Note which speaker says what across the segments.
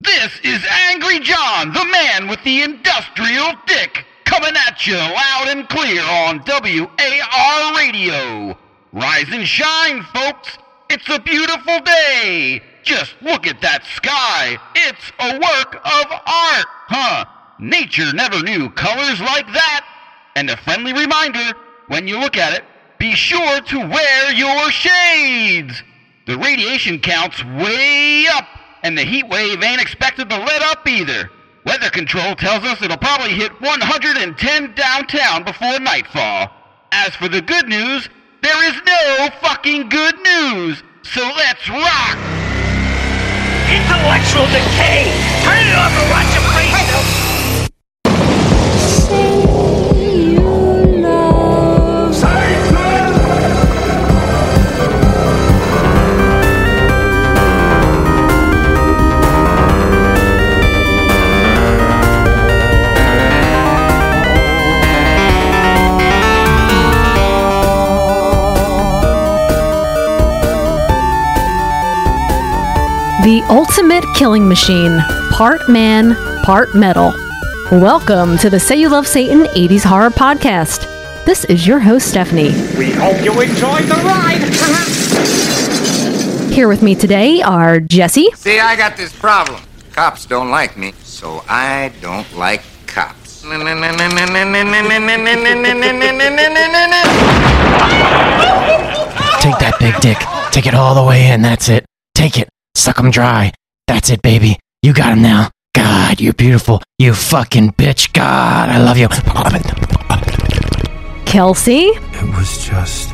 Speaker 1: This is Angry John, the man with the industrial dick, coming at you loud and clear on WAR Radio. Rise and shine, folks. It's a beautiful day. Just look at that sky. It's a work of art, huh? Nature never knew colors like that. And a friendly reminder when you look at it, be sure to wear your shades. The radiation count's way up, and the heat wave ain't expected to let up either. Weather control tells us it'll probably hit 110 downtown before nightfall. As for the good news, there is no fucking good news. So let's rock!
Speaker 2: Intellectual decay! Turn it off and watch your brain melt!
Speaker 3: The Ultimate Killing Machine, part man, part metal. Welcome to the Say You Love Satan 80s Horror Podcast. This is your host, Stephanie.
Speaker 2: We hope you enjoyed the ride!
Speaker 3: Here with me today are Jesse,
Speaker 4: See, I got this problem. Cops don't like me, so I don't like cops.
Speaker 5: Take that big dick. Take it all the way in. That's it. Take it. Suck 'em dry. That's it, baby. You got 'em now. God, you're beautiful. You fucking bitch. God, I love you.
Speaker 3: Kelsey,
Speaker 6: It was just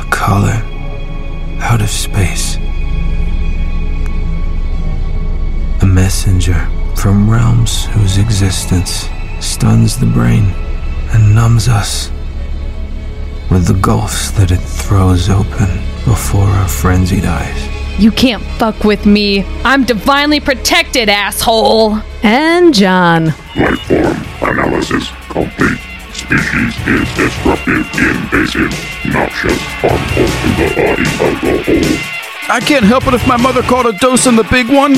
Speaker 6: a color out of space. A messenger from realms whose existence stuns the brain and numbs us with the gulfs that it throws open before our frenzied eyes.
Speaker 3: you can't fuck with me. I'm divinely protected, asshole. And John.
Speaker 7: Life form analysis complete. Species is destructive, invasive, noxious, harmful to the body of the whole.
Speaker 8: I can't help it if my mother called a dose on the big one.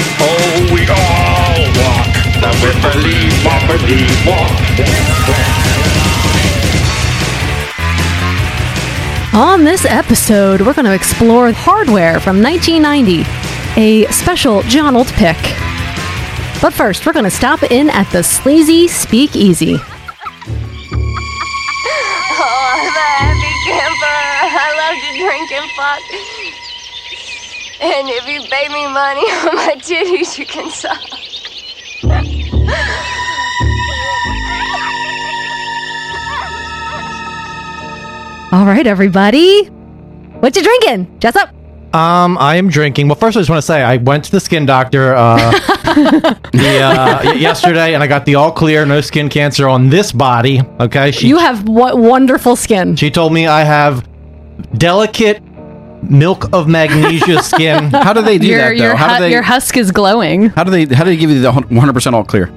Speaker 7: Oh, we all walk the whipperly bopperly walk.
Speaker 3: On this episode, we're going to explore hardware from 1990, a special John Old pick. But first, we're going to stop in at the Sleazy Speakeasy.
Speaker 9: Oh, I'm a happy camper. I love to drink and fuck. And if you pay me money on my titties, you can suck.
Speaker 3: All right, everybody. What you drinking? Jessup?
Speaker 10: Um, I am drinking. Well, first, I just want to say I went to the skin doctor uh, the, uh, y- yesterday, and I got the all clear, no skin cancer on this body. Okay, she
Speaker 3: You have what wonderful skin.
Speaker 10: she told me I have delicate milk of magnesia skin.
Speaker 8: How do they do that though? how do they?
Speaker 3: husk is glowing.
Speaker 8: how do they? How do they give you the 100 percent all clear?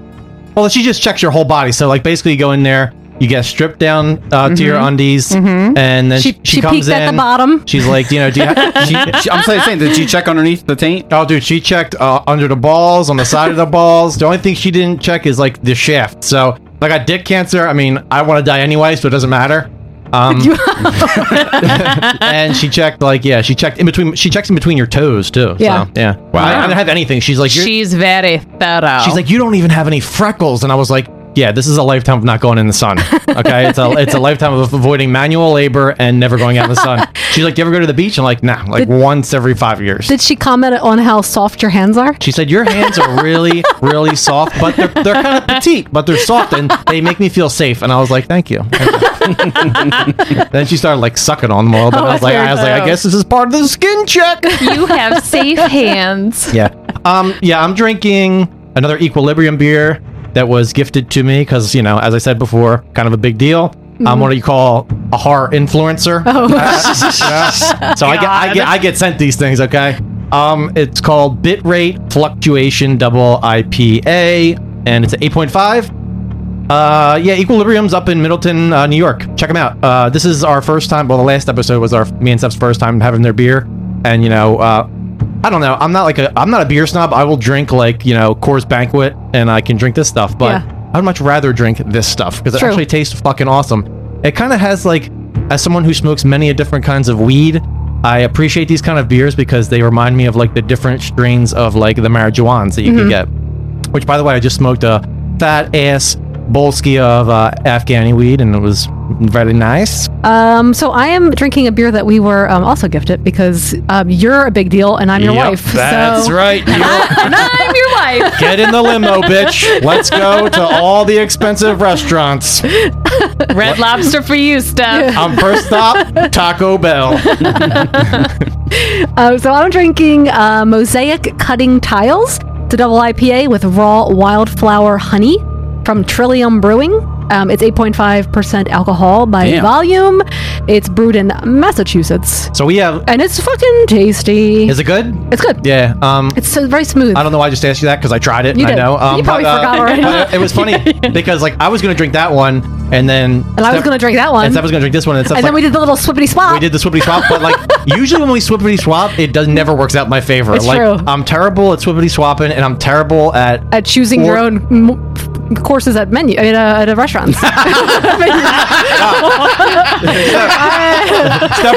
Speaker 10: Well, she just checks your whole body. So, like, basically, you go in there, you get stripped down uh, to
Speaker 8: Mm-hmm.
Speaker 10: your undies, and then
Speaker 3: She-
Speaker 10: she,
Speaker 3: she
Speaker 10: comes
Speaker 3: peeked
Speaker 10: in
Speaker 3: at the bottom.
Speaker 10: She's like, you know, do you ha- she,
Speaker 8: She- I'm saying, saying, did you check underneath the taint?
Speaker 10: Oh, dude, she checked uh, under the balls, on the side of the balls. The only thing she didn't check is like the shaft. So, like, I got dick cancer. I mean, I want to die anyway, so it doesn't matter. Um, and she checked, like, yeah, she checked in between. She checks in between your toes too.
Speaker 3: Yeah.
Speaker 10: so, yeah. Wow. I, I didn't have anything. She's like, you're,
Speaker 3: She's very thorough.
Speaker 10: she's like, you don't even have any freckles, and I was like. Yeah, this is a lifetime of not going in the sun. Okay, it's a it's a lifetime of avoiding manual labor and never going out in the sun. She's like, "Do you ever go to the beach?" I'm like, "Nah, like once every five years."
Speaker 3: Did she comment on how soft your hands are?
Speaker 10: She said, "Your hands are really, really soft, but they're, they're kind of petite, but they're soft, and they make me feel safe." And I was like, "Thank you." then she started like sucking on them a little bit. and Oh, I was like, "I was like, I guess this is part of the skin check."
Speaker 3: You have safe hands.
Speaker 10: yeah, um, yeah. I'm drinking another Equilibrium beer that was gifted to me because you know, as I said before, kind of a big deal. I'm what do you call a horror influencer? Oh. So I get, I get I get sent these things, okay? Um, it's called Bitrate Fluctuation Double IPA, and it's at 8.5. Uh, yeah, Equilibrium's up in Middleton, uh, New York. Check them out. Uh, this is our first time. Well, the last episode was our me and Steph's first time having their beer, and you know, uh, I don't know. I'm not like a I'm not a beer snob. I will drink like you know Coors Banquet, and I can drink this stuff. But
Speaker 3: Yeah.
Speaker 10: I'd much rather drink this stuff because it
Speaker 3: True.
Speaker 10: actually tastes fucking awesome. It kind of has like, as someone who smokes many a different kinds of weed, I appreciate these kind of beers because they remind me of like the different strains of like the marijuana that you
Speaker 11: Mhm.
Speaker 10: can get.
Speaker 8: Mm-hmm.
Speaker 10: Which, by the way, I just smoked a fat ass bolsky of uh, Afghani weed, and it was very nice.
Speaker 3: Um, so I am drinking a beer that we were um, also gifted because um, you're a big deal and I'm your
Speaker 10: Yep,
Speaker 3: wife.
Speaker 10: That's
Speaker 3: so,
Speaker 10: right.
Speaker 3: And, I, and I'm your wife.
Speaker 10: Get in the limo, bitch. Let's go to all the expensive restaurants.
Speaker 8: Red lobster for you, Steph.
Speaker 10: I'm first stop, Taco Bell.
Speaker 3: Um, so I'm drinking uh, Mosaic Cutting Tiles. It's a double IPA with raw wildflower honey from Trillium Brewing. Um, it's 8.5% alcohol by
Speaker 10: Damn.
Speaker 3: volume. It's brewed in Massachusetts.
Speaker 10: So we have.
Speaker 3: And it's fucking tasty.
Speaker 10: Is it good?
Speaker 3: It's good.
Speaker 10: Yeah. Um.
Speaker 3: It's so very smooth.
Speaker 10: I don't know why I just asked you that because I tried it.
Speaker 3: You
Speaker 10: and
Speaker 3: did.
Speaker 10: I know. um,
Speaker 3: You probably forgot already.
Speaker 10: but it was funny because like I was gonna drink that one and then and
Speaker 3: I was gonna drink that one.
Speaker 10: and Steph was gonna drink this one and,
Speaker 3: And
Speaker 10: Steph's
Speaker 3: then
Speaker 10: like,
Speaker 3: we did the little swippity swap.
Speaker 10: we did the swippity swap, but like usually when we swippity swap, it does never works out in my favor.
Speaker 3: It's
Speaker 10: like
Speaker 3: true.
Speaker 10: I'm terrible at swippity swapping, and I'm terrible at
Speaker 3: at choosing your
Speaker 10: Or-
Speaker 3: own m- f- courses at menu at, uh, at a restaurant.
Speaker 10: Steph.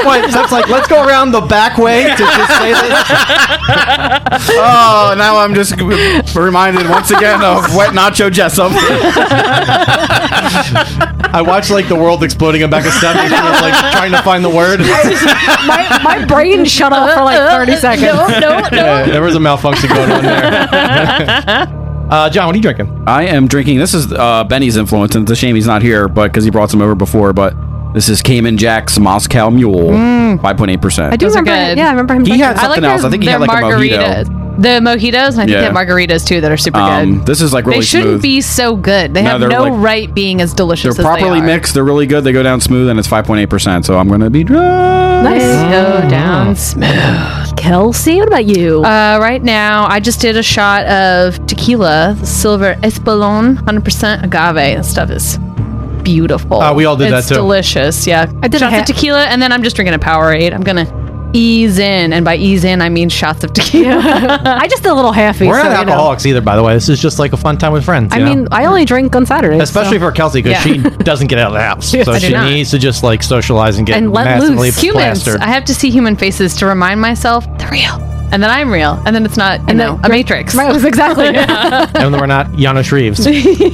Speaker 10: Went, Steph's like, let's go around the back way to just say this.
Speaker 11: oh, now I'm just reminded once again of wet nacho Jessam.
Speaker 10: I watched like the world exploding in back of Steph, and she was like trying to find the word.
Speaker 3: my, my brain shut off for like 30 seconds.
Speaker 10: Yeah, there was a malfunction going on there. uh, John, what are you drinking?
Speaker 11: I am drinking. This is uh, Benny's influence, and it's a shame he's not here, but because he brought some over before. But this is Cayman Jack's Moscow Mule,
Speaker 8: Mm.
Speaker 11: five point eight percent.
Speaker 3: I do remember.
Speaker 8: good.
Speaker 3: Yeah, I remember him.
Speaker 11: He
Speaker 3: drinking
Speaker 11: had
Speaker 3: that.
Speaker 11: something else. I think he
Speaker 8: their
Speaker 11: had like a mojito.
Speaker 8: margaritas. The mojitos, and I think
Speaker 11: Yeah.
Speaker 8: they have margaritas too that are super
Speaker 11: Um,
Speaker 8: good.
Speaker 11: this is like really
Speaker 8: they shouldn't
Speaker 11: smooth.
Speaker 8: be so good. They
Speaker 11: No,
Speaker 8: have
Speaker 11: they're
Speaker 8: no
Speaker 11: like-
Speaker 8: right being as
Speaker 11: They're
Speaker 8: delicious as
Speaker 11: properly
Speaker 8: they are.
Speaker 11: mixed. They're really good. They go down smooth, and it's five point eight percent. So I'm gonna be drunk.
Speaker 8: Nice.
Speaker 10: Oh,
Speaker 8: Go down smooth.
Speaker 3: Kelsey, what about you?
Speaker 8: Uh, right now, I just did a shot of tequila, the silver Espolón, 100% agave. That stuff is beautiful.
Speaker 10: Uh, we all did that
Speaker 8: It's
Speaker 10: too.
Speaker 8: delicious, yeah. I
Speaker 3: did a
Speaker 8: shots
Speaker 3: ha-
Speaker 8: of tequila, and then I'm just drinking a Powerade. I'm going to ease in, and by ease in, I mean shots of tequila.
Speaker 3: I just did a little halfy.
Speaker 10: We're
Speaker 3: so,
Speaker 10: not
Speaker 3: you know.
Speaker 10: alcoholics either, by the way. This is just like a fun time with friends.
Speaker 3: I
Speaker 10: you know?
Speaker 3: mean, I only drink on Saturdays.
Speaker 10: especially for Kelsey because
Speaker 3: Yeah.
Speaker 10: she doesn't get out of the house,
Speaker 3: Yes, I
Speaker 10: so
Speaker 8: do
Speaker 10: she
Speaker 8: not.
Speaker 10: needs to just like socialize and get
Speaker 8: and let
Speaker 10: massively
Speaker 8: loose. Humans.
Speaker 10: plastered.
Speaker 8: I have to see human faces to remind myself they're real. And then I'm real. And then it's not, you know, a matrix.
Speaker 3: Right, it was exactly.
Speaker 10: and we're not Janos Reeves,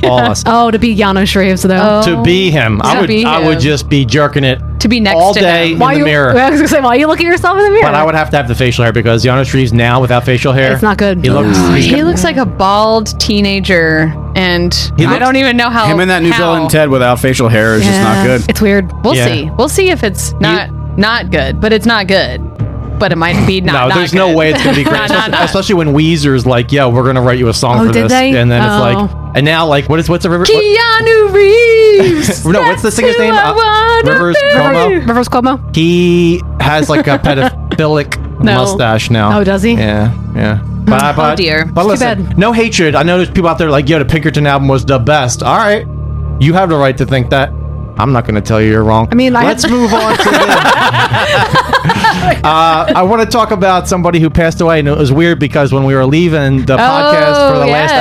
Speaker 10: all of us.
Speaker 3: Oh, to be Janos Reeves though.
Speaker 10: to be him, I
Speaker 3: To
Speaker 10: would,
Speaker 3: be
Speaker 10: I would
Speaker 3: him.
Speaker 10: just be jerking it
Speaker 3: to be next
Speaker 10: all day in
Speaker 3: Why
Speaker 10: the
Speaker 3: you,
Speaker 10: mirror.
Speaker 3: I was gonna say, why you look at yourself in the mirror?
Speaker 10: But I would have to have the facial hair because Janos Reeves now without facial hair,
Speaker 8: It's not good.
Speaker 10: He looks. he's
Speaker 8: He
Speaker 10: got-
Speaker 8: looks like a bald teenager, and
Speaker 11: He
Speaker 8: I
Speaker 11: looks-
Speaker 8: don't even know how.
Speaker 11: Him and that New
Speaker 8: how.
Speaker 11: Zealand Ted without facial hair is just not
Speaker 8: Yeah.
Speaker 11: good.
Speaker 3: It's weird.
Speaker 8: We'll
Speaker 11: Yeah.
Speaker 8: see. We'll see if it's not not good, but it's not good. But it might be not.
Speaker 10: no,
Speaker 8: not
Speaker 10: there's
Speaker 8: good.
Speaker 10: no way it's gonna be great,
Speaker 8: Not-
Speaker 10: especially,
Speaker 8: not- not.
Speaker 10: especially when Weezer's like, "Yo, we're gonna write you a song
Speaker 8: Oh,
Speaker 10: for
Speaker 8: did
Speaker 10: this,"
Speaker 8: they?
Speaker 10: and then it's
Speaker 8: Oh.
Speaker 10: like, and now like, what is what's a river? what-
Speaker 8: Keanu Reeves.
Speaker 10: No, what's the singer's
Speaker 8: who
Speaker 10: name?
Speaker 8: I
Speaker 10: Uh,
Speaker 8: wanna
Speaker 10: Rivers
Speaker 8: be.
Speaker 10: Cuomo.
Speaker 3: Reverse Cuomo.
Speaker 10: He has like a pedophilic
Speaker 3: No.
Speaker 10: mustache now.
Speaker 3: Oh, does he?
Speaker 10: Yeah, yeah. But, I-
Speaker 3: Oh,
Speaker 10: but-
Speaker 3: dear.
Speaker 10: But
Speaker 3: Too
Speaker 10: listen, no hatred. I know there's people out there like, yo, the Pinkerton album was the best. All right, you have the right to think that. I'm not going to tell you you're wrong.
Speaker 3: I mean, I
Speaker 10: let's move on. To uh, I want to talk about somebody who passed away, and it was weird because when we were leaving the podcast for
Speaker 8: Oh,
Speaker 10: the
Speaker 8: yes.
Speaker 10: last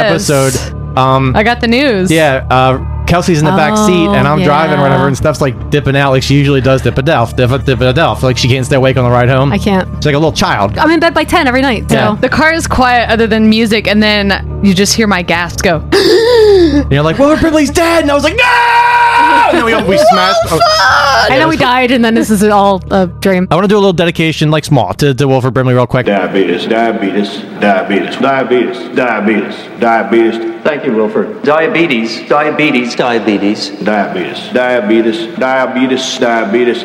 Speaker 10: episode, um,
Speaker 8: I got the news.
Speaker 10: yeah, uh, Kelsey's in the back seat, and
Speaker 8: Oh,
Speaker 10: I'm driving or whatever,
Speaker 8: yeah.
Speaker 10: and stuff's like dipping out, like she usually does, dip a delf, dip a dip a delf, like she can't stay awake on the ride home.
Speaker 3: I can't.
Speaker 10: She's like a little child.
Speaker 3: I'm in bed by ten every night. So
Speaker 10: Um, Yeah.
Speaker 8: The car is quiet other than music, and then you just hear my gasp go.
Speaker 10: And you're like, Wilbur Brimley's dead, and I was like, no. And then we, we smashed.
Speaker 3: I know we died, and then this is all a dream.
Speaker 10: I want to do a little dedication, like small, to, to Wilford Brimley real quick.
Speaker 7: Diabetes, diabetes, diabetes, diabetes, diabetes, diabetes. Thank you, Wilford. Diabetes, diabetes, diabetes, diabetes, diabetes, diabetes, diabetes, diabetes,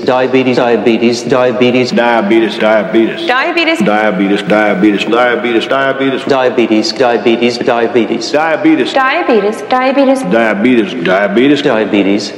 Speaker 7: diabetes, diabetes, diabetes, diabetes, diabetes,
Speaker 12: Diabetes.
Speaker 7: diabetes, diabetes, diabetes, diabetes, diabetes, diabetes, diabetes,
Speaker 12: Diabetes, diabetes,
Speaker 7: diabetes, diabetes, diabetes, diabetes,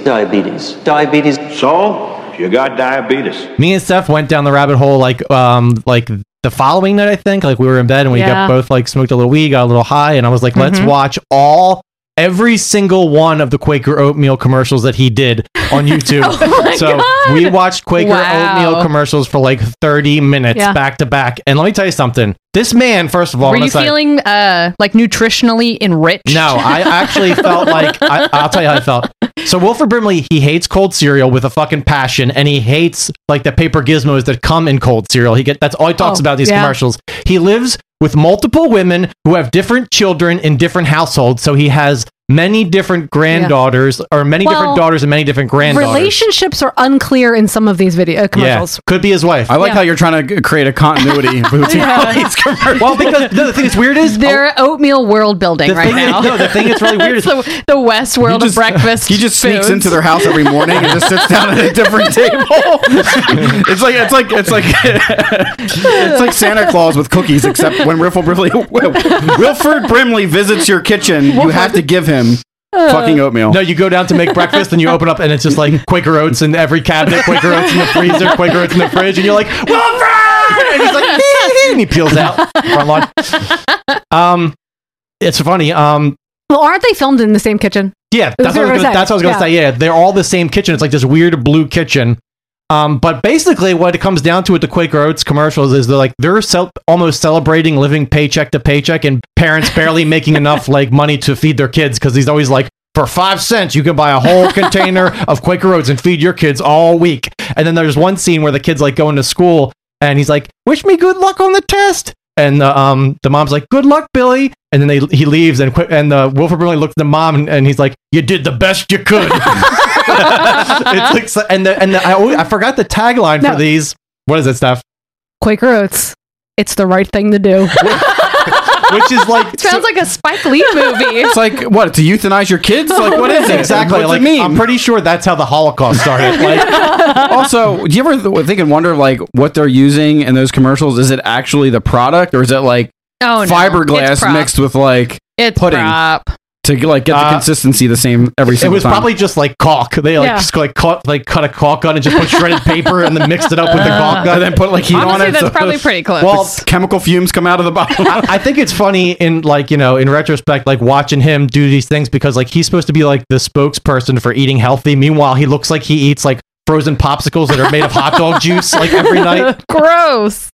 Speaker 7: diabetes, diabetes. So, you got diabetes.
Speaker 10: Me and Steph went down the rabbit hole like um like the following night I think like we were in bed and we
Speaker 7: Yeah.
Speaker 10: got both like smoked a little weed, got a little high, and I was like, let's
Speaker 7: Mhm.
Speaker 10: watch all every single one of the Quaker oatmeal commercials that he did on YouTube.
Speaker 5: Oh my
Speaker 10: so
Speaker 5: God.
Speaker 10: we watched Quaker
Speaker 5: Wow.
Speaker 10: oatmeal commercials for like 30 minutes
Speaker 8: Yeah.
Speaker 10: back to back. And let me tell you something. This man, first of all,
Speaker 8: Were
Speaker 10: on the
Speaker 8: you
Speaker 10: side-
Speaker 8: feeling uh, like nutritionally enriched?
Speaker 10: no, I actually felt like I, I'll tell you how I felt. So Wilford Brimley, he hates cold cereal with a fucking passion, and he hates like the paper gizmos that come in cold cereal. He get that's all he talks
Speaker 11: Oh,
Speaker 10: about these
Speaker 11: yeah.
Speaker 10: commercials. He lives with multiple women who have different children in different households, so he has many different granddaughters or many
Speaker 3: Well,
Speaker 10: different daughters and many different granddaughters.
Speaker 3: Relationships are unclear in some of these video uh,
Speaker 10: yeah,
Speaker 3: commercials.
Speaker 10: could be his wife.
Speaker 11: I like
Speaker 3: Yeah.
Speaker 11: how you're trying to g- create a continuity between all these commercials.
Speaker 10: Well, because the thing that's weird is
Speaker 8: they're oatmeal world building
Speaker 11: The
Speaker 8: right
Speaker 11: thing is-
Speaker 8: now.
Speaker 11: no, the thing that's really weird
Speaker 8: It's the, the West world of breakfast.
Speaker 11: He just sneaks
Speaker 8: foods.
Speaker 11: into their house every morning and just sits down at a different table. it's like it's like it's like it's like Santa Claus with cookies, except when Riffle Brimley Wilford Brimley visits your kitchen, you have to give him fucking oatmeal.
Speaker 10: No, you go down to make breakfast and you open up and it's just like Quaker oats in every cabinet, Quaker oats in the freezer, Quaker oats in the fridge, and you're like, Wilfred! And he's like, "Hee-hee," and he peels out front lawn. Um, it's funny. Um,
Speaker 3: Well, aren't they filmed in the same kitchen?
Speaker 10: yeah, that's what, I was gonna, that's what I was gonna say. Yeah, they're all the same kitchen. It's like this weird blue kitchen. Um, but basically, what it comes down to with the Quaker Oats commercials is they're like they're cel- almost celebrating living paycheck to paycheck, and parents barely making enough like money to feed their kids because he's always like, for five cents you can buy a whole container of Quaker Oats and feed your kids all week. And then there's one scene where the kids like going to school, and he's like, wish me good luck on the test. And the, um, the mom's like, "Good luck, Billy." And then they, he leaves, and Qu- and uh, Wilford Brimley looks at the mom, and, and he's like, "You did the best you could." it's like, so- and the, and the, I always, I forgot the tagline
Speaker 3: No.
Speaker 10: for these. What is it, Steph?
Speaker 3: Quaker oats. It's the right thing to do.
Speaker 10: Which is like
Speaker 8: It sounds like a Spike Lee movie.
Speaker 11: It's like what to euthanize your kids? Like what is it
Speaker 10: exactly?
Speaker 11: What's
Speaker 10: like
Speaker 11: it mean?
Speaker 10: I'm pretty sure that's how the Holocaust started. Like,
Speaker 11: also, do you ever th- think and wonder like what they're using in those commercials? Is it actually the product, or is it like
Speaker 8: Oh, no. It's
Speaker 11: fiberglass
Speaker 8: prop.
Speaker 11: mixed with like
Speaker 8: It's
Speaker 11: pudding
Speaker 8: prop.
Speaker 11: to like get the
Speaker 10: Uh,
Speaker 11: consistency the same every
Speaker 10: it
Speaker 11: single
Speaker 10: was
Speaker 11: time?
Speaker 10: probably just like caulk. They like
Speaker 8: Yeah.
Speaker 10: just like cut like cut a caulk gun and just put shredded paper and then mixed it up with the caulk gun
Speaker 11: and then put like heat on
Speaker 8: Uh, Honestly,
Speaker 11: it.
Speaker 8: that's probably pretty close.
Speaker 10: Well,
Speaker 11: chemical fumes come out of the bottom.
Speaker 10: I, I think it's funny in like you know in retrospect, like watching him do these things because like he's supposed to be like the spokesperson for eating healthy. Meanwhile, he looks like he eats like frozen popsicles that are made of hot dog juice like every night.
Speaker 8: Gross.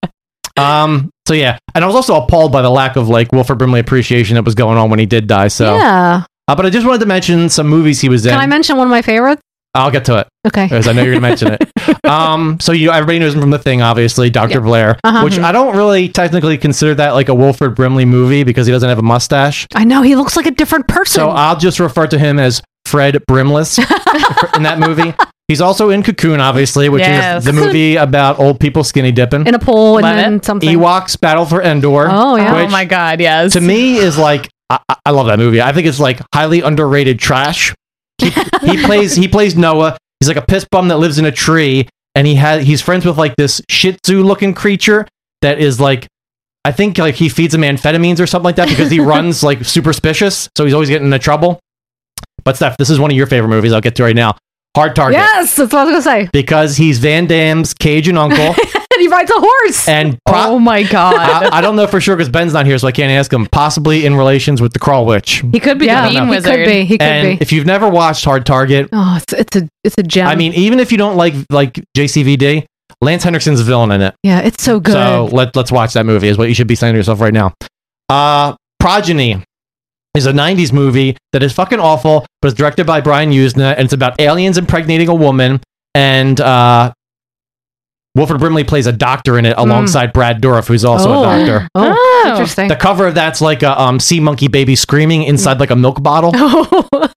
Speaker 10: Um. So yeah, and I was also appalled by the lack of like Wilford Brimley appreciation that was going on when he did die. So
Speaker 3: Yeah.
Speaker 10: Uh, but I just wanted to mention some movies he was in.
Speaker 3: Can I mention one of my favorites?
Speaker 10: I'll get to it.
Speaker 3: Okay.
Speaker 10: Because I know you're going to mention it. um, so you everybody knows him from the thing, obviously, Doctor
Speaker 3: Yeah.
Speaker 10: Blair,
Speaker 3: Uh-huh.
Speaker 10: which I don't really technically consider that like a Wilford Brimley movie because he doesn't have a mustache.
Speaker 3: I know he looks like a different person.
Speaker 10: So um, I'll just refer to him as Fred Brimless in that movie. He's also in Cocoon, obviously, which
Speaker 3: Yes.
Speaker 10: is the movie about old people skinny dipping.
Speaker 3: in a pool Oh, and
Speaker 10: Love
Speaker 3: then
Speaker 10: it.
Speaker 3: something.
Speaker 10: Ewoks Battle for Endor.
Speaker 3: Oh, yeah. Oh,
Speaker 8: my god, yes.
Speaker 10: To me is like I, I- I love that movie. I think it's like highly underrated trash. He, he plays he plays Noah. He's like a piss bum that lives in a tree and he has he's friends with like this Shih Tzu looking creature that is like I think like he feeds him amphetamines or something like that because he runs like superstitious, so he's always getting into trouble. But Steph, this is one of your favorite movies. I'll get to right now. Hard Target
Speaker 3: Yes, that's what I was gonna say.
Speaker 10: because he's Van Damme's Cajun uncle.
Speaker 3: And he rides a horse.
Speaker 10: And Uh, pro-
Speaker 8: oh my god,
Speaker 10: I, I don't know for sure because Ben's not here, so I can't ask him. Possibly in relations with the Crawl Witch.
Speaker 8: he could be
Speaker 3: Yeah,
Speaker 8: the mean
Speaker 3: he could
Speaker 8: wizard.
Speaker 3: be. He could
Speaker 10: And
Speaker 3: be.
Speaker 10: if you've never watched Hard Target,
Speaker 3: Oh, it's, it's a it's a gem.
Speaker 10: I mean, even if you don't like like JCVD, Lance Henriksen's a villain in it.
Speaker 3: yeah, it's so good.
Speaker 10: So let let's watch that movie. Is what you should be saying to yourself right now. Uh, Progeny is a '90s movie that is fucking awful, but it's directed by Brian Usna, and it's about aliens impregnating a woman. And uh, Wilford Brimley plays a doctor in it alongside Brad Dourif, who's also
Speaker 3: Hmm. oh.
Speaker 10: a doctor.
Speaker 3: Oh, interesting.
Speaker 10: The cover of that's like a um, sea monkey baby screaming inside like a milk bottle.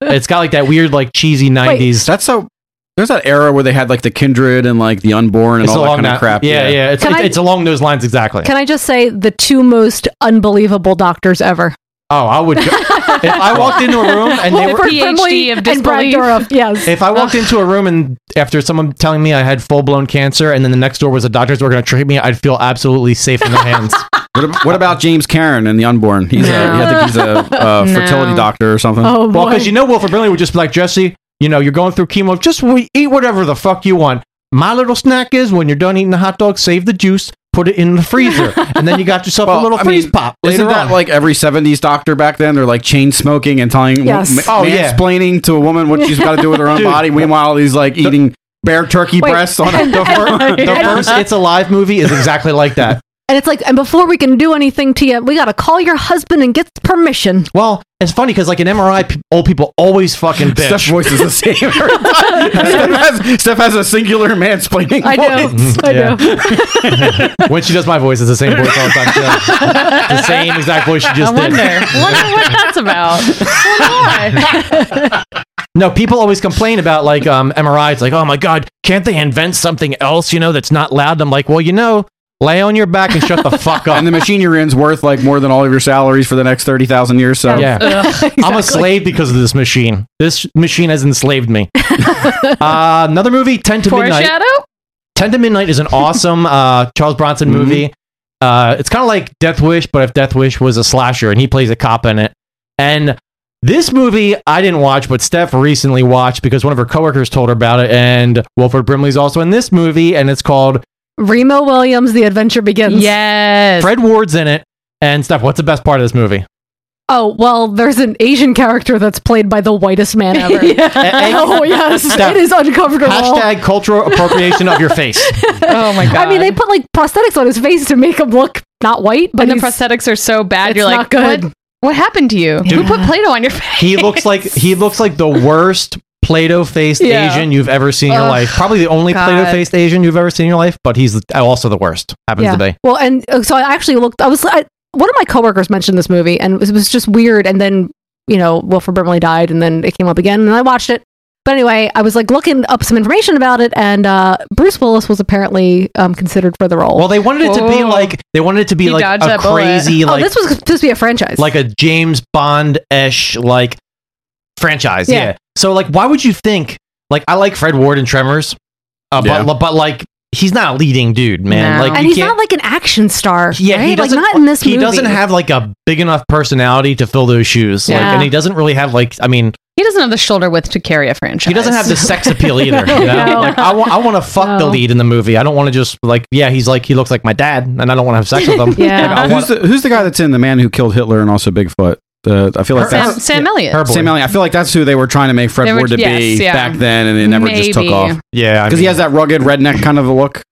Speaker 10: it's got like that weird, like cheesy '90s.
Speaker 11: That's so. There's that era where they had like the kindred and like the unborn and all that
Speaker 10: along
Speaker 11: kind of crap.
Speaker 10: Yeah, yeah. It's,
Speaker 3: Can
Speaker 10: it's,
Speaker 3: I-
Speaker 10: it's along those lines exactly.
Speaker 3: Can I just say the two most unbelievable doctors ever?
Speaker 10: oh, I would. Go, if I walked into a room and they
Speaker 3: Wilford
Speaker 10: were.
Speaker 3: Brimley
Speaker 8: of
Speaker 3: and Brad
Speaker 8: disbelief.
Speaker 3: Dourif. Yes.
Speaker 10: If I walked into a room and after someone telling me I had full blown cancer, and then the next door was a doctor's who were going to treat me, I'd feel absolutely safe in their hands.
Speaker 11: What, ab- what about James Karen and the unborn? He's a, he- I think he's a uh,
Speaker 10: No.
Speaker 11: fertility doctor or something.
Speaker 3: Oh,
Speaker 10: well, because you know Wilford Brimley would just be like Jesse. You know, you're going through chemo. Just we eat whatever the fuck you want. My little snack is when you're done eating the hot dog, save the juice, put it in the freezer, and then you got yourself a little freeze pop.
Speaker 11: Isn't
Speaker 10: later
Speaker 11: that
Speaker 10: on.
Speaker 11: like every '70s doctor back then? They're like chain smoking and telling,
Speaker 10: Yes.
Speaker 11: oh
Speaker 10: Oh,
Speaker 11: yeah,
Speaker 10: yeah.
Speaker 11: explaining to a woman what she's got to do with her own
Speaker 10: Dude.
Speaker 11: body. Meanwhile, he's like eating bear turkey
Speaker 3: Wait,
Speaker 11: breasts on
Speaker 3: and-
Speaker 11: the
Speaker 3: and-
Speaker 11: first,
Speaker 10: the first It's Alive movie is exactly like that.
Speaker 3: And it's like, and before we can do anything to you, we gotta call your husband and get permission.
Speaker 10: Well, it's funny because like in MRI, pe- old people always fucking bitch.
Speaker 11: Steph's voice is the same. every time. Steph, has, Steph has a singular mansplaining
Speaker 3: I know.
Speaker 11: voice.
Speaker 3: I know.
Speaker 10: when she does my voice, it's the same voice all the time. She does. the same exact voice she just
Speaker 8: I wonder.
Speaker 10: did.
Speaker 8: wonder what that's about.
Speaker 10: No, people always complain about like um, MRIs, like, oh my God, can't they invent something else, you know, that's not loud? And I'm like, well, you know, lay on your back and shut the fuck up.
Speaker 11: And the machine you're in's worth like more than all of your salaries for the next thirty thousand years. So
Speaker 10: Yeah. I'm a slave because of this machine. This machine has enslaved me. uh, another movie, 10 to Midnight.
Speaker 8: Foreshadow?
Speaker 10: 10 to Midnight is an awesome uh, Charles Bronson movie. Uh, it's kind of like Death Wish, but if Death Wish was a slasher and he plays a cop in it. And this movie I didn't watch, but Steph recently watched because one of her coworkers told her about it. And Wilford Brimley's also in this movie, and it's called
Speaker 3: Remo Williams, The Adventure Begins.
Speaker 8: Yes.
Speaker 10: Fred Ward's in it. And Steph, what's the best part of this movie?
Speaker 3: Oh, well, there's an Asian character that's played by the whitest man ever. Oh, yes.
Speaker 10: Steph,
Speaker 3: it is uncomfortable.
Speaker 10: Hashtag cultural appropriation of your face.
Speaker 8: Oh my god.
Speaker 3: I mean, they put like prosthetics on his face to make him look not white, but
Speaker 8: and the
Speaker 3: he's-
Speaker 8: prosthetics are so bad.
Speaker 3: It's
Speaker 8: you're like,
Speaker 3: not good.
Speaker 8: What, what happened to you? Who put Play-Doh on your face?
Speaker 10: he looks like he looks like the worst Play-Doh faced
Speaker 8: Yeah.
Speaker 10: Asian you've ever seen in your
Speaker 3: Ugh,
Speaker 10: life. Probably the only
Speaker 3: God.
Speaker 10: Play-Doh faced Asian you've ever seen in your life, but he's also the worst. Happens to be.
Speaker 3: Well, and uh, so I actually looked. I was I, one of my coworkers mentioned this movie, and it was, it was just weird. And then you know, Wilford Brimley died, and then it came up again, and I watched it. But anyway, I was like looking up some information about it, and uh, Bruce Willis was apparently um, considered for the role.
Speaker 10: Well, they wanted it to be
Speaker 3: Whoa.
Speaker 8: Oh.
Speaker 10: like they wanted it to be
Speaker 3: He
Speaker 10: like
Speaker 3: dodged
Speaker 10: a
Speaker 3: that bullet.
Speaker 10: crazy
Speaker 3: Oh,
Speaker 10: like
Speaker 3: this was supposed to be a franchise.
Speaker 10: like a James Bond ish like franchise.
Speaker 3: Yeah.
Speaker 10: Yeah. So like, why would you think like I like Fred Ward and Tremors, uh, but but like he's not a leading dude, man. Like
Speaker 3: and
Speaker 10: you
Speaker 3: he's not like an action star.
Speaker 10: Yeah,
Speaker 3: right?
Speaker 10: he doesn't.
Speaker 3: like not in this
Speaker 10: he
Speaker 3: movie.
Speaker 10: doesn't have like a big enough personality to fill those shoes. Like,
Speaker 8: Yeah.
Speaker 10: and he doesn't really have like. I mean,
Speaker 8: He doesn't have the shoulder width to carry a franchise.
Speaker 10: he doesn't have the sex appeal either. You know?
Speaker 8: No.
Speaker 10: Like, I want. I want to fuck the
Speaker 8: No.
Speaker 10: lead in the movie. I don't want to just like. Yeah, he's like. He looks like my dad, and I don't want to have sex with him.
Speaker 8: Yeah.
Speaker 10: Like, I
Speaker 11: who's,
Speaker 10: want,
Speaker 11: the, who's the guy that's in the man who killed Hitler and also Bigfoot? Uh, I feel like
Speaker 8: Sam,
Speaker 11: that's
Speaker 8: um, Sam Elliott.
Speaker 11: Sam Elliott. I feel like that's who they were trying to make Fred
Speaker 8: They were-
Speaker 11: Ward to
Speaker 8: yes,
Speaker 11: be
Speaker 8: yeah.
Speaker 11: back then, and it never just took
Speaker 8: Maybe.
Speaker 11: off.
Speaker 10: Yeah,
Speaker 11: because he has that rugged redneck kind of a look.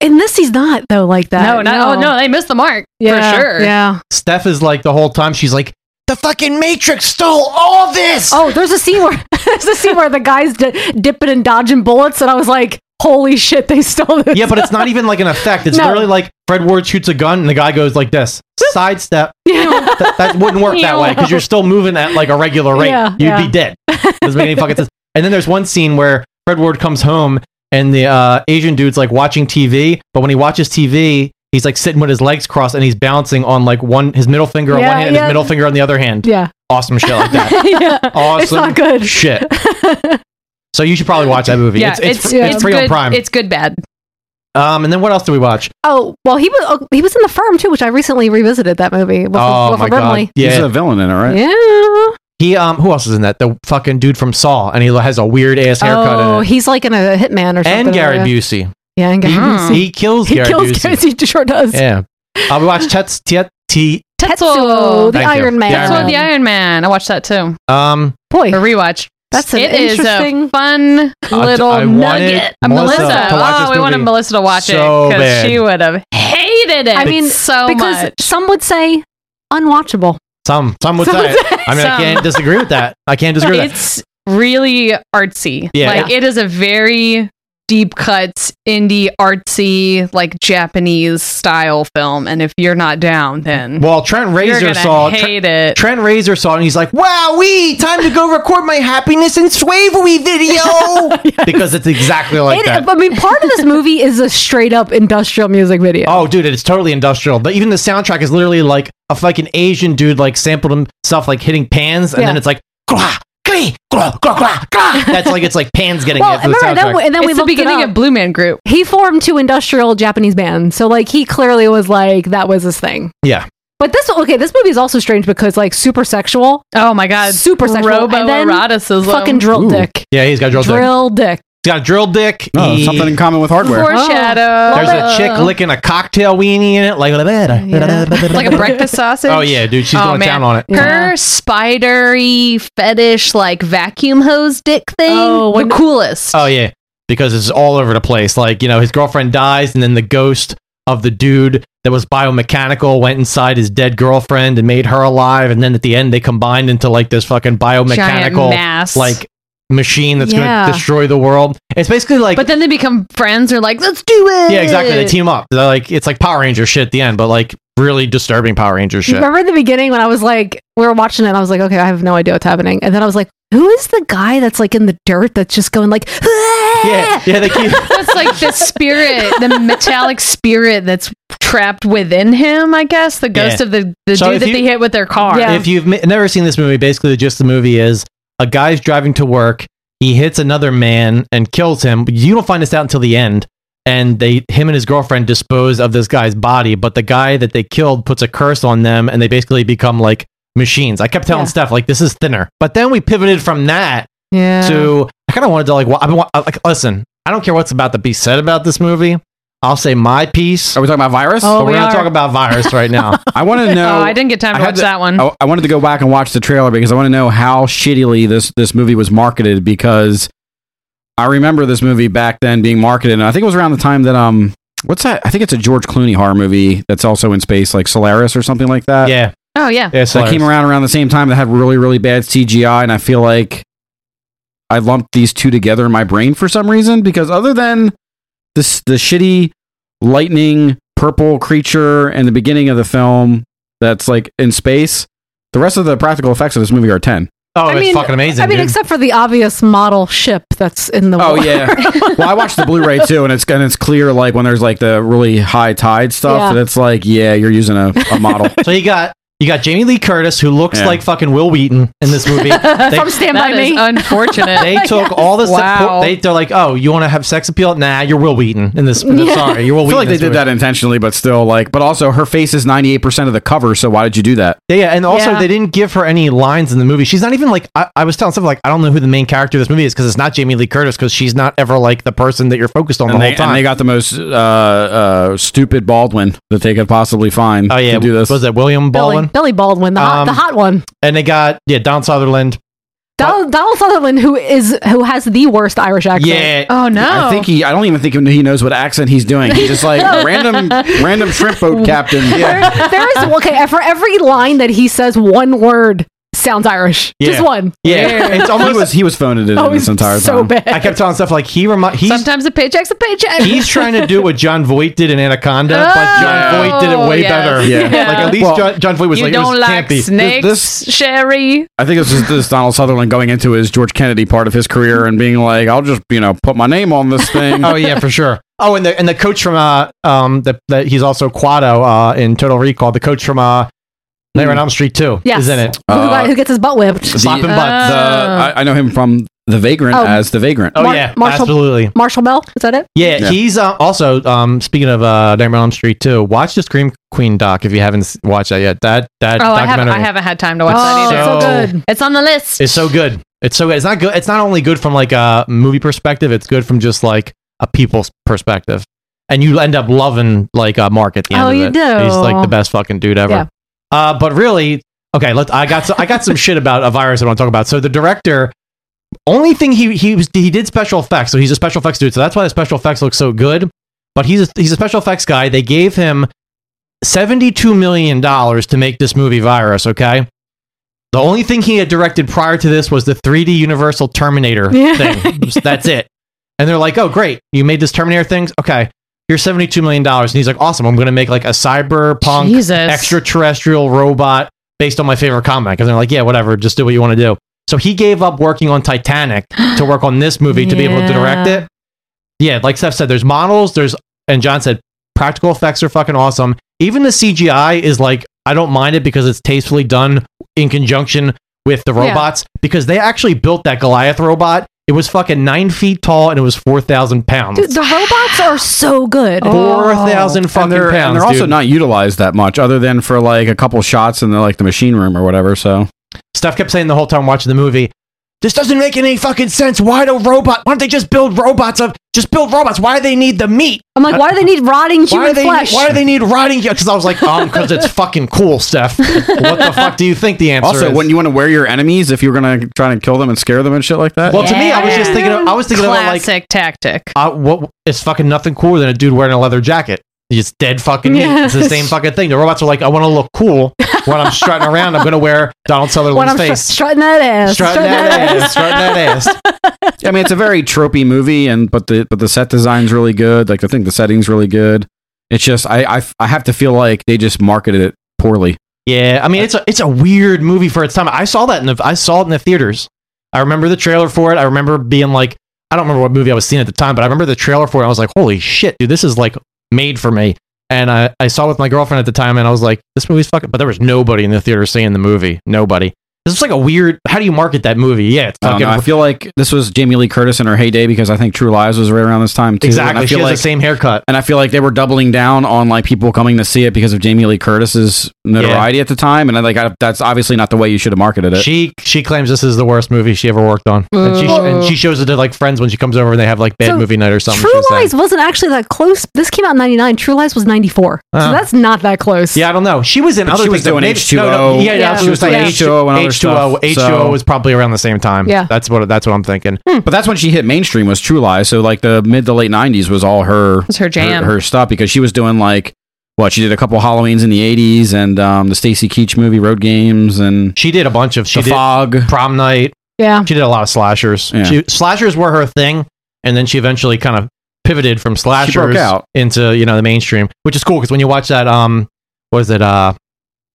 Speaker 3: in this, he's not though like that.
Speaker 8: No, no, oh, no, they missed the mark
Speaker 3: Yeah,
Speaker 8: for sure.
Speaker 3: Yeah.
Speaker 10: Steph is like the whole time. She's like, The fucking Matrix stole all this.
Speaker 3: Oh, there's a scene where there's a scene where the guys di- dipping and dodging bullets, and I was like, "Holy shit, they stole this!"
Speaker 10: yeah, but it's not even like an effect. It's
Speaker 3: No.
Speaker 10: literally like Fred Ward shoots a gun, and the guy goes like this, sidestep. that, that wouldn't work that way because you're still moving at like a regular rate.
Speaker 3: Yeah,
Speaker 10: You'd
Speaker 3: yeah.
Speaker 10: be dead. Doesn't make any fucking sense. And then there's one scene where Fred Ward comes home and the uh, Asian dude's like watching TV, but when he watches TV, he's like sitting with his legs crossed and he's bouncing on like one his middle finger on
Speaker 3: Yeah,
Speaker 10: one hand and
Speaker 3: yeah.
Speaker 10: his middle finger on the other hand.
Speaker 3: Yeah.
Speaker 10: Awesome shit like that.
Speaker 3: yeah.
Speaker 10: Awesome
Speaker 3: It's not good.
Speaker 10: shit. so you should probably watch that movie.
Speaker 8: Yeah,
Speaker 10: it's, it's, it's, free
Speaker 8: good,
Speaker 10: on Prime.
Speaker 8: It's good bad.
Speaker 10: um, and then what else do we watch?
Speaker 3: Oh well, he was oh, he was in the firm too, which I recently revisited that movie. Wilford-
Speaker 10: oh
Speaker 3: Wilford
Speaker 10: my god,
Speaker 3: Brimley.
Speaker 10: yeah.
Speaker 11: He's a villain in it, right?
Speaker 3: Yeah.
Speaker 10: He um, who else is in that? The fucking dude from Saw, and he has a weird ass haircut.
Speaker 3: oh,
Speaker 10: in it.
Speaker 3: he's like in a hitman or something.
Speaker 10: and Gary
Speaker 3: yeah.
Speaker 10: Busey.
Speaker 3: Yeah, and Gary
Speaker 8: Hmm.
Speaker 3: Busey.
Speaker 10: He kills
Speaker 3: He
Speaker 10: Gary
Speaker 3: kills
Speaker 10: Busey.
Speaker 3: Gary. He sure does.
Speaker 10: Yeah. Uh, we watched Tets, Tiet, T.
Speaker 3: Tetsuo, the
Speaker 10: Thank you.
Speaker 3: Iron Man.
Speaker 10: The Iron
Speaker 8: Tetsuo
Speaker 10: Man.
Speaker 8: the Iron Man. I watched that too.
Speaker 10: Um,
Speaker 3: Boy,
Speaker 8: A rewatch.
Speaker 3: That's an
Speaker 8: It is
Speaker 3: interesting-
Speaker 8: a fun little
Speaker 10: I wanted
Speaker 8: nugget. A
Speaker 10: Melissa
Speaker 8: Melissa.
Speaker 10: to watch
Speaker 8: Oh,
Speaker 10: this
Speaker 8: we wanted
Speaker 10: movie
Speaker 8: Melissa to watch
Speaker 10: so
Speaker 8: it because
Speaker 10: bad.
Speaker 8: she would have hated it.
Speaker 3: I mean,
Speaker 8: so
Speaker 3: because
Speaker 8: much.
Speaker 3: some would say unwatchable.
Speaker 10: some some would
Speaker 3: Some
Speaker 10: say.
Speaker 3: would say-
Speaker 10: I mean, I
Speaker 8: Some.
Speaker 10: can't disagree with that. I can't disagree with that.
Speaker 8: It's really artsy.
Speaker 10: Yeah.
Speaker 8: Like
Speaker 10: Yeah.
Speaker 8: it is a very deep cuts indie artsy like Japanese style film and if you're not down then
Speaker 10: Well, Trent
Speaker 8: You're
Speaker 10: Razor
Speaker 8: gonna
Speaker 10: saw
Speaker 8: hate
Speaker 10: Trent,
Speaker 8: it.
Speaker 10: Trent Razor saw it, and he's like, "Wow, we time to go record my happiness and swavery video." Because it's exactly like
Speaker 3: It-
Speaker 10: that.
Speaker 3: I mean, part of this movie is a straight up industrial music video.
Speaker 10: Oh, dude, it's totally industrial. But even the soundtrack is literally like a fucking Asian dude like sampled himself like hitting pans, and
Speaker 3: Yeah.
Speaker 10: then it's like "Grah, gree, grah, grah, grah, grah." That's like it's like pans getting
Speaker 3: Well,
Speaker 10: hit to the
Speaker 3: remember, then
Speaker 10: soundtrack.
Speaker 3: we- and then we
Speaker 8: it's the
Speaker 3: looked it
Speaker 8: beginning
Speaker 3: up.
Speaker 8: of Blue Man Group.
Speaker 3: He formed two industrial Japanese bands, so like he clearly was like that was his thing.
Speaker 10: yeah,
Speaker 3: But this okay, this movie is also strange because like super sexual,
Speaker 8: Oh my god.
Speaker 3: super sexual, and then
Speaker 8: Robo-eroticism.
Speaker 3: fucking drill dick,
Speaker 10: yeah, he's got drill. dick.
Speaker 3: drill dick.
Speaker 10: got a drill dick.
Speaker 11: Oh, something in common with hardware.
Speaker 8: Foreshadow.
Speaker 10: There's a
Speaker 3: uh,
Speaker 10: chick licking a cocktail weenie in it, like
Speaker 8: like a breakfast sausage.
Speaker 10: Oh, yeah, dude, she's going to town on it.
Speaker 8: Her spidery fetish like vacuum hose dick thing. Oh, the coolest.
Speaker 10: Oh yeah, because it's all over the place. Like you know, his girlfriend dies, and then the ghost of the dude that was biomechanical went inside his dead girlfriend and made her alive, and then at the end they combined into like this fucking biomechanical
Speaker 8: mass.
Speaker 10: like machine that's
Speaker 8: Yeah.
Speaker 10: going to destroy the world. It's basically like
Speaker 8: but then they become friends. They're like, let's do it.
Speaker 10: yeah, exactly. They team up. They're like it's like Power Ranger shit at the end, but like really disturbing Power Ranger shit.
Speaker 3: Remember in the beginning when I was like, we were watching it, and I was like, okay, I have no idea what's happening, and then I was like, who is the guy that's like in the dirt that's just going like,
Speaker 10: Yeah, yeah, they keep.
Speaker 8: Eh. That's like the spirit, the metallic spirit that's trapped within him. I guess the ghost
Speaker 10: Yeah.
Speaker 8: of the, the
Speaker 10: So
Speaker 8: dude
Speaker 10: if
Speaker 8: that
Speaker 10: you-
Speaker 8: they hit with their car.
Speaker 10: If you've mi- never seen this movie, basically the gist of the movie is a guy's driving to work. He hits another man and kills him. But you don't find this out until the end. And they, him and his girlfriend, dispose of this guy's body. But the guy that they killed puts a curse on them, and they basically become like machines. I kept telling
Speaker 8: Yeah.
Speaker 10: Steph like this is thinner, but then we pivoted from that
Speaker 8: Yeah.
Speaker 10: to I kind of wanted to like wa- I've been wa- uh, like listen. I don't care what's about to be said about this movie. I'll say my piece. Are
Speaker 11: we talking about virus?
Speaker 8: Oh,
Speaker 10: we're
Speaker 8: we
Speaker 10: gonna
Speaker 8: are.
Speaker 10: talk about virus right now.
Speaker 11: I want to know.
Speaker 8: Oh, I didn't get time to
Speaker 11: had
Speaker 8: watch that one.
Speaker 11: I, I wanted to go back and watch the trailer because I want to know how shittily this this movie was marketed because I remember this movie back then being marketed, and I think it was around the time that um, what's that? I think it's a George Clooney horror movie that's also in space, like Solaris or something like that.
Speaker 10: Yeah,
Speaker 8: oh yeah.
Speaker 11: so that came around around the same time that had really really bad CGI, and I feel like I lumped these two together in my brain for some reason because other than this the shitty lightning purple creature and the beginning of the film that's like in space, the rest of the practical effects of this movie are ten.
Speaker 10: Oh,
Speaker 3: I mean, except for the obvious model ship that's in the.
Speaker 11: Oh
Speaker 3: water.
Speaker 11: yeah. well, I watched the Blu-ray too, and it's and it's clear like when there's like the really high tide stuff
Speaker 3: Yeah.
Speaker 11: that it's like yeah you're using a, a model.
Speaker 10: so you got you got Jamie Lee Curtis who looks
Speaker 11: Yeah.
Speaker 10: like fucking Will Wheaton in this movie. They,
Speaker 3: From Stand By
Speaker 8: That is
Speaker 3: Me.
Speaker 8: unfortunate.
Speaker 10: they took all the
Speaker 8: Wow.
Speaker 10: support. They, they're like, oh, you want to have sex appeal? Nah, you're Will Wheaton in this.
Speaker 8: Yeah.
Speaker 10: Sorry, you're Will
Speaker 11: I
Speaker 10: Wheaton.
Speaker 11: feel like they
Speaker 10: in this
Speaker 11: did
Speaker 10: movie.
Speaker 11: that intentionally, but still, like, but also her face is 98% of the cover, so why did you do that?
Speaker 10: Yeah, yeah, and also
Speaker 11: Yeah.
Speaker 10: they didn't give her any lines in the movie. She's not even like I, I was telling something like I don't know who the main character of this movie is because it's not Jamie Lee Curtis because she's not ever like the person that you're focused on
Speaker 11: And
Speaker 10: the
Speaker 11: they,
Speaker 10: whole time.
Speaker 11: and they got the most uh, uh, stupid Baldwin that they could possibly find. Oh yeah, to do this
Speaker 10: was that William
Speaker 3: Billy,
Speaker 10: Baldwin?
Speaker 3: Billy Baldwin, the hot,
Speaker 10: Um,
Speaker 3: the hot one.
Speaker 10: And they got yeah Don Sutherland.
Speaker 3: Donald, Donald Sutherland, who is who has the worst Irish accent.
Speaker 10: Yeah.
Speaker 11: Oh,
Speaker 8: Oh,
Speaker 11: I think he. I don't even think he knows what accent he's doing. He's just like random, random shrimp boat captain.
Speaker 3: There- there is okay for every line that he says, one word sounds Irish. Just one.
Speaker 10: Yeah, it's almost
Speaker 11: he was he was phoning it in
Speaker 3: Oh,
Speaker 11: this
Speaker 3: he's
Speaker 11: entire
Speaker 3: so
Speaker 11: time.
Speaker 3: bad.
Speaker 10: I kept telling stuff like he remi- he's
Speaker 8: Sometimes a paycheck's a paycheck.
Speaker 10: he's trying to do what John Voight did in Anaconda, but John
Speaker 8: Oh,
Speaker 10: Voight did it way
Speaker 8: yes.
Speaker 10: better.
Speaker 8: Yeah.
Speaker 10: Like at least
Speaker 11: Well,
Speaker 10: John, John Voight was
Speaker 8: you
Speaker 10: like, it
Speaker 8: don't
Speaker 10: was
Speaker 8: like
Speaker 10: campy.
Speaker 8: snakes,
Speaker 11: This-
Speaker 8: Sherry.
Speaker 11: I think this is this Donald Sutherland going into his George Kennedy part of his career and being like, I'll just you know put my name on this thing.
Speaker 10: oh yeah, for sure. Oh, and the and the coach from uh um the, the he's also Quado uh in Total Recall. The coach from uh Nightmare on Elm Street too
Speaker 3: Yes.
Speaker 10: is in it. Uh,
Speaker 3: Who, got, who gets his butt whipped?
Speaker 11: Hmm. Uh, The- the- I, I know him from The Vagrant
Speaker 3: Oh.
Speaker 11: as The Vagrant.
Speaker 10: Oh, yeah, absolutely.
Speaker 3: Marshall Bell, is that it?
Speaker 10: Yeah, he's uh, also um speaking of uh Nightmare on Elm Street too. Watch the Scream Queen doc if you haven't s- watched that yet. That that
Speaker 8: Oh, I haven't,
Speaker 10: documentary
Speaker 8: I haven't had time to watch
Speaker 10: Oh,
Speaker 8: that either.
Speaker 10: it's so So- good.
Speaker 8: It's on the list.
Speaker 10: is so good. It's so good. It's not good. It's not only good from like a movie perspective. It's good from just like a people's perspective. And you end up loving like uh, Mark at the end.
Speaker 3: Oh,
Speaker 10: of
Speaker 3: you
Speaker 10: it.
Speaker 3: do.
Speaker 10: He's like the best fucking dude ever.
Speaker 3: Yeah.
Speaker 10: Uh, but really, okay. Let I got so, I got some shit about a virus I want to talk about. So the director, only thing he he was he did special effects. So he's a special effects dude. So that's why the special effects look so good. But he's a, he's a special effects guy. They gave him seventy two million dollars to make this movie Virus. Okay. The only thing he had directed prior to this was the 3D Universal Terminator
Speaker 9: Yeah.
Speaker 10: thing. Just- That's it. And they're like, "Oh, great! You made this Terminator things. Okay, here's 72 million dollars." And he's like, "Awesome! I'm going to make like a cyberpunk extraterrestrial robot based on my favorite comic." And they're like, "Yeah, whatever. Just do what you want to do." So he gave up working on Titanic to work on this movie to be able to direct
Speaker 9: Yeah.
Speaker 10: it. Yeah, like Steph said, there's models. There's and John said practical effects are fucking awesome. Even the CGI is like I don't mind it because it's tastefully done in conjunction with the
Speaker 9: Yeah.
Speaker 10: robots because they actually built that Goliath robot. It was fucking nine feet tall and it was four thousand pounds.
Speaker 3: Dude, the robots are so good.
Speaker 10: Four thousand fucking
Speaker 11: and they're,
Speaker 10: pounds.
Speaker 11: and they're also
Speaker 10: dude.
Speaker 11: not utilized that much, other than for like a couple shots in the like the machine room or whatever. So
Speaker 10: Steph kept saying the whole time watching the movie, This doesn't make any fucking sense. Why do robot? Why don't they just build robots of just build robots? Why do they need the meat?
Speaker 3: I'm like, why do they need rotting
Speaker 10: why do
Speaker 3: human
Speaker 10: they,
Speaker 3: flesh?
Speaker 10: Why do they need rotting? Because I was like, um, because it's fucking cool, Steph. What the fuck do you think the answer
Speaker 11: Also,
Speaker 10: is?
Speaker 11: wouldn't you want to wear your enemies if you were gonna try and kill them and scare them and shit like that?
Speaker 10: Well, to me, I was just thinking. Of, I was thinking about like
Speaker 8: Classic tactic.
Speaker 10: uh, what it's fucking nothing cooler than a dude wearing a leather jacket. It's dead fucking meat. It's the
Speaker 8: Yes.
Speaker 10: same fucking thing. The robots are like, I want to look cool when I'm strutting around. I'm gonna wear Donald
Speaker 3: when
Speaker 10: Sutherland's
Speaker 3: I'm str-
Speaker 10: face.
Speaker 3: strutting that ass.
Speaker 10: Strutting that ass, strutting that ass.
Speaker 11: I mean, it's a very tropey movie, and but the but the set design's really good. Like I think the setting's really good. It's just I I, I have to feel like they just marketed it poorly.
Speaker 10: Yeah, I mean it's a it's a weird movie for its time. I saw that in the I saw it in the theaters. I remember the trailer for it. I remember being like, I don't remember what movie I was seeing at the time, but I remember the trailer for it. I was like, holy shit, dude, this is like made for me. And I, I saw it with my girlfriend at the time, and I was like, this movie's fucking. But there was nobody in the theater seeing the movie. Nobody. This is like a weird. How do you market that movie? Yeah, it's
Speaker 11: Um, I, don't
Speaker 10: fucking.
Speaker 11: know. I feel like this was Jamie Lee Curtis in her heyday because I think True Lies was right around this time too.
Speaker 10: Exactly.
Speaker 11: And I
Speaker 10: She
Speaker 11: feel
Speaker 10: has the
Speaker 11: like,
Speaker 10: same haircut.
Speaker 11: and I feel like they were doubling down on like people coming to see it because of Jamie Lee Curtis's notoriety at the time, and I like I, that's obviously not the way you should have marketed it.
Speaker 10: She she claims this is the worst movie she ever worked on, and, she,
Speaker 3: Well-
Speaker 10: and she shows it to like friends when she comes over and they have like bad
Speaker 3: Mm. So,
Speaker 10: movie night or something.
Speaker 3: True
Speaker 10: she was saying.
Speaker 3: Lies wasn't actually that close. This came out in 99. True Lies was 94.
Speaker 10: Uh-huh.
Speaker 3: so that's not that close.
Speaker 10: Yeah, I don't know. She was in
Speaker 11: But
Speaker 10: other
Speaker 11: she was
Speaker 10: things. though.
Speaker 11: doing
Speaker 10: Maybe-
Speaker 11: H2O.
Speaker 10: no, no, yeah,
Speaker 11: Yeah,
Speaker 10: yeah,
Speaker 11: she was doing H2O and other stuff,
Speaker 10: H2O,
Speaker 11: so-
Speaker 10: H2O was probably around the same time.
Speaker 3: Yeah.
Speaker 10: that's what that's what I'm thinking.
Speaker 11: But that's when she hit mainstream was True Lies. So like the mid to late '90s was all her
Speaker 8: was her jam.
Speaker 11: her, stuff because she was doing like what she did a couple Halloweens in the '80s and um, the Stacy Keach movie Road Games and
Speaker 10: She did a bunch of she
Speaker 11: The
Speaker 10: did
Speaker 11: Fog.
Speaker 10: prom night.
Speaker 3: Yeah.
Speaker 10: She did a lot of slashers.
Speaker 11: Yeah.
Speaker 10: She, slashers were her thing, and then she eventually kind of pivoted from slashers
Speaker 11: out.
Speaker 10: into you know the mainstream, which is cool because when you watch that, um, what is it? Uh,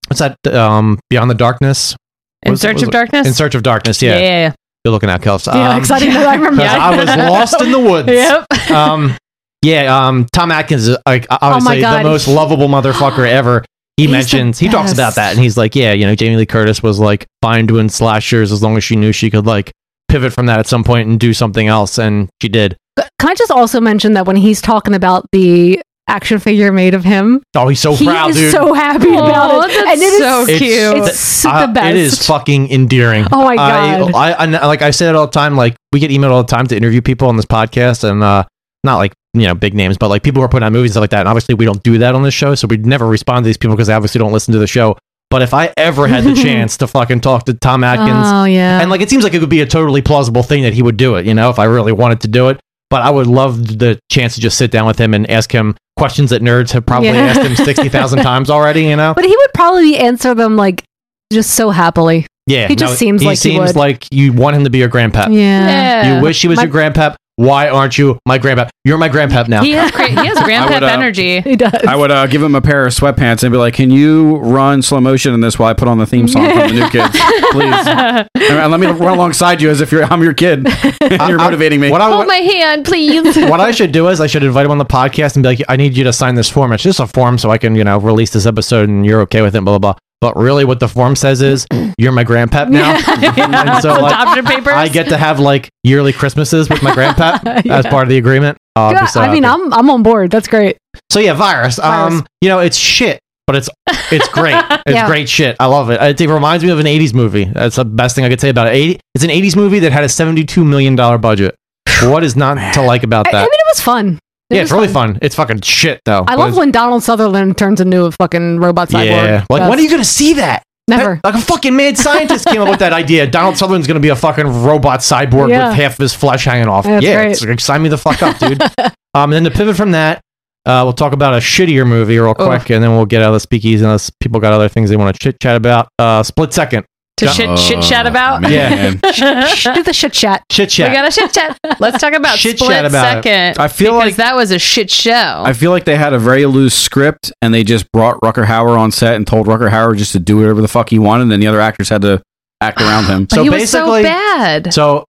Speaker 10: what's that? Um, Beyond the Darkness.
Speaker 8: In
Speaker 10: What is it-
Speaker 8: Search
Speaker 10: what is
Speaker 8: of
Speaker 10: it?
Speaker 8: Darkness?
Speaker 10: In search of darkness.
Speaker 8: Yeah.
Speaker 10: Yeah, you're looking at Kels.
Speaker 3: Yeah,
Speaker 10: Um,
Speaker 3: 'cause I didn't know. I remember.
Speaker 10: 'Cause I was lost in the woods.
Speaker 3: Yep.
Speaker 10: um, yeah, um, Tom Atkins is like obviously
Speaker 3: Oh God.
Speaker 10: the most lovable motherfucker ever. He
Speaker 3: He's the
Speaker 10: mentions he talks about
Speaker 3: best.
Speaker 10: that, and he's like, yeah, you know, Jamie Lee Curtis was like fine doing slashers as long as she knew she could like pivot from that at some point and do something else, and she did.
Speaker 3: Can I just also mention that when he's talking about the action figure made of him,
Speaker 10: Oh, he's so
Speaker 3: he
Speaker 10: proud,
Speaker 3: is
Speaker 10: dude.
Speaker 3: so happy
Speaker 8: Aw,
Speaker 3: about it,
Speaker 8: that's
Speaker 3: and it is
Speaker 8: so
Speaker 3: it's,
Speaker 8: cute.
Speaker 3: It's
Speaker 10: uh,
Speaker 3: the best.
Speaker 10: It is fucking endearing.
Speaker 3: Oh my
Speaker 10: I-
Speaker 3: God.
Speaker 10: I, I, like I say it all the time. Like we get emailed all the time to interview people on this podcast, and uh, not like you know big names, but like people who are putting out movies and stuff like that. And obviously we don't do that on this show, so we never respond to these people because they obviously don't listen to the show. But if I ever had the chance to fucking talk to Tom Atkins,
Speaker 3: Oh yeah.
Speaker 10: and like it seems like it would be a totally plausible thing that he would do it, you know, if I really wanted to do it. But I would love the chance to just sit down with him and ask him questions that nerds have probably
Speaker 3: Yeah.
Speaker 10: asked him sixty thousand times already, you know.
Speaker 3: but he would probably answer them like just so happily.
Speaker 10: Yeah,
Speaker 3: He just seems
Speaker 10: he
Speaker 3: like he
Speaker 10: seems
Speaker 3: would.
Speaker 10: like you want him to be your grandpap.
Speaker 3: Yeah.
Speaker 10: You wish he was your grandpap. Why aren't you my grandpap? You're my grandpap now.
Speaker 8: He has great. He has grandpap
Speaker 11: uh,
Speaker 8: energy.
Speaker 3: He does.
Speaker 11: I would uh, give him a pair of sweatpants and be like, "Can you run slow motion in this while I put on the theme song from the New Kids, please? And let me run alongside you as if you're I'm your kid. you're motivating me."
Speaker 10: What
Speaker 3: Oh.
Speaker 10: I
Speaker 8: Hold
Speaker 10: what,
Speaker 8: my hand, please.
Speaker 10: what I should do is I should invite him on the podcast and be like, I need you to sign this form. It's just a form so I can you know release this episode and you're okay with it. Blah blah. blah. But really, what the form says is you're my grandpap now. And so like,
Speaker 8: Adoption papers.
Speaker 10: I get to have like yearly Christmases with my grandpap as
Speaker 3: Yeah.
Speaker 10: part of the agreement. Oh, I'd be
Speaker 3: Yeah,
Speaker 10: so
Speaker 3: I mean,
Speaker 10: happy.
Speaker 3: I'm I'm on board. That's great.
Speaker 10: So yeah, virus.
Speaker 3: Virus.
Speaker 10: Um, you know, it's shit, but it's it's great. It's
Speaker 3: Yeah.
Speaker 10: great shit. I love it. It, it reminds me of an '80s movie. That's the best thing I could say about it. 80, it's an '80s movie that had a 72 million dollar budget. What is not to like about
Speaker 3: I, I mean,
Speaker 10: that?
Speaker 3: it was fun. It
Speaker 10: yeah,
Speaker 3: was
Speaker 10: it's really fun. It's fucking shit though.
Speaker 3: I
Speaker 10: But
Speaker 3: love
Speaker 10: it's-
Speaker 3: when Donald Sutherland turns into a fucking robot cyborg.
Speaker 10: Yeah, like
Speaker 3: That's-
Speaker 10: when are you gonna see that?
Speaker 3: Never.
Speaker 10: Like a fucking mad scientist came up with that idea. Donald Sutherland's gonna be a fucking robot cyborg
Speaker 3: Yeah.
Speaker 10: with half of his flesh hanging off.
Speaker 3: That's
Speaker 10: yeah,
Speaker 3: right.
Speaker 10: it's like, sign me the fuck up, dude. um, and then to pivot from that, uh, we'll talk about a shittier movie real quick, and then we'll get out of the speakeasy unless people got other things they want to chit chat about. Uh, split second.
Speaker 8: to shit shit chat about.
Speaker 10: Yeah.
Speaker 3: Do the shit chat.
Speaker 10: Chit
Speaker 8: We
Speaker 10: chat.
Speaker 8: gotta shit chat. Let's talk about
Speaker 10: Shit
Speaker 8: split
Speaker 10: chat about it.
Speaker 8: second.
Speaker 11: I feel
Speaker 8: because
Speaker 11: like-
Speaker 8: that was a shit show.
Speaker 11: I feel like they had a very loose script and they just brought Rucker Hauer on set and told Rucker Hauer just to do whatever the fuck he wanted and the other actors had to act around him.
Speaker 8: but
Speaker 10: so
Speaker 8: he was so
Speaker 10: basically-
Speaker 8: bad.
Speaker 10: So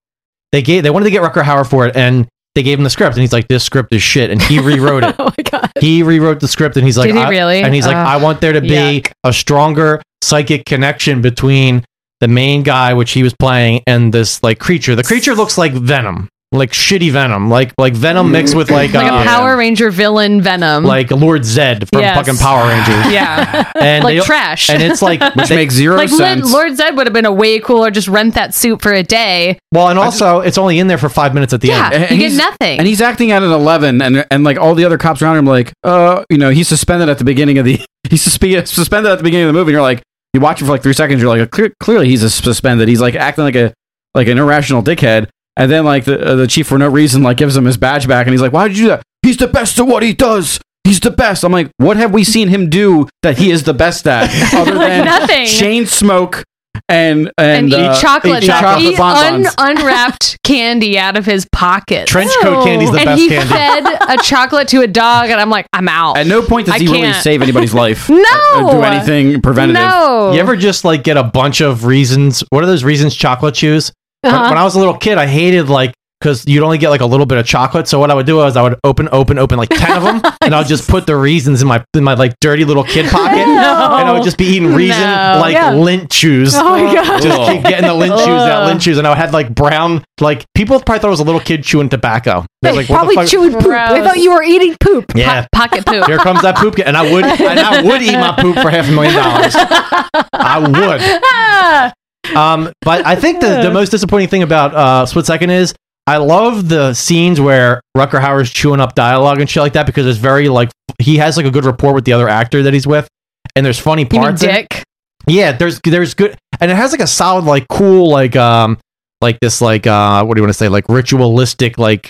Speaker 10: they gave they wanted to get Rucker Hauer for it, and they gave him the script, and he's like, "This script is shit," and he rewrote it.
Speaker 3: Oh my god.
Speaker 10: he rewrote the script and he's like
Speaker 8: Did he
Speaker 10: I-
Speaker 8: really?
Speaker 10: and he's like
Speaker 8: Ugh.
Speaker 10: i want there to be
Speaker 8: Yuck.
Speaker 10: a stronger psychic connection between the main guy which he was playing and this like creature the creature looks like venom like shitty venom, like like venom mixed with like,
Speaker 8: like
Speaker 10: uh,
Speaker 8: a Power Ranger villain Venom.
Speaker 10: like Lord Zed from
Speaker 8: Yes.
Speaker 10: fucking Power Rangers.
Speaker 8: yeah,
Speaker 10: And
Speaker 8: like
Speaker 10: they-
Speaker 8: trash.
Speaker 10: and it's like- Which they- makes zero
Speaker 8: like, Lin-
Speaker 10: sense.
Speaker 8: Lord Zed would have been a way cooler. Just rent that suit for a day.
Speaker 10: Well, and also it's only in there for five minutes at the
Speaker 8: Yeah,
Speaker 10: end.
Speaker 8: you get
Speaker 11: he's-
Speaker 8: nothing.
Speaker 11: And he's acting at an eleven, and and like all the other cops around him, like, uh, you know, he's suspended at the beginning of the he's suspe- suspended at the beginning of the movie. And you're like, you watch him for like three seconds. You're like, clear, clearly he's a suspended. He's like acting like a like an irrational dickhead. And then like the uh, the chief for no reason like gives him his badge back, and he's like, why did you do that? He's the best at what he does. He's the best. I'm like, what have we seen him do that he is the best at? Other
Speaker 8: Like
Speaker 11: than
Speaker 8: nothing.
Speaker 11: Chain smoke and and,
Speaker 8: and
Speaker 11: uh,
Speaker 8: eat chocolate,
Speaker 11: eat chocolate
Speaker 8: eat un-
Speaker 11: bonbons.
Speaker 8: unwrapped candy out of his pocket.
Speaker 10: Trench coat candy's the
Speaker 8: and
Speaker 10: best
Speaker 8: he
Speaker 10: candy.
Speaker 8: fed a chocolate to a dog, and I'm like, I'm out.
Speaker 11: At no point does
Speaker 8: I
Speaker 11: he really
Speaker 8: can't.
Speaker 11: save anybody's life.
Speaker 8: No!
Speaker 11: Or do anything preventative.
Speaker 8: No.
Speaker 10: You ever just like get a bunch of reasons? What are those reasons chocolate chews? When-
Speaker 8: Uh-huh.
Speaker 10: When, I was a little kid, I hated like because you'd only get like a little bit of chocolate. So what I would do is I would open, open, open like ten of them, and I'll just put the reasons in my in my like dirty little kid pocket,
Speaker 5: No.
Speaker 10: and I would just be eating reason
Speaker 5: No.
Speaker 10: like
Speaker 5: Yeah.
Speaker 10: lint chews.
Speaker 5: Oh my God.
Speaker 10: Just keep getting the lint chews out,
Speaker 5: Ugh.
Speaker 10: lint chews, and I had like brown like people probably thought I was a little kid chewing tobacco. They're like, what the
Speaker 3: probably
Speaker 10: fuck-
Speaker 3: chewed poop. They
Speaker 8: Gross.
Speaker 3: thought you were eating poop.
Speaker 10: Yeah.
Speaker 8: pocket poop.
Speaker 10: Here comes that poop, and I would, and I would eat my poop for half a million dollars. I would.
Speaker 8: Ah!
Speaker 10: um, but I think the, the most disappointing thing about uh, Split Second is I love the scenes where Rucker Hauer's chewing up dialogue and shit like that because it's very like he has like a good rapport with the other actor that he's with, and there's funny
Speaker 8: You mean
Speaker 10: parts. in it.
Speaker 8: dick?
Speaker 10: Yeah, there's there's good, and it has like a solid like cool like um like this like uh what do you want to say like ritualistic like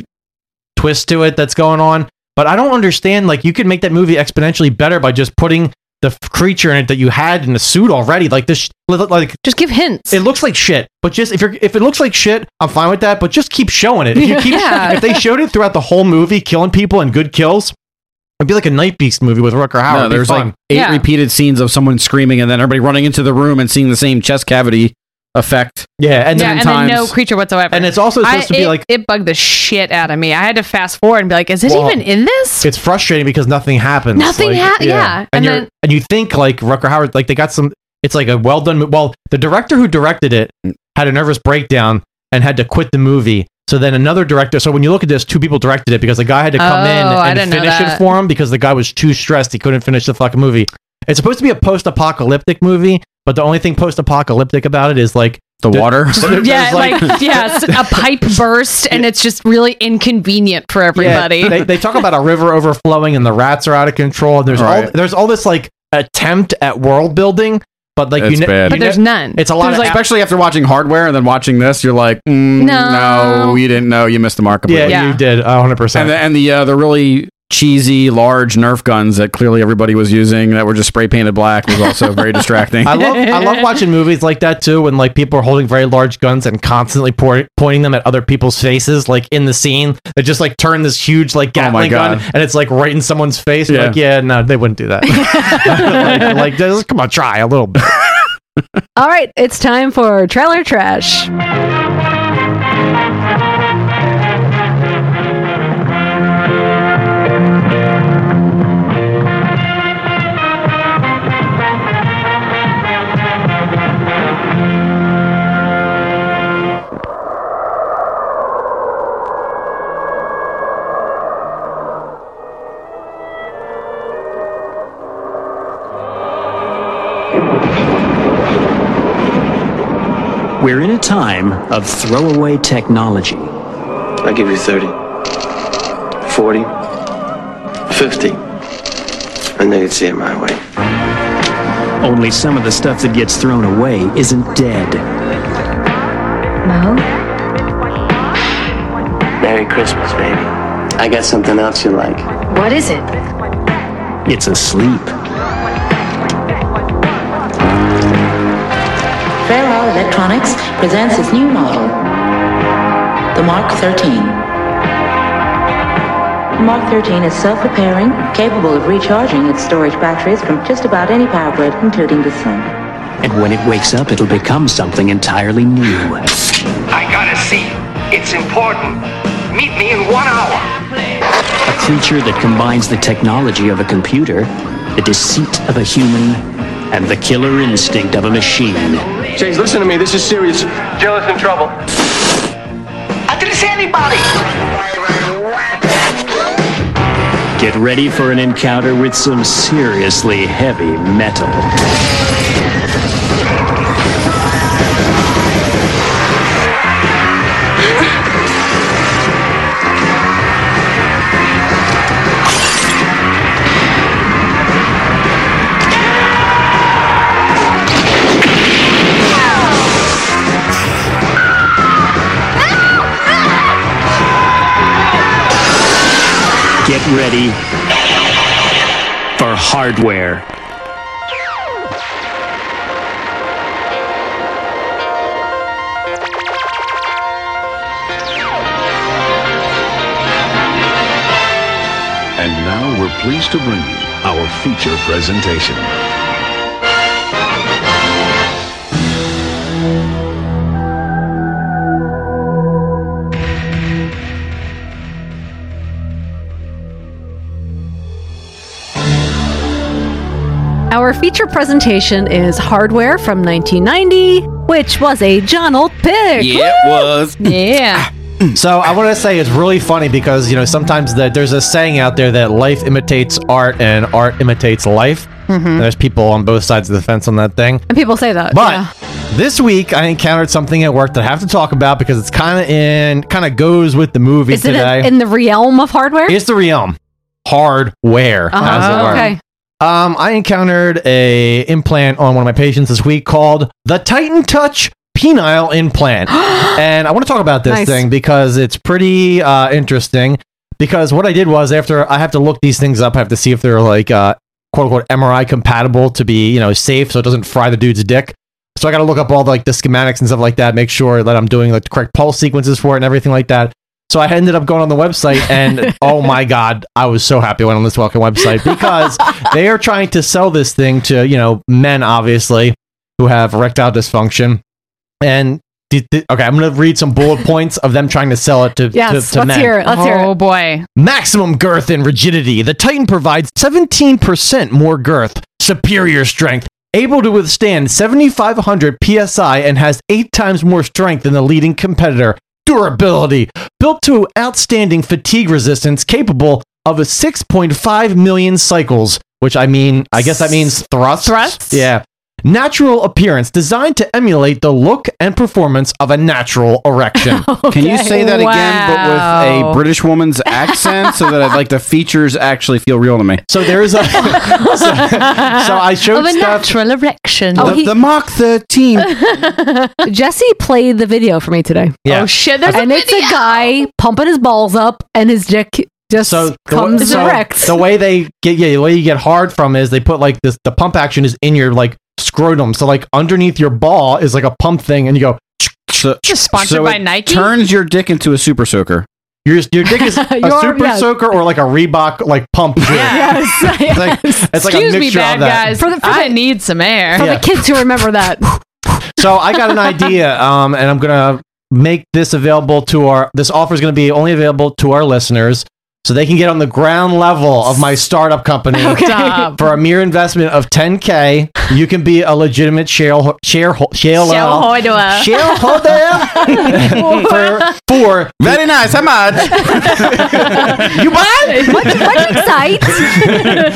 Speaker 10: twist to it that's going on. But I don't understand like you could make that movie exponentially better by just putting the f- creature in it that you had in the suit already. Like this, sh- li- li- like
Speaker 8: just give hints.
Speaker 10: It looks like shit, but just if you're if it looks like shit, I'm fine with that. But just keep showing it. If you keep
Speaker 5: Yeah.
Speaker 10: if they showed it throughout the whole movie, killing people and good kills. It'd be like a Night Beast movie with Rucker Hauer.
Speaker 11: No,
Speaker 10: It'd be
Speaker 11: there's
Speaker 10: fun.
Speaker 11: like eight repeated scenes of someone screaming and then everybody running into the room and seeing the same chest cavity effect.
Speaker 10: Yeah,
Speaker 8: yeah, and then no creature whatsoever. And
Speaker 10: it's also supposed to be
Speaker 8: it,
Speaker 10: like-
Speaker 8: it bugged the shit out of me. I had to fast forward and be like, is it
Speaker 10: Well,
Speaker 8: even in this?
Speaker 10: It's frustrating because nothing happens.
Speaker 8: Nothing hap- yeah.
Speaker 10: And,
Speaker 8: And
Speaker 10: you're,
Speaker 8: then-
Speaker 10: and you think like Rucker Howard, like they got some. It's like a well done. mo- Well, the director who directed it had a nervous breakdown and had to quit the movie. So then another director. So when you look at this, two people directed it because the guy had to come
Speaker 5: Oh, I
Speaker 10: in
Speaker 5: didn't
Speaker 10: and
Speaker 5: know
Speaker 10: finish it
Speaker 5: that.
Speaker 10: for him because the guy was too stressed. He couldn't finish the fucking movie. It's supposed to be a post apocalyptic movie, but the only thing post apocalyptic about it is like
Speaker 11: the water.
Speaker 8: yeah, like, yes, a pipe burst, and it's just really inconvenient for everybody.
Speaker 10: Yeah, they, they talk about a river overflowing and the rats are out of control. And there's all
Speaker 11: Right.
Speaker 10: there's all this like attempt at world building, but like
Speaker 11: It's
Speaker 10: you,
Speaker 11: bad. But
Speaker 10: you
Speaker 11: there's
Speaker 8: none.
Speaker 10: It's a lot of
Speaker 11: like,
Speaker 10: app-
Speaker 11: especially after watching Hardware and then watching this, you're like, mm,
Speaker 8: No.
Speaker 11: no. you didn't know, you missed the mark.
Speaker 10: Yeah,
Speaker 11: Completely.
Speaker 10: you did 100.
Speaker 11: And
Speaker 10: percent
Speaker 11: the and the uh, the really cheesy large Nerf guns that clearly everybody was using that were just spray painted black was also very distracting.
Speaker 10: I love I love watching movies like that too, when like people are holding very large guns and constantly pour- pointing them at other people's faces, like in the scene. They just like turn this huge like Gatling gun
Speaker 5: God.
Speaker 10: and it's like right in someone's face. You're
Speaker 5: Yeah.
Speaker 10: Like, yeah, no, they wouldn't do that. like, like, just come on, try a little bit.
Speaker 3: All right, it's time for trailer trash.
Speaker 13: We're in a time of throwaway technology.
Speaker 6: I give you 30, 40, 50. And they could see it my way.
Speaker 13: Only some of the stuff that gets thrown away isn't dead.
Speaker 6: Merry Christmas, baby. I got something else you like.
Speaker 14: What is it?
Speaker 13: It's asleep.
Speaker 12: Fairwell Electronics presents its new model, the Mark 13. The Mark 13 is self-repairing, capable of recharging its storage batteries from just about any power grid, including the sun.
Speaker 13: And when it wakes up, it'll become something entirely new.
Speaker 2: I gotta see. It's important. Meet me in one hour.
Speaker 13: A creature that combines the technology of a computer, the deceit of a human, and the killer instinct of a machine.
Speaker 6: James, listen to me. This is serious. Jill is in trouble.
Speaker 2: I didn't say anything. anybody!
Speaker 13: Get ready for an encounter with some seriously heavy metal. Get ready for hardware.
Speaker 14: And now we're pleased to bring you our feature presentation.
Speaker 3: Our feature presentation is Hardware from 1990, which was a John Old pick.
Speaker 11: it was.
Speaker 8: Yeah.
Speaker 10: So I want to say it's really funny because you know sometimes that there's a saying out there that life imitates art and art imitates life.
Speaker 8: Mhm.
Speaker 10: And there's people on both sides of the fence on that thing.
Speaker 8: And people say that.
Speaker 10: But
Speaker 8: yeah.
Speaker 10: this week I encountered something at work that I have to talk about because it's kind of in kind of goes with the movie
Speaker 3: Is it
Speaker 10: today.
Speaker 3: in the realm of hardware?
Speaker 10: it's the realm hardware. as it
Speaker 3: Uh-huh,
Speaker 10: were.
Speaker 3: okay.
Speaker 10: Um, I encountered a implant on one of my patients this week called the Titan Touch penile implant, and I want to talk about this
Speaker 5: Nice.
Speaker 10: thing because it's pretty uh, interesting. Because what I did was after I have to look these things up, I have to see if they're like uh, quote unquote MRI compatible to be you know safe, so it doesn't fry the dude's dick. So I got to look up all the, like the schematics and stuff like that, make sure that I'm doing like the correct pulse sequences for it and everything like that. So I ended up going on the website, and oh my god, I was so happy I went on this fucking website because they are trying to sell this thing to you know men, obviously, who have erectile dysfunction. And th- th- okay, I'm gonna read some bullet points of them trying to sell it to
Speaker 3: Yes,
Speaker 10: to, to
Speaker 3: let's
Speaker 10: men.
Speaker 3: hear it. Let's hear it.
Speaker 8: Oh boy.
Speaker 10: Maximum girth and rigidity. The Titan provides 17% more girth, superior strength, able to withstand 7,500 psi, and has eight times more strength than the leading competitor. Durability. Built to outstanding fatigue resistance, capable of a 6.5 million cycles, which I mean, I guess that means thrusts. Thrusts? Yeah. Natural appearance designed to emulate the look and performance of a natural erection.
Speaker 11: Can you say that again, but with a
Speaker 10: Wow.
Speaker 11: British woman's accent, so that like the features actually feel real to me?
Speaker 10: So there is a.
Speaker 8: so
Speaker 10: I showed
Speaker 8: of a
Speaker 10: stuff-
Speaker 8: natural erection.
Speaker 11: the, the Mach 13.
Speaker 3: Oh, Jesse played the video for me today.
Speaker 10: Yeah.
Speaker 8: Oh shit! There's
Speaker 3: and
Speaker 8: a
Speaker 3: it's a guy pumping his balls up, and his dick just
Speaker 10: the wa-
Speaker 3: comes erect.
Speaker 10: The way they get yeah, the way you get hard from is they put like this the pump action is in your like scrotum. So like underneath your ball is like a pump thing and you go
Speaker 11: So,
Speaker 8: Just sponsored
Speaker 11: so
Speaker 8: by
Speaker 11: it
Speaker 8: Nike?
Speaker 11: Turns your dick into a super soaker.
Speaker 10: your your dick is a
Speaker 8: Your-
Speaker 10: super
Speaker 8: yeah.
Speaker 10: soaker or like a Reebok like pump.
Speaker 8: Yes.
Speaker 10: It's like, it's like a
Speaker 8: Excuse
Speaker 10: mixture
Speaker 8: me, bad
Speaker 10: of that.
Speaker 8: guys. I need some air.
Speaker 10: For the Yeah.
Speaker 3: kids who remember that.
Speaker 10: So I got an idea, um, and I'm gonna make this available to our. This offer is gonna be only available to our listeners, so they can get on the ground level of my startup company
Speaker 5: Okay. Stop.
Speaker 10: for a mere investment of 10k. You can be a legitimate shareholder. Share, share,
Speaker 8: Shareholder.
Speaker 10: Shareholder. for, for
Speaker 11: very nice. How much?
Speaker 10: you buy?
Speaker 3: What, what excite?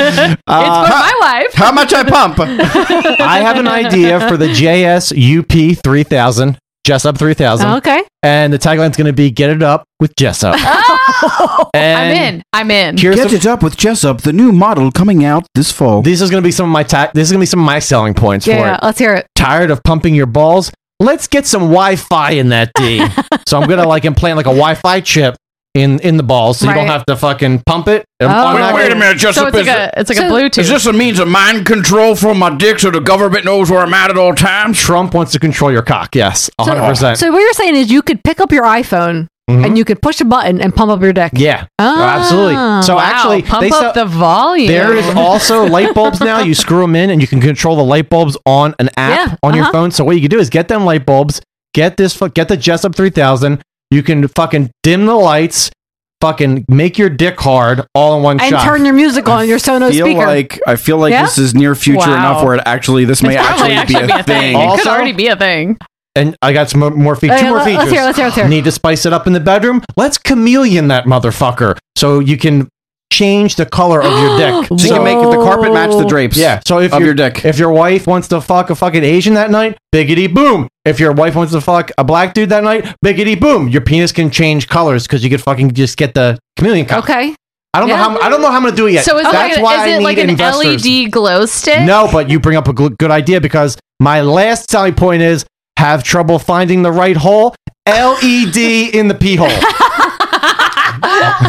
Speaker 10: it's
Speaker 8: for my wife.
Speaker 11: How much I pump?
Speaker 10: I have an idea for the JSUP 3000, Jessup 3000.
Speaker 8: Okay.
Speaker 10: And the tagline's going to be "Get it up with Jessup."
Speaker 8: Oh, I'm
Speaker 10: And
Speaker 8: in. I'm in.
Speaker 10: Here's
Speaker 11: Get
Speaker 10: some-
Speaker 11: it up with Jessup, the new model coming out this fall.
Speaker 10: These is going to be some of my ta- this is going to be some of my selling points for
Speaker 3: yeah,
Speaker 10: it.
Speaker 3: let's hear it.
Speaker 10: Tired of pumping your balls? Let's get some Wi-Fi in that D. so I'm going to like implant like a Wi-Fi chip in in the balls, so you don't
Speaker 8: Right.
Speaker 10: have to fucking pump it.
Speaker 8: Oh.
Speaker 10: I'm
Speaker 8: Wait-
Speaker 10: not
Speaker 8: wait
Speaker 10: gonna-
Speaker 8: a minute, Jessup, So it's is like a- it- it's like a so- Bluetooth.
Speaker 15: Is this a means of mind control from my dick so the government knows where I'm at at all times?
Speaker 10: Trump wants to control your cock. Yes, 100. percent
Speaker 3: So what you're saying is you could pick up your iPhone
Speaker 10: Mhm.
Speaker 3: and you could push a button and pump up your dick.
Speaker 10: Yeah,
Speaker 3: Ah.
Speaker 10: absolutely.
Speaker 8: Oh,
Speaker 10: So
Speaker 3: Wow,
Speaker 10: actually,
Speaker 8: pump
Speaker 10: they sell-
Speaker 8: up the
Speaker 3: Oh,
Speaker 8: volume.
Speaker 10: There is also light bulbs now. You screw them in, and you can control the light bulbs on an app
Speaker 8: Yeah,
Speaker 10: on your
Speaker 8: uh-huh.
Speaker 10: phone. So what you can do is get them light bulbs, get this, fu- get the Jessup three thousand. You can fucking dim the lights, fucking make your dick hard all in one
Speaker 3: and
Speaker 10: shot.
Speaker 3: turn your music on your Sonos
Speaker 11: feel
Speaker 3: speaker.
Speaker 11: like I feel like
Speaker 3: Yeah?
Speaker 11: this is near future
Speaker 3: Wow.
Speaker 11: enough where it actually this may
Speaker 8: It's probably
Speaker 11: actually, be, a thing.
Speaker 8: it could already be a thing.
Speaker 10: and I got some more- more features.
Speaker 3: Okay,
Speaker 10: two more
Speaker 3: let-
Speaker 10: features.
Speaker 3: let's hear it, let's hear it, let's hear it.
Speaker 10: Need to spice it up in the bedroom. Let's chameleon that motherfucker so you can change the color of your dick.
Speaker 11: So you can make the carpet match the drapes
Speaker 10: Yeah. So if
Speaker 11: of
Speaker 10: your-
Speaker 11: your dick.
Speaker 10: if your wife wants to fuck a fucking Asian that night, biggity boom. If your wife wants to fuck a black dude that night, biggity boom. Your penis can change colors because you could fucking just get the chameleon color.
Speaker 8: Okay.
Speaker 10: I don't
Speaker 8: Yeah.
Speaker 10: know how I'm- I don't know how I'm gonna do it yet.
Speaker 8: So is
Speaker 10: That's
Speaker 8: it,
Speaker 10: why
Speaker 8: like, is
Speaker 10: I
Speaker 8: it
Speaker 10: need
Speaker 8: like an E
Speaker 10: investors.
Speaker 8: LED glow stick?
Speaker 10: No, but you bring up a gl- good idea because my last selling point is have trouble finding the right hole. LED in the pee hole.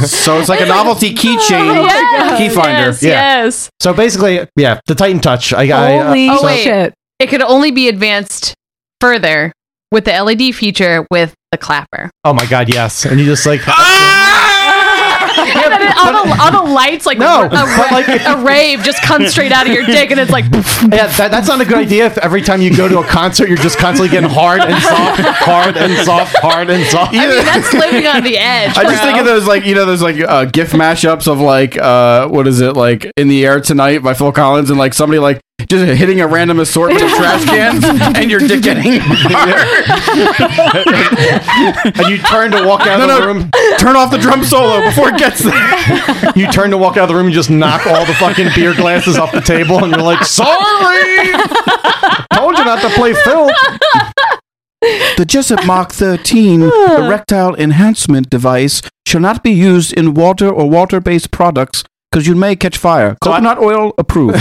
Speaker 11: so it's like a novelty keychain
Speaker 8: Oh, yes,
Speaker 11: key finder.
Speaker 8: yes,
Speaker 10: Yeah.
Speaker 8: yes.
Speaker 10: So basically, yeah, the Titan Touch. I uh, got.
Speaker 8: oh, wait. It could only be advanced further with the LED feature with the clapper.
Speaker 10: Oh my god, yes. And you just like
Speaker 8: and then it, all, the, all the lights, like,
Speaker 10: No,
Speaker 8: a,
Speaker 10: but, like-
Speaker 8: a rave just comes straight out of your dick, and it's like,
Speaker 10: Yeah, that, that's not a good idea if every time you go to a concert you're just constantly getting hard and soft, hard and soft, hard and soft.
Speaker 8: I mean, that's living on the edge.
Speaker 11: I just
Speaker 8: bro.
Speaker 11: think of those like you know those like uh, GIF mashups of like uh, what is it like in the air tonight by Phil Collins and like somebody like just hitting a random assortment of trash cans and your dick getting
Speaker 10: and you turn to walk out of the room.
Speaker 11: Turn off the drum solo before it gets there.
Speaker 10: You turn to walk out of the room and just knock all the fucking beer glasses off the table and you're like, sorry! Told you not to play Phil.
Speaker 11: The Jessup Mach 13 erectile enhancement device shall not be used in water or water-based products because you may catch fire. Coconut oil approved.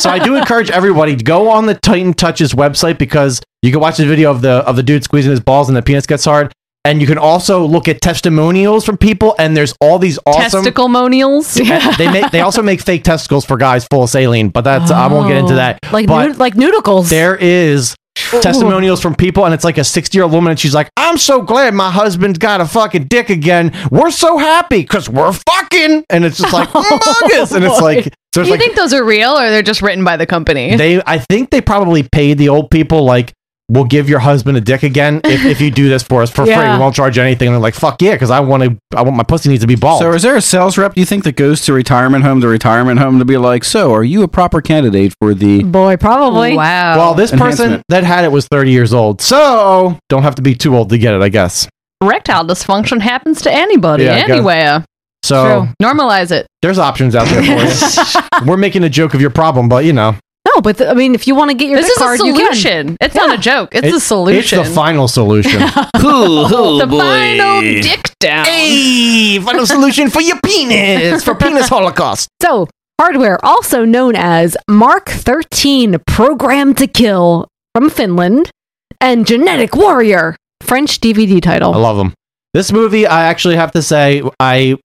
Speaker 10: so I do encourage everybody to go on the Titan Touches website because you can watch the video of the of the dude squeezing his balls and the penis gets hard. And you can also look at testimonials from people, and there's all these awesome
Speaker 8: testicle monials.
Speaker 10: And they make they also make fake testicles for guys full of saline, but that's I won't get into that.
Speaker 3: Oh. Like
Speaker 10: but
Speaker 3: nood- like noodles.
Speaker 10: there is testimonials from people, and it's like a sixty year old woman, and she's like, "Ah!" "I'm so glad my husband got a fucking dick again. We're so happy because we're fucking." And it's just like, "Humongous!" and it's like,
Speaker 8: Do
Speaker 10: there's
Speaker 8: you
Speaker 10: like
Speaker 8: think those are real, or they're just written by the company?
Speaker 10: they I think they probably paid the old people like. We'll give your husband a dick again if, if you do this for us for free.
Speaker 8: Yeah.
Speaker 10: We won't charge you anything. And they're like, "Fuck yeah!" Because I want to. I want my pussy needs to be bald.
Speaker 11: So, is there a sales rep you think that goes to retirement home to retirement home to be like, so are you a proper candidate for the?
Speaker 3: Boy, probably.
Speaker 8: Wow.
Speaker 10: Well, this person
Speaker 11: Enhancement.
Speaker 10: that had it was 30 years old, so don't have to be too old to get it, I guess.
Speaker 8: Erectile dysfunction happens to anybody,
Speaker 10: Yeah, I guess-
Speaker 8: anywhere.
Speaker 10: So
Speaker 8: Normalize it.
Speaker 10: there's options out there for you. We're making a joke of your problem, but you know,
Speaker 3: No, but th- I mean, if you want to get your
Speaker 8: This
Speaker 3: dick
Speaker 8: is a
Speaker 3: hard, you can.
Speaker 8: solution. It's not a joke. It's
Speaker 10: it-
Speaker 8: a solution.
Speaker 10: It's the final solution.
Speaker 8: the final dick down.
Speaker 10: Hey, final solution for your penis for penis holocaust.
Speaker 3: So, hardware, also known as Mark 13 Programmed to Kill from Finland and Genetic Warrior, French DVD title.
Speaker 10: I
Speaker 11: Oh,
Speaker 10: love them. This movie, I actually have to say, I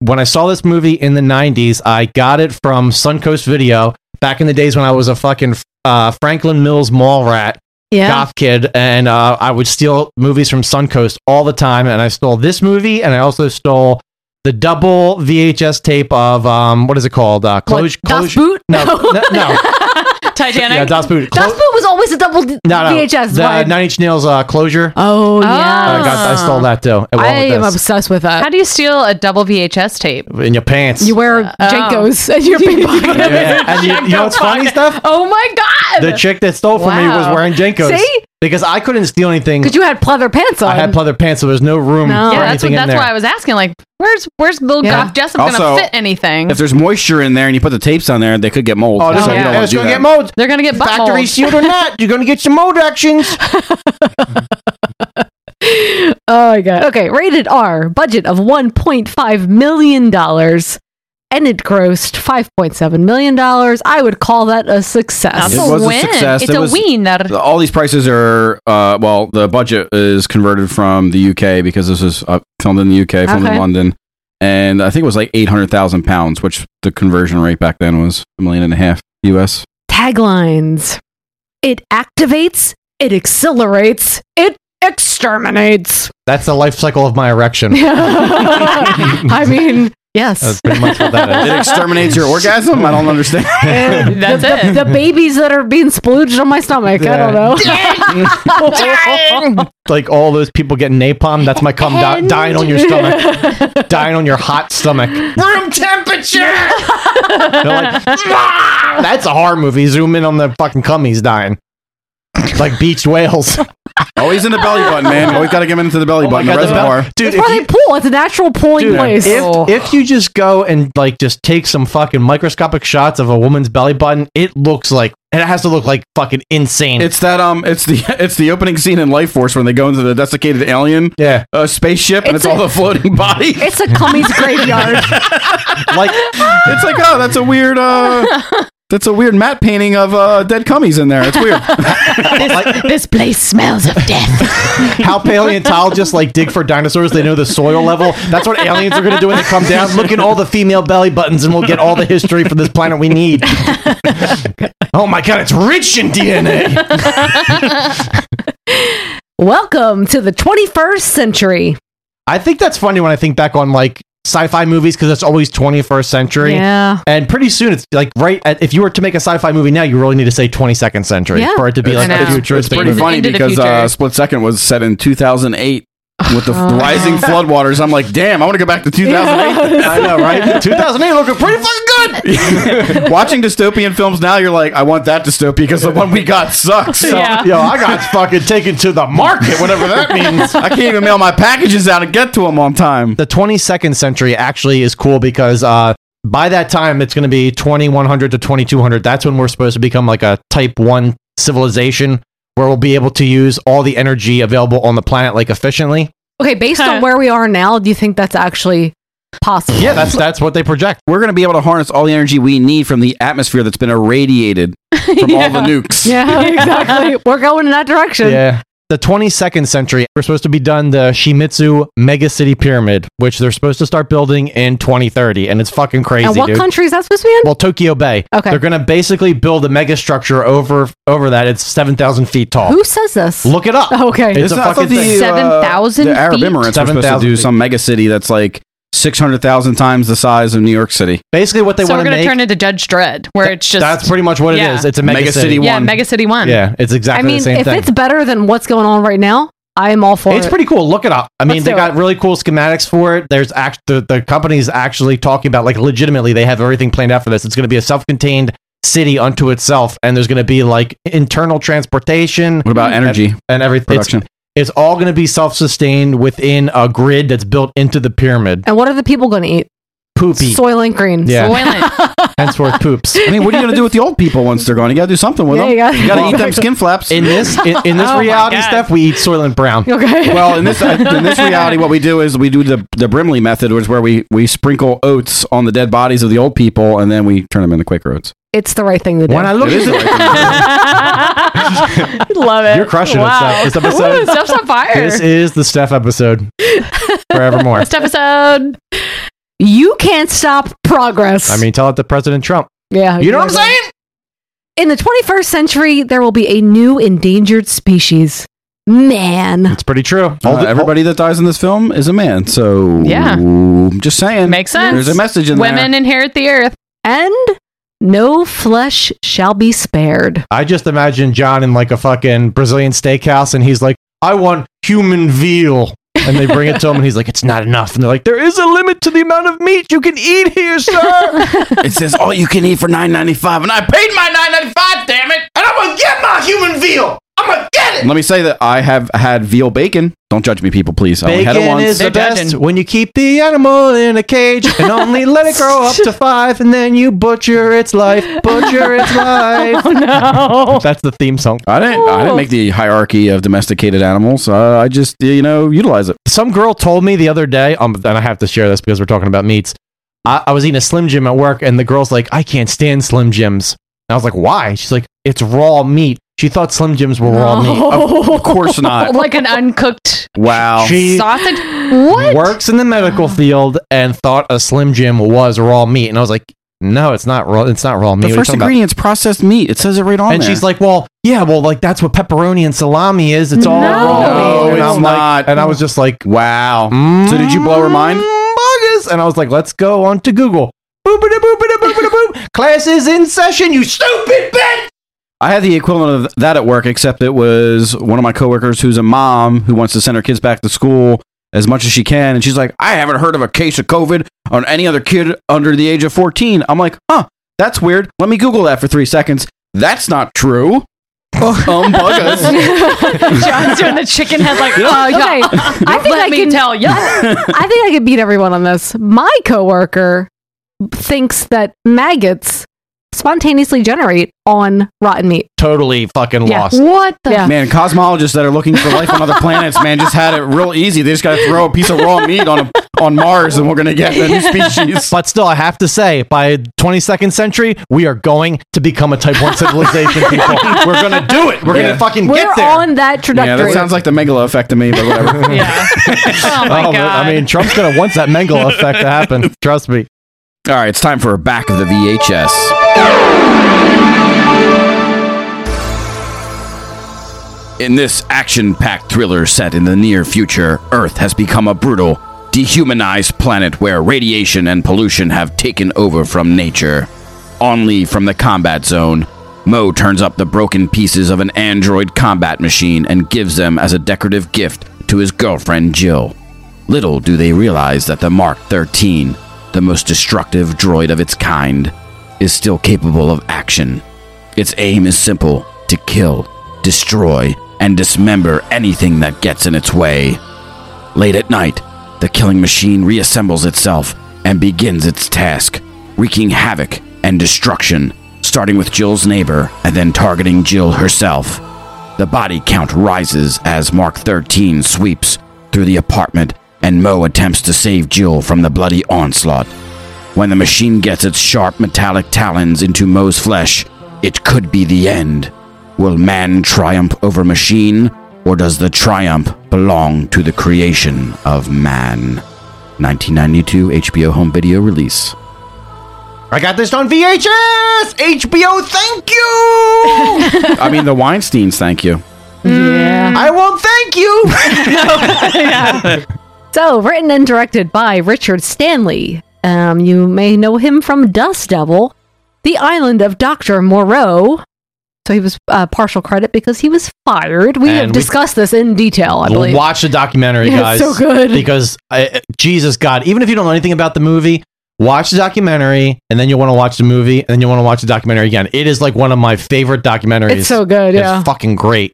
Speaker 10: when I saw this movie in the 90s, I got it from Suncoast Video back in the days when I was a fucking uh, Franklin Mills mall rat.
Speaker 3: Yeah.
Speaker 10: Goth kid, and uh, I would steal movies from Suncoast all the time. And I stole this movie, and I also stole the double VHS tape of um, what is it called? Uh, Cloj- Cloj-
Speaker 3: Boot?
Speaker 10: No, no, no.
Speaker 8: Titanic.
Speaker 10: yeah, Das Boot.
Speaker 3: Das
Speaker 10: Clo-
Speaker 3: Boot was always a double d-
Speaker 10: no, no,
Speaker 3: VHS
Speaker 10: the
Speaker 3: one.
Speaker 10: Nine Inch Nails uh, closure.
Speaker 3: oh, yeah.
Speaker 10: I, got, I stole that too. along
Speaker 3: I
Speaker 10: with
Speaker 3: am
Speaker 10: this.
Speaker 3: obsessed with that.
Speaker 8: How do you steal a double VHS tape?
Speaker 10: in your pants.
Speaker 3: You wear
Speaker 8: Oh.
Speaker 3: Jenkos and your big pocket.
Speaker 10: yeah. and you, you know what's funny stuff?
Speaker 8: Oh my god!
Speaker 10: The chick that stole from me was
Speaker 3: Wow.
Speaker 10: wearing Jenkos.
Speaker 3: See?
Speaker 10: Because I couldn't steal anything.
Speaker 3: Because you had pleather pants on.
Speaker 10: I had pleather pants, so there's no room
Speaker 3: No.
Speaker 10: for
Speaker 8: yeah, that's,
Speaker 10: anything
Speaker 8: what,
Speaker 10: in
Speaker 8: that's
Speaker 10: there.
Speaker 8: why I was asking. Like, where's where's little
Speaker 10: Yeah.
Speaker 8: Goth Jessup gonna
Speaker 11: Also,
Speaker 8: fit anything?
Speaker 11: If there's moisture in there and you put the tapes on there, they could get mold.
Speaker 10: Oh, this
Speaker 11: so
Speaker 10: one-
Speaker 11: you don't
Speaker 10: yeah,
Speaker 11: wanna
Speaker 10: it's
Speaker 11: do
Speaker 10: gonna
Speaker 11: that.
Speaker 10: get mold.
Speaker 8: They're gonna get butt
Speaker 10: Factory
Speaker 8: mold.
Speaker 10: sealed or not, you're gonna get some mold actions.
Speaker 3: Oh my god. Okay, rated R, budget of $1.5 million, and it grossed $5.7 million. I would call that a success.
Speaker 11: It was a success.
Speaker 8: It's
Speaker 11: It
Speaker 8: a
Speaker 11: was-
Speaker 8: wiener.
Speaker 11: All these prices are uh, well. The budget is converted from the UK because this was uh, filmed in the UK, filmed
Speaker 3: Okay.
Speaker 11: in London, and I think it was like eight hundred thousand pounds, which the conversion rate back then was a million and a half US.
Speaker 3: Taglines It activates, it accelerates, it exterminates.
Speaker 10: That's the life cycle of my erection.
Speaker 3: I mean, yes.
Speaker 10: That's pretty much what that is.
Speaker 11: It exterminates your orgasm. I don't understand.
Speaker 8: That's
Speaker 3: the,
Speaker 8: it.
Speaker 3: the babies that are being splooged on my stomach. I don't know.
Speaker 10: like all those people getting napalm. That's my cum di-
Speaker 3: And-
Speaker 10: dying on your stomach, dying on your hot stomach.
Speaker 2: Room temperature!
Speaker 10: They're like, "Ah!" that's a horror movie. Zoom in on the fucking cummies dying, like beached whales.
Speaker 11: Always Oh, in the belly button, man. Always got to get him into the
Speaker 3: Oh
Speaker 11: belly button,
Speaker 10: God,
Speaker 11: the
Speaker 10: the bell-
Speaker 11: reservoir.
Speaker 10: Dude,
Speaker 3: it's probably a pool. It's a natural pooling
Speaker 10: Dude,
Speaker 3: place.
Speaker 10: if, if you just go and like just take some fucking microscopic shots of a woman's belly button, it looks like and it has to look like fucking insane.
Speaker 11: It's that um, it's the it's the opening scene in Life Force when they go into the desiccated alien
Speaker 10: yeah
Speaker 11: uh, spaceship and
Speaker 3: It's
Speaker 11: it's,
Speaker 3: a-
Speaker 11: all the floating bodies.
Speaker 3: it's a cummy's graveyard.
Speaker 10: like
Speaker 11: it's like oh that's a weird uh, that's a weird matte painting of uh, dead cummies in there. It's weird.
Speaker 3: this, this place smells of death.
Speaker 10: how paleontologists like dig for dinosaurs. They know the soil level. That's what aliens are going to do when they come down. Look at all the female belly buttons, and we'll get all the history for this planet we need. oh my god, it's rich in DNA.
Speaker 3: Welcome to the 21st century.
Speaker 10: I think that's funny when I think back on like sci-fi movies because it's always 21st century.
Speaker 3: Yeah.
Speaker 10: And pretty soon it's like right at, if you were to make a sci-fi movie now, you really need to say 22nd century
Speaker 3: Yeah.
Speaker 10: for it to be like a
Speaker 11: it's
Speaker 10: futuristic
Speaker 11: pretty
Speaker 10: movie.
Speaker 11: funny
Speaker 8: Into the
Speaker 11: because
Speaker 8: future.
Speaker 11: uh, Split Second was set in 2008 with the
Speaker 8: Oh,
Speaker 11: f- rising floodwaters. I'm like, damn, I want to go back to 2008.
Speaker 10: I know, right? 2008 looking pretty fucking good.
Speaker 11: Watching dystopian films now, you're like, I want that dystopia because the one we got sucks.
Speaker 10: So, Yo, I got fucking taken to the market, whatever that means.
Speaker 11: I can't even mail my packages out and get to them on time.
Speaker 10: the 22nd century actually is cool because uh, by that time it's going to be 2100 to 2200 that's when we're supposed to become like a type 1 civilization where we'll be able to use all the energy available on the planet like efficiently
Speaker 3: Okay, based on where we are now, do you think that's actually possible?
Speaker 10: yeah that's that's what they project
Speaker 11: We're going to be able to harness all the energy we need from the atmosphere that's been irradiated from all the nukes.
Speaker 3: Yeah, exactly. We're going in that direction.
Speaker 10: yeah the 22nd century we're supposed to be done the shimitsu mega city pyramid which they're supposed to start building in 2030 and it's fucking crazy
Speaker 3: and what
Speaker 10: dude.
Speaker 3: country is that supposed to be in?
Speaker 10: well tokyo bay
Speaker 3: Okay.
Speaker 10: they're gonna basically build a mega structure over over that it's 7000 feet tall
Speaker 3: Who says this?
Speaker 10: look it up
Speaker 3: Okay.
Speaker 10: it's a
Speaker 11: I thought
Speaker 10: fucking
Speaker 11: the,
Speaker 10: thing.
Speaker 11: uh,
Speaker 8: 7,000
Speaker 11: The Arab
Speaker 8: feet?
Speaker 11: Emirates are supposed to
Speaker 10: 7,000
Speaker 11: do
Speaker 10: feet.
Speaker 11: some mega city that's like 600,000 times the size of New York City.
Speaker 10: Basically, what they
Speaker 8: so we're
Speaker 10: want to
Speaker 8: gonna
Speaker 10: make.
Speaker 8: turn into Judge Dredd, where it's just
Speaker 10: that's pretty much what
Speaker 8: Yeah.
Speaker 10: it is. It's a mega,
Speaker 11: Mega
Speaker 10: city.
Speaker 11: city
Speaker 8: yeah,
Speaker 11: one.
Speaker 8: Mega City One.
Speaker 10: Yeah, it's
Speaker 3: I
Speaker 10: exactly
Speaker 3: mean,
Speaker 10: the same
Speaker 3: if
Speaker 10: thing.
Speaker 3: it's better than what's going on right now, I am all for
Speaker 10: It's
Speaker 3: it.
Speaker 10: pretty cool. Look it up. I mean,
Speaker 3: Let's
Speaker 10: they
Speaker 3: do
Speaker 10: got
Speaker 3: it.
Speaker 10: really cool schematics for it. There's act the, the company's actually talking about like legitimately they have everything planned out for this. It's going to be a self-contained city unto itself, and there's going to be like internal transportation.
Speaker 11: What about energy
Speaker 10: and, and everything? It's-
Speaker 11: production?
Speaker 10: It's, all going to be self-sustained within a grid that's built into the pyramid.
Speaker 3: and what are the people going to eat?
Speaker 10: Poopy,
Speaker 3: Soil and greens.
Speaker 10: Yeah.
Speaker 8: Soylent.
Speaker 10: henceforth poops.
Speaker 11: I mean, what are you going to do with the old people once they're gone? You got to do something with
Speaker 3: Yeah,
Speaker 11: them.
Speaker 3: you gotta-
Speaker 11: You got to eat them skin flaps.
Speaker 10: In this, in, in this
Speaker 8: Oh my
Speaker 10: reality,
Speaker 8: God.
Speaker 10: stuff, we eat Soylent Brown.
Speaker 3: Okay.
Speaker 11: Well, in this uh, in this reality, what we do is we do the the Brimley method, which is where we we sprinkle oats on the dead bodies of the old people, and then we turn them into Quaker oats.
Speaker 3: it's the right thing to do.
Speaker 10: When I look
Speaker 11: It is
Speaker 10: at
Speaker 11: the right thing to do.
Speaker 8: Love it.
Speaker 10: You're crushing it, Steph. This episode-
Speaker 8: Ooh, Steph's on fire.
Speaker 10: This is the Steph episode forevermore.
Speaker 8: This episode.
Speaker 3: you can't stop progress.
Speaker 10: I mean, tell it to President Trump.
Speaker 3: yeah,
Speaker 10: You know what I'm
Speaker 3: exactly.
Speaker 10: saying?
Speaker 3: In the 21st century, there will be a new endangered species. Man.
Speaker 10: It's pretty true.
Speaker 11: Uh, everybody that dies in this film is a man, so
Speaker 8: Yeah.
Speaker 11: just saying,
Speaker 8: Makes sense.
Speaker 11: There's a message in
Speaker 8: Women
Speaker 11: there.
Speaker 8: inherit the earth.
Speaker 3: And no flesh shall be spared.
Speaker 10: I just imagine John in like a fucking Brazilian steakhouse, and he's like, "I want human veal." and they bring it to him, and he's like, "It's not enough." And they're like, "There is a limit to the amount of meat you can eat here, sir."
Speaker 11: It says all you can eat for nine ninety five, and I paid my nine ninety five. Damn it! And I'm gonna get my human veal. I'm gonna get it. Let me say that I have had veal bacon. Don't judge me, people, please. I only had it
Speaker 10: Bacon
Speaker 11: once.
Speaker 10: is the
Speaker 8: They're
Speaker 10: best
Speaker 8: judging.
Speaker 10: when you keep the animal in a cage and only let it grow up to five, and then you butcher its life, butcher its life.
Speaker 8: no.
Speaker 10: That's the theme song.
Speaker 11: I didn't. I didn't make the hierarchy of domesticated animals. Uh, I just, you know, utilize it.
Speaker 10: some girl told me the other day, um, and I have to share this because we're talking about meats. I, I was eating a Slim Jim at work, and the girl's like, I can't stand Slim Jims. And I was like, why? She's like, it's raw meat. She thought Slim Jims were raw meat.
Speaker 11: Of, of course not.
Speaker 8: Like an uncooked
Speaker 11: Wow.
Speaker 10: She
Speaker 8: sausage. What?
Speaker 10: works in the medical field and thought a Slim Jim was raw meat. And I was like, no, it's not raw. It's not raw meat. What
Speaker 11: the
Speaker 10: are you
Speaker 11: first
Speaker 10: talking about?"
Speaker 11: ingredient's processed meat. It says it right on
Speaker 10: And
Speaker 11: there.
Speaker 10: she's like, well, yeah, well, like that's what pepperoni and salami is. It's all
Speaker 8: No.
Speaker 10: raw
Speaker 11: No,
Speaker 10: meat. And
Speaker 11: it's
Speaker 10: I'm like,
Speaker 11: not.
Speaker 10: and I was just like,
Speaker 11: "Wow." So did you blow her mind?
Speaker 10: Humongous. And I was like, let's go on to Google. Boopity boopity boopity boop. Class is in session, you stupid bitch.
Speaker 11: I had the equivalent of that at work, except it was one of my coworkers who's a mom who wants to send her kids back to school as much as she can, and she's like, "I haven't heard of a case of COVID on any other kid under the age of 14." I'm like, "Huh, that's weird. Let me Google that for three seconds. That's not true." um, bug us.
Speaker 8: John's doing the chicken head like, oh, yeah.
Speaker 3: Okay. I think
Speaker 8: Let
Speaker 3: I
Speaker 8: me
Speaker 3: can
Speaker 8: tell ya.
Speaker 3: I think I could beat everyone on this. My coworker thinks that maggots spontaneously generate on rotten meat.
Speaker 10: Totally fucking
Speaker 3: Yeah.
Speaker 10: lost.
Speaker 3: What the
Speaker 1: Man, cosmologists that are looking for life on other planets, man, just had it real easy. They just got to throw a piece of raw meat on a, on Mars, and we're gonna get a new species.
Speaker 10: But still, I have to say, by 22nd century, we are going to become a type 1 civilization, people. We're going to do it. We're going
Speaker 1: Yeah.
Speaker 10: to fucking
Speaker 3: We're
Speaker 10: get there.
Speaker 3: on that trajectory.
Speaker 1: Yeah, that sounds like the Megala effect to me, but whatever.
Speaker 8: yeah.
Speaker 10: Oh, man, I mean, Trump's going to want that Mengele effect to happen. Trust me.
Speaker 1: All right, it's time for a back of the VHS. In this action packed thriller set in the near future, Earth has become a brutal, dehumanized planet where radiation and pollution have taken over from nature. On leave from the combat zone, Mo turns up the broken pieces of an android combat machine and gives them as a decorative gift to his girlfriend Jill. Little do they realize that the Mark 13, the most destructive droid of its kind, is still capable of action. Its aim is simple to kill, destroy, and dismember anything that gets in its way. Late at night, the killing machine reassembles itself and begins its task, wreaking havoc and destruction, starting with Jill's neighbor and then targeting Jill herself. The body count rises as Mark 13 sweeps through the apartment and Mo attempts to save Jill from the bloody onslaught. When the machine gets its sharp metallic talons into Mo's flesh, it could be the end. Will man triumph over machine, or does the triumph belong to the creation of man? 1992 HBO home video release.
Speaker 10: I got this on VHS. HBO, thank you.
Speaker 1: I mean, the Weinsteins, thank you.
Speaker 10: I won't thank you.
Speaker 3: So, written and directed by Richard Stanley. Um, you may know him from Dust Devil, The Island of Dr. Moreau. So, he was uh, partial credit because he was fired. We have
Speaker 10: And we-
Speaker 3: discussed this in detail, I believe.
Speaker 10: Watch the documentary,
Speaker 3: Yeah,
Speaker 10: guys.
Speaker 3: it's so good.
Speaker 10: Because I, Jesus God, even if you don't know anything about the movie, watch the documentary, and then you'll want to watch the movie, and then you'll want to watch the documentary again. It is like one of my favorite documentaries.
Speaker 3: It's so good,
Speaker 10: It's
Speaker 3: yeah.
Speaker 10: fucking great.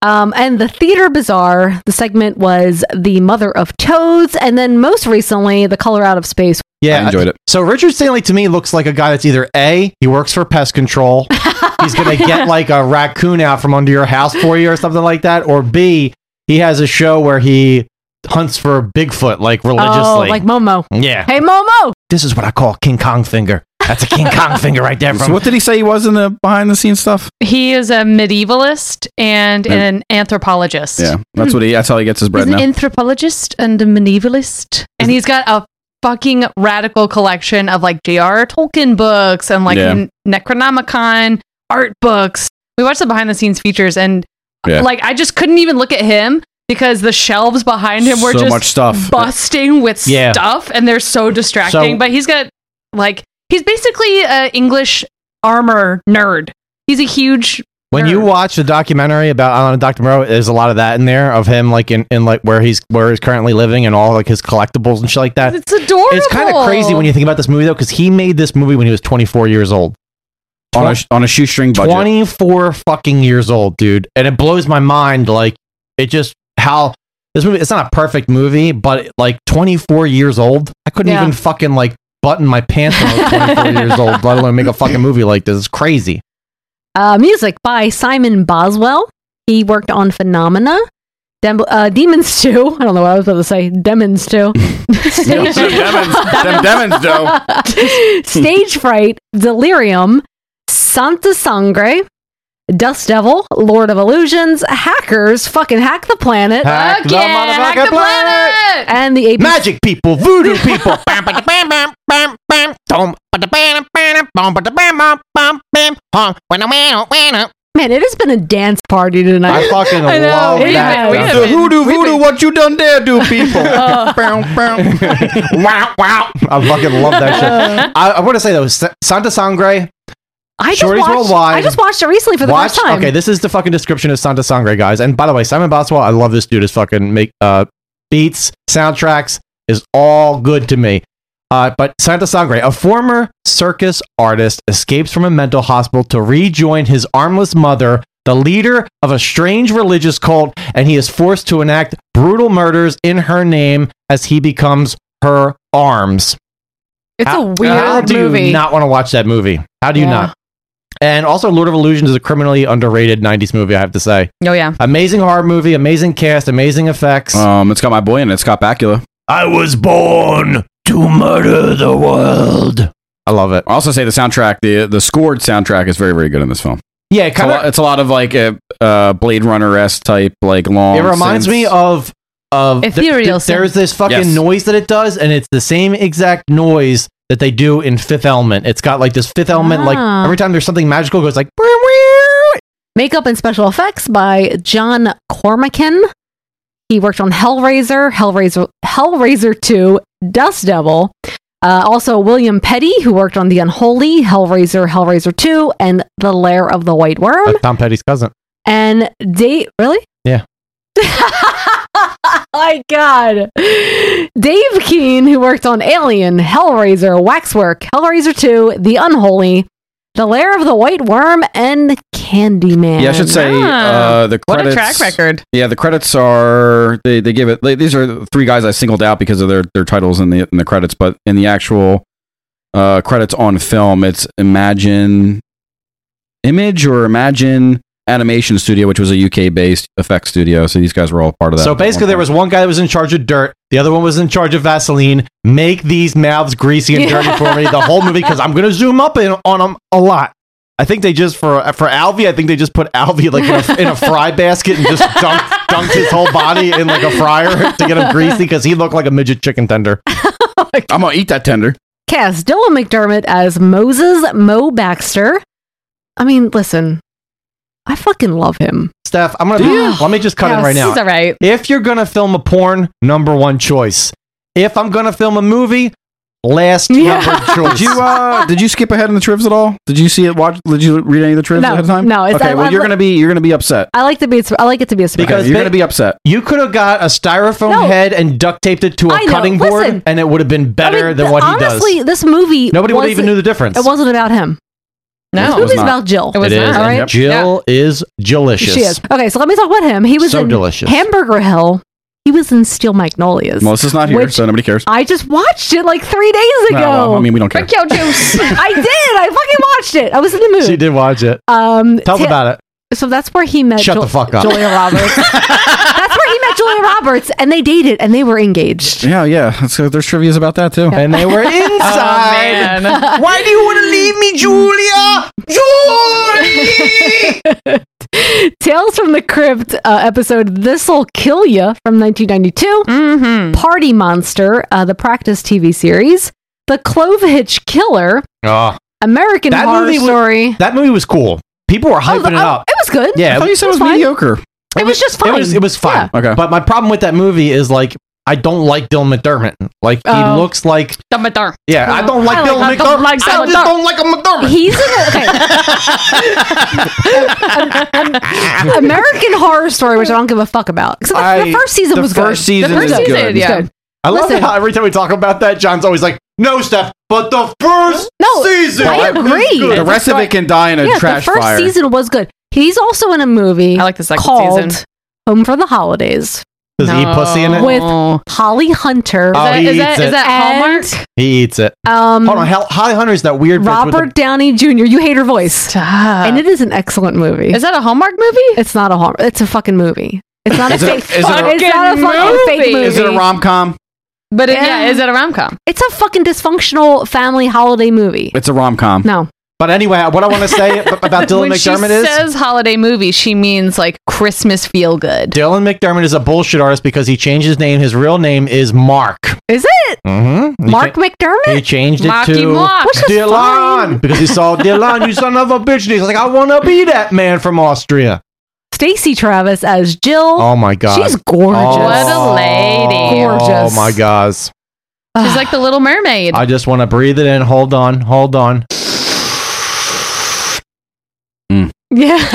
Speaker 3: Um, and the Theater Bazaar, the segment was The Mother of Toads, and then most recently, The Color Out of Space.
Speaker 10: Yeah, I enjoyed it. So Richard Stanley to me looks like a guy that's either a he works for pest control, he's gonna get like a raccoon out from under your house for you or something like that, or b he has a show where he hunts for Bigfoot like religiously,
Speaker 3: Oh, like Momo.
Speaker 10: yeah.
Speaker 3: Hey, Momo!
Speaker 10: This is what I call King Kong finger. That's a King Kong finger right there. From
Speaker 1: So what did he say he was in the behind the scenes stuff?
Speaker 8: He is a medievalist and an anthropologist.
Speaker 1: Yeah, that's what he. That's how he gets his
Speaker 8: He's
Speaker 1: bread
Speaker 8: an
Speaker 1: now.
Speaker 8: anthropologist and a medievalist. And he's got a fucking radical collection of like J.R.R. Tolkien books and like
Speaker 1: Yeah.
Speaker 8: n- Necronomicon art books. We watched the behind the scenes features and
Speaker 1: Yeah.
Speaker 8: like I just couldn't even look at him because the shelves behind him were
Speaker 1: So
Speaker 8: just
Speaker 1: much stuff.
Speaker 8: busting with
Speaker 10: Yeah.
Speaker 8: stuff and they're so distracting.
Speaker 10: So-
Speaker 8: but he's got like he's basically an English armor nerd. He's a huge
Speaker 10: When you watch the documentary about Alan Dr. Moreau, there's a lot of that in there of him like in, in like where he's where he's currently living and all like his collectibles and shit like that.
Speaker 8: it's adorable.
Speaker 10: It's kind of crazy when you think about this movie though, because he made this movie when he was 24 years old.
Speaker 1: on a on a shoestring budget.
Speaker 10: 24 fucking years old, dude, and it blows my mind. Like it just how this movie. It's not a perfect movie, but like 24 years old, I couldn't
Speaker 8: Yeah.
Speaker 10: even fucking like button my pants when I was 24 years old, let alone make a fucking movie like this. It's crazy.
Speaker 3: Uh, music by Simon Boswell. He worked on Phenomena, Dem- uh, Demons 2. I don't know what I was about to say. Demons 2. Stage-
Speaker 1: Them demons, though.
Speaker 3: Stage Fright, Delirium, Santa Sangre, Dust Devil, Lord of Illusions, Hackers, fucking Hack the Planet,
Speaker 10: Hack the
Speaker 3: Again,
Speaker 10: motherfucking
Speaker 3: Hack the
Speaker 10: planet.
Speaker 3: and the AP
Speaker 10: Magic people, voodoo people. Bam, ba, da, bam, bam, bam, bam. Dum, ba, da, bam, bam, bam, ba, da, bam, bam, bam, bam, hum. Wena, wena, wena.
Speaker 3: Man, it has been a dance party tonight.
Speaker 10: I fucking
Speaker 3: I know.
Speaker 10: love
Speaker 3: We've
Speaker 10: that.
Speaker 3: been- we've
Speaker 10: stuff.
Speaker 3: been-
Speaker 1: Voodoo, voodoo, what you done there, do people?
Speaker 10: Oh.
Speaker 3: Uh.
Speaker 1: Bow, bow. wow, wow.
Speaker 10: I fucking love that shit. I, I want to say though, Sa- Santa Sangre.
Speaker 3: I just
Speaker 10: Shorties
Speaker 3: watched,
Speaker 10: worldwide.
Speaker 3: I just watched it recently for the
Speaker 10: Watch,
Speaker 3: first time.
Speaker 10: okay, this is the fucking description of Santa Sangre, guys. And by the way, Simon Boswell, I love this dude. His fucking make uh, beats, soundtracks is all good to me. Uh, but Santa Sangre, a former circus artist, escapes from a mental hospital to rejoin his armless mother the leader of a strange religious cult, and he is forced to enact brutal murders in her name as he becomes her arms.
Speaker 8: It's a weird
Speaker 10: how do
Speaker 8: movie.
Speaker 10: you not want to watch that movie? How do you
Speaker 8: Yeah.
Speaker 10: not? And also, Lord of Illusions is a criminally underrated 90s movie, I have to say.
Speaker 8: Oh yeah.
Speaker 10: Amazing horror movie, amazing cast, amazing effects.
Speaker 11: Um, it's got my boy in it, Scott Bakula. I was born to murder the world.
Speaker 10: I love it.
Speaker 11: I also say the soundtrack, the the scored soundtrack is very very good in this film.
Speaker 10: Yeah, it
Speaker 11: it's a,
Speaker 10: kinda-
Speaker 11: lot, it's a lot of like uh, uh, Blade Runner s type like long.
Speaker 10: It reminds
Speaker 11: synths.
Speaker 10: me of of th-
Speaker 8: Ethereal
Speaker 10: th- there's
Speaker 8: synth.
Speaker 10: this fucking
Speaker 11: Yes.
Speaker 10: noise that it does, and it's the same exact noise that they do in Fifth Element. It's got like this Fifth Element,
Speaker 3: Ah.
Speaker 10: like every time there's something magical, it goes like. "Brr."
Speaker 3: Makeup and special effects by John Cormacan. He worked on Hellraiser, Hellraiser, Hellraiser 2, Dust Devil. Uh, also, William Petty, who worked on The Unholy, Hellraiser, Hellraiser 2, and The Lair of the White Worm.
Speaker 10: That's Tom Petty's cousin.
Speaker 3: And Dave, really?
Speaker 10: Yeah.
Speaker 3: My God. Dave Keane, who worked on Alien, Hellraiser, Waxwork, Hellraiser 2, The Unholy, The Lair of the White Worm, and Candyman.
Speaker 11: Yeah, I should say uh, the
Speaker 8: What a
Speaker 11: credits.
Speaker 8: track record.
Speaker 11: Yeah, the credits are they, they give it. They, these are the three guys I singled out because of their their titles in the in the credits, but in the actual uh, credits on film, it's Imagine Image or Imagine Animation Studio, which was a UK based effects studio. So these guys were all part of that.
Speaker 10: So basically, there was one guy that was in charge of dirt, the other one was in charge of Vaseline. Make these mouths greasy and dirty for me the whole movie because I'm going to zoom up in, on them a lot. I think they just for for Alvy. I think they just put Alvy like in a, in a fry basket and just dunked, dunked his whole body in like a fryer to get him greasy because he looked like a midget chicken tender.
Speaker 3: Oh
Speaker 11: I'm gonna eat that tender.
Speaker 3: Cast Dylan McDermott as Moses Mo Baxter. I mean, listen, I fucking love him.
Speaker 10: Steph, I'm gonna let me just cut
Speaker 3: Yes,
Speaker 10: it right now.
Speaker 3: he's all right.
Speaker 10: If you're gonna film a porn, number one choice. If I'm gonna film a movie, last number choice.
Speaker 11: Did you uh, did you skip ahead in the trivs at all? Did you see it? Watch? Did you read any of the trivs
Speaker 3: No,
Speaker 11: ahead of time?
Speaker 3: no, it's-
Speaker 11: okay.
Speaker 3: I-
Speaker 11: well,
Speaker 3: I'm
Speaker 11: you're
Speaker 3: li-
Speaker 11: gonna be you're gonna be upset.
Speaker 3: I like to be. I like it to be a surprise.
Speaker 11: Because you're gonna be upset.
Speaker 10: You could have got a styrofoam
Speaker 3: No.
Speaker 10: head and duct taped it to a
Speaker 3: I know.
Speaker 10: cutting board,
Speaker 3: Listen.
Speaker 10: and it would have been better than what
Speaker 3: honestly,
Speaker 10: he does.
Speaker 3: this movie
Speaker 10: Nobody would've
Speaker 3: wasn't-
Speaker 10: even knew the difference.
Speaker 3: It wasn't about him.
Speaker 8: No.
Speaker 3: this
Speaker 8: It was
Speaker 3: movie's
Speaker 8: not.
Speaker 3: about Jill.
Speaker 8: It was
Speaker 10: It
Speaker 8: not,
Speaker 10: is,
Speaker 8: all
Speaker 10: and
Speaker 8: right?
Speaker 10: Jill is delicious.
Speaker 3: She is okay. So let me talk about him. He was
Speaker 10: So
Speaker 3: in
Speaker 10: delicious.
Speaker 3: Hamburger Hill. He was in Steel Magnolias.
Speaker 11: Melissa's not here,
Speaker 3: which
Speaker 11: so nobody cares.
Speaker 3: I just watched it like three days
Speaker 11: No,
Speaker 3: ago.
Speaker 10: Oh,
Speaker 11: well, I mean, we don't care.
Speaker 8: Yo, juice.
Speaker 3: I did. I fucking watched it. I was in the mood.
Speaker 10: She did watch it.
Speaker 3: Um,
Speaker 10: Tell us
Speaker 3: Ta-
Speaker 10: about it.
Speaker 3: So that's where he met
Speaker 10: Shut
Speaker 3: Jul-
Speaker 10: the fuck up.
Speaker 3: Julia Roberts. that's where he met Julia Roberts, and they dated, and they were engaged. Oh,
Speaker 11: Yeah, yeah. So there's trivia's about that too.
Speaker 10: And they were inside. Why do you want to leave me, Julia? Julie!
Speaker 3: Tales from the Crypt uh, episode This'll Kill Ya from 1992.
Speaker 10: Mm-hmm.
Speaker 3: Party Monster, uh, the Practice TV series. The Clove Hitch Killer.
Speaker 10: Oh,
Speaker 3: American Horror Story.
Speaker 10: Was, that movie was cool. People were hyping
Speaker 3: the-
Speaker 10: it
Speaker 3: oh,
Speaker 10: up.
Speaker 3: it was good.
Speaker 10: Yeah,
Speaker 3: I thought you said it was It was fine.
Speaker 11: mediocre.
Speaker 3: It was just
Speaker 10: It
Speaker 3: fine.
Speaker 10: was, it was fine. Okay. But my problem with that movie is like I don't like Dylan McDermott. Like
Speaker 3: Oh.
Speaker 10: he looks like
Speaker 8: McDermott.
Speaker 10: Yeah, I don't like Dylan McDermott. I just don't like him. McDermott.
Speaker 3: He's in a, okay. Um, um, American Horror Story, which I don't give a fuck about. Except the, the
Speaker 10: I-
Speaker 3: first season
Speaker 10: the
Speaker 3: was good.
Speaker 10: first season is good.
Speaker 3: was
Speaker 10: Yeah. I love
Speaker 3: Listen.
Speaker 10: how every time we talk about that, John's always like, "No, Steph, but the first
Speaker 3: No,
Speaker 10: season."
Speaker 3: I agree.
Speaker 11: The rest of it can die in a
Speaker 3: yeah,
Speaker 11: trash
Speaker 3: the first
Speaker 11: fire.
Speaker 3: season was good. He's also in a movie. I like the
Speaker 8: second
Speaker 3: called
Speaker 8: season.
Speaker 3: Home for the Holidays.
Speaker 10: Does he eat pussy in it?
Speaker 3: with Holly Hunter?
Speaker 10: Oh, he eats it.
Speaker 3: Hallmark?
Speaker 10: He eats it.
Speaker 3: Um,
Speaker 10: Hold on, Hal- Holly Hunter's that weird bitch with the-
Speaker 3: Robert Downey Jr. You hate her voice, and it is an excellent movie.
Speaker 8: Is that a Hallmark movie?
Speaker 3: It's not a Hallmark. It's a fucking movie. It's not
Speaker 11: Is
Speaker 3: a
Speaker 11: it a-
Speaker 3: fake.
Speaker 11: is it a-
Speaker 3: it's not a fucking fake movie.
Speaker 11: Is it a rom com?
Speaker 8: But it, yeah. is it a rom com?
Speaker 3: It's a fucking dysfunctional family holiday movie.
Speaker 11: It's a rom com.
Speaker 3: No.
Speaker 10: But anyway, what I want to say ab- about Dylan
Speaker 8: when
Speaker 10: McDermott
Speaker 8: she
Speaker 10: is
Speaker 8: says holiday movie, she means like Christmas feel good.
Speaker 10: Dylan McDermott is a bullshit artist because he changed his name. His real name is Mark.
Speaker 3: Is it
Speaker 10: Mm-hmm.
Speaker 3: Mark McDermott?
Speaker 10: He changed it
Speaker 3: Marky
Speaker 10: to
Speaker 3: Mark. Which is
Speaker 10: Dylan because he saw Dylan, you son of a bitch. And he's like, I want to be that man from Austria.
Speaker 3: Stacy Travis as Jill.
Speaker 10: Oh my god,
Speaker 3: She's gorgeous.
Speaker 8: What a lady.
Speaker 10: Oh my god,
Speaker 8: She's like the Little Mermaid.
Speaker 10: I just want to breathe it in. Hold on, hold on.
Speaker 3: Yeah.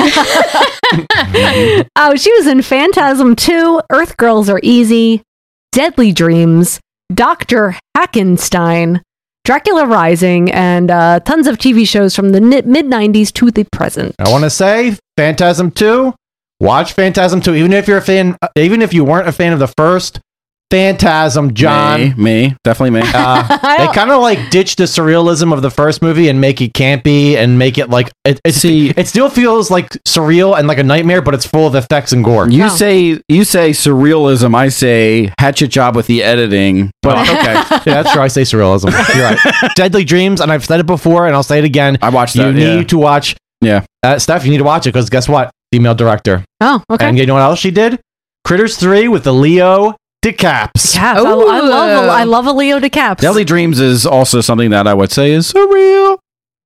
Speaker 3: oh, she was in Phantasm 2, Earth Girls Are Easy, Deadly Dreams, Dr. Hackenstein, Dracula Rising, and uh, tons of TV shows from the mid 90s to the present.
Speaker 10: I want to say Phantasm 2, watch Phantasm 2. Even if you're a fan, uh, even if you weren't a fan of the first, Phantasm, John.
Speaker 11: Me, me. definitely me.
Speaker 10: Uh, they kind of like ditch the surrealism of the first movie and make it campy and make it like it, it, See, it still feels like surreal and like a nightmare, but it's full of effects and gore.
Speaker 11: You say you say surrealism, I say hatchet job with the editing. But
Speaker 10: Oh,
Speaker 11: okay,
Speaker 10: yeah, that's true. I say surrealism. You're right. Deadly Dreams, and I've said it before, and I'll say it again. I watched. You
Speaker 11: that, yeah.
Speaker 10: need to watch.
Speaker 11: Yeah,
Speaker 10: uh, Steph, you need to watch it because guess what? Female director.
Speaker 3: Oh, okay.
Speaker 10: And you know what else she did? Critters Three with the Leo DiCaps.
Speaker 3: Yeah, I, I love a, I love a Leo DeCaps.
Speaker 11: Deadly Dreams is also something that I would say is surreal.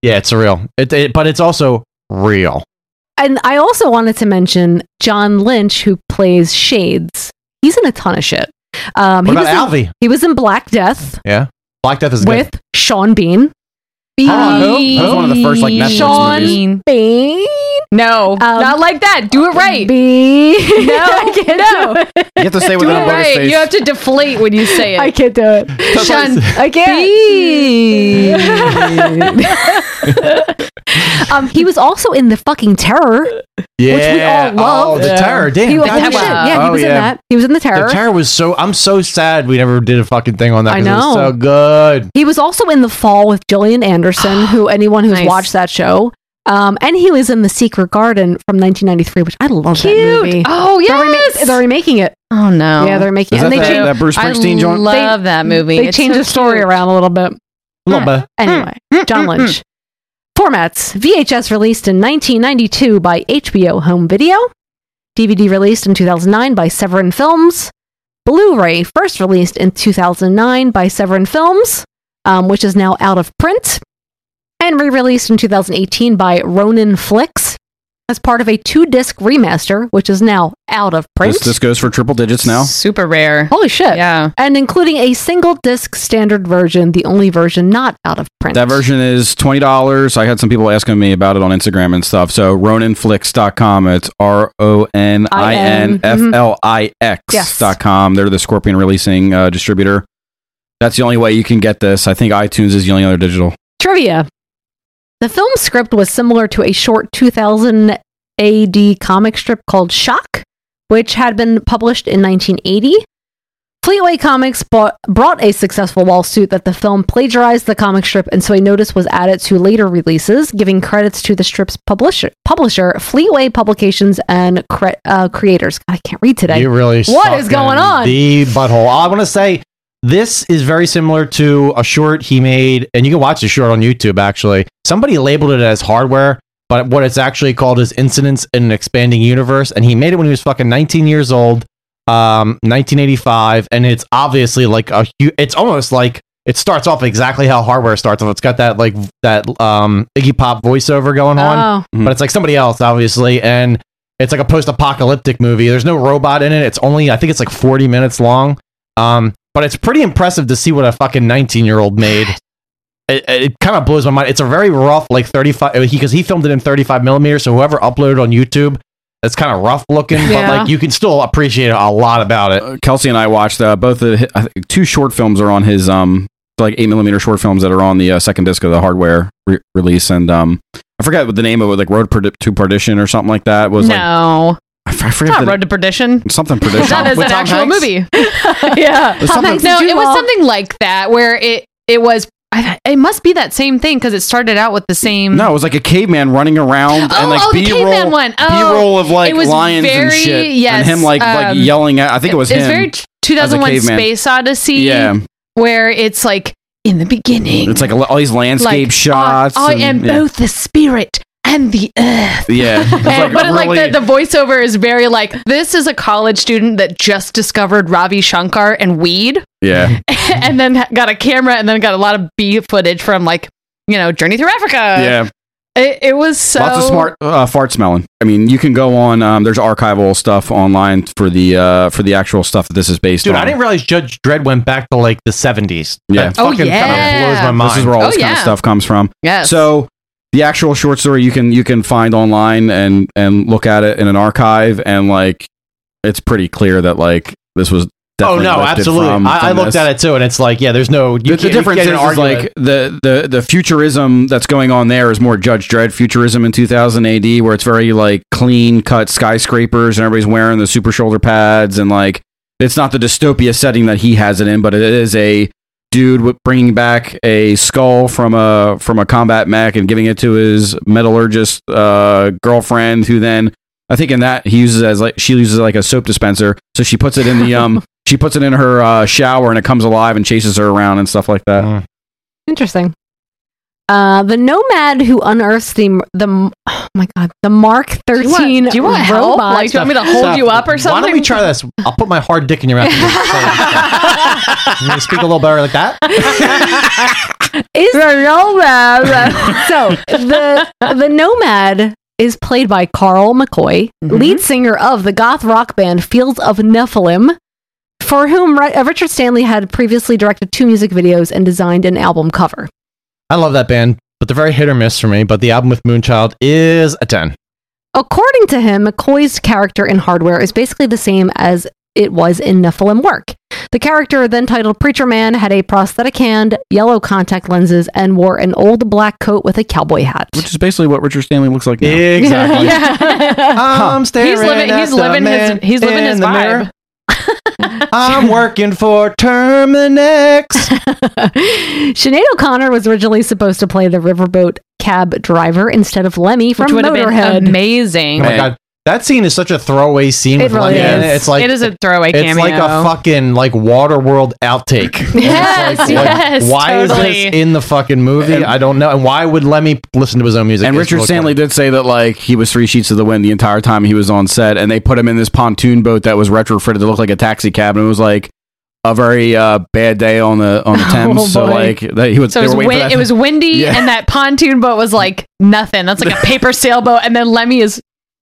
Speaker 10: Yeah, it's surreal. It, it, but it's also real.
Speaker 3: And I also wanted to mention John Lynch, who plays Shades. He's in a ton of shit. Um,
Speaker 10: What
Speaker 3: he
Speaker 10: about
Speaker 3: was in-
Speaker 10: Alfie?
Speaker 3: He was in Black Death
Speaker 10: Yeah, Black Death is
Speaker 3: with
Speaker 10: good.
Speaker 3: Sean Bean.
Speaker 8: Hold on, who? That was one of the first, like, Netflix
Speaker 3: Sean
Speaker 8: movies.
Speaker 3: Bean. Um,
Speaker 8: No, not like that. Do it right.
Speaker 3: Bean.
Speaker 8: No, no.
Speaker 11: You have to say
Speaker 8: Do
Speaker 11: with
Speaker 8: it
Speaker 11: an unbothered
Speaker 8: right.
Speaker 11: face.
Speaker 8: You have to deflate when you say it.
Speaker 3: I can't do it.
Speaker 8: Sean,
Speaker 3: I can't. um, he was also in the fucking Terror.
Speaker 10: Yeah.
Speaker 3: Which we all loved.
Speaker 10: Oh, the Terror. Damn.
Speaker 3: He was,
Speaker 10: God,
Speaker 3: holy
Speaker 10: yeah.
Speaker 3: shit, yeah, he
Speaker 10: Oh,
Speaker 3: was in that. He was in the Terror.
Speaker 10: The Terror was so. I'm so sad we never did a fucking thing on that.
Speaker 3: I
Speaker 10: 'cause It was
Speaker 3: know.
Speaker 10: so good.
Speaker 3: He was also in The Fall with Gillian Anderson, who anyone who's
Speaker 8: Nice.
Speaker 3: watched that show. Um, and he was in The Secret Garden from 1993, which I love that movie.
Speaker 8: Oh
Speaker 3: They're rema-
Speaker 8: yes.
Speaker 3: they're remaking it.
Speaker 8: Oh no.
Speaker 3: Yeah, they're making
Speaker 8: Is
Speaker 3: it.
Speaker 8: that that-
Speaker 3: changed-
Speaker 8: that Bruce Springsteen I joint? love
Speaker 3: They-
Speaker 8: that movie.
Speaker 3: They
Speaker 8: It's
Speaker 3: changed
Speaker 8: so
Speaker 3: the story around a little bit.
Speaker 10: A little bit.
Speaker 3: Hmm.
Speaker 10: Hmm.
Speaker 3: Anyway, John Lynch. Formats VHS released in 1992 by HBO Home Video, DVD released in 2009 by Severin Films, Blu ray first released in 2009 by Severin Films, um, which is now out of print, and re released in 2018 by Ronin Flicks as part of a two disc remaster, which is now out of print.
Speaker 11: This, this goes for triple digits now.
Speaker 8: Super rare.
Speaker 3: Holy shit.
Speaker 8: Yeah.
Speaker 3: And including a single disc standard version, the only version not out of print.
Speaker 11: That version is twenty dollars. I had some people asking me about it on Instagram and stuff. So roninflix.com. It's R O N I N F L I X
Speaker 3: Yes.
Speaker 11: dot com. They're the Scorpion releasing uh, distributor. That's the only way you can get this. I think iTunes is the only other digital.
Speaker 3: Trivia. The film script was similar to a short 2000 AD comic strip called Shock, which had been published in 1980. Fleetway Comics bought, brought a successful lawsuit that the film plagiarized the comic strip, and so a notice was added to later releases, giving credits to the strip's publisher, publisher Fleetway Publications, and cre- uh, creators. God, I can't read today.
Speaker 10: You really.
Speaker 3: What
Speaker 10: suck
Speaker 3: is going
Speaker 10: in
Speaker 3: on?
Speaker 10: The butthole. I want to say this is very similar to a short he made, and you can watch the short on YouTube. Actually, somebody labeled it as hardware, but what it's actually called is incidents in an expanding universe. And he made it when he was fucking 19 years old, um, 1985, and it's obviously like a. Hu- it's almost like. It starts off exactly how hardware starts off. It's got that like that um Iggy Pop voiceover going on,
Speaker 3: Oh.
Speaker 10: but it's like somebody else, obviously, and it's like a post-apocalyptic movie. There's no robot in it. It's only I think it's like 40 minutes long. Um, but it's pretty impressive to see what a fucking 19-year-old made. It, it kind of blows my mind. It's a very rough, like 35 because he, filmed it in 35 millimeter. So whoever uploaded on YouTube, it's kind of rough looking,
Speaker 11: Yeah.
Speaker 10: but like you can still appreciate a lot about it.
Speaker 11: Kelsey and I watched uh, both of the, I think two short films are on his um like eight millimeter short films that are on the uh, second disc of the hardware re- release, and um I forget what the name of it like Road Perdi- to Perdition or something like that was. Like,
Speaker 8: no.
Speaker 11: I, f- I
Speaker 8: It's
Speaker 11: forget
Speaker 8: not
Speaker 11: the-
Speaker 8: Road to Perdition.
Speaker 11: something Perdition.
Speaker 8: That is an actual movie. yeah.
Speaker 11: There's Tom something- Hanks
Speaker 8: no,
Speaker 11: and Jude
Speaker 8: it was
Speaker 11: Law.
Speaker 8: something like that where it it was. I, it must be that same thing because it started out with the same.
Speaker 11: No, it was like a caveman running around
Speaker 8: Oh,
Speaker 11: and like
Speaker 8: oh, the
Speaker 11: B roll,
Speaker 8: caveman one. Oh,
Speaker 11: B roll of like
Speaker 8: it was
Speaker 11: lions and
Speaker 8: very-
Speaker 11: shit,
Speaker 8: yes,
Speaker 11: and him like like
Speaker 8: um,
Speaker 11: yelling at. I think it was
Speaker 8: It's
Speaker 11: him.
Speaker 8: very
Speaker 11: as a
Speaker 8: 2001
Speaker 11: caveman.
Speaker 8: Space Odyssey.
Speaker 11: Yeah.
Speaker 8: Where it's like in the beginning.
Speaker 11: It's like all these landscape
Speaker 8: like,
Speaker 11: shots.
Speaker 8: I
Speaker 11: and-
Speaker 8: am
Speaker 11: yeah.
Speaker 8: both the spirit and the earth.
Speaker 11: Yeah, It's
Speaker 8: And- but
Speaker 11: really-
Speaker 8: like the, the voiceover is very like this is a college student that just discovered Ravi Shankar and weed,
Speaker 11: yeah.
Speaker 8: and then ha- got a camera, and then got a lot of B footage from like you know Journey Through Africa.
Speaker 11: yeah.
Speaker 8: it, it was uh, so
Speaker 11: Lots of smart uh, fart smelling. I mean, you can go on. Um, there's archival stuff online for the uh, for the actual stuff that this is based
Speaker 10: Dude,
Speaker 11: on.
Speaker 10: I didn't realize Judge Dredd went back to like the 70s.
Speaker 11: Yeah.
Speaker 10: That
Speaker 8: Oh,
Speaker 10: fucking kind of blows my mind.
Speaker 11: This is where all this kind of stuff comes from.
Speaker 10: Yes.
Speaker 11: So the actual short story you can you can find online and and look at it in an archive and like it's pretty clear that like this was
Speaker 10: oh no, absolutely.
Speaker 11: from-
Speaker 10: I, I
Speaker 11: from
Speaker 10: looked
Speaker 11: this.
Speaker 10: at it too, and it's like, yeah, there's no. You
Speaker 11: The, the
Speaker 10: can't- you
Speaker 11: difference
Speaker 10: can't
Speaker 11: is,
Speaker 10: even
Speaker 11: is
Speaker 10: argue
Speaker 11: like
Speaker 10: it.
Speaker 11: the, the the futurism that's going on there is more Judge Dredd futurism in 2000 AD, where it's very like clean cut skyscrapers and everybody's wearing the super shoulder pads and like it's not the dystopia setting that he has it in, but it is a dude with bringing back a skull from a from a combat mech and giving it to his metallurgist uh, girlfriend, who then I think in that he uses it as like she uses it like a soap dispenser, so she puts it in the um. She puts it in her uh, shower and it comes alive and chases her around and stuff like that.
Speaker 3: Interesting. Uh, the nomad who unearths the the oh my god the Mark thirteen
Speaker 8: do you want help?
Speaker 3: robot.
Speaker 8: Like, do you want me to hold you up or
Speaker 10: Why don't
Speaker 8: something?
Speaker 10: we try this? I'll put my hard dick in your mouth. Can you speak a little better like that?
Speaker 3: is the nomad. so the the nomad is played by Carl McCoy, lead singer of the goth rock band Fields of Nephilim, for whom Ri- uh, Richard Stanley had previously directed two music videos and designed an album cover.
Speaker 10: I love that band, but they're very hit or miss for me. But the album with Moonchild is a ten.
Speaker 3: According to him, McCoy's character in Hardware is basically the same as it was in Nephilim work. The character, then titled Preacher Man, had a prosthetic hand, yellow contact lenses, and wore an old black coat with a cowboy hat.
Speaker 11: Which is basically what Richard Stanley looks like now.
Speaker 10: Exactly.
Speaker 3: I'm
Speaker 8: he's living. He's living his. He's living his vibe.
Speaker 10: I'm working for Terminex.
Speaker 3: Sinead O'Connor was originally supposed to play the riverboat cab driver instead of Lemmy from
Speaker 8: Which would have been
Speaker 3: Motorhead.
Speaker 8: amazing.
Speaker 10: Oh my god, that scene is such a throwaway scene.
Speaker 3: It
Speaker 10: with
Speaker 3: really
Speaker 10: Lemmy in
Speaker 3: is.
Speaker 10: It's like
Speaker 8: It is a throwaway
Speaker 10: It's like
Speaker 8: cameo.
Speaker 10: a fucking like Waterworld outtake. It's
Speaker 8: Yes,
Speaker 10: like,
Speaker 8: yes,
Speaker 10: Why
Speaker 8: totally.
Speaker 10: is this in the fucking movie?
Speaker 11: And-
Speaker 10: I don't know. And why would Lemmy listen to his own music?
Speaker 11: And
Speaker 10: It's
Speaker 11: Richard
Speaker 10: real
Speaker 11: Stanley did say that like he was three sheets to the wind the entire time he was on set, and they put him in this pontoon boat that was retrofitted to look like a taxi cab, and it was like a very uh, bad day on the on the
Speaker 3: Oh,
Speaker 11: Thames. so
Speaker 8: Oh, boy.
Speaker 11: like they, he was,
Speaker 8: So
Speaker 11: they
Speaker 8: it was,
Speaker 11: were waiting for
Speaker 8: win-
Speaker 11: that-
Speaker 8: it was windy,
Speaker 11: Yeah.
Speaker 8: and that pontoon boat was like nothing. That's like a paper sailboat, and then Lemmy is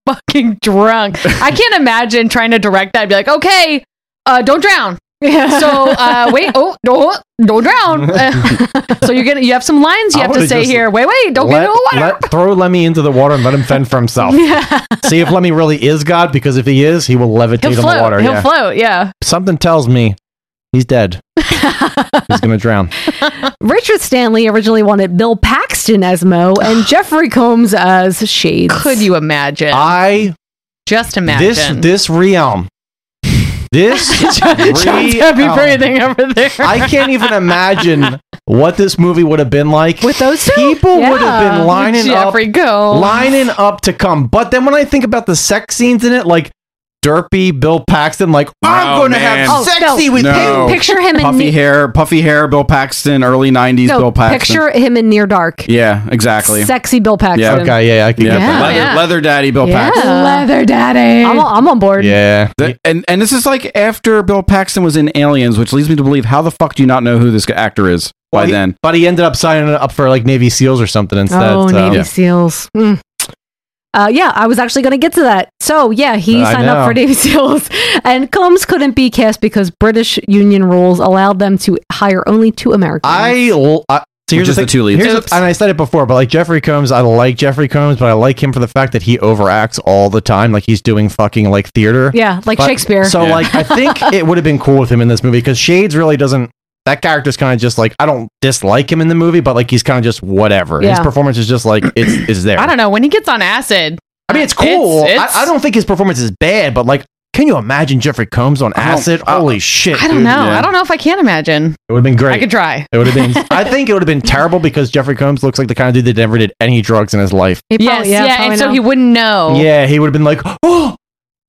Speaker 8: fucking drunk. I can't imagine trying to direct that. I'd be like, okay, uh, don't drown.
Speaker 3: Yeah.
Speaker 8: So uh, wait, oh, don't, don't drown. Uh, so you're gonna, you have some lines you
Speaker 10: I
Speaker 8: have to
Speaker 10: would've
Speaker 8: say
Speaker 10: just
Speaker 8: here. Wait, wait, don't get
Speaker 10: let,
Speaker 8: no water.
Speaker 10: let- throw Lemmy into the water and let him fend for himself. See if Lemmy really is God, because if he is, he will levitate
Speaker 8: He'll
Speaker 10: on
Speaker 8: float.
Speaker 10: the water.
Speaker 8: He'll
Speaker 10: yeah.
Speaker 8: float. Yeah.
Speaker 10: Something tells me he's dead. he's gonna drown.
Speaker 3: Richard Stanley originally wanted Bill Paxton as Mo and Jeffrey Combs as Shades.
Speaker 8: Could you imagine?
Speaker 10: I
Speaker 8: just imagine
Speaker 10: This this realm. This
Speaker 8: John's heavy
Speaker 10: realm.
Speaker 8: breathing over there.
Speaker 10: I can't even imagine what this movie would have been like. With those people would have
Speaker 8: Yeah.
Speaker 10: been lining
Speaker 8: Jeffrey
Speaker 10: up
Speaker 8: Combs.
Speaker 10: lining up to come. But then when I think about the sex scenes in it, like Derpy Bill Paxton, like I'm
Speaker 11: Oh,
Speaker 10: gonna
Speaker 11: man.
Speaker 10: have sexy with
Speaker 11: No.
Speaker 3: Picture him in
Speaker 11: puffy
Speaker 3: the-
Speaker 11: hair, puffy hair, Bill Paxton, early '90s
Speaker 3: No,
Speaker 11: Bill Paxton.
Speaker 3: picture him in Near Dark.
Speaker 11: yeah, exactly.
Speaker 3: Sexy Bill Paxton.
Speaker 11: Yeah,
Speaker 10: okay, yeah, I
Speaker 11: can
Speaker 3: get that.
Speaker 11: Leather,
Speaker 3: Yeah.
Speaker 11: leather daddy Bill
Speaker 3: Yeah.
Speaker 11: Paxton.
Speaker 3: Leather Daddy. I'm, I'm on board.
Speaker 10: Yeah.
Speaker 11: and and this is like after Bill Paxton was in Aliens, which leads me to believe how the fuck do you not know who this actor is by
Speaker 10: Well, he-
Speaker 11: then?
Speaker 10: But he ended up signing up for like Navy SEALs or something instead.
Speaker 3: oh,
Speaker 10: so-
Speaker 3: Navy SEALs. Mm. Uh, yeah, I was actually going to get to that. So, yeah, he
Speaker 10: I
Speaker 3: signed up
Speaker 10: know.
Speaker 3: for Navy SEALs, and Combs couldn't be cast because British Union rules allowed them to hire only two Americans.
Speaker 10: I, l- I- so here's
Speaker 11: Which is
Speaker 10: the,
Speaker 11: the two leads.
Speaker 10: Here's the- and I said it before, but like Jeffrey Combs, I like Jeffrey Combs, but I like him for the fact that he overacts all the time. Like he's doing fucking like theater.
Speaker 3: Yeah, like
Speaker 10: But-
Speaker 3: Shakespeare.
Speaker 10: So
Speaker 3: Yeah.
Speaker 10: like I think it would have been cool with him in this movie because Shades really doesn't. That character's kind of just like I don't dislike him in the movie, but like he's kind of just whatever. His
Speaker 8: Yeah.
Speaker 10: performance is just like it's is there.
Speaker 8: I don't know when he gets on acid.
Speaker 10: I mean, it's cool. I, I don't think his performance is bad, but like, can you imagine Jeffrey Combs on acid? Holy shit!
Speaker 8: I don't
Speaker 10: dude.
Speaker 8: know. I don't know if I can imagine.
Speaker 10: It would have been great.
Speaker 8: I could try.
Speaker 10: It would have been. I think it would have been terrible because Jeffrey Combs looks like the kind of dude that never did any drugs in his life.
Speaker 8: He
Speaker 3: prob-
Speaker 8: yes,
Speaker 3: yeah,
Speaker 8: yeah,
Speaker 3: probably
Speaker 8: and so
Speaker 3: not.
Speaker 8: he wouldn't know.
Speaker 10: Yeah, he would have been like, oh,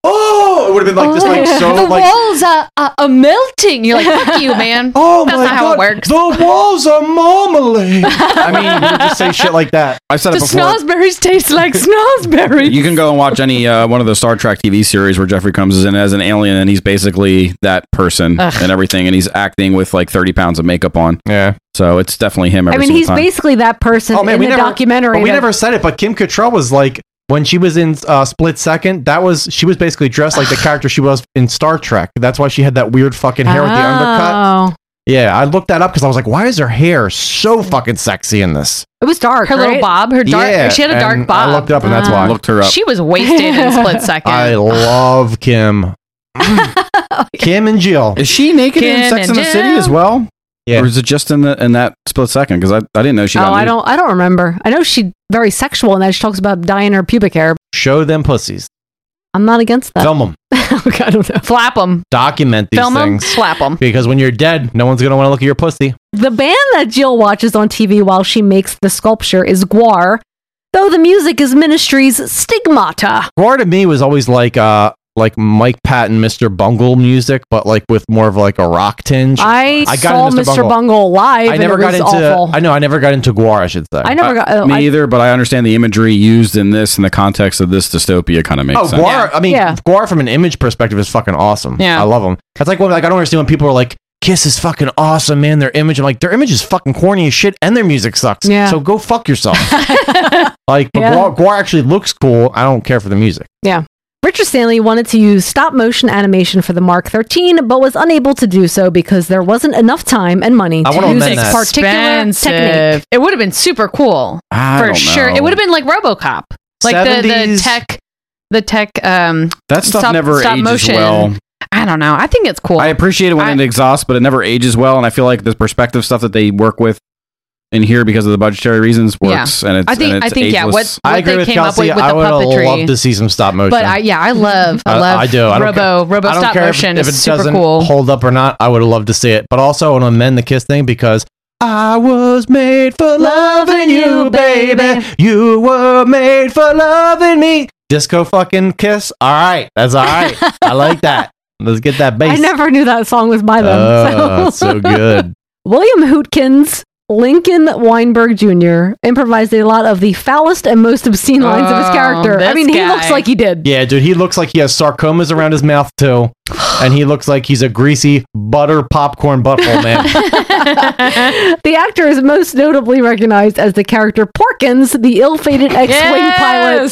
Speaker 10: oh, it would have been like this, like so,
Speaker 8: the
Speaker 10: like
Speaker 8: walls are, are, are melting. You're like, fuck you, man.
Speaker 10: oh
Speaker 8: That's
Speaker 10: my
Speaker 8: not how
Speaker 10: god,
Speaker 8: it works.
Speaker 10: the walls are marmalade. I
Speaker 11: mean,
Speaker 10: he would just say shit like that.
Speaker 11: I said
Speaker 8: The
Speaker 11: it before.
Speaker 8: snozberries taste like snozberries.
Speaker 11: You can go and watch any uh, one of the Star Trek TV series where Jeffrey Combs is in as an alien, and he's basically that person
Speaker 3: Ugh.
Speaker 11: and everything, and he's acting with like thirty pounds of makeup on.
Speaker 10: Yeah,
Speaker 11: so it's definitely him. Every
Speaker 3: I mean,
Speaker 11: single
Speaker 3: he's
Speaker 11: time.
Speaker 3: basically that person
Speaker 10: Oh man,
Speaker 3: in
Speaker 10: we
Speaker 3: the
Speaker 10: never
Speaker 3: documentary.
Speaker 10: But we
Speaker 3: that-
Speaker 10: never said it, but Kim Cattrall was like when she was in uh, Split Second. That was she was basically dressed like the character she was in Star Trek. That's why she had that weird fucking hair with the
Speaker 8: Ah.
Speaker 10: undercut.
Speaker 3: Oh.
Speaker 10: Yeah, I looked that up because I was like, why is her hair so fucking sexy in this?
Speaker 3: It was dark.
Speaker 8: Her little
Speaker 3: right?
Speaker 8: bob, her dark.
Speaker 10: Yeah,
Speaker 8: she had a dark Ah.
Speaker 10: and
Speaker 8: bob.
Speaker 10: I looked it up, and that's why
Speaker 11: looked her
Speaker 8: She was wasted in split second.
Speaker 10: I love Kim. Kim and Jill.
Speaker 11: Is she naked in
Speaker 8: Kim
Speaker 11: Sex in
Speaker 8: and
Speaker 11: the City
Speaker 8: Jill.
Speaker 11: as well? Yeah. Or is it just in the in that split second? Because I, I didn't know she.
Speaker 3: oh,
Speaker 11: got
Speaker 3: I
Speaker 11: naked.
Speaker 3: don't. I don't remember. I know she's very sexual, and that she talks about dyeing her pubic hair.
Speaker 10: Show them pussies.
Speaker 3: I'm not against that.
Speaker 10: Film them.
Speaker 3: I don't know.
Speaker 8: Flap them.
Speaker 10: Document these
Speaker 3: Film 'em,
Speaker 10: things.
Speaker 8: slap 'em.
Speaker 10: Because when you're dead, no one's going to want to look at your pussy.
Speaker 3: The band that Jill watches on TV while she makes the sculpture is Guar, though the music is Ministry's Stigmata.
Speaker 10: Roar to me was always like uh like Mike Patton, Mr. Bungle music, but like with more of like a rock tinge.
Speaker 3: I, saw Mr. Bungle, live.
Speaker 10: I never
Speaker 3: and it
Speaker 10: got
Speaker 3: was
Speaker 10: into.
Speaker 3: awful.
Speaker 10: I know I never got into Guar. I should say.
Speaker 3: I never got. oh,
Speaker 11: Uh, Me
Speaker 3: I-
Speaker 11: either, but I understand the imagery used in this and the context of this dystopia kind of makes
Speaker 10: oh,
Speaker 11: sense.
Speaker 10: Guar. I mean,
Speaker 3: Yeah.
Speaker 10: Guar from an image perspective is fucking awesome.
Speaker 3: Yeah.
Speaker 10: I love them. That's like when like I don't understand when people are like. Kiss is fucking awesome, man. Their image, I'm like, their image is fucking corny as shit, and their music sucks.
Speaker 3: Yeah.
Speaker 10: So go fuck yourself. like, but
Speaker 3: Yeah.
Speaker 10: Guar, Guar actually looks cool. I don't care for the music.
Speaker 3: Yeah. Richard Stanley wanted to use stop motion animation for the Mark 13, but was unable to do so because there wasn't enough time and money
Speaker 10: I
Speaker 3: to
Speaker 10: wanna
Speaker 3: use
Speaker 10: amend
Speaker 3: this
Speaker 10: that.
Speaker 3: particular technique.
Speaker 8: Expensive. It would have been super cool
Speaker 11: I
Speaker 8: for
Speaker 11: don't
Speaker 8: sure.
Speaker 11: know.
Speaker 8: It would have been like RoboCop, like the, the
Speaker 11: 70s.
Speaker 8: tech, the tech. Um,
Speaker 11: That stuff never ages well.
Speaker 8: I don't know. I think it's cool.
Speaker 11: I appreciate it when it exhausts, but it never ages well. And I feel like the perspective stuff that they work with in here because of the budgetary reasons works.
Speaker 8: Yeah.
Speaker 11: And it's
Speaker 8: I think-
Speaker 11: and
Speaker 8: I
Speaker 11: it's
Speaker 8: think, yeah,
Speaker 11: ageless.
Speaker 8: what- I what agree they with came up Kelsey. with with the
Speaker 10: I would
Speaker 8: puppetry.
Speaker 10: love to see some stop motion.
Speaker 8: but I, yeah, I love, I love.
Speaker 10: do. I don't care-
Speaker 8: Robo, Robo
Speaker 10: I don't
Speaker 8: stop
Speaker 10: care if-
Speaker 8: motion.
Speaker 10: If,
Speaker 8: is
Speaker 10: it
Speaker 8: super
Speaker 10: doesn't
Speaker 8: cool.
Speaker 10: hold up or not, I would love to see it. But also, I want to amend the kiss thing because I was made for loving you, baby. You were made for loving me. Disco fucking kiss. All right, that's all right. I like that. Let's get that
Speaker 3: I
Speaker 10: bass.
Speaker 3: never knew that song was by them.
Speaker 10: Oh, that's so good.
Speaker 3: William Hootkins, Lincoln Weinberg Jr., improvised a lot of the foulest and most obscene lines of his
Speaker 8: Oh,
Speaker 3: character. I
Speaker 8: this
Speaker 3: mean, he
Speaker 8: guy.
Speaker 3: looks like he did.
Speaker 10: Yeah, dude, he looks like he has sarcomas around his mouth too, and he looks like he's a greasy butter popcorn butthole man.
Speaker 3: the actor is most notably recognized as the character Porkins, the ill-fated ex-wing
Speaker 8: Yes!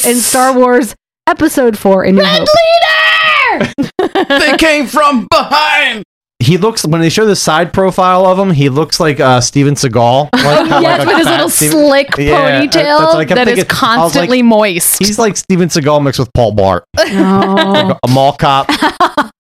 Speaker 3: pilot in Star Wars Episode Four. In New Hope.
Speaker 15: they came from behind.
Speaker 10: he looks when they show the side profile of him. He looks like uh, Steven Seagal. Like,
Speaker 8: Oh, yes,
Speaker 10: a
Speaker 8: with his
Speaker 10: fat
Speaker 8: little
Speaker 10: Steven-
Speaker 8: slick
Speaker 10: Yeah, I- that's what I
Speaker 8: ponytail
Speaker 10: kept
Speaker 8: that
Speaker 10: thinking. I
Speaker 8: is
Speaker 10: was like,
Speaker 8: constantly moist.
Speaker 10: He's like Steven Seagal mixed with Paul Blart, Like a mall cop.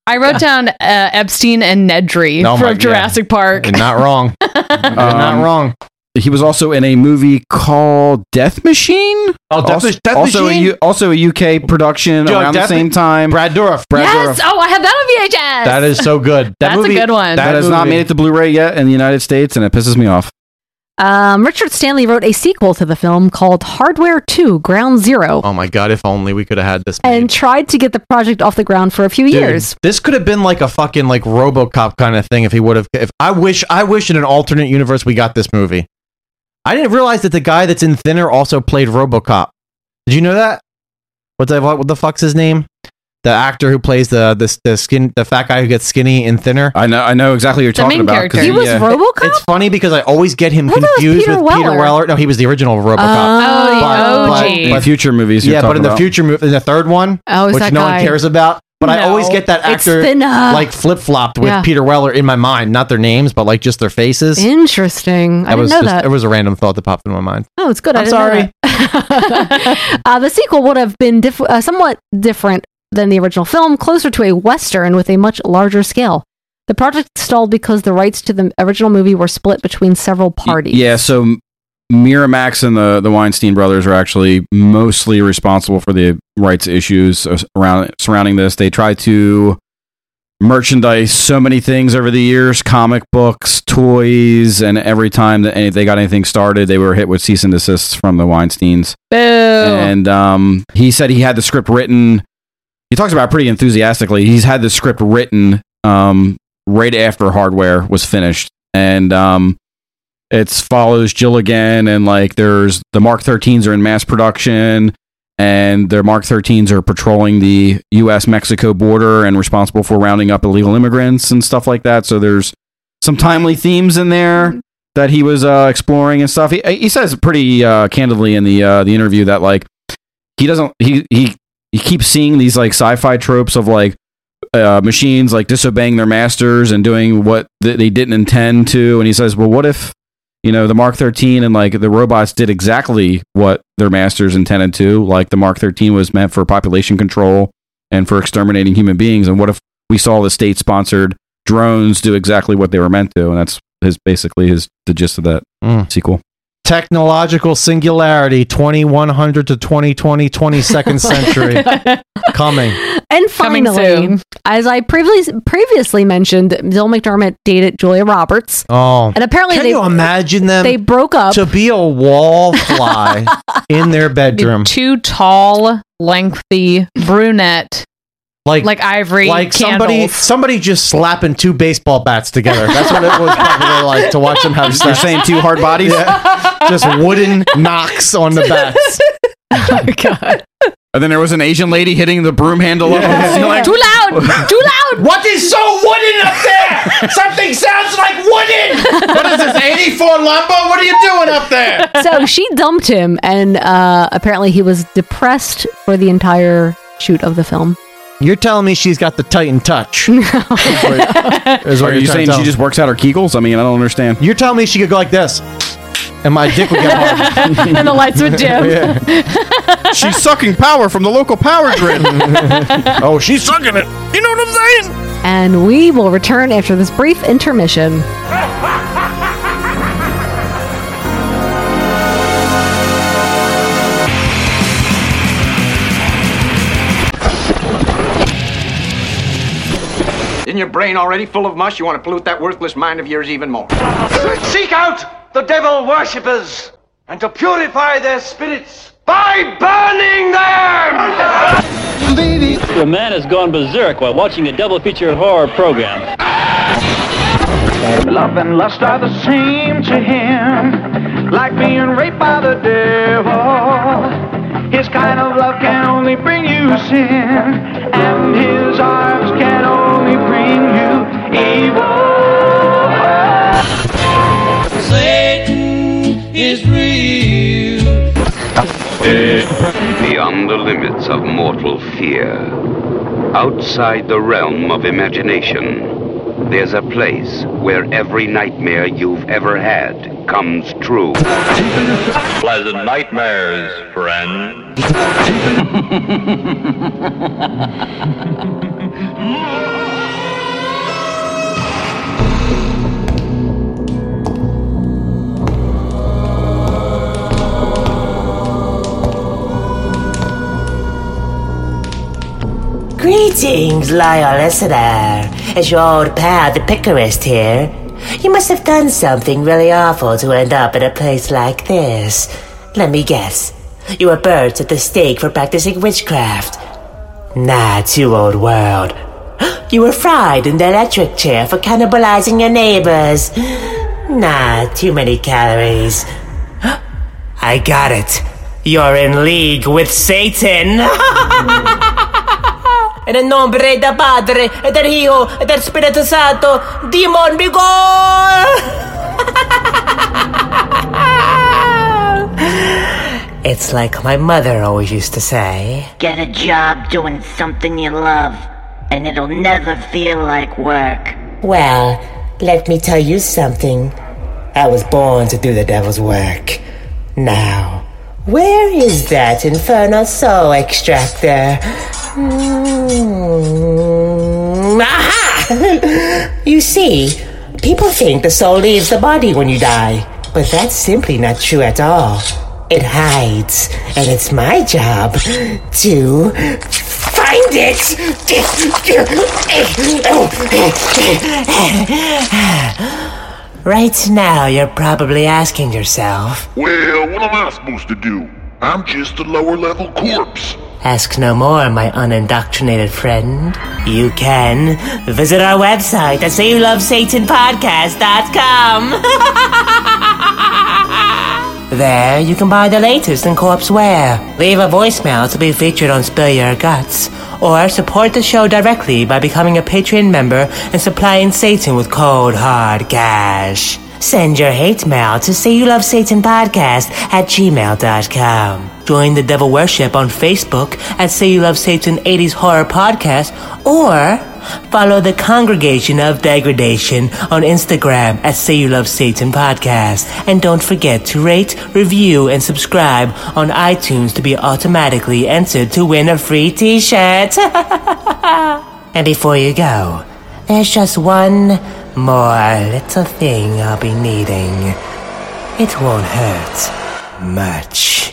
Speaker 8: I wrote down uh, Epstein and Nedry
Speaker 10: Oh my- yeah.
Speaker 8: from Jurassic Park.
Speaker 10: You're not wrong. You're not
Speaker 11: Um,
Speaker 10: wrong.
Speaker 11: He was also in a movie called Death Machine.
Speaker 10: Oh, Death
Speaker 11: also,
Speaker 10: Mach- Death
Speaker 11: also
Speaker 10: Machine?
Speaker 11: A U, also a UK production
Speaker 10: Yo,
Speaker 11: around the
Speaker 10: Death-
Speaker 11: same time.
Speaker 10: Brad Dourif.
Speaker 11: Brad
Speaker 8: Yes.
Speaker 11: Dourif.
Speaker 8: Oh, I have that on VHS.
Speaker 10: That is so good. That
Speaker 8: That's a
Speaker 10: movie,
Speaker 8: good one.
Speaker 11: That, has not
Speaker 10: movie-
Speaker 11: made it to Blu-ray yet in the United States, and it pisses me off.
Speaker 3: Um, Richard Stanley wrote a sequel to the film called Hardware Two: Ground Zero,
Speaker 10: Oh my god! If only we could have had this.
Speaker 3: and tried to get the project off the ground for a few
Speaker 10: Dude,
Speaker 3: years.
Speaker 10: This could have been like a fucking like RoboCop kind of thing if he would have. If I wish, I wish in an alternate universe we got this movie. I didn't realize that the guy that's in Thinner also played RoboCop. Did you know that? What the what the fuck's his name? The actor who plays the the, the skin the fat guy who gets skinny and thinner.
Speaker 11: I know, I know exactly what you're
Speaker 10: The
Speaker 11: talking
Speaker 10: main
Speaker 11: about. 'cause
Speaker 10: character.
Speaker 11: uh,
Speaker 10: He was
Speaker 3: RoboCop.
Speaker 10: It's funny because I always get him
Speaker 3: I thought it was
Speaker 10: confused
Speaker 3: Peter
Speaker 10: with Peter
Speaker 3: Weller.
Speaker 10: Weller. No, he was the original RoboCop.
Speaker 8: Oh,
Speaker 10: But-
Speaker 8: the
Speaker 10: but-
Speaker 8: OG.
Speaker 11: in future movies. You're
Speaker 10: yeah, but
Speaker 11: talking
Speaker 10: in the
Speaker 11: about.
Speaker 10: future movie, in the third one,
Speaker 3: Oh, is
Speaker 10: which
Speaker 3: that
Speaker 10: no
Speaker 3: guy-
Speaker 10: one cares about. But I
Speaker 3: No.
Speaker 10: always get that
Speaker 3: It's
Speaker 10: actor
Speaker 3: Finna.
Speaker 10: like flip flopped with
Speaker 3: Yeah.
Speaker 10: Peter Weller in my mind, not their names, but like just their faces.
Speaker 3: Interesting. I
Speaker 10: That
Speaker 3: didn't
Speaker 10: was
Speaker 3: know
Speaker 10: just-
Speaker 3: that.
Speaker 10: It was a random thought that popped into my mind.
Speaker 3: Oh, it's good. I
Speaker 10: I'm
Speaker 3: didn't know that. uh, the sequel would have been diff- uh, somewhat different than the original film, closer to a Western with a much larger scale. The project stalled because the rights to the original movie were split between several parties.
Speaker 11: Yeah, so M- Miramax and the the Weinstein brothers are actually mostly responsible for the rights issues as- around surrounding this. They try to merchandise so many things over the years, comic books, toys, and every time that any, they got anything started, they were hit with cease and desists from the Weinsteins.
Speaker 8: Boo. Oh.
Speaker 11: And um, he said he had the script written. He talks about it pretty enthusiastically. He's had the script written um, right after Hardware was finished, and um, it follows Jill again. And like, there's the Mark 13s are in mass production, and their Mark 13s are patrolling the U.S. Mexico border and responsible for rounding up illegal immigrants and stuff like that. So there's some timely themes in there that he was uh, exploring and stuff. He, he says pretty uh, candidly in the uh, the interview that like he doesn't he he he keeps seeing these like sci-fi tropes of like uh, machines like disobeying their masters and doing what th- they didn't intend to and he says well what if you know the mark 13 and like the robots did exactly what their masters intended to like the mark 13 was meant for population control and for exterminating human beings and what if we saw the state sponsored drones do exactly what they were meant to, and that's his basically his the gist of that sequel.
Speaker 10: Technological singularity, 2100 to 2020, 22nd
Speaker 3: Oh
Speaker 10: century coming.
Speaker 3: And
Speaker 8: Coming
Speaker 3: finally,
Speaker 8: soon.
Speaker 3: as I previously previously mentioned, Bill McDermott dated Julia Roberts.
Speaker 10: Oh,
Speaker 3: And apparently
Speaker 10: can
Speaker 3: they-
Speaker 10: you imagine them?
Speaker 3: they broke up.
Speaker 10: to be a wallfly in their bedroom,
Speaker 8: Too tall, lengthy, brunette,
Speaker 10: like
Speaker 8: like ivory,
Speaker 10: like somebody
Speaker 8: candles.
Speaker 10: somebody just slapping two baseball bats together. That's what it was probably like to watch them have sex.
Speaker 11: You're saying two hard bodies?
Speaker 10: Yeah. just wooden knocks on the bats.
Speaker 11: And then there was an Asian lady hitting the broom handle up on the ceiling.
Speaker 8: Too loud! Too loud!
Speaker 16: What is so wooden up there? Something sounds like wooden! What is this, 84 Lumbo? What are you doing up there?
Speaker 3: so she dumped him, and uh, apparently he was depressed for the entire shoot of the film.
Speaker 10: You're telling me she's got the Titan touch. Is
Speaker 11: Are
Speaker 10: you're
Speaker 11: you
Speaker 10: trying to
Speaker 11: saying
Speaker 10: tell
Speaker 11: she
Speaker 10: me.
Speaker 11: just works out her kegels? I mean, I don't understand.
Speaker 10: You're telling me she could go like this, and my dick would get hard,
Speaker 8: And the lights would dim.
Speaker 11: She's sucking power from the local power grid.
Speaker 10: oh, she's
Speaker 11: sucking it. You know what I'm saying?
Speaker 3: And we will return after this brief intermission.
Speaker 2: Isn't your brain already full of mush? You want to pollute that worthless mind of yours even more. Seek out the devil worshippers and to purify their spirits by burning them!
Speaker 17: The man has gone berserk while watching a double feature horror program.
Speaker 16: Love and lust are the same to him, like being raped by the devil. His kind of love can only bring you sin, and his arms can only bring you evil. Satan is real.
Speaker 18: Beyond the limits of mortal fear, outside the realm of imagination, there's a place where every nightmare you've ever had comes true. Pleasant nightmares, friend.
Speaker 19: Greetings, loyal listener. It's your old pal, the Picarist, here. You must have done something really awful to end up in a place like this. Let me guess. You were burnt at the stake for practicing witchcraft. Nah, too old world. You were fried in the electric chair for cannibalizing your neighbors. Nah, too many calories. I got it. You're in league with Satan. En nombre del Padre, e del Hijo, e del Spirito Santo, Demon be gone! It's like my mother always used to say.
Speaker 20: Get a job doing something you love, and it'll never feel like work.
Speaker 19: Well, let me tell you something. I was born to do the devil's work. Now, where is that infernal soul extractor? Hmm. Mm, aha! you see, people think the soul leaves the body when you die, but that's simply not true at all. It hides, and it's my job to find it! Right now, you're probably asking yourself,
Speaker 9: Well, what am I supposed to do? I'm just a lower level corpse.
Speaker 19: Ask no more, my unindoctrinated friend. You can visit our website at SayYouLoveSatanPodcast.com. there, you can buy the latest in corpse wear, leave a voicemail to be featured on Spill Your Guts, or support the show directly by becoming a Patreon member and supplying Satan with cold, hard cash. Send your hate mail to say you love Satan podcast at gmail.com. Join the devil worship on Facebook at say you love Satan 80s horror podcast or follow the congregation of degradation on Instagram at say you love Satan podcast. And don't forget to rate, review, and subscribe on iTunes to be automatically entered to win a free t-shirt. And before you go, there's just one more little thing I'll be needing. It won't hurt much.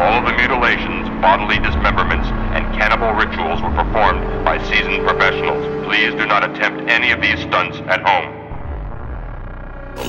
Speaker 21: All the mutilations, bodily dismemberments, and cannibal rituals were performed by seasoned professionals. Please do not attempt any of these stunts at home.
Speaker 22: A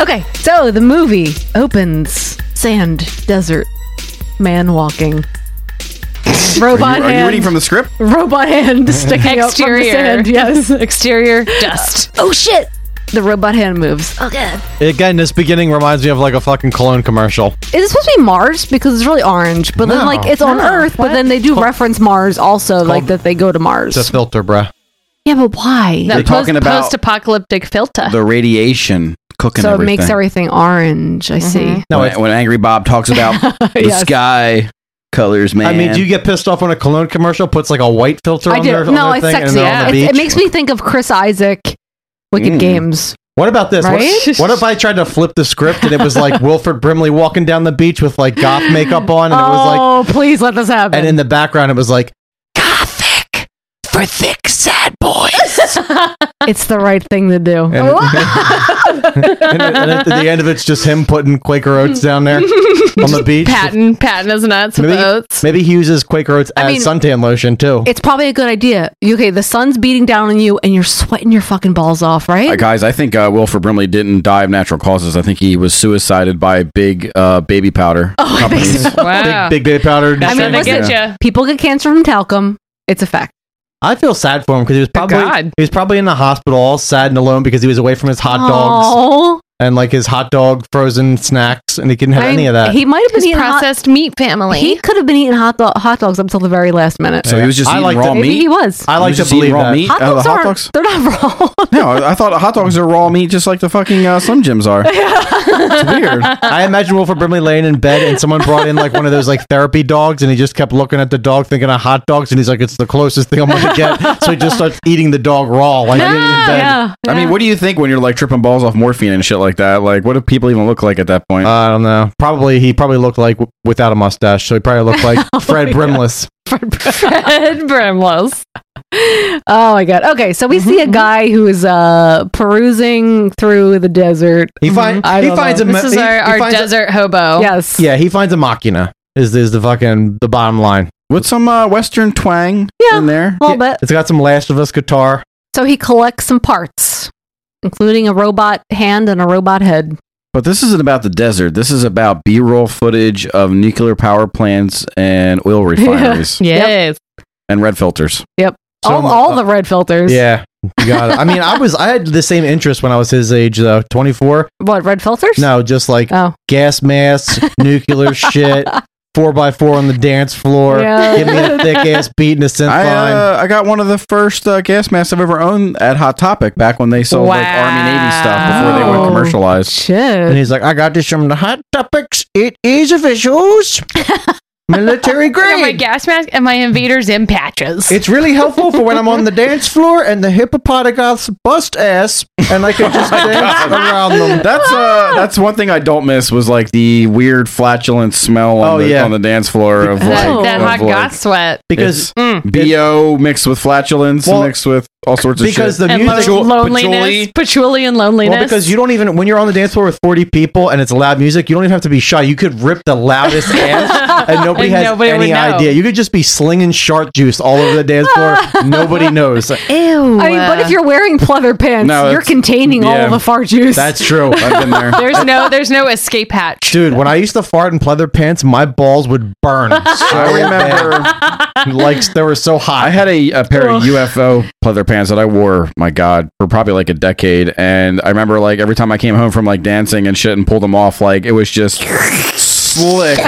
Speaker 3: Okay, so the movie opens sand, desert, man walking. Robot
Speaker 11: Are you, are you
Speaker 3: hand.
Speaker 11: reading from the script?
Speaker 3: robot hand sticking out from the
Speaker 8: Exterior.
Speaker 3: sand. Yes.
Speaker 8: Exterior dust.
Speaker 3: Oh shit! The robot hand moves. Oh god.
Speaker 10: Again, this beginning reminds me of like a fucking cologne commercial.
Speaker 3: Is it supposed to be Mars? Because it's really orange, but
Speaker 10: No.
Speaker 3: then like it's on
Speaker 10: No.
Speaker 3: Earth, but then they do reference Mars also, like that they go to Mars.
Speaker 10: It's a filter, bruh.
Speaker 3: yeah, but why?
Speaker 11: They're talking about-
Speaker 3: apocalyptic filter.
Speaker 11: The radiation cooking
Speaker 3: so it
Speaker 11: everything. Mm-hmm.
Speaker 3: makes everything orange. I see.
Speaker 11: No, when, when Angry Bob talks about the
Speaker 3: Yes.
Speaker 11: sky colors, man.
Speaker 10: I mean, do you get pissed off when a cologne commercial puts like a white filter
Speaker 3: I
Speaker 10: on
Speaker 3: do.
Speaker 10: their, on
Speaker 3: No,
Speaker 10: their
Speaker 3: it's
Speaker 10: thing and
Speaker 3: sexy.
Speaker 10: they're on the
Speaker 3: It, it
Speaker 10: beach?
Speaker 3: makes me think of Chris Isaac, Wicked
Speaker 10: Mm.
Speaker 3: Games.
Speaker 10: What about this? What-
Speaker 3: Right?
Speaker 10: What, if I tried to flip the script and it was like Wilford Brimley walking down the beach with like goth makeup on and it was
Speaker 3: like, oh, please let this happen.
Speaker 10: And in the background, it was like,
Speaker 3: For thick, sad boys. it's the right thing to do.
Speaker 10: and, and at- and at the end of it's just him putting Quaker Oats down there on the beach.
Speaker 8: Patton. Mm, Patton is nuts with
Speaker 10: Maybe,
Speaker 8: the oats.
Speaker 10: maybe he uses Quaker Oats as
Speaker 3: I mean-
Speaker 10: suntan lotion too.
Speaker 3: It's probably a good idea. Okay, the sun's beating down on you and you're sweating your fucking balls off, right?
Speaker 11: Uh, guys, I think uh, Wilford Brimley didn't die of natural causes. I think he was suicided by big uh, baby powder
Speaker 3: Oh,
Speaker 11: companies.
Speaker 8: Wow.
Speaker 10: Big baby powder.
Speaker 8: I mean, look at ya.
Speaker 3: People get cancer from talcum. It's a fact.
Speaker 10: I feel sad for him because he was probably
Speaker 3: God.
Speaker 10: he was probably in the hospital, all sad and alone because he was away from his hot dogs
Speaker 3: Oh,
Speaker 10: and like his hot dog frozen snacks, and he couldn't have
Speaker 3: I
Speaker 10: any
Speaker 3: mean,
Speaker 10: of that.
Speaker 3: He might have been
Speaker 8: His
Speaker 3: eating hot-
Speaker 8: processed meat family.
Speaker 3: He could have been eating hot, do- hot dogs up until the very last minute.
Speaker 11: So he was just
Speaker 10: I
Speaker 11: eating
Speaker 10: like
Speaker 11: raw
Speaker 10: to-
Speaker 11: meat.
Speaker 10: Maybe
Speaker 3: he was.
Speaker 10: I like
Speaker 11: He was
Speaker 10: to
Speaker 11: just eating
Speaker 10: believe
Speaker 11: raw
Speaker 10: that.
Speaker 11: meat.
Speaker 3: Oh, Hot
Speaker 11: Uh,
Speaker 3: dogs
Speaker 11: hot
Speaker 3: aren't.
Speaker 11: dogs.
Speaker 3: They're not raw.
Speaker 11: No, I I thought hot dogs are raw meat, just like the fucking uh, Slim Jims are.
Speaker 10: It's weird. I imagine Wilford Brimley laying in bed and someone brought in like one of those like therapy dogs and he just kept looking at the dog thinking of hot dogs and he's like, it's the closest thing I'm going to get. So he just starts eating the dog raw. Like, in bed.
Speaker 11: I mean, what do you think when you're like tripping balls off morphine and shit like that? Like, what do people even look like at that point?
Speaker 10: I don't know. Probably he probably looked like w- without a mustache. So he probably looked like Fred Brimless.
Speaker 8: Fred Brimless.
Speaker 3: Oh my god. Okay, so we see a guy who is uh perusing through the desert.
Speaker 10: He
Speaker 11: Mm-hmm.
Speaker 10: find-
Speaker 3: I
Speaker 10: he
Speaker 3: don't
Speaker 10: finds a
Speaker 3: know.
Speaker 10: ma- Mm-hmm. This is he- our- he our finds a-
Speaker 8: desert hobo.
Speaker 3: Yes.
Speaker 10: Yeah, he finds a machina. Is is the fucking the bottom line?
Speaker 11: With some uh, Western twang in there,
Speaker 3: a little bit.
Speaker 10: It's got some Last of Us guitar.
Speaker 3: So he collects some parts, including a robot hand and a robot head.
Speaker 11: But this isn't about the desert. This is about B-roll footage of nuclear power plants and oil refineries
Speaker 8: Yes.
Speaker 11: and red filters.
Speaker 3: Yep.
Speaker 10: So
Speaker 3: all
Speaker 10: I'm,
Speaker 3: all the red filters.
Speaker 10: Yeah, you got it. I mean, I was I had the same interest when I was his age though, twenty four.
Speaker 3: What, red filters?
Speaker 10: No, just like
Speaker 3: Oh.
Speaker 10: gas mask, nuclear shit, four by four on the dance floor.
Speaker 3: Yeah.
Speaker 10: Give me a thick ass beat and a synth
Speaker 11: I,
Speaker 10: line.
Speaker 11: uh, I got one of the first uh, gas masks I've ever owned at Hot Topic back when they sold like Army Navy stuff before they went
Speaker 10: Wow.
Speaker 11: commercialized.
Speaker 10: and he's like, I got this from the hot topics. It is officials. Military
Speaker 8: I got my
Speaker 10: grade.
Speaker 8: gas mask and my invaders in patches.
Speaker 10: It's really helpful for when I'm on the dance floor and the hippopotamus bust ass, and I can just
Speaker 11: Oh
Speaker 10: dance around them.
Speaker 11: That's uh,
Speaker 8: Ah.
Speaker 11: that's one thing I don't miss was like the weird flatulent smell on,
Speaker 10: Oh,
Speaker 11: the,
Speaker 10: yeah.
Speaker 11: on the dance floor of
Speaker 8: that,
Speaker 11: like
Speaker 8: that
Speaker 11: of,
Speaker 8: hot
Speaker 11: like,
Speaker 8: goth sweat.
Speaker 10: because
Speaker 8: Mm.
Speaker 11: bo mixed with flatulence mixed with all sorts of
Speaker 10: because
Speaker 11: shit.
Speaker 10: the
Speaker 8: and
Speaker 10: music-
Speaker 8: lo- loneliness.
Speaker 10: patchouli.
Speaker 8: Patchouli. and loneliness.
Speaker 10: Well, because you don't even when you're on the dance floor with 40 people and it's loud music, you don't even have to be shy. You could rip the loudest ass, and nobody
Speaker 8: And
Speaker 10: has
Speaker 8: nobody would
Speaker 10: any
Speaker 8: know.
Speaker 10: idea. You could just be slinging shark juice all over the dance floor. nobody knows.
Speaker 3: Ew. I mean, but if you're wearing pleather pants,
Speaker 10: No,
Speaker 3: you're
Speaker 10: it's-
Speaker 3: containing
Speaker 10: yeah.
Speaker 3: all the fart juice.
Speaker 10: That's true. I've been there.
Speaker 8: there's no there's no escape hatch.
Speaker 10: Dude, when I used to fart in pleather pants, my balls would burn. So I remember, like they were so hot.
Speaker 11: I had a, a pair of
Speaker 10: Ugh.
Speaker 11: UFO pleather pants that I wore, my God, for probably like a decade. And I remember like every time I came home from like dancing and shit and pulled them off, like it was just slick.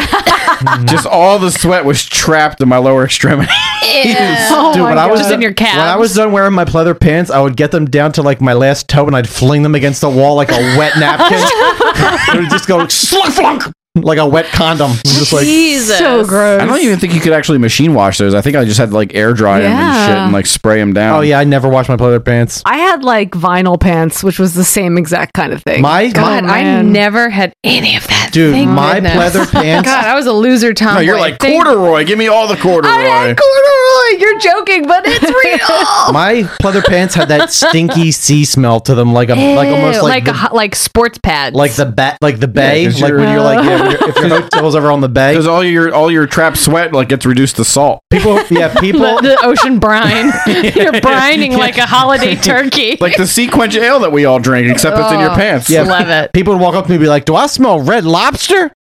Speaker 11: just all the sweat was trapped in my lower extremity.
Speaker 8: Oh
Speaker 10: Dude,
Speaker 8: my
Speaker 10: when I was
Speaker 8: God. Just in your
Speaker 10: When I was
Speaker 8: calves.
Speaker 10: done wearing my pleather pants, I would get them down to like my last toe, and I'd fling them against the wall like a wet napkin. it would just go slunk flunk like a wet condom. It was Just like
Speaker 8: Jesus.
Speaker 3: So gross.
Speaker 11: I don't even think you could actually machine wash those. I think I just had to like air dry them and shit
Speaker 3: Yeah.
Speaker 11: and like spray them down.
Speaker 10: oh yeah, I never washed my pleather pants.
Speaker 3: I had like vinyl pants, which was the same exact kind of thing.
Speaker 10: My-
Speaker 8: God,
Speaker 3: Oh,
Speaker 8: I
Speaker 3: man.
Speaker 8: never had any of that.
Speaker 10: Dude,
Speaker 8: Thank
Speaker 10: my
Speaker 8: goodness.
Speaker 10: pleather pants-
Speaker 8: God, I was a loser, Tom.
Speaker 11: No, you're like corduroy. Give me all the corduroy.
Speaker 8: I had corduroy. You're joking, but it's real.
Speaker 10: My pleather pants had that stinky sea smell to them, like a like almost
Speaker 8: Ew,
Speaker 10: like
Speaker 8: like,
Speaker 10: the,
Speaker 8: a hot- like sports pads.
Speaker 10: like the ba- like the bay,
Speaker 11: 'cause
Speaker 10: like when you're like yeah,
Speaker 11: your, if your hook table's ever on the bay, because all your all your trap sweat like gets reduced to salt. People, yeah, people.
Speaker 8: the, the ocean brine. You're brining like a holiday turkey.
Speaker 11: like the sea quench ale that we all drink, except it's in your
Speaker 8: Oh,
Speaker 11: pants.
Speaker 8: Yeah. love it.
Speaker 10: People would walk up to me and be like, "Do I smell red lobster?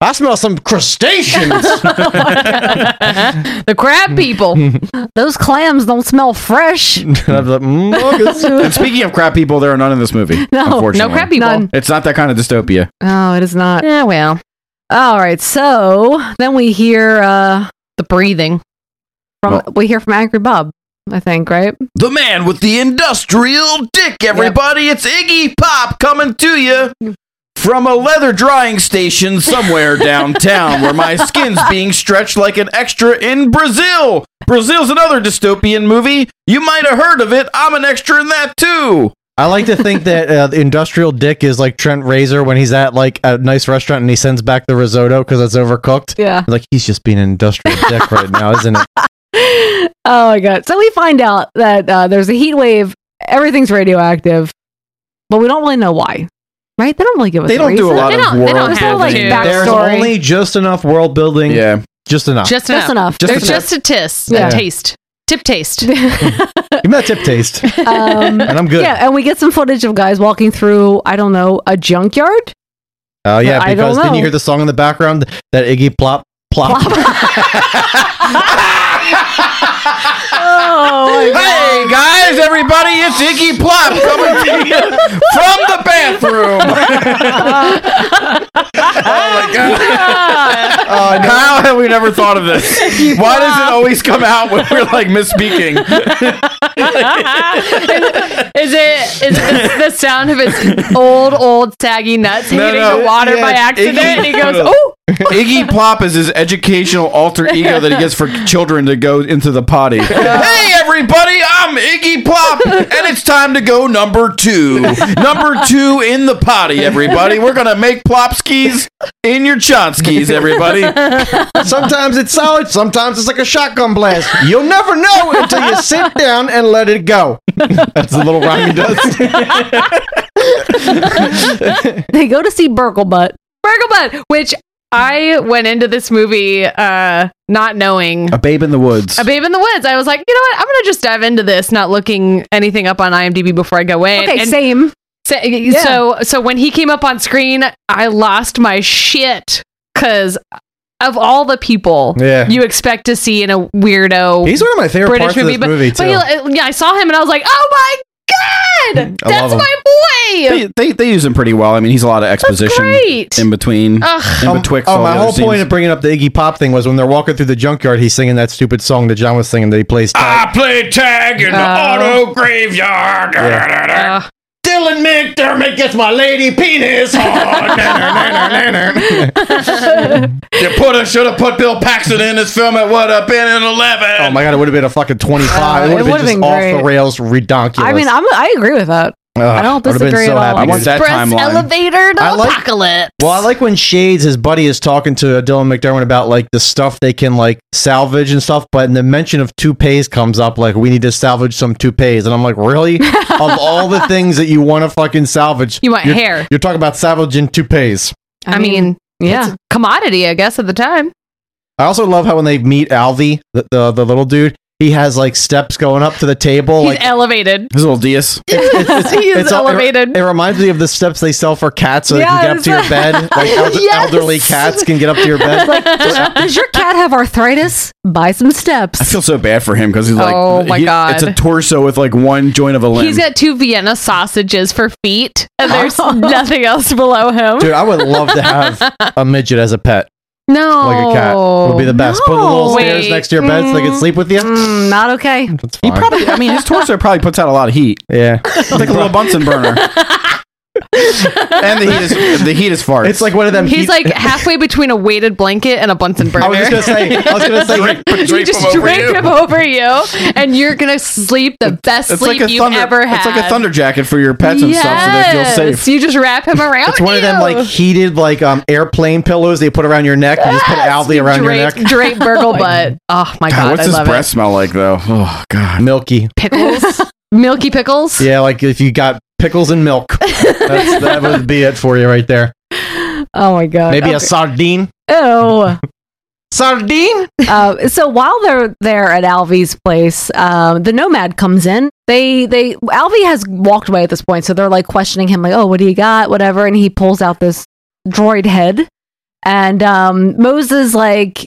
Speaker 10: I smell some crustaceans."
Speaker 8: the crab people.
Speaker 3: Those clams don't smell fresh.
Speaker 11: and, I'd be like, "Mm, August." And speaking of crap people, there are none in this movie.
Speaker 3: No, no
Speaker 11: unfortunately.
Speaker 3: crap people. None.
Speaker 11: It's not that kind of dystopia.
Speaker 3: Oh, it is not. Yeah, well. All right. So then we hear uh the breathing. From
Speaker 11: Well-
Speaker 3: we hear from Angry Bob, I think, right?
Speaker 5: The man with the industrial dick, everybody. It's Iggy Pop coming to you from a leather drying station somewhere downtown where my skin's being stretched like an extra in Brazil. Brazil's another dystopian movie. You might have heard of it. I'm an extra in that too.
Speaker 10: I like to think that uh, the industrial dick is like Trent Razor when he's at like a nice restaurant and he sends back the risotto because it's overcooked.
Speaker 3: Yeah.
Speaker 10: like he's just being an industrial dick right now, isn't it?
Speaker 3: Oh my god. So we find out that uh, there's a heat wave, everything's radioactive, but we don't really know why. Right? They don't really give us
Speaker 11: They
Speaker 3: a
Speaker 11: don't do a
Speaker 3: reason.
Speaker 11: lot of world
Speaker 3: There's no, like,
Speaker 11: building.
Speaker 10: There's
Speaker 3: backstory.
Speaker 10: only just enough world building.
Speaker 11: Yeah,
Speaker 10: just enough.
Speaker 8: Just enough.
Speaker 3: Just enough.
Speaker 8: There's
Speaker 10: Just
Speaker 8: just a tis,
Speaker 10: Yeah.
Speaker 8: a taste, tip taste.
Speaker 10: Give me that tip taste, Uh,
Speaker 3: Um,
Speaker 10: and I'm good.
Speaker 3: Yeah, and we get some footage of guys walking through, I don't know, a junkyard?
Speaker 10: Oh yeah,
Speaker 3: I don't
Speaker 10: because then
Speaker 3: know.
Speaker 10: you hear the song in the background that Iggy plop plop.
Speaker 3: oh,
Speaker 5: Hey guys, everybody, it's Iggy Plop coming to you from the bathroom.
Speaker 11: Oh my god! Oh, no. How have we never thought of this? Why does it always come out when we're like misspeaking?
Speaker 8: is it is it the, the sound of his old old saggy nuts
Speaker 11: No,
Speaker 8: hitting
Speaker 11: no.
Speaker 8: the water
Speaker 11: Yeah,
Speaker 8: by
Speaker 11: it's
Speaker 8: accident?
Speaker 11: Iggy.
Speaker 8: And he goes, "Oh,
Speaker 11: Iggy Plop is his educational alter ego that he gets for children to go into the potty.
Speaker 5: Hey everybody, I'm Iggy Plop, and it's time to go number two. Number two in the potty, everybody. We're gonna make plopskis in your chonskis, everybody.
Speaker 10: sometimes it's solid, sometimes it's like a shotgun blast. You'll never know until you sit down and let it go. That's the little rhyme he does.
Speaker 3: they go to see Burklebutt.
Speaker 8: Burglebutt," which I went into this movie uh, not knowing.
Speaker 11: A babe in the woods.
Speaker 8: A Babe in the Woods. I was like, you know what? I'm gonna just dive into this, not looking anything up on IMDb before I go in.
Speaker 3: Okay,
Speaker 8: And
Speaker 3: same.
Speaker 8: sa- So, so when he came up on screen, I lost my shit because of all the people
Speaker 10: Yeah.
Speaker 8: you expect to see in a weirdo.
Speaker 10: He's one of my favorite parts of this
Speaker 8: but,
Speaker 10: movie,
Speaker 8: but he- uh, yeah, I saw him and I was like, oh my god,
Speaker 11: I love
Speaker 8: that's
Speaker 11: him.
Speaker 8: my boy.
Speaker 11: They, they, they use him pretty well. I mean, he's a lot of exposition
Speaker 8: great.
Speaker 11: in between.
Speaker 8: Ugh.
Speaker 11: In
Speaker 10: Um,
Speaker 11: betwixt
Speaker 10: oh,
Speaker 11: all
Speaker 10: my
Speaker 11: the other
Speaker 10: whole
Speaker 11: scenes.
Speaker 10: point of bringing up the Iggy Pop thing was when they're walking through the junkyard, he's singing that stupid song that John was singing that he plays.
Speaker 3: Ah,
Speaker 23: I play tag in the
Speaker 8: Oh.
Speaker 23: auto graveyard. Dylan McDermott gets my lady penis hard.
Speaker 5: You put a should have put Bill Paxton in this film. It would have been an eleven.
Speaker 10: Oh my god, it would have been a fucking twenty-five.
Speaker 3: Uh,
Speaker 10: it would
Speaker 3: it
Speaker 10: have
Speaker 3: would've
Speaker 10: been just
Speaker 3: been
Speaker 10: off
Speaker 3: great.
Speaker 10: the rails, redonkulous.
Speaker 3: I mean, I'm, I agree with that.
Speaker 10: Ugh,
Speaker 3: I don't
Speaker 10: would've been
Speaker 3: disagree
Speaker 10: so
Speaker 3: at all.
Speaker 10: happy. I want that
Speaker 8: Express
Speaker 10: timeline.
Speaker 8: elevator to
Speaker 10: I like-
Speaker 8: apocalypse.
Speaker 10: Well, I like when Shades, his buddy, is talking to Dylan McDermott about like the stuff they can like salvage and stuff. But in the mention of toupees comes up, like we need to salvage some toupees, and I'm like, really? of all the things that you want to fucking salvage,
Speaker 8: You want
Speaker 10: you're-
Speaker 8: hair.
Speaker 10: You're talking about salvaging toupees.
Speaker 8: I mean, yeah, it's a commodity, I guess, at the time.
Speaker 10: I also love how when they meet Alvy, the the, the little dude, he has like steps going up to the table,
Speaker 8: He's
Speaker 10: like
Speaker 8: elevated.
Speaker 11: his little dias.
Speaker 8: he is
Speaker 10: all- it-
Speaker 8: elevated.
Speaker 10: It, reminds me of the steps they sell for cats so they can get up to your
Speaker 3: Yes.
Speaker 10: bed. Like elder-
Speaker 3: Yes.
Speaker 10: elderly cats can get up to your bed.
Speaker 3: Like, does, does your cat have arthritis? Buy some steps.
Speaker 11: I feel so bad for him because he's like,
Speaker 8: Oh my
Speaker 11: he-
Speaker 8: God.
Speaker 11: it's a torso with like one joint of a limb.
Speaker 8: He's got two Vienna sausages for feet, and there's nothing else below him.
Speaker 10: Dude, I would love to have a midget as a pet,
Speaker 8: no,
Speaker 10: like a cat. Would be the best. Put the little stairs
Speaker 8: Wait.
Speaker 10: next to your bed so they can sleep with you.
Speaker 3: Mm, not okay.
Speaker 10: That's fine.
Speaker 11: probably, I mean, his torso probably puts out a lot of heat.
Speaker 10: Yeah,
Speaker 11: It's like a little Bunsen burner. and the heat is the heat is farts.
Speaker 10: it's like one of them.
Speaker 8: He's
Speaker 10: heat-
Speaker 8: like halfway between a weighted blanket and a Bunsen burner.
Speaker 10: I was just gonna say. I was gonna say.
Speaker 8: you just draped him over you, and you're gonna sleep the best
Speaker 11: it's
Speaker 8: sleep
Speaker 11: like a
Speaker 8: you've
Speaker 11: thunder.
Speaker 8: ever had.
Speaker 11: It's like a thunder jacket for your pets and stuff, so they feel
Speaker 8: Yes,
Speaker 11: safe.
Speaker 8: You just wrap him around.
Speaker 10: It's one of them
Speaker 8: you.
Speaker 10: like heated like um airplane pillows they put around your neck. You just put Alvy around your
Speaker 8: drape,
Speaker 10: neck.
Speaker 8: drape burgle butt. Oh my god,
Speaker 11: God,
Speaker 8: I
Speaker 11: what's his
Speaker 8: love
Speaker 11: breath
Speaker 8: it.
Speaker 11: smell like though? Oh god,
Speaker 10: Milky.
Speaker 8: Pickles, milky pickles.
Speaker 10: Yeah, like if you got pickles and milk, that's, that would be it for you right there.
Speaker 3: Oh my
Speaker 8: Uh,
Speaker 3: god.
Speaker 10: Maybe a
Speaker 3: Okay.
Speaker 10: sardine.
Speaker 3: Oh.
Speaker 10: Sardine?
Speaker 3: Uh, so while they're there at Alvy's place, um, the nomad comes in. They they Alvy has walked away at this point, so they're like questioning him, like, "Oh, what do you got? Whatever." And he pulls out this droid head, and um, Moses like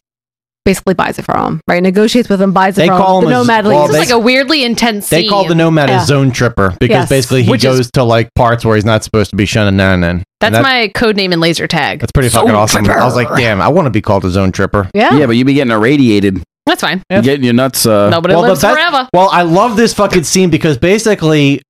Speaker 3: basically buys it from him, right? Negotiates with him, buys it
Speaker 10: They
Speaker 3: from
Speaker 10: call
Speaker 3: him.
Speaker 10: him
Speaker 3: The
Speaker 10: a-
Speaker 3: nomad
Speaker 10: well,
Speaker 3: leaves.
Speaker 10: This is they- like
Speaker 8: a weirdly intense.
Speaker 10: They call the nomad
Speaker 8: Yeah.
Speaker 10: a zone tripper because
Speaker 8: Yes.
Speaker 10: basically he
Speaker 8: Which is-
Speaker 10: goes to like parts where he's not supposed to be shun and nan and
Speaker 8: That's
Speaker 10: that-
Speaker 8: my code name in laser tag.
Speaker 10: That's pretty fucking awesome. I was like, damn, I want to be called a zone tripper.
Speaker 8: Yeah. Yeah,
Speaker 10: but you be getting irradiated.
Speaker 8: That's fine.
Speaker 10: Yeah.
Speaker 11: Getting your nuts. Uh,
Speaker 8: Nobody
Speaker 10: the
Speaker 8: lives
Speaker 10: best-
Speaker 8: forever.
Speaker 10: Well, I love this fucking scene because basically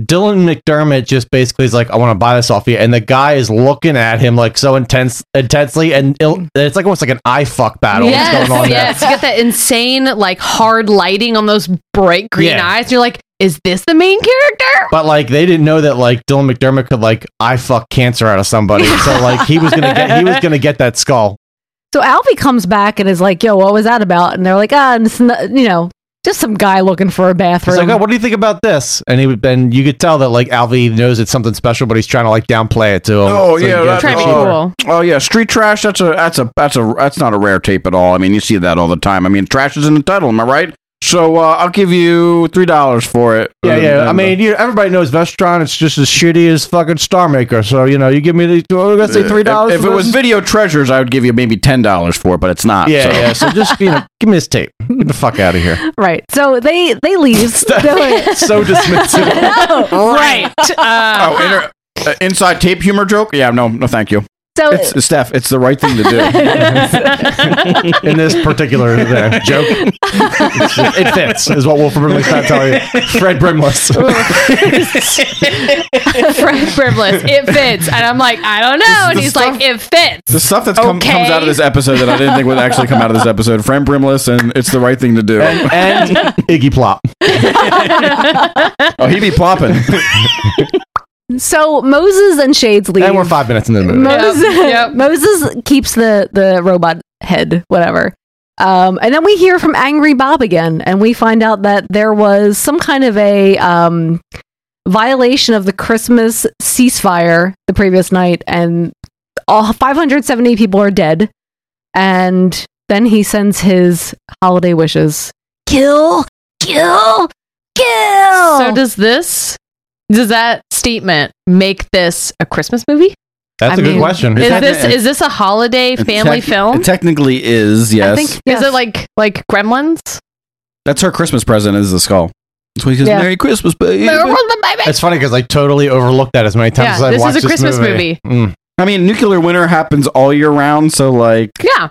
Speaker 10: Dylan McDermott just basically is like, I want to buy this off you. And the guy is looking at him like so intense, intensely. And il- it's like almost like an eye fuck battle
Speaker 8: yes,
Speaker 10: that's going on
Speaker 8: yes. You get that insane, like hard lighting on those bright green
Speaker 10: Yeah.
Speaker 8: eyes. You're like, is this the main character?
Speaker 10: there. But like they didn't know that like Dylan McDermott could like eye fuck cancer out of somebody. So like he was gonna get he was gonna get that skull.
Speaker 3: So Alfie comes back and is like, "Yo, what was that about?" And they're like, "Ah, it's not, you know, just some guy looking for a bathroom."
Speaker 10: He's like, oh, what do you think about this? And he would, and you could tell that like Alvy knows it's something special, but he's trying to like downplay it to him.
Speaker 11: Oh
Speaker 10: so he
Speaker 11: yeah,
Speaker 10: gets
Speaker 11: that's,
Speaker 10: the cheaper.
Speaker 11: oh, oh yeah, street trash. That's a that's a that's a that's not a rare tape at all. I mean, you see that all the time. I mean, trash is in the title. Am I right? So uh, I'll give you three dollars for it.
Speaker 10: Yeah,
Speaker 11: And-
Speaker 10: yeah. I
Speaker 11: and, uh,
Speaker 10: mean, you, everybody knows Vestron. It's just as shitty as fucking Star Maker. So you know, you give me the oh, let's say
Speaker 11: uh,
Speaker 10: three dollars.
Speaker 11: If, if it was video treasures, I would give you maybe ten dollars for it, but it's not.
Speaker 10: yeah,
Speaker 11: so.
Speaker 10: yeah. So just you know, give me this tape. Get the fuck out of here.
Speaker 3: Right. So they they leave.
Speaker 10: so dismissive.
Speaker 8: right. Uh,
Speaker 11: oh, inter- uh, inside tape humor joke? Yeah, no, no, thank you.
Speaker 3: So-
Speaker 11: it's, Steph, it's the right thing to do.
Speaker 10: In this particular uh, joke, it fits is what Wolf Brimley's trying to tell you. Fred Brimless.
Speaker 8: Fred Brimless, it fits. And I'm like, I don't know. And he's like, it fits.
Speaker 11: The stuff that com- comes out of this episode that I didn't think would actually come out of this episode. Frank Brimless and it's the right thing to do.
Speaker 10: And- and Iggy Plop.
Speaker 11: oh, he be plopping.
Speaker 3: So Moses and Shades leave.
Speaker 10: And we're five minutes into the movie.
Speaker 3: Moses, Moses keeps the the robot head, whatever. Um, and then we hear from Angry Bob again, and we find out that there was some kind of a um, violation of the Christmas ceasefire the previous night, and all 570 people are dead. And then he sends his holiday wishes: kill, kill, kill.
Speaker 8: So does this? Does that statement make this a Christmas movie?
Speaker 11: That's
Speaker 8: a
Speaker 11: a good question.
Speaker 8: Is
Speaker 11: It's-
Speaker 8: this is this a holiday family
Speaker 11: Tec-
Speaker 8: film?
Speaker 11: It technically is, yes.
Speaker 8: I think is it like like Gremlins?
Speaker 11: That's her Christmas present is the skull. That's why he says,
Speaker 8: Yeah.
Speaker 11: Merry Christmas, baby.
Speaker 10: It's funny because I totally overlooked that as many times
Speaker 8: Yeah,
Speaker 10: as I've
Speaker 8: this is
Speaker 10: watched Mm.
Speaker 8: a Christmas movie.
Speaker 11: I mean, nuclear winter happens all year round, so like,
Speaker 8: Yeah.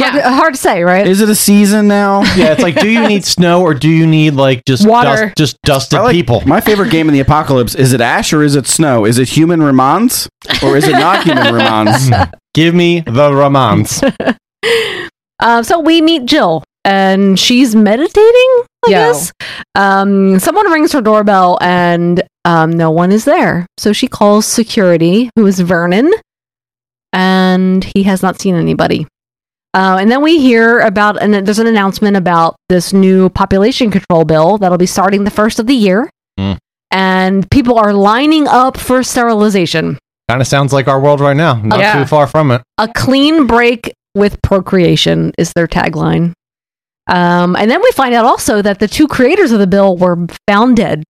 Speaker 3: Yeah. Hard to say, right?
Speaker 11: is it a season now?
Speaker 10: Yeah, it's like, do you need snow or do you need like just
Speaker 11: Water.
Speaker 10: Dust, just dusted
Speaker 11: I like-
Speaker 10: people?
Speaker 11: My favorite game in the apocalypse is it ash or is it snow? Is it human Ramans or is it not human Ramans?
Speaker 10: Give me the Ramans.
Speaker 3: Um, so we meet Jill, and she's meditating. I
Speaker 8: Yeah.
Speaker 3: guess. Um, someone rings her doorbell, and um, no one is there. So she calls security, who is Vernon, and he has not seen anybody. Uh, and then we hear about, and there's an announcement about this new population control bill that'll be starting the first of the year,
Speaker 10: Mm.
Speaker 3: and people are lining up for sterilization.
Speaker 10: Kind of sounds like our world right now. Not
Speaker 3: Yeah.
Speaker 10: too far from it.
Speaker 3: A clean break with procreation is their tagline. Um, and then we find out also that the two creators of the bill were found dead.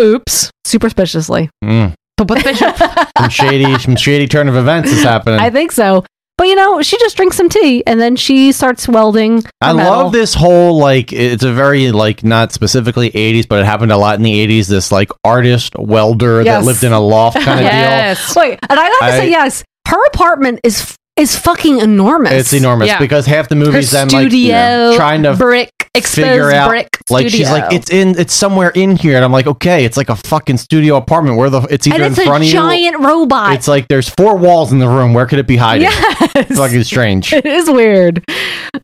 Speaker 3: Oops. Superspiciously.
Speaker 10: Mm. Some shady, some shady turn of events is happening.
Speaker 3: I think so. But you know, she just drinks some tea and then she starts welding. her
Speaker 10: I
Speaker 3: metal.
Speaker 10: love this whole like it's a very like not specifically 80s but it happened a lot in the 80s this like artist welder
Speaker 3: Yes.
Speaker 10: that lived in a loft kind of
Speaker 3: Wait, and I gotta say
Speaker 10: I-
Speaker 3: yes. Her apartment is is fucking enormous.
Speaker 10: deal. It's enormous because half the movies
Speaker 3: Her
Speaker 10: then like
Speaker 3: studio,
Speaker 10: trying to
Speaker 3: brick,
Speaker 10: figure
Speaker 3: exposed
Speaker 10: out
Speaker 3: brick
Speaker 10: like she's
Speaker 3: studio.
Speaker 10: like it's in it's somewhere in here and I'm like okay it's like a fucking studio apartment where the it's either
Speaker 3: and it's
Speaker 10: in
Speaker 3: a
Speaker 10: front of you
Speaker 3: giant robot.
Speaker 10: It's like there's four walls in the room. Where could it be hiding?
Speaker 3: Yes.
Speaker 10: Fucking strange.
Speaker 3: It is weird.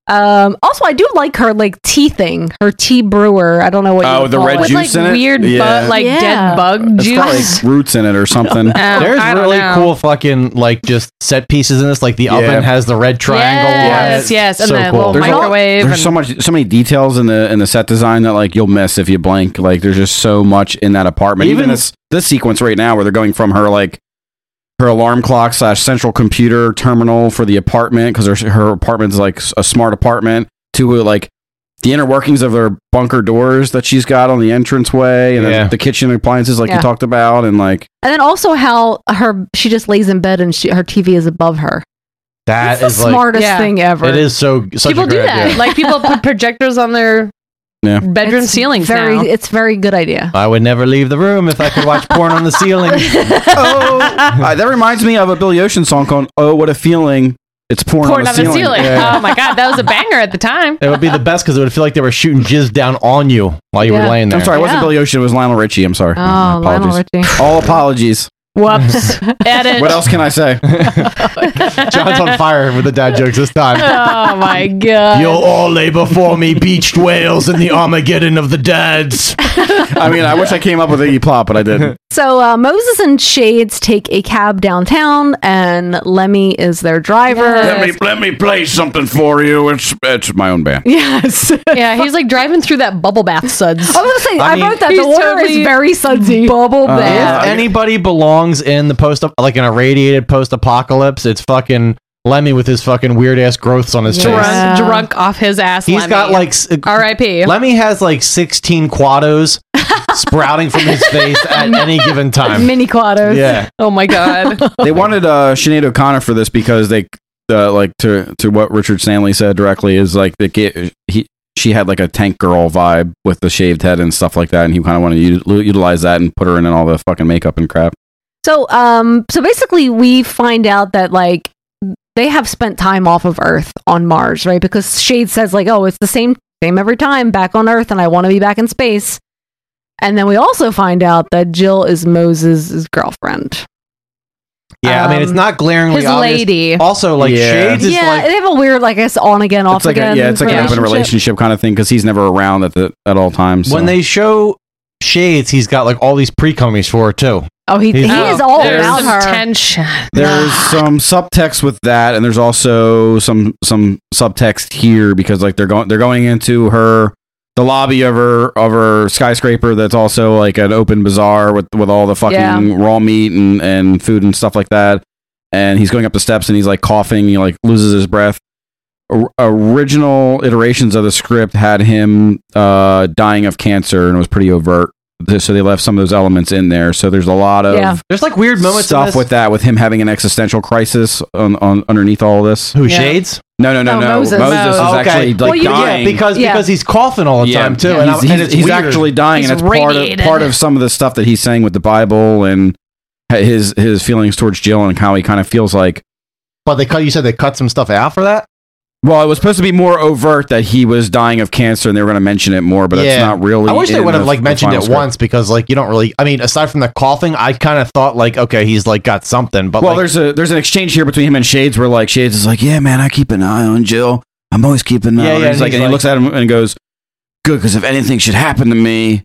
Speaker 3: Um, also, I do like her like tea thing, her tea brewer. I don't know what. you
Speaker 11: Oh,
Speaker 3: would
Speaker 11: the
Speaker 3: call
Speaker 11: red
Speaker 3: it.
Speaker 11: juice in it? Yeah.
Speaker 3: Yeah.
Speaker 8: bug
Speaker 11: It's got like roots in it or something.
Speaker 3: Oh,
Speaker 10: There's
Speaker 8: I don't
Speaker 10: really
Speaker 8: know.
Speaker 10: cool fucking like just set pieces in this. Like the oven has the red triangle.
Speaker 8: Yes,
Speaker 10: on it.
Speaker 8: yes, and
Speaker 10: so
Speaker 8: the
Speaker 10: cool.
Speaker 8: little
Speaker 11: a lot-
Speaker 8: microwave
Speaker 11: there's
Speaker 8: and-
Speaker 11: so much, so many details in the in the set design that like you'll miss if you blank. Like there's just so much in that apartment. Even,
Speaker 10: Even-
Speaker 11: this this sequence right now where they're going from her like her alarm clock slash central computer terminal for the apartment because her, her apartment's like s- a smart apartment to uh, like the inner workings of her bunker doors that she's got on the entranceway and
Speaker 10: Yeah.
Speaker 11: then the kitchen appliances like
Speaker 3: Yeah.
Speaker 11: you talked about and like
Speaker 3: And then also how her she just lays in bed and she, her TV is above her.
Speaker 10: That's
Speaker 3: the smartest Yeah. thing ever.
Speaker 10: It is so such
Speaker 8: people
Speaker 10: a great
Speaker 8: do that.
Speaker 10: idea.
Speaker 8: Like people put projectors on their
Speaker 10: Yeah.
Speaker 8: bedroom ceilings
Speaker 3: Very,
Speaker 8: now.
Speaker 3: it's very good idea.
Speaker 10: I would never leave the room if I could watch porn on the ceiling.
Speaker 11: Uh, that reminds me of a Billy Ocean song called "Oh What a Feeling." It's porn,
Speaker 8: Pouring
Speaker 11: on the ceiling.
Speaker 10: Yeah.
Speaker 8: Oh my god, that was a banger at the time.
Speaker 10: It would be the best because it would feel like they were shooting jizz down on you while you
Speaker 8: Yeah.
Speaker 10: were laying there.
Speaker 8: I'm sorry, it wasn't Yeah.
Speaker 11: Billy Ocean. It was Lionel Richie. I'm sorry.
Speaker 8: Oh, Lionel Richie.
Speaker 11: All apologies.
Speaker 8: Whoops. Edit.
Speaker 11: What else can I say?
Speaker 10: John's on fire with the dad jokes this time.
Speaker 8: Oh my
Speaker 3: Uh,
Speaker 8: god.
Speaker 10: You'll all lay before me, beached whales in the Armageddon of the dads.
Speaker 11: I mean, I wish I came up with
Speaker 5: E
Speaker 11: Iggy Pop, but I didn't.
Speaker 3: So uh, Moses and Shades take a cab downtown, and Lemmy is their driver.
Speaker 11: Let me let me play something for you. It's it's my own band.
Speaker 3: Yes.
Speaker 8: Yeah, he's like driving through that bubble bath
Speaker 3: I
Speaker 8: suds.
Speaker 3: was gonna say, I I mean- wrote that. The water is very sudsy.
Speaker 8: Bubble
Speaker 10: Uh,
Speaker 8: bath.
Speaker 10: if anybody belongs in the post, like in a radiated post-apocalypse, it's fucking Lemmy with his fucking weird ass growths on his
Speaker 8: drunk,
Speaker 10: face.
Speaker 8: drunk off his ass.
Speaker 10: He's
Speaker 8: Lemmy.
Speaker 10: got, like, s- uh,
Speaker 8: R.I.P.
Speaker 10: Lemmy has like 16 quados sprouting from his face at any given time.
Speaker 3: Mini quados.
Speaker 10: Yeah.
Speaker 8: Oh my god.
Speaker 11: They wanted uh, Sinead O'Connor for this because they uh, like to to what Richard Stanley said directly is like the ga- he she had like a tank girl vibe with the shaved head and stuff like that, and he kind of wanted to u- utilize that and put her in all the fucking makeup and crap.
Speaker 3: So, um, so basically, we find out that like they have spent time off of Earth on Mars, right? Because Shade says like, "Oh, it's the same same every time, back on Earth, and I want to be back in space." And then we also find out that Jill is Moses' girlfriend.
Speaker 10: Yeah, I mean it's
Speaker 3: Um,
Speaker 10: not glaringly
Speaker 3: his
Speaker 10: obvious.
Speaker 3: lady.
Speaker 10: Also, like
Speaker 11: Yeah.
Speaker 10: shades is
Speaker 3: yeah,
Speaker 10: like
Speaker 3: they have a weird, like, I guess, on again, off
Speaker 11: It's like
Speaker 3: again.
Speaker 11: a, yeah, it's like an open relationship kind of thing because he's never around at the at all times. so.
Speaker 10: when they show shades, he's got like all these precomies for her too.
Speaker 3: Oh, he, he
Speaker 10: He's-
Speaker 3: is all
Speaker 8: There's
Speaker 3: about
Speaker 8: some
Speaker 3: her.
Speaker 8: tension.
Speaker 11: There's some subtext with that, and there's also some some subtext here because like they're going they're going into her the lobby of her of her skyscraper that's also like an open bazaar with with all the fucking
Speaker 3: Yeah.
Speaker 11: raw meat and and food and stuff like that. And he's going up the steps and he's like coughing, he like loses his breath. Or- original iterations of the script had him uh, dying of cancer and it was pretty overt. Th- So they left some of those elements in there. So there's a lot of
Speaker 10: Yeah. There's, like, weird moments in
Speaker 11: stuff
Speaker 10: this.
Speaker 11: with that with him having an existential crisis on, on underneath all this.
Speaker 10: Who, Yeah. Shades?
Speaker 11: No, no, no,
Speaker 10: Oh,
Speaker 11: no.
Speaker 10: Moses.
Speaker 11: Moses,
Speaker 10: Moses.
Speaker 11: is
Speaker 10: Okay.
Speaker 11: actually like
Speaker 10: Well, you- yeah,
Speaker 11: dying
Speaker 10: because- Yeah. because he's coughing all the time, too, and I'm-
Speaker 11: he's,
Speaker 10: and
Speaker 11: he's-
Speaker 10: it's
Speaker 11: he's
Speaker 10: weird.
Speaker 11: actually dying,
Speaker 10: He's
Speaker 11: and it's part of,
Speaker 10: radiated.
Speaker 11: part of some of the stuff that he's saying with the Bible and his his feelings towards Jill and how he kind of feels like
Speaker 10: But they cut. You said they cut some stuff out for that.
Speaker 11: Well, it was supposed to be more overt that he was dying of cancer, and they were going to mention it more, but it's not really.
Speaker 10: I wish they
Speaker 11: in
Speaker 10: would have
Speaker 11: the-
Speaker 10: like
Speaker 11: the
Speaker 10: mentioned it
Speaker 11: final script.
Speaker 10: once because like you don't really. I mean, aside from the coughing, I kind of thought like, okay, he's like got something. But
Speaker 11: well,
Speaker 10: like,
Speaker 11: there's a there's an exchange here between him and Shades, where like Shades is like, "Yeah, man, I keep an eye on Jill. I'm always keeping an
Speaker 10: Yeah,
Speaker 11: eye." on
Speaker 10: yeah,
Speaker 11: her." he's
Speaker 10: and
Speaker 11: like,
Speaker 10: he's
Speaker 11: and
Speaker 10: like-
Speaker 11: he looks at him and goes, "Good, because if anything should happen to me,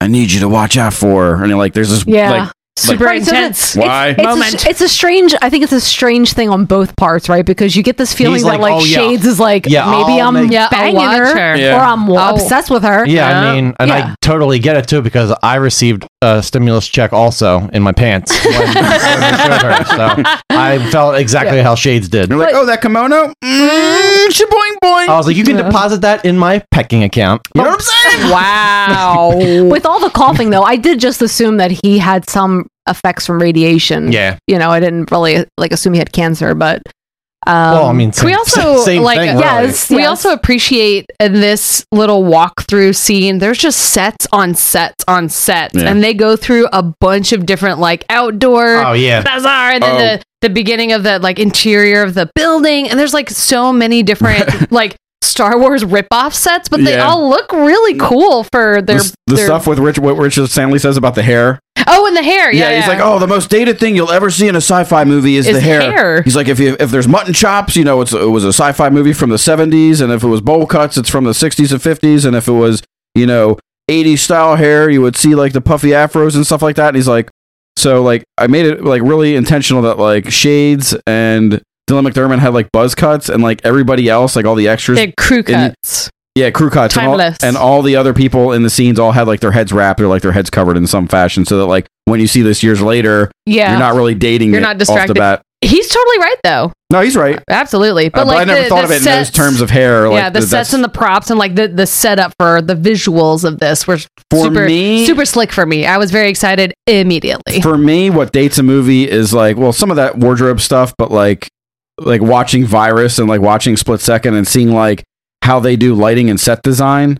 Speaker 11: I need you to watch out for her." And like, there's this
Speaker 3: Yeah.
Speaker 11: like
Speaker 8: Super
Speaker 11: like,
Speaker 8: intense.
Speaker 11: Why?
Speaker 3: It's, a, it's a strange. I think it's a strange thing on both parts, right? Because you get this feeling
Speaker 10: He's
Speaker 3: that
Speaker 10: like,
Speaker 3: like
Speaker 10: "Oh, yeah.
Speaker 3: Shades is like
Speaker 10: Yeah,
Speaker 3: maybe
Speaker 10: I'll
Speaker 3: I'm
Speaker 10: make-
Speaker 8: Yeah, I'll
Speaker 3: banging
Speaker 8: watch
Speaker 3: her,
Speaker 8: her. Oh.
Speaker 10: Yeah.
Speaker 3: or I'm
Speaker 8: I'll-
Speaker 3: obsessed with her.
Speaker 10: yeah,
Speaker 8: Uh-huh.
Speaker 10: I mean, and I totally get it too because I received a stimulus check also in my pants. When, when they showed her, so I felt exactly how Shades did.
Speaker 11: You're like, "Oh, that kimono, mm, shaboing boing."
Speaker 10: "Oh, I was like, you can deposit that in my pecking account. You know what I'm saying?
Speaker 8: Wow.
Speaker 3: Oh. With all the coughing, though, I did just assume that he had some effects from radiation.
Speaker 10: Yeah.
Speaker 3: you know, I didn't really like assume he had cancer, but um,
Speaker 10: Well, I mean,
Speaker 8: Can we also like
Speaker 3: yes,
Speaker 8: we
Speaker 3: yes.
Speaker 8: also appreciate in this little walkthrough scene there's just sets on sets on sets
Speaker 10: Yeah.
Speaker 8: and they go through a bunch of different like outdoor
Speaker 10: Oh, yeah.
Speaker 8: bazaar and then
Speaker 10: Oh.
Speaker 8: the the beginning of the like interior of the building and there's like so many different like Star Wars rip-off sets but they
Speaker 11: Yeah.
Speaker 8: all look really cool for
Speaker 11: The,
Speaker 8: their,
Speaker 11: s- the
Speaker 8: their
Speaker 11: stuff with Rich, what Richard Stanley says about the hair.
Speaker 8: Oh and the hair yeah,
Speaker 11: Yeah, he's like, oh, the most dated thing you'll ever see in a sci-fi movie is,
Speaker 8: Is
Speaker 11: the hair.
Speaker 8: hair.
Speaker 11: He's like, if you, if there's mutton chops, you know, it's it was a sci-fi movie from the '70s, and if it was bowl cuts, it's from the '60s and '50s, and if it was, you know, '80s style hair, you would see like the puffy afros and stuff like that. And he's like, so like, I made it like really intentional that like Shades and Dylan McDermott had like buzz cuts, and like everybody else, like all the extras,
Speaker 8: They had crew
Speaker 11: in-
Speaker 8: cuts.
Speaker 11: Yeah, crew cuts and all,
Speaker 8: Timeless.
Speaker 11: and all the other people in the scenes all had like their heads wrapped or like their heads covered in some fashion, so that like when you see this years later,
Speaker 8: Yeah.
Speaker 11: you're not really dating.
Speaker 8: You're
Speaker 11: it
Speaker 8: not
Speaker 11: Off
Speaker 8: distracted.
Speaker 11: the bat.
Speaker 8: He's totally right though.
Speaker 11: No, he's right.
Speaker 8: Absolutely. But
Speaker 11: Uh,
Speaker 8: like
Speaker 11: I never
Speaker 8: the-
Speaker 11: thought
Speaker 8: the
Speaker 11: of it in those
Speaker 8: sets-
Speaker 11: terms of hair. Like,
Speaker 8: yeah,
Speaker 11: that-
Speaker 8: the sets
Speaker 11: that's-
Speaker 8: and the props and like the the setup for the visuals of this were
Speaker 11: For
Speaker 8: super
Speaker 11: me-
Speaker 8: super slick for me. I was very excited immediately.
Speaker 11: for me, what dates a movie is like well, some of that wardrobe stuff, but like like watching Virus and like watching Split Second and seeing like how they do lighting and set design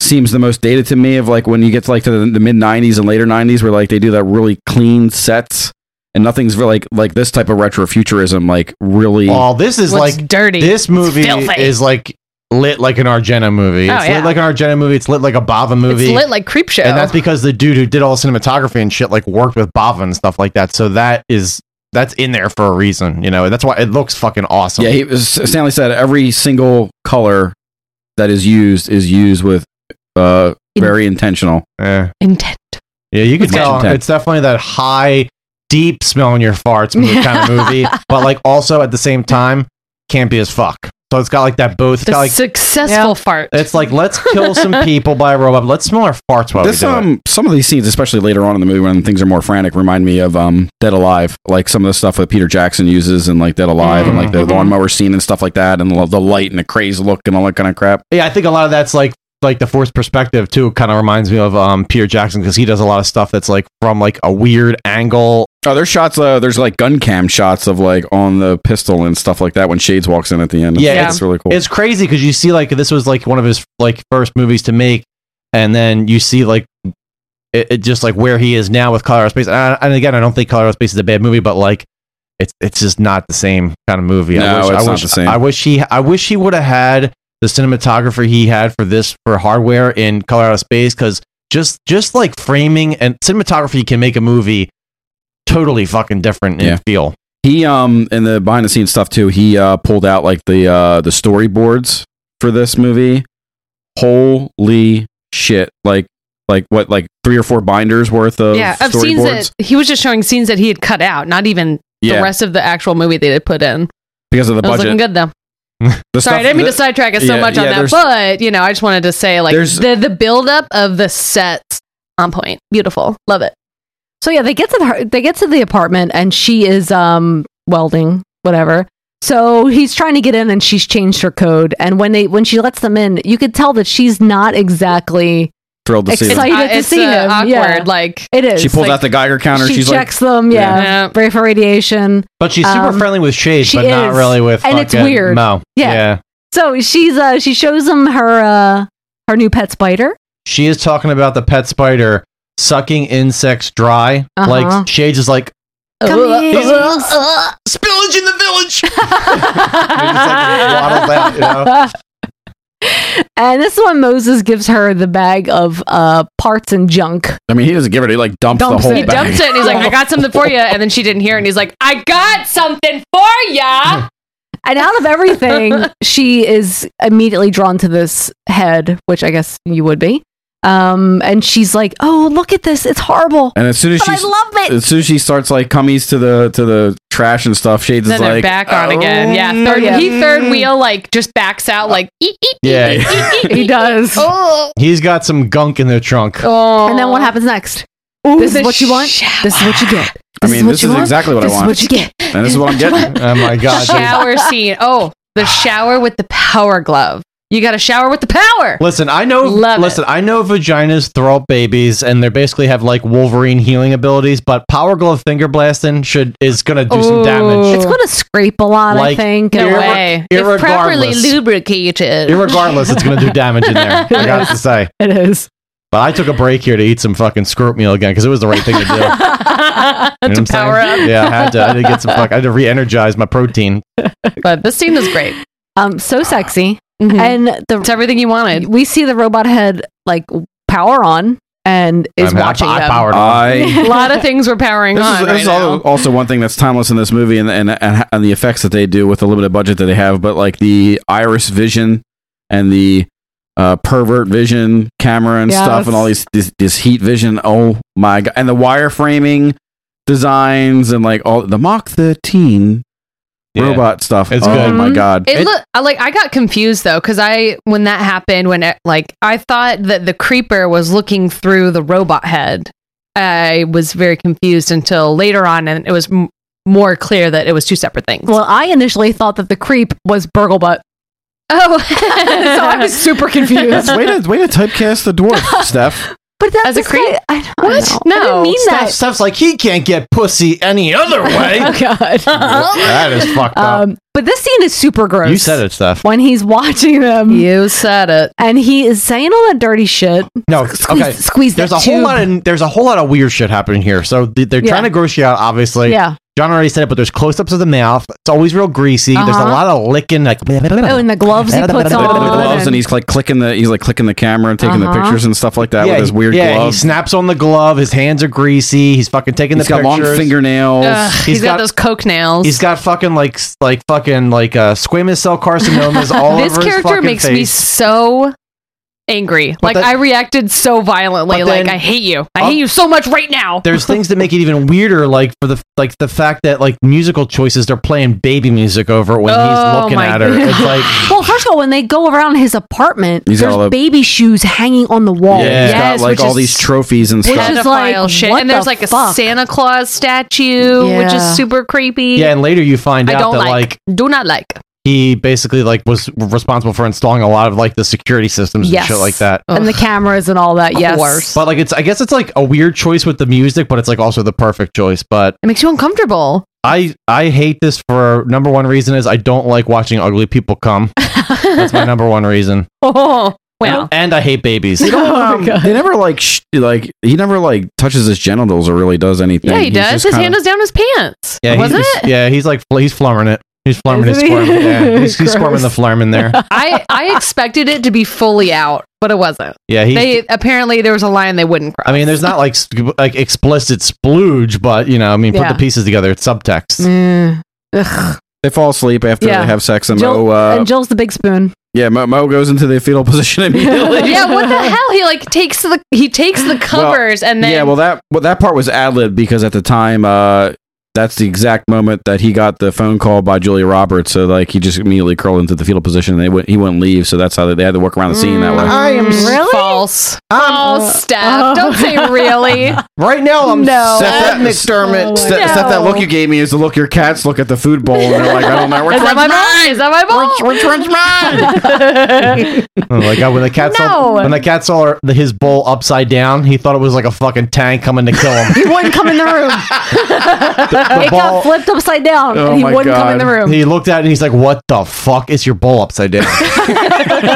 Speaker 11: seems the most dated to me. Of like when you get to like to the, the mid '90s and later '90s, where like they do that really clean sets and nothing's really like like this type of retrofuturism, like really.
Speaker 10: Oh, this is
Speaker 11: Looks
Speaker 10: like
Speaker 8: dirty.
Speaker 10: This movie
Speaker 8: filthy.
Speaker 10: is like lit like an Argento movie.
Speaker 8: Oh,
Speaker 10: it's
Speaker 8: yeah.
Speaker 10: lit like an Argento movie. It's lit like a Bava movie.
Speaker 8: It's lit like creep show.
Speaker 10: And that's because the dude who did all the cinematography and shit like worked with Bava and stuff like that. So that is that's in there for a reason, you know. And that's why it looks fucking awesome.
Speaker 11: Yeah, he was, Stanley said every single color that is used is used with uh very intentional
Speaker 8: intent.
Speaker 10: Yeah, you can
Speaker 11: It's
Speaker 10: tell
Speaker 11: intent.
Speaker 10: it's definitely that high, deep smell in your farts movie kind of movie, but like also at the same time can't be as fuck. So it's got like that both. It's
Speaker 8: the
Speaker 10: got like
Speaker 8: successful fart.
Speaker 10: it's like let's kill some people by a robot. Let's smell our farts while
Speaker 11: This
Speaker 10: we do it.
Speaker 11: um some of these scenes, especially later on in the movie when things are more frantic, remind me of um Dead Alive, like some of the stuff that Peter Jackson uses and like Dead Alive and like the lawnmower scene and stuff like that, and the, the light and the crazed look and all that kind of crap.
Speaker 10: Yeah, I think a lot of that's like like the forced perspective too. Kind of reminds me of um Peter Jackson because he does a lot of stuff that's like from like a weird angle.
Speaker 11: Oh, there's shots. Uh, there's like gun cam shots of like on the pistol and stuff like that when Shades walks in at the end.
Speaker 10: Yeah,
Speaker 11: it's really cool.
Speaker 10: It's crazy because you see like this was like one of his like first movies to make, and then you see like it, it just like where he is now with Colorado Space. And, and again, I don't think Colorado Space is a bad movie, but like it's it's just not the same kind of movie.
Speaker 11: No,
Speaker 10: I wish,
Speaker 11: it's
Speaker 10: I
Speaker 11: not
Speaker 10: wish,
Speaker 11: the same.
Speaker 10: I wish he I wish he would have had the cinematographer he had for this for Hardware in Colorado Space because just just like framing and cinematography can make a movie totally fucking different in
Speaker 11: Yeah.
Speaker 10: feel.
Speaker 11: He um in the behind the scenes stuff too. He uh pulled out like the uh the storyboards for this movie. Holy shit! Like like what like three or four binders worth of
Speaker 8: yeah, of scenes
Speaker 11: storyboards
Speaker 8: that he was just showing scenes that he had cut out, not even
Speaker 11: Yeah.
Speaker 8: the rest of the actual movie they had put in.
Speaker 11: because of the
Speaker 8: That was
Speaker 11: budget.
Speaker 8: looking good though.
Speaker 11: The
Speaker 8: Sorry,
Speaker 11: stuff-
Speaker 8: I didn't mean
Speaker 11: the-
Speaker 8: to sidetrack it so
Speaker 11: yeah,
Speaker 8: much on
Speaker 11: yeah, there's-
Speaker 8: that, but you know, I just wanted to say like
Speaker 11: There's-
Speaker 8: the the buildup of the sets on point, beautiful, love it.
Speaker 3: So yeah, they get to the her- they get to the apartment and she is um welding whatever. So he's trying to get in and she's changed her code and when they when she lets them in, you could tell that she's not exactly
Speaker 11: thrilled to see
Speaker 3: excited
Speaker 11: them.
Speaker 8: Uh,
Speaker 3: Oh, to
Speaker 8: it's,
Speaker 3: see
Speaker 8: uh,
Speaker 3: him.
Speaker 8: awkward,
Speaker 3: yeah.
Speaker 8: like
Speaker 3: it is.
Speaker 11: She pulls
Speaker 3: Like,
Speaker 11: out the Geiger counter.
Speaker 3: She
Speaker 11: she's
Speaker 3: checks
Speaker 11: like,
Speaker 3: them. Yeah,
Speaker 8: Yeah.
Speaker 3: brave for radiation.
Speaker 10: But she's super
Speaker 3: Um,
Speaker 10: friendly with Shades,
Speaker 3: she
Speaker 10: but not
Speaker 3: is.
Speaker 10: really with
Speaker 3: And it's
Speaker 10: fucking
Speaker 3: weird.
Speaker 10: Mo.
Speaker 3: Yeah. So she's uh she shows him her uh her new pet spider.
Speaker 10: she is talking about the pet spider sucking insects dry.
Speaker 3: Uh-huh.
Speaker 10: Like Shades is like,
Speaker 11: Uh,
Speaker 3: Come here.
Speaker 10: He's-
Speaker 8: Uh,
Speaker 16: Spillage in the village.
Speaker 10: waddles out, you know?
Speaker 3: and this is when Moses gives her the bag of uh parts and junk.
Speaker 11: I mean, he doesn't give it. He like dumps,
Speaker 3: Dumps
Speaker 11: the whole
Speaker 3: it. He
Speaker 11: bag.
Speaker 8: dumped it and he's like, I got something for you. And then she didn't hear it and he's like, I got something for ya.
Speaker 3: And out of everything, she is immediately drawn to this head, which I guess you would be. Um, and she's like, "Oh, look at this! It's horrible."
Speaker 11: And as soon as
Speaker 3: But
Speaker 11: she,
Speaker 3: I love it.
Speaker 11: as soon as she starts like cummies to the to the trash and stuff, Shades
Speaker 8: Then
Speaker 11: is
Speaker 8: they're
Speaker 11: like, "Oh,
Speaker 8: back on again. Yeah, third,
Speaker 3: yeah.
Speaker 8: he third wheel like just backs out like "Eek, eek,
Speaker 10: yeah,
Speaker 8: eek,
Speaker 3: he
Speaker 8: eek,
Speaker 3: does.
Speaker 8: eek." Oh,
Speaker 10: he's got some gunk in their trunk.
Speaker 8: oh.
Speaker 3: And then what happens next? this is what you want. This is what you get.
Speaker 11: I
Speaker 3: This is
Speaker 11: mean,
Speaker 3: what
Speaker 11: this
Speaker 3: you
Speaker 11: is
Speaker 3: want.
Speaker 11: exactly what
Speaker 3: This
Speaker 11: I
Speaker 3: is
Speaker 11: want.
Speaker 3: what you get.
Speaker 11: And this is what I'm getting.
Speaker 10: oh my god, dude.
Speaker 8: shower scene. Oh, the shower with the power glove. You got to shower with the power.
Speaker 10: Listen, I know.
Speaker 8: Love it.
Speaker 10: listen, I know vaginas throw up babies, and they basically have like Wolverine healing abilities. But Power Glove finger blasting should is gonna do some damage.
Speaker 3: It's going to scrape a lot, I
Speaker 10: Like,
Speaker 3: think.
Speaker 10: No
Speaker 3: and-
Speaker 10: irre- way. If properly irregardless.
Speaker 8: lubricated.
Speaker 10: Irregardless, it's gonna do damage in there. I got to say,
Speaker 3: it is.
Speaker 10: But I took a break here to eat some fucking squirt meal again because it was the right thing to do. You know
Speaker 8: to
Speaker 10: what I'm
Speaker 8: power
Speaker 10: saying?
Speaker 8: up.
Speaker 10: Yeah, I had to. I had to get some fuck. I had to re-energize my protein.
Speaker 8: But this scene is great. Mm-hmm.
Speaker 3: Um, so sexy. And the, it's
Speaker 8: everything you wanted.
Speaker 3: We see the robot head like power on and is
Speaker 10: I mean, I-
Speaker 3: watching
Speaker 10: I
Speaker 3: them.
Speaker 10: powered
Speaker 11: I
Speaker 8: A lot of things were powering
Speaker 11: This
Speaker 8: on.
Speaker 11: is,
Speaker 8: right
Speaker 11: this is
Speaker 8: now.
Speaker 11: al- also one thing that's timeless in this movie and, and, and, and the effects that they do with the limited budget that they have, but like the iris vision and the uh, pervert vision camera and stuff and all these this, this heat vision. Oh my God. And the wireframing designs and like all the mock 13 robot stuff.
Speaker 10: It's
Speaker 11: oh
Speaker 10: good.
Speaker 11: my
Speaker 10: Mhm.
Speaker 11: god.
Speaker 8: Mm-hmm. It, look I like I got confused though because I when that happened when it, like I thought that the creeper was looking through the robot head. I was very confused until later on, and it was m- more clear that it was two separate things.
Speaker 3: Well, I initially thought that the creep was Burglebutt.
Speaker 8: Oh, so I was super confused.
Speaker 11: That's way to way to typecast the dwarf, Steph.
Speaker 3: But that's
Speaker 8: as a creep.
Speaker 3: I don't know.
Speaker 8: what?
Speaker 3: I didn't
Speaker 8: No,
Speaker 3: mean
Speaker 10: Steph,
Speaker 3: that.
Speaker 10: Steph's like he can't get pussy any other way.
Speaker 3: oh God,
Speaker 10: That is fucked up.
Speaker 3: Um, but this scene is super gross.
Speaker 10: you said it, Steph.
Speaker 3: When he's watching them,
Speaker 8: you said it,
Speaker 3: and he is saying all that dirty shit.
Speaker 10: No,
Speaker 3: Squeeze-
Speaker 10: okay.
Speaker 3: squeeze
Speaker 10: there's
Speaker 3: that
Speaker 10: a whole
Speaker 3: tube.
Speaker 10: lot of there's a whole lot of weird shit happening here. So th- they're
Speaker 3: Yeah.
Speaker 10: trying to gross you out, obviously.
Speaker 3: Yeah.
Speaker 10: John already said it, but there's close-ups of the mouth. It's always real greasy. There's
Speaker 3: Uh-huh.
Speaker 10: a lot of licking, like
Speaker 3: Oh, and the gloves he puts on.
Speaker 11: The gloves and he's like clicking the he's like clicking the camera and taking
Speaker 3: Uh-huh.
Speaker 11: the pictures and stuff like that with his
Speaker 10: he-
Speaker 11: weird
Speaker 10: yeah,
Speaker 3: Oh,
Speaker 11: gloves.
Speaker 10: He snaps on the glove. His hands are greasy. He's fucking taking
Speaker 11: He's
Speaker 10: the
Speaker 11: got long
Speaker 10: pictures.
Speaker 11: fingernails.
Speaker 8: Ugh, he's got, those coke nails.
Speaker 10: Oh, He's got fucking like s- like fucking like uh, squamous cell carcinomas all
Speaker 8: this
Speaker 10: over his
Speaker 8: character
Speaker 10: fucking
Speaker 8: makes me
Speaker 10: face.
Speaker 8: so angry. like
Speaker 10: that-
Speaker 8: I reacted so violently.
Speaker 10: But
Speaker 8: Like
Speaker 10: then-
Speaker 8: I hate you. I
Speaker 10: Oh.
Speaker 8: hate you so much right now.
Speaker 10: There's things that make it even weirder, like for the like the fact that like musical choices they're playing baby music over it when
Speaker 3: Oh,
Speaker 10: he's looking
Speaker 3: my
Speaker 10: at her. It's
Speaker 3: God.
Speaker 10: like
Speaker 3: well, first of all, when they go around his apartment,
Speaker 11: He's got
Speaker 3: there's
Speaker 11: all the-
Speaker 3: baby shoes hanging on the wall.
Speaker 11: yeah, he's got like all these trophies and
Speaker 3: which
Speaker 11: stuff.
Speaker 3: is
Speaker 8: pedophile
Speaker 3: like,
Speaker 8: shit.
Speaker 3: what
Speaker 8: And there's
Speaker 3: the
Speaker 8: like a
Speaker 3: fuck?
Speaker 8: Santa Claus statue, which
Speaker 3: Yeah.
Speaker 8: is super creepy.
Speaker 10: yeah, and later you find
Speaker 8: I
Speaker 10: out
Speaker 8: don't
Speaker 10: that
Speaker 8: like,
Speaker 10: like
Speaker 8: Do not like.
Speaker 10: he basically like was responsible for installing a lot of like the security systems
Speaker 3: Yes.
Speaker 10: and shit like that.
Speaker 3: and the cameras and all that.
Speaker 8: Of
Speaker 3: Yes,
Speaker 8: course.
Speaker 10: But like it's I guess it's like a weird choice with the music, but it's like also the perfect choice. But
Speaker 8: It makes you uncomfortable.
Speaker 10: I I hate this for number one reason is I don't like watching ugly people come. That's my number one reason.
Speaker 8: Oh, well.
Speaker 10: And I hate babies.
Speaker 11: They,
Speaker 8: Oh
Speaker 11: don't, um, they never like sh- like he never like touches his genitals or really does anything.
Speaker 8: Yeah, he
Speaker 11: He's
Speaker 8: does.
Speaker 11: just
Speaker 8: His
Speaker 11: kinda-
Speaker 8: hand is down his pants.
Speaker 10: Yeah,
Speaker 8: was
Speaker 10: he's,
Speaker 8: it?
Speaker 10: Yeah, he's like fl- he's flummering it. He's flummering his
Speaker 8: Isn't he?
Speaker 10: squirm. Yeah, he's, he's
Speaker 8: Gross.
Speaker 10: squirming the flarm in there.
Speaker 8: I, I expected it to be fully out, but it wasn't.
Speaker 10: Yeah, he's-
Speaker 8: they apparently there was a line they wouldn't cross.
Speaker 10: I mean, there's not like sp- like explicit splooge, but you know, I mean, put
Speaker 8: Yeah.
Speaker 10: the pieces together. It's subtext.
Speaker 8: Mm.
Speaker 11: They fall asleep after
Speaker 3: Yeah.
Speaker 11: they have sex, and
Speaker 3: Jill,
Speaker 11: Mo, uh,
Speaker 3: and Jill's the big spoon.
Speaker 11: yeah, Mo, Mo goes into the fetal position immediately.
Speaker 8: yeah, what the hell? He like takes the he takes the covers and then
Speaker 11: yeah, well that well, that part was ad lib because at the time, uh, that's the exact moment that he got the phone call by Julia Roberts. So like he just immediately curled into the fetal position, and they wouldn't, he wouldn't leave. So that's how they, they had to work around the scene
Speaker 8: Mm.
Speaker 11: that way.
Speaker 10: I am
Speaker 8: really false. Oh. false
Speaker 11: uh,
Speaker 8: Steph. Don't say really.
Speaker 10: right now. I'm
Speaker 8: No.
Speaker 10: Seth
Speaker 11: Seth, that,
Speaker 10: McDermott.
Speaker 11: Seth, Seth, that look you gave me is the look your cats look at the food bowl and they're like, I don't know. Which
Speaker 8: Is that
Speaker 11: one's
Speaker 8: my ball? Is that my ball? Which, one's mine?
Speaker 10: Oh my god! When the cat saw
Speaker 8: No.
Speaker 10: when the cat saw her- the- his bowl upside down, he thought it was like a fucking tank coming to kill him.
Speaker 3: He wouldn't come in the room. it
Speaker 10: ball-
Speaker 3: got flipped upside down,
Speaker 10: Oh
Speaker 3: and he
Speaker 10: my
Speaker 3: wouldn't come in
Speaker 10: God.
Speaker 3: the room.
Speaker 10: He looked at it and he's like, "What the fuck is your bowl upside down?"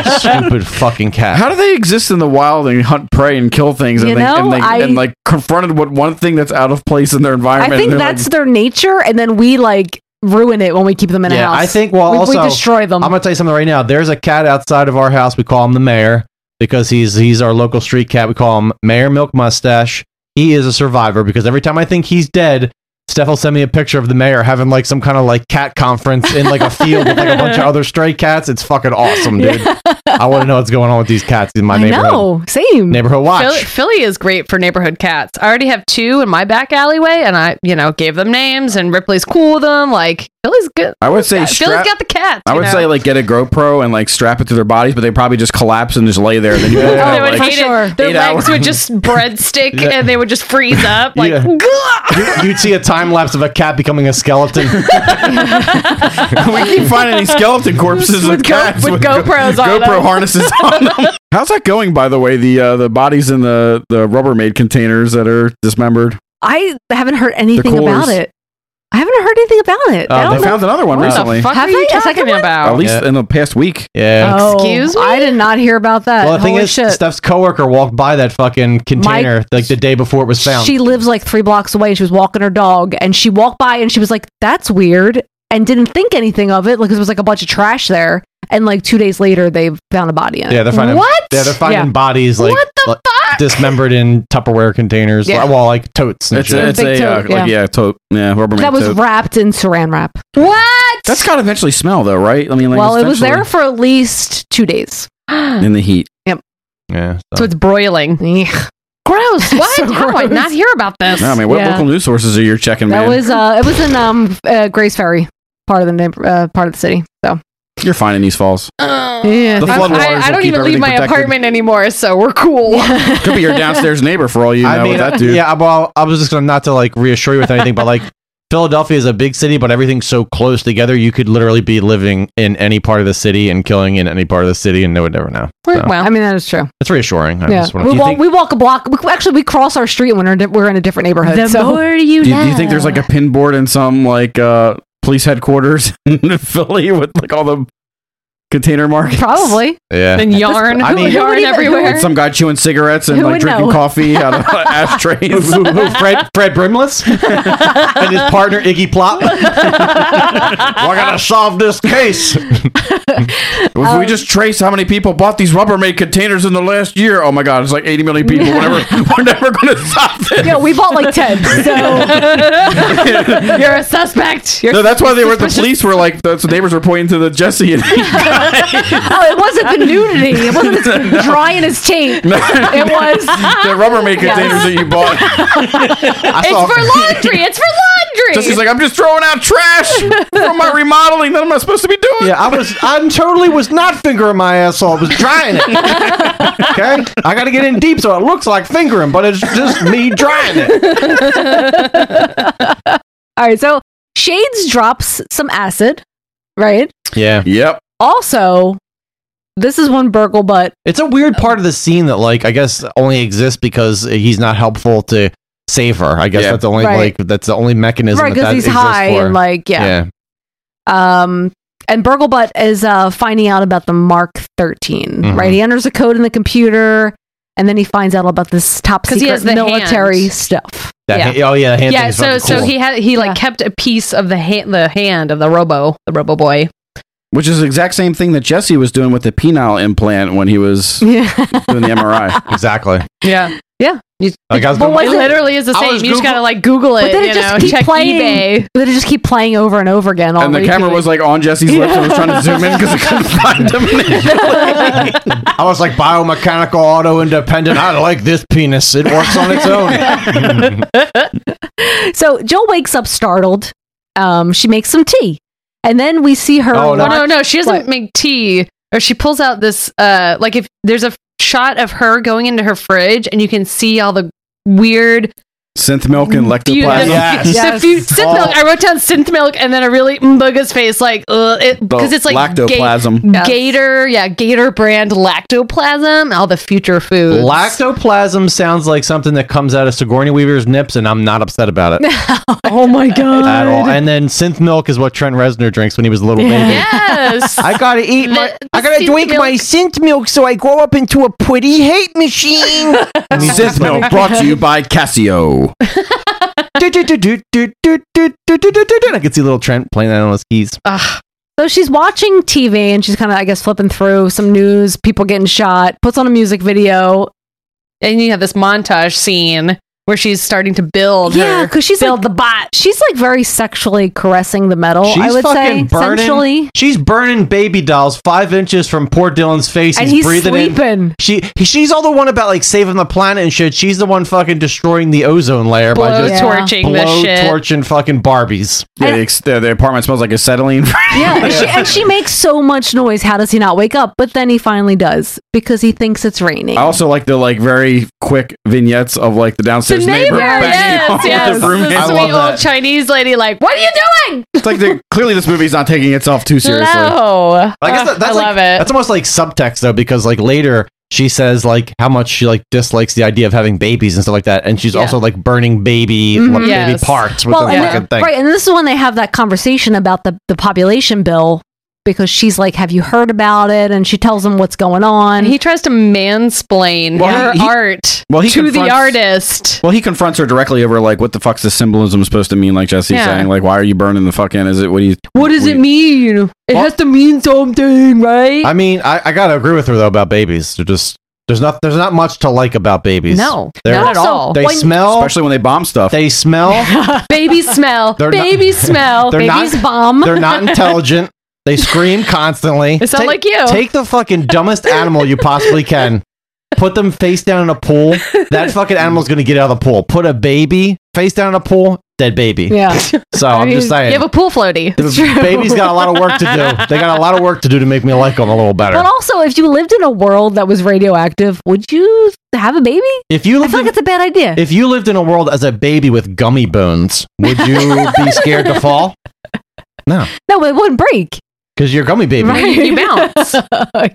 Speaker 10: Stupid fucking cat.
Speaker 11: How do they exist in the wild and hunt prey and kill things and,
Speaker 3: You
Speaker 11: they,
Speaker 3: know,
Speaker 11: and, they,
Speaker 3: I-
Speaker 11: and like confronted with one thing that's out of place in their
Speaker 3: I
Speaker 11: environment?
Speaker 3: think
Speaker 11: and they're
Speaker 3: that's
Speaker 11: like,
Speaker 3: their nature, and then we like ruin it when we keep them in a
Speaker 10: yeah,
Speaker 3: house.
Speaker 10: I think. Well,
Speaker 3: we,
Speaker 10: also,
Speaker 3: we destroy them.
Speaker 10: I'm gonna tell you something right now. There's a cat outside of our house. We call him the mayor because he's he's our local street cat. We call him Mayor Milk Mustache. He is a survivor because every time I think he's dead, Steph will send me a picture of the mayor having like some kind of like cat conference in like a field with like a bunch of other stray cats. It's fucking awesome, dude. I want to know what's going on with these cats in my
Speaker 3: I
Speaker 10: neighborhood.
Speaker 3: know, same
Speaker 10: Neighborhood watch.
Speaker 8: Philly, Philly is great for neighborhood cats. I already have two in my back alleyway, and I, you know, gave them names, and Ripley's cool with them. Like Philly's good.
Speaker 11: I would say
Speaker 8: Philly's
Speaker 11: strap-
Speaker 8: got the cats.
Speaker 11: I
Speaker 8: you
Speaker 11: would
Speaker 8: know?
Speaker 11: say like get a GoPro and like strap it to their bodies, but they probably just collapse and just lay there. And then you
Speaker 8: Oh,
Speaker 11: go,
Speaker 8: they would
Speaker 11: like,
Speaker 8: hate it. Their
Speaker 11: eight
Speaker 8: legs
Speaker 11: hours.
Speaker 8: would just breadstick,
Speaker 10: Yeah.
Speaker 8: and they would just freeze up. Like,
Speaker 10: Yeah. You- You'd see a time lapse of a cat becoming a skeleton.
Speaker 11: we keep finding these skeleton corpses of cats
Speaker 8: with GoPros on
Speaker 11: GoPro
Speaker 8: them.
Speaker 11: harnesses on them. How's that going, by the way? The uh, the bodies in the the Rubbermaid containers that are dismembered.
Speaker 3: I haven't heard anything about
Speaker 11: coolers.
Speaker 3: it. I haven't heard anything about it.
Speaker 11: Uh,
Speaker 3: I don't
Speaker 11: they
Speaker 3: know-
Speaker 11: found another one
Speaker 8: what
Speaker 11: recently.
Speaker 8: the fuck
Speaker 3: Have
Speaker 8: are you
Speaker 3: they? A
Speaker 8: talking
Speaker 3: second one?
Speaker 8: about?
Speaker 11: At least
Speaker 10: Yeah.
Speaker 11: in the past week.
Speaker 10: Yeah.
Speaker 3: Oh,
Speaker 8: Excuse me?
Speaker 3: I did not hear about that.
Speaker 10: Well, the thing
Speaker 3: Holy
Speaker 10: is,
Speaker 3: shit.
Speaker 10: Steph's coworker walked by that fucking container like the day before it was found.
Speaker 3: she lives like three blocks away. She was walking her dog, and she walked by, and she was like, "That's weird," and didn't think anything of it, like 'cause it was like a bunch of trash there. And like two days later, they found a body in it.
Speaker 10: Yeah, they're finding
Speaker 8: What?
Speaker 10: Yeah, they're finding
Speaker 3: Yeah.
Speaker 10: bodies like,
Speaker 8: What the
Speaker 10: like,
Speaker 8: fuck?
Speaker 10: dismembered in Tupperware containers.
Speaker 8: Yeah.
Speaker 10: Well, like totes. And
Speaker 11: It's
Speaker 10: shit.
Speaker 11: a, it's
Speaker 3: Big
Speaker 11: a uh,
Speaker 3: tote,
Speaker 11: like,
Speaker 3: yeah.
Speaker 11: yeah, tote. Yeah, Rubbermaid.
Speaker 3: that was
Speaker 11: tote.
Speaker 3: wrapped in Saran wrap.
Speaker 8: What?
Speaker 11: That's got to eventually smell, though, right? I mean, like,
Speaker 3: well, it was there
Speaker 11: eventually-
Speaker 3: for at least two days.
Speaker 11: in the heat.
Speaker 10: yeah.
Speaker 8: So it's broiling.
Speaker 3: Ugh.
Speaker 8: Gross. What?
Speaker 3: So
Speaker 8: How do I
Speaker 3: gross.
Speaker 8: not hear about this?
Speaker 11: No, I mean, what
Speaker 3: Yeah.
Speaker 11: local news sources are you checking,
Speaker 3: That
Speaker 11: man?
Speaker 3: was uh, it was in um uh, Grace Ferry part of the neighbor, uh, part of the city. So
Speaker 11: You're fine in East Falls.
Speaker 8: yeah,
Speaker 11: The
Speaker 8: I'm-
Speaker 11: floodwaters
Speaker 8: I, I
Speaker 11: will
Speaker 8: don't
Speaker 11: keep
Speaker 8: even leave
Speaker 11: everything
Speaker 8: my
Speaker 11: protected.
Speaker 8: apartment anymore, so we're cool.
Speaker 11: Could be your downstairs neighbor for all you know
Speaker 10: I mean,
Speaker 11: with that dude.
Speaker 10: yeah. Well, I was just gonna not to like reassure you with anything, but like Philadelphia is a big city, but everything's so close together, you could literally be living in any part of the city and killing in any part of the city, and they would never know. So,
Speaker 3: well, I mean that is true.
Speaker 10: it's reassuring. I
Speaker 3: yeah,
Speaker 10: just wanna-
Speaker 3: we
Speaker 10: Do you
Speaker 3: walk,
Speaker 10: think-
Speaker 3: we walk a block. We, actually, we cross our street when we're, di- we're in a different neighborhood. so.
Speaker 11: do, do you think there's like a pin board in some like uh police headquarters in Philly with like all the container markets?
Speaker 3: Probably.
Speaker 10: Yeah.
Speaker 8: And yarn.
Speaker 11: I mean,
Speaker 8: yarn everywhere.
Speaker 11: And some guy chewing cigarettes and
Speaker 8: Who
Speaker 11: like
Speaker 8: would
Speaker 11: drinking
Speaker 8: know?
Speaker 11: coffee out of ashtrays.
Speaker 10: Who- who- Fred Fred Brimless and his partner Iggy Plop. We're gonna solve this case.
Speaker 11: If we just trace how many people bought these Rubbermaid containers in the last year, oh my god, it's like 80 million people. We're never, we're never going to stop this.
Speaker 3: Yeah, we bought like ten. So you're a suspect. You're
Speaker 11: no, that's why they were. The police were like, the the neighbors were pointing to the Jesse and
Speaker 3: oh, it wasn't the nudity. It wasn't his drying his tape. It was.
Speaker 11: the Rubbermaid
Speaker 3: Yes.
Speaker 11: containers that you bought.
Speaker 8: it's
Speaker 11: saw-
Speaker 8: for laundry. It's for laundry.
Speaker 11: Jesse's like, I'm just throwing out trash from my remodeling that I'm not supposed to be doing.
Speaker 10: Yeah, I was. I totally was not fingering my asshole. I was drying it. Okay, I got to get in deep so it looks like fingering, but it's just me drying it.
Speaker 3: All right, so Shades drops some acid, right?
Speaker 10: Yeah.
Speaker 11: Yep.
Speaker 3: Also, this is one burgle butt.
Speaker 10: It's a weird part of the scene that, like, I guess only exists because he's not helpful to save her. I guess
Speaker 11: Yeah.
Speaker 10: that's the only
Speaker 3: Right.
Speaker 10: like that's the only mechanism.
Speaker 3: Right,
Speaker 10: that that
Speaker 3: because he's
Speaker 10: exists
Speaker 3: high
Speaker 10: for.
Speaker 3: and like yeah. Um, and Burglebutt is uh finding out about the Mark 13
Speaker 8: Mhm.
Speaker 3: right? He enters a code in the computer, and then he finds out about this top
Speaker 8: 'Cause
Speaker 3: secret
Speaker 8: he has the
Speaker 3: military
Speaker 8: hand.
Speaker 3: stuff.
Speaker 10: That hand- oh yeah, the hand
Speaker 8: yeah.
Speaker 10: thing is
Speaker 8: So
Speaker 10: fucking
Speaker 8: so
Speaker 10: cool.
Speaker 8: he had he like kept a piece of the hand the hand of the Robo the Robo Boy.
Speaker 11: Which is the exact same thing that Jesse was doing with the penile implant when he was doing the MRI.
Speaker 10: Exactly.
Speaker 8: Yeah.
Speaker 3: Yeah.
Speaker 10: Like, I was gonna-
Speaker 8: it literally is the
Speaker 3: I
Speaker 8: same. You
Speaker 3: was
Speaker 8: just
Speaker 3: Google-
Speaker 8: gotta like Google it.
Speaker 3: But then
Speaker 8: you
Speaker 3: it just
Speaker 8: know,
Speaker 3: keep
Speaker 8: check
Speaker 3: playing.
Speaker 8: eBay.
Speaker 3: But it just keep playing over and over again. all
Speaker 11: And
Speaker 3: the
Speaker 11: the
Speaker 3: way
Speaker 11: camera
Speaker 3: to-
Speaker 11: was like on Jesse's lips and was trying to zoom in because it couldn't find him.
Speaker 10: I was like biomechanical auto independent. I like this penis. It works on its own.
Speaker 3: So Jill wakes up startled. Um, she makes some tea, and then we see her.
Speaker 8: Oh, no,
Speaker 3: watch-
Speaker 8: no, no, she doesn't
Speaker 3: What?
Speaker 8: make tea. Or she pulls out this uh like if there's a shot of her going into her fridge and you can see all the weird
Speaker 11: Synth milk and
Speaker 8: few,
Speaker 11: lectoplasm.
Speaker 8: the- the few- synth milk.
Speaker 10: Oh.
Speaker 8: I wrote down synth milk and then a really mbuga's face like because
Speaker 11: The
Speaker 8: it's like ga-
Speaker 11: lactoplasm.
Speaker 8: Yes. gator, yeah, gator brand lactoplasm, all the future foods.
Speaker 10: Lactoplasm sounds like something that comes out of Sigourney Weaver's nips, and I'm not upset about it
Speaker 8: oh my god.
Speaker 10: at all. And then synth milk is what Trent Reznor drinks when he was a little baby.
Speaker 8: Yes.
Speaker 10: I gotta eat my. I gotta
Speaker 8: synth
Speaker 10: drink my
Speaker 8: milk.
Speaker 10: synth milk so I grow up into a pretty hate machine.
Speaker 11: Synth milk brought to you by Casio.
Speaker 10: Do, do, do, do, do, do, do, do, do, do, do. I could see little Trent playing that on his keys.
Speaker 3: So she's watching TV and she's kind of, I guess, flipping through some news, people getting shot, puts on a music video.
Speaker 8: and you have this montage scene where she's starting to build
Speaker 3: Yeah,
Speaker 8: her-
Speaker 3: because she's like, the bot. She's like very sexually caressing the metal.
Speaker 10: She's
Speaker 3: I would say
Speaker 10: fucking burning.
Speaker 3: sensually.
Speaker 10: She's burning baby dolls five inches from poor Dylan's face.
Speaker 3: And he's
Speaker 10: breathing
Speaker 3: sleeping.
Speaker 10: In. She he, she's all the one about like saving the planet and shit. She's the one fucking destroying the ozone layer by
Speaker 8: Blow
Speaker 10: just
Speaker 8: torching this
Speaker 10: blow
Speaker 8: shit.
Speaker 10: torching fucking Barbies.
Speaker 11: Yeah, the, ex- the, the apartment smells like acetylene.
Speaker 3: Yeah, and she, and she makes so much noise. How does he not wake up? But then he finally does because he thinks it's raining.
Speaker 11: I also like the like very quick vignettes of like the downstairs neighbor. banging on
Speaker 8: yes,
Speaker 11: with
Speaker 8: yes.
Speaker 11: the roommate.
Speaker 8: The sweet old Chinese lady, like, what are you doing?
Speaker 11: It's like the, clearly this movie's not taking itself too seriously.
Speaker 8: Hello.
Speaker 10: I guess
Speaker 8: Uh,
Speaker 10: that, that's
Speaker 8: I
Speaker 10: like-
Speaker 8: love
Speaker 10: That's almost like subtext though, because like later she says like how much she like dislikes the idea of having babies and stuff like that, and she's
Speaker 3: Yeah.
Speaker 10: also like burning baby
Speaker 3: Mhm.
Speaker 10: baby
Speaker 8: Yes.
Speaker 10: parts with the
Speaker 3: and
Speaker 10: fucking
Speaker 3: then-
Speaker 10: thing.
Speaker 3: right, and this is when they have that conversation about the, the population bill because she's like, "Have you heard about it?" And she tells him what's going on.
Speaker 8: it. He tries to mansplain
Speaker 11: Well,
Speaker 8: her
Speaker 11: he- he-
Speaker 8: art
Speaker 11: well, he
Speaker 8: to the
Speaker 11: confronts-
Speaker 8: artist.
Speaker 11: Well, he confronts her directly over like what the fuck's the symbolism supposed to mean? Like Jesse's
Speaker 8: Yeah.
Speaker 11: saying, like why are you burning the fucking? Is it what do you?
Speaker 8: What does it mean? It has to mean something, right?
Speaker 10: I mean, I, I gotta agree with her though about babies. They're just there's not there's not much to like about babies.
Speaker 8: No,
Speaker 10: They're-
Speaker 8: not at
Speaker 10: Also,
Speaker 8: all.
Speaker 10: They smell.
Speaker 11: Especially when they bomb stuff.
Speaker 10: they smell.
Speaker 8: baby smell,
Speaker 10: They're not-
Speaker 8: baby smell,
Speaker 10: They're not-
Speaker 8: baby's bomb.
Speaker 10: They're not intelligent. They scream constantly.
Speaker 8: They sound
Speaker 10: Take-
Speaker 8: like you.
Speaker 10: Take the fucking dumbest animal you possibly can. Put them face down in a pool. That fucking animal's gonna get out of the pool. Put a baby face down in a pool. dead baby.
Speaker 3: Yeah.
Speaker 10: So I'm
Speaker 3: mean,
Speaker 10: just saying.
Speaker 3: You have a pool floaty.
Speaker 10: the
Speaker 3: It's true.
Speaker 10: baby's got a lot of work to do. They got a lot of work to do to make me like them a little better.
Speaker 3: But also, if you lived in a world that was radioactive, would you have a baby?
Speaker 10: If you
Speaker 3: I
Speaker 10: lived
Speaker 3: feel like it's a bad idea.
Speaker 10: If you lived in a world as a baby with gummy bones, would you be scared to fall? No,
Speaker 3: no, it wouldn't break.
Speaker 10: because you're a gummy baby.
Speaker 3: Right? Oh You bounce.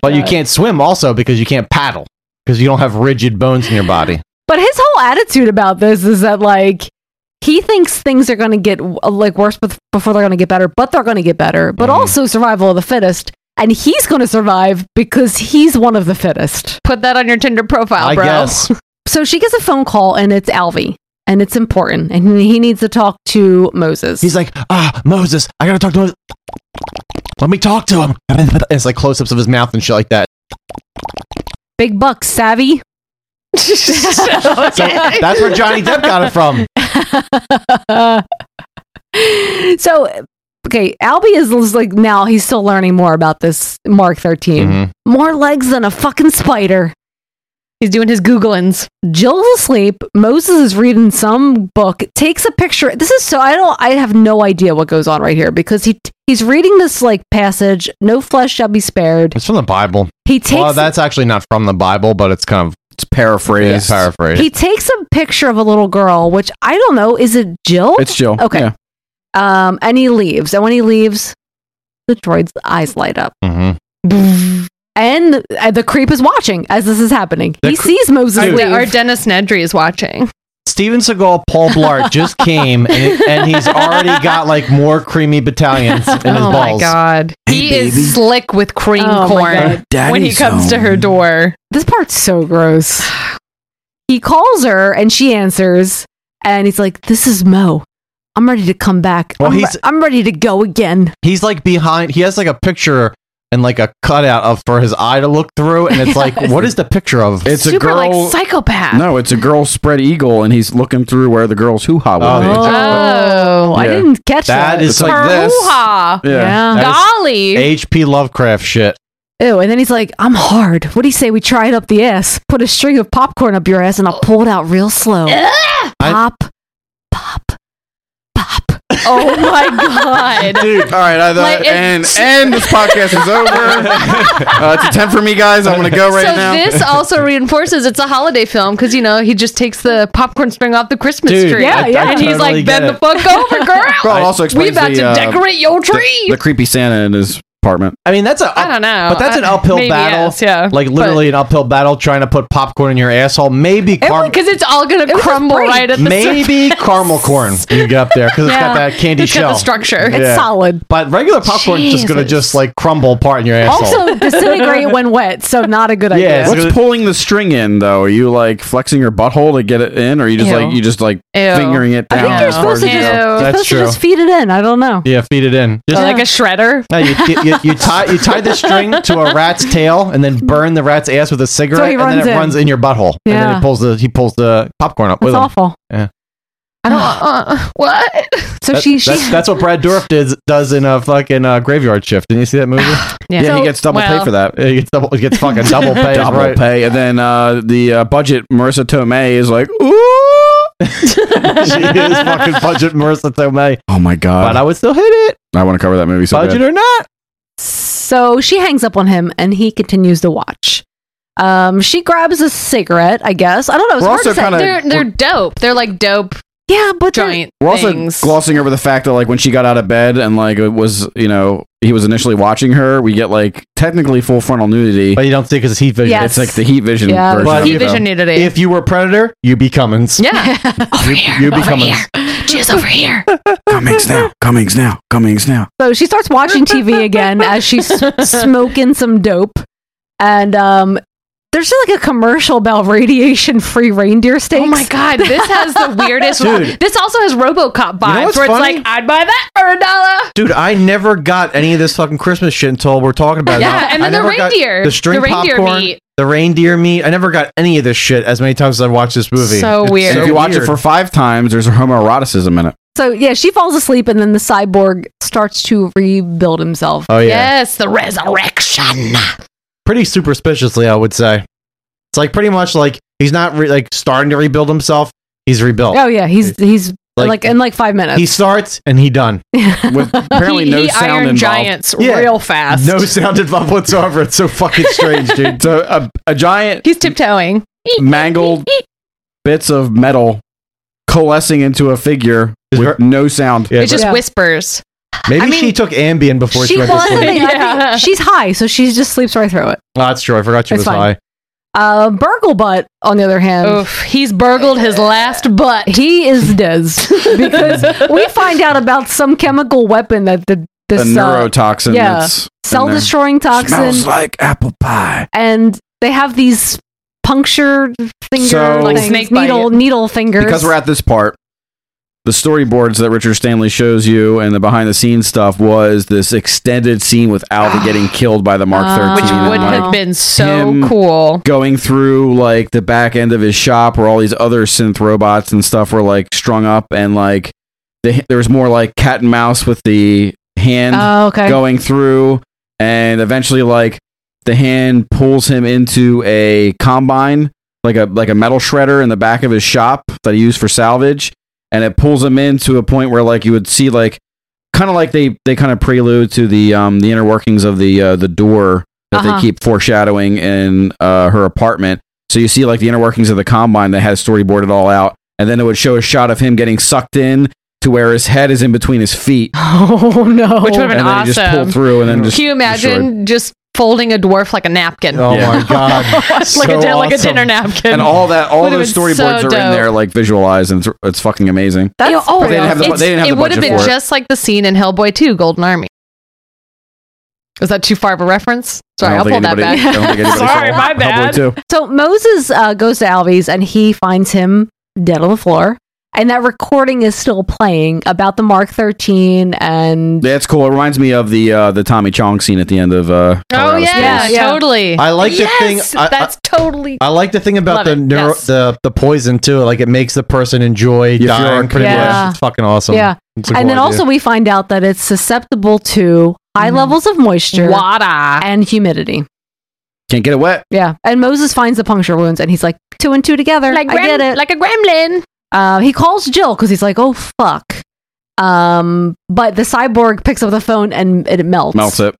Speaker 10: But you can't swim also because you can't paddle because you don't have rigid bones in your body.
Speaker 3: But his whole attitude about this is that like he thinks things are going to get uh, like worse bef- before they're going to get better, but they're going to get better. But also survival of the fittest, and he's going to survive because he's one of the fittest.
Speaker 8: Put that on your Tinder profile,
Speaker 3: I
Speaker 8: bro.
Speaker 3: guess. So she gets a phone call, and it's Alvy, and it's important, and he needs to talk to Moses. He's
Speaker 10: like, ah, Moses, I gotta talk to Moses. Let me talk to him. And it's like close ups of his mouth and shit like that.
Speaker 3: big bucks, savvy.
Speaker 10: So that's where Johnny Depp got it from.
Speaker 3: so okay albie is is like now he's still learning more about this mark 13
Speaker 10: Mhm.
Speaker 3: more legs than a fucking spider he's doing his googlings jill's asleep moses is reading some book takes a picture this is so i don't i have no idea what goes on right here because he he's reading this like passage no flesh shall be spared
Speaker 10: It's from the Bible.
Speaker 3: He takes-
Speaker 10: Well, that's actually not from the Bible, but it's kind of it's
Speaker 11: paraphrased.
Speaker 10: Paraphrased.
Speaker 3: he takes a picture of a little girl which i don't know is it jill
Speaker 11: It's Jill.
Speaker 3: okay
Speaker 11: Yeah.
Speaker 3: um and he leaves and when he leaves the droid's eyes light up
Speaker 10: Mm-hmm.
Speaker 3: And uh, the creep is watching as this is happening. he sees Moses
Speaker 8: Or,
Speaker 3: leave.
Speaker 8: De- or Dennis Nedry is watching.
Speaker 10: Steven Seagal, Paul Blart just came and, it- and he's already got like more creamy battalions in his
Speaker 8: oh
Speaker 10: balls.
Speaker 8: my god, he is slick with cream
Speaker 3: Oh my
Speaker 8: corn
Speaker 3: God.
Speaker 8: when he
Speaker 3: Daddy's
Speaker 8: comes to
Speaker 11: Oh.
Speaker 8: her door.
Speaker 3: This part's so gross. He calls her and she answers, and he's like, "This is Mo. I'm ready to come back.
Speaker 10: Well,
Speaker 3: I'm, re-
Speaker 10: he's-
Speaker 3: I'm ready to go again."
Speaker 10: He's like behind. He has like a picture and like a cutout of for his eye to look through, and it's like,
Speaker 8: Yes.
Speaker 10: what is the picture of?
Speaker 11: It's a
Speaker 8: Super
Speaker 11: girl.
Speaker 8: like psychopath.
Speaker 11: no, it's a girl spread eagle, and he's looking through where the girl's hoo ha would be.
Speaker 8: Oh, I
Speaker 11: Yeah.
Speaker 8: didn't catch that.
Speaker 10: That is
Speaker 11: It's like
Speaker 8: her
Speaker 11: this.
Speaker 8: hoo-ha.
Speaker 11: Yeah. Yeah.
Speaker 10: That
Speaker 8: Um, Golly.
Speaker 10: H.P. Lovecraft shit.
Speaker 3: Ew. And then he's like, "I'm hard. What do you say we try it up the ass? Put a string of popcorn up your ass, and I'll pull it out real slow. Pop,
Speaker 8: Oh my god.
Speaker 11: Dude, all right, I thought,
Speaker 8: Like, it-
Speaker 11: and and this podcast is over. Uh, it's a ten for me, guys. I'm gonna go right
Speaker 8: so
Speaker 11: now.
Speaker 8: this also reinforces it's a holiday film because you know he just takes the popcorn string off the Christmas
Speaker 11: Dude,
Speaker 8: tree.
Speaker 11: I- I
Speaker 8: and he's
Speaker 11: totally
Speaker 8: like,
Speaker 11: get
Speaker 8: "Bend the
Speaker 11: it."
Speaker 8: fuck over, girl.
Speaker 11: Bro, it also
Speaker 8: we
Speaker 11: explains
Speaker 8: about
Speaker 11: the,
Speaker 8: to
Speaker 11: uh,
Speaker 8: decorate your tree."
Speaker 11: the creepy Santa in his apartment.
Speaker 10: I mean, that's a.
Speaker 8: I don't know,
Speaker 10: But that's an
Speaker 8: I-
Speaker 10: uphill
Speaker 8: Oh, uh, maybe
Speaker 10: battle.
Speaker 8: yes, yeah,
Speaker 10: Like literally an uphill battle trying to put popcorn in your asshole. Maybe caramel.
Speaker 8: because it's all gonna crumble right at the
Speaker 10: Maybe
Speaker 8: surface.
Speaker 10: caramel corn when you get up there because it's
Speaker 8: Yeah.
Speaker 10: got that candy
Speaker 8: It's got
Speaker 10: shell
Speaker 8: the structure. It's solid.
Speaker 10: But regular popcorn is just gonna
Speaker 8: Jesus.
Speaker 10: just like crumble apart in your asshole.
Speaker 3: also disintegrate when wet. So not a good idea.
Speaker 11: What's pulling the string in though? Are you like flexing your butthole to get it in, or are you just
Speaker 3: Ew.
Speaker 11: like you just like
Speaker 3: Ew.
Speaker 11: fingering it down?
Speaker 3: I think you're
Speaker 11: as far
Speaker 3: supposed to
Speaker 11: as you
Speaker 3: just,
Speaker 11: go?
Speaker 3: you're
Speaker 10: That's
Speaker 3: supposed to
Speaker 10: true.
Speaker 3: just feed it in. I don't know.
Speaker 10: yeah, feed it in. Just
Speaker 8: Oh, like a shredder.
Speaker 10: No, you, you, you, you tie you tie the string to a rat's tail and then burn the rat's ass with a cigarette, and then
Speaker 3: runs
Speaker 10: it
Speaker 3: in.
Speaker 10: runs in your butthole, and then
Speaker 3: Yeah.
Speaker 10: he pulls the he pulls the popcorn up
Speaker 3: That's
Speaker 10: with him.
Speaker 3: awful.
Speaker 10: Yeah.
Speaker 3: I don't.
Speaker 8: what?
Speaker 3: So
Speaker 10: That-
Speaker 3: she she
Speaker 10: that's, that's what Brad Dourif did, does in a fucking uh, graveyard shift. Didn't you see that movie?
Speaker 11: Yeah, he gets double pay for that.
Speaker 10: He gets double. He gets fucking double pay.
Speaker 11: double
Speaker 10: right.
Speaker 11: pay, and then uh, the uh, budget Marissa Tomei is like, ooh,
Speaker 10: she is fucking budget Marissa Tomei.
Speaker 11: oh my god,
Speaker 10: But I would still hit it,
Speaker 11: I want to cover that movie so
Speaker 10: budget
Speaker 11: bad.
Speaker 10: or not.
Speaker 3: so she hangs up on him and he continues to watch. Um, she grabs a cigarette. I guess I don't know. It's
Speaker 11: We're
Speaker 3: hard
Speaker 11: also
Speaker 3: to say.
Speaker 11: kinda-
Speaker 8: They're they're dope. They're like dope.
Speaker 3: Yeah, but
Speaker 8: giant.
Speaker 11: We're also
Speaker 8: things.
Speaker 11: glossing over the fact that like when she got out of bed and like it was you know he was initially watching her. We get like technically full frontal nudity, but
Speaker 10: you don't see because heat vision.
Speaker 8: Yes.
Speaker 11: It's like the heat vision.
Speaker 8: Yeah,
Speaker 11: version
Speaker 8: But
Speaker 11: of
Speaker 8: heat
Speaker 11: it, though.
Speaker 8: vision nudity.
Speaker 10: If you were Predator, you be Cummins.
Speaker 8: yeah,
Speaker 10: You, you be Cummins.
Speaker 8: she's over here.
Speaker 11: Cummings now. Cummings now. Cummings now.
Speaker 3: So she starts watching TV again as she's smoking some dope, and um, there's just like a commercial about radiation-free reindeer steaks.
Speaker 8: Oh my god, this has the weirdest.
Speaker 10: Dude.
Speaker 8: This also has RoboCop vibes,
Speaker 10: You know what's
Speaker 8: where it's
Speaker 10: funny?
Speaker 8: like, I'd buy that for a dollar.
Speaker 10: Dude, I never got any of this fucking Christmas shit until we're talking about it.
Speaker 8: Yeah,
Speaker 10: now.
Speaker 8: and then
Speaker 10: I
Speaker 8: the
Speaker 10: never got
Speaker 8: reindeer.
Speaker 10: the string
Speaker 8: The reindeer
Speaker 10: popcorn,
Speaker 8: meat.
Speaker 10: the reindeer meat. I never got any of this shit as many times as I've watched this movie.
Speaker 8: So
Speaker 11: And
Speaker 8: weird.
Speaker 11: if you watch it for five times, there's a homoeroticism in it.
Speaker 3: So yeah, she falls asleep, and then the cyborg starts to rebuild himself.
Speaker 10: Oh, yeah.
Speaker 8: Yes, the resurrection.
Speaker 10: pretty superstitiously, I would say.
Speaker 8: Oh,
Speaker 10: It's like pretty much like he's not re- like starting to rebuild himself. He's rebuilt.
Speaker 3: Oh yeah, he's he's Like, in like five minutes.
Speaker 10: He starts and he done.
Speaker 11: With
Speaker 3: apparently He- no he sound ironed involved. giants real fast.
Speaker 10: No sound involved whatsoever. It's so fucking strange, dude.
Speaker 11: So a, a giant
Speaker 3: He's tiptoeing.
Speaker 11: mangled bits of metal coalescing into a figure with no sound.
Speaker 8: it just whispers.
Speaker 10: Maybe
Speaker 8: I mean-
Speaker 10: she took Ambien before she, went to
Speaker 3: wasn't.
Speaker 10: sleep.
Speaker 3: I think She's high, so she just sleeps right through it.
Speaker 10: Oh, that's true. I forgot she
Speaker 3: It's
Speaker 10: was
Speaker 3: fine.
Speaker 10: high.
Speaker 3: Uh, Burglebutt, on the other hand,
Speaker 8: he's burgled his last butt.
Speaker 3: He is dead because we find out about some chemical weapon that the this uh,
Speaker 11: A neurotoxin
Speaker 3: yeah,
Speaker 11: that's in there.
Speaker 3: cell destroying toxin,
Speaker 11: Smells like apple pie.
Speaker 3: and they have these punctured finger
Speaker 11: So- Like
Speaker 3: things,
Speaker 11: snake bite.
Speaker 3: needle needle fingers
Speaker 11: Because we're at this part, the storyboards that Richard Stanley shows you and the behind the scenes stuff was this extended scene with Alvin getting killed by the Mark 13.
Speaker 8: Ah. Uh, Which
Speaker 11: and,
Speaker 8: would have
Speaker 11: like,
Speaker 8: been so
Speaker 11: him
Speaker 8: cool.
Speaker 11: Going through like the back end of his shop where all these other synth robots and stuff were like strung up and like the, there was more like cat and mouse with the hand
Speaker 3: Oh, okay.
Speaker 11: going through and eventually like the hand pulls him into a combine like a like a metal shredder in the back of his shop that he used for salvage and it pulls him in to a point where like you would see like kind of like they they kind of prelude to the um the inner workings of the uh, the door that
Speaker 1: Uh-huh.
Speaker 11: they keep foreshadowing in uh, her apartment. So you see like the inner workings of the combine that has storyboarded all out, and then it would show a shot of him getting sucked in to where his head is in between his feet.
Speaker 3: Oh no!
Speaker 8: Which would have been
Speaker 11: and then
Speaker 8: awesome.
Speaker 11: he just pulled through, and then just
Speaker 8: Can you imagine
Speaker 11: destroyed.
Speaker 8: just folding a dwarf like a napkin?
Speaker 11: Oh Yeah. my God.
Speaker 8: like
Speaker 11: So
Speaker 8: a din- like a
Speaker 11: awesome.
Speaker 8: dinner napkin.
Speaker 11: And all that, all
Speaker 8: Would've
Speaker 11: those
Speaker 8: been
Speaker 11: storyboards
Speaker 8: so
Speaker 11: are in
Speaker 8: dope.
Speaker 11: there, like visualized, and it's, it's fucking amazing.
Speaker 8: That's oh,
Speaker 11: But they didn't have the bu-
Speaker 8: it's-
Speaker 11: they didn't have
Speaker 8: it
Speaker 11: the
Speaker 8: would have
Speaker 11: budget
Speaker 8: been
Speaker 11: for it.
Speaker 8: just like the scene in Hellboy 2, Golden Army. Is that too far of a reference? Sorry,
Speaker 11: I
Speaker 8: I'll
Speaker 11: don't
Speaker 8: pull
Speaker 11: think
Speaker 8: that
Speaker 11: anybody-
Speaker 8: back.
Speaker 11: I don't think anybody
Speaker 8: Sorry,
Speaker 11: saw
Speaker 8: my
Speaker 11: Hellboy
Speaker 8: bad.
Speaker 11: 2.
Speaker 3: So Moses uh, goes to Alvy's and he finds him dead on the floor. And that recording is still playing about the Mark 13 and
Speaker 11: That's cool. It reminds me of the uh, the Tommy Chong scene at the end of. Uh,
Speaker 8: Oh
Speaker 11: Colorado
Speaker 8: yeah,
Speaker 11: Springs.
Speaker 8: totally.
Speaker 10: I like the
Speaker 8: yes,
Speaker 10: thing- I- I-
Speaker 8: that's totally.
Speaker 10: I like the thing about
Speaker 8: Love
Speaker 10: the
Speaker 8: it.
Speaker 10: neuro,
Speaker 8: Yes.
Speaker 10: the the poison too. Like it makes the person enjoy dying. Pretty
Speaker 3: Yeah.
Speaker 10: much, it's fucking awesome.
Speaker 3: Yeah.
Speaker 10: It's a
Speaker 3: And
Speaker 10: cool
Speaker 3: then
Speaker 10: idea.
Speaker 3: also we find out that it's susceptible to high levels of moisture,
Speaker 8: Mm-hmm. Water,
Speaker 3: and humidity.
Speaker 11: Can't get it wet.
Speaker 3: Yeah. And Moses finds the puncture wounds and he's like two and two together.
Speaker 8: Like
Speaker 3: I
Speaker 8: grem-
Speaker 3: get it.
Speaker 8: Like a gremlin.
Speaker 3: Uh, he calls Jill because he's like, oh fuck. Um, but the cyborg picks up the phone and it melts.
Speaker 11: Melts it.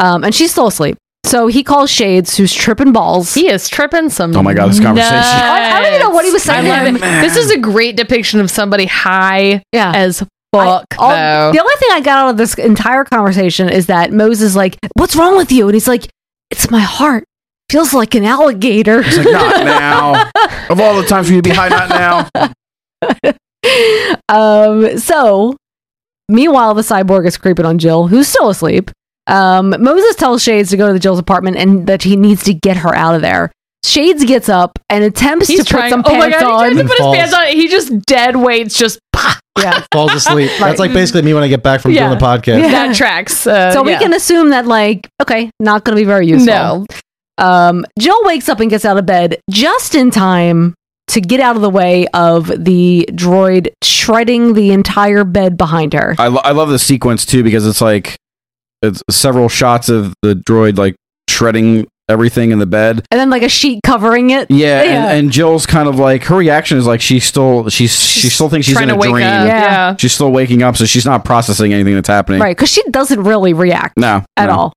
Speaker 3: Um, and she's still asleep. So he calls Shades, who's tripping balls. He
Speaker 8: is tripping some.
Speaker 11: Oh my God, this conversation.
Speaker 3: I, I don't even know what he was saying.
Speaker 8: I love it. This is a great depiction of somebody high as fuck.
Speaker 3: All-
Speaker 8: though.
Speaker 3: Oh, the only thing I got out of this entire conversation is that Moses is like, "What's wrong with you?" And he's like, "It's my heart. Feels like an alligator."
Speaker 11: It's like not now. of all the times for you to be high, not now.
Speaker 3: um, so, meanwhile, the cyborg is creeping on Jill, who's still asleep. Um, Moses tells Shades to go to the Jill's apartment and that he needs to get her out of there. Shades gets up and attempts to
Speaker 8: He's
Speaker 3: put
Speaker 8: trying.
Speaker 3: some
Speaker 8: oh my
Speaker 3: pants
Speaker 8: god,
Speaker 3: on.
Speaker 8: he tries to put
Speaker 10: Falls.
Speaker 8: his pants on. He just dead weights. Just
Speaker 3: yeah,
Speaker 10: falls asleep. That's like basically me when I get back from
Speaker 8: Yeah.
Speaker 10: doing the podcast.
Speaker 8: that tracks. Uh,
Speaker 3: so we
Speaker 8: yeah.
Speaker 3: can assume that like okay not gonna be very useful
Speaker 8: No.
Speaker 3: um jill wakes up and gets out of bed just in time to get out of the way of the droid shredding the entire bed behind her
Speaker 11: I, lo- I love the sequence too because it's like it's several shots of the droid like shredding everything in the bed.
Speaker 3: and then like a sheet covering it
Speaker 11: Yeah, And, and Jill's kind of like her reaction is like she's still she's she still thinks she's
Speaker 3: trying
Speaker 11: in a
Speaker 3: to wake
Speaker 11: dream.
Speaker 3: up. Yeah.
Speaker 11: she's still waking up, so she's not processing anything that's happening.
Speaker 3: right because she doesn't really react
Speaker 11: No,
Speaker 3: at
Speaker 11: no.
Speaker 3: all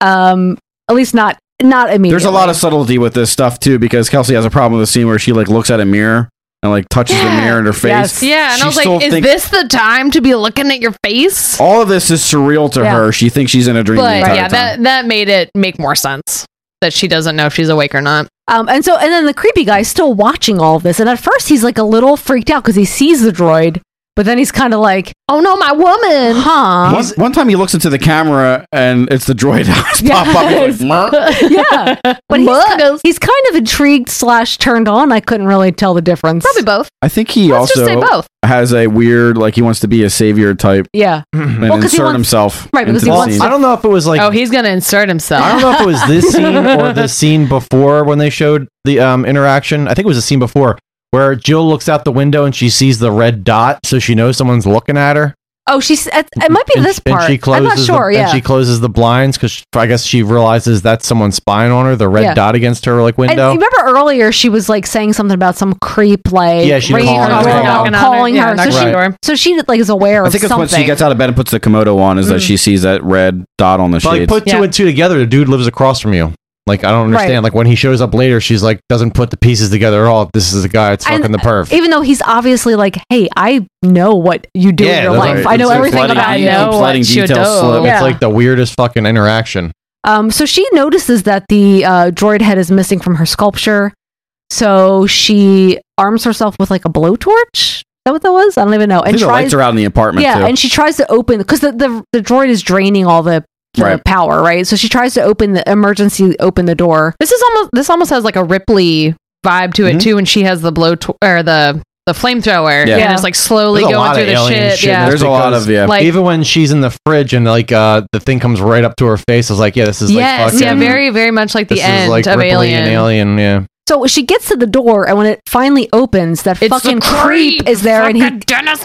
Speaker 3: um at least not not immediately
Speaker 11: There's a lot of subtlety with this stuff too because Kelsey has a problem with the scene where she like looks at a mirror and like touches the mirror in her face.
Speaker 8: Yeah, and
Speaker 11: She
Speaker 8: I was like,
Speaker 11: still
Speaker 8: "Is
Speaker 11: thinks-
Speaker 8: this the time to be looking at your face?"
Speaker 11: All of this is surreal to
Speaker 8: Yeah.
Speaker 11: her. She thinks she's in a dream. the
Speaker 8: But
Speaker 11: entire
Speaker 8: yeah,
Speaker 11: time.
Speaker 8: that that made it make more sense that she doesn't know if she's awake or not.
Speaker 10: Uh,
Speaker 3: Um, and so, and then the creepy guy's still watching all of this. And at first, he's like a little freaked out because he sees the droid, but then he's kind of like,
Speaker 8: "Oh no, my woman!"
Speaker 3: Huh?
Speaker 11: One, one time he looks into the camera and it's the droid eyes pop up. He's like, "Mer."
Speaker 3: yeah, but he's kind, of, he's kind of intrigued slash turned on. I couldn't really tell the difference. Probably
Speaker 8: both.
Speaker 11: I think he
Speaker 3: Let's just
Speaker 11: also
Speaker 3: say both.
Speaker 11: has a weird, like he wants to be a savior type
Speaker 3: Yeah.
Speaker 11: and
Speaker 8: Well, 'cause he
Speaker 11: insert
Speaker 8: wants-
Speaker 11: himself.
Speaker 8: Right, because
Speaker 11: into
Speaker 8: he
Speaker 11: the
Speaker 8: wants
Speaker 11: scene.
Speaker 8: to- I
Speaker 10: don't know if it was like
Speaker 8: oh, he's gonna insert himself.
Speaker 10: I don't know if it was this scene or the scene before when they showed the um, interaction. I think it was the scene before where Jill looks out the window and she sees the red dot, so she knows someone's looking at her.
Speaker 3: Oh, she's. It, it might be this
Speaker 10: And
Speaker 3: part.
Speaker 10: she closes.
Speaker 3: I'm not sure.
Speaker 10: The,
Speaker 3: yeah.
Speaker 10: And she closes the blinds because I guess she realizes that's someone spying on her. The red
Speaker 3: Yeah.
Speaker 10: dot against her like
Speaker 3: And
Speaker 10: window.
Speaker 3: remember earlier she was like saying something about some creep like
Speaker 10: Yeah, she
Speaker 3: ringing
Speaker 10: called
Speaker 3: her
Speaker 10: her.
Speaker 3: doorbell,
Speaker 10: Knocking on her-
Speaker 3: calling
Speaker 10: yeah,
Speaker 3: her.
Speaker 10: knocking
Speaker 3: so,
Speaker 11: on
Speaker 3: she,
Speaker 11: her door.
Speaker 3: so she like is aware
Speaker 11: I
Speaker 3: of
Speaker 11: think it's
Speaker 3: something. Mm.
Speaker 11: once she gets out of bed and puts the Komodo on, is that she sees that red dot on the
Speaker 10: But, like
Speaker 11: shades.
Speaker 10: put two
Speaker 3: Yeah.
Speaker 10: and two together. The dude lives across from you. Like I don't understand.
Speaker 3: Right.
Speaker 10: Like when he shows up later, she's like doesn't put the pieces together at all. This is the guy that's
Speaker 3: And
Speaker 10: fucking the perv.
Speaker 3: Even though he's obviously like, hey, I know what you do in your
Speaker 10: that's
Speaker 3: life.
Speaker 10: right.
Speaker 3: I know
Speaker 10: It's- it's
Speaker 3: everything
Speaker 10: letting-
Speaker 3: about
Speaker 10: he
Speaker 3: you.
Speaker 10: keeps letting details slip. It's like the weirdest fucking interaction.
Speaker 3: Um, so she notices that the uh, droid head is missing from her sculpture. So she arms herself with like a blowtorch. Is that what that was? I don't even know.
Speaker 11: I think the lights are out in the apartment,
Speaker 3: Yeah,
Speaker 11: too.
Speaker 3: and she tries to open because the, the the droid is draining all the, the
Speaker 11: Right.
Speaker 3: power, right? So she tries to open the emergency open the door.
Speaker 8: This is almost this almost has like a Ripley vibe to it
Speaker 11: Mm-hmm.
Speaker 3: Mhm.
Speaker 8: too, when she has the blow tw- or the the flamethrower,
Speaker 10: Yeah.
Speaker 8: and it's like slowly
Speaker 10: There's a
Speaker 8: going
Speaker 10: lot
Speaker 8: through
Speaker 10: of
Speaker 8: the
Speaker 10: alien
Speaker 8: shit.
Speaker 10: in
Speaker 8: yeah,
Speaker 10: this
Speaker 11: of-
Speaker 10: because,
Speaker 11: yeah.
Speaker 8: Like-
Speaker 10: even when she's in the fridge and like uh the thing comes right up to her face, I was like, yeah, this is like
Speaker 8: yes,
Speaker 10: fucking,
Speaker 8: yeah, very very much like the
Speaker 10: this
Speaker 8: end
Speaker 10: is like
Speaker 8: of
Speaker 10: Ripley
Speaker 8: Alien.
Speaker 10: and Alien, yeah.
Speaker 3: So she gets to the door, and when it finally opens, that fucking creep, is there, and he
Speaker 16: Dennis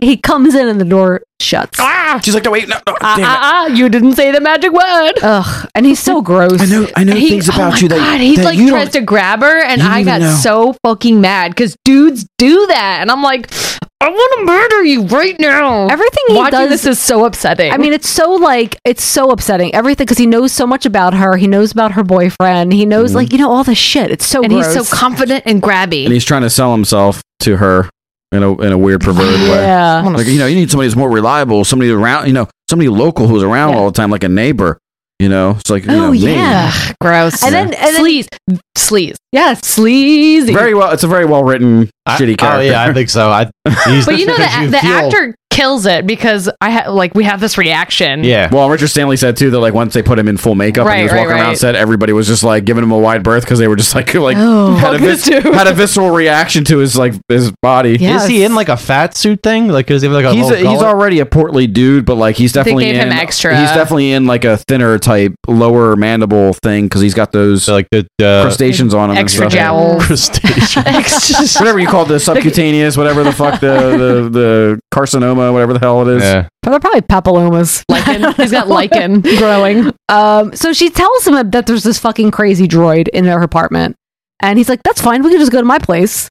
Speaker 3: he comes in, and the door shuts.
Speaker 11: She's like, no, wait, no, no,
Speaker 3: Ah,
Speaker 11: damn it.
Speaker 3: ah, ah, you didn't say the magic word. Ugh, and he's so gross. I know,
Speaker 11: I know
Speaker 8: He-
Speaker 11: things
Speaker 8: oh
Speaker 11: about
Speaker 8: my
Speaker 11: you that,
Speaker 8: God, he
Speaker 11: that
Speaker 8: like
Speaker 11: you
Speaker 8: tries
Speaker 11: don't-
Speaker 8: to grab her, and
Speaker 11: You don't
Speaker 8: I
Speaker 11: even
Speaker 8: got
Speaker 11: know.
Speaker 8: so fucking mad because dudes do that, and I'm like, I want to murder you right now.
Speaker 3: Everything he
Speaker 8: Watching
Speaker 3: does-
Speaker 8: this is so upsetting.
Speaker 3: I mean, it's so like it's so upsetting. Everything because he knows so much about her. He knows about her boyfriend. He knows like you know all the shit. It's so
Speaker 8: and
Speaker 3: gross.
Speaker 8: he's so confident and grabby.
Speaker 11: and he's trying to sell himself to her in a in a weird perverted
Speaker 3: Yeah.
Speaker 11: way. Like you know, you need somebody who's more reliable, somebody around, you know, somebody local who's around all the time, like a neighbor. You know, it's like you know,
Speaker 8: Oh,
Speaker 11: me.
Speaker 8: yeah. Gross.
Speaker 3: And then- and then-
Speaker 8: sleaze. Sleaze. Yeah, sleazy.
Speaker 11: Very well. It's a very well written shitty
Speaker 10: Oh
Speaker 11: character.
Speaker 10: yeah, I think so. I
Speaker 8: but you know, the, the actor kills it because I ha- like we have this reaction.
Speaker 10: Yeah.
Speaker 11: Well, Richard Stanley said too that like once they put him in full makeup and
Speaker 8: Right,
Speaker 11: he was
Speaker 8: right,
Speaker 11: walking around
Speaker 8: right.
Speaker 11: set, everybody was just like giving him a wide berth because they were just like like
Speaker 8: Oh.
Speaker 11: had, a
Speaker 8: Fuck this
Speaker 11: vis- had a visceral reaction to his like his body.
Speaker 10: Is he in like a fat suit thing? Like is he like a
Speaker 11: he's,
Speaker 10: little
Speaker 11: a, he's
Speaker 10: gullet?
Speaker 11: already a portly dude, but like he's
Speaker 8: They
Speaker 11: definitely
Speaker 8: gave
Speaker 11: in,
Speaker 8: him extra.
Speaker 11: He's definitely in like a thinner type, lower mandible thing because he's got those
Speaker 10: like the uh,
Speaker 11: crustaceans on him, and
Speaker 8: Extra
Speaker 11: stuff.
Speaker 8: jowls.
Speaker 11: whatever you call the subcutaneous, whatever the fuck the, the the carcinoma, whatever the hell it is.
Speaker 10: Yeah.
Speaker 3: They're probably papillomas.
Speaker 8: Lichen. He's got lichen
Speaker 3: growing. Um, so she tells him that there's this fucking crazy droid in her apartment, and he's like, "That's fine. We can just go to my place."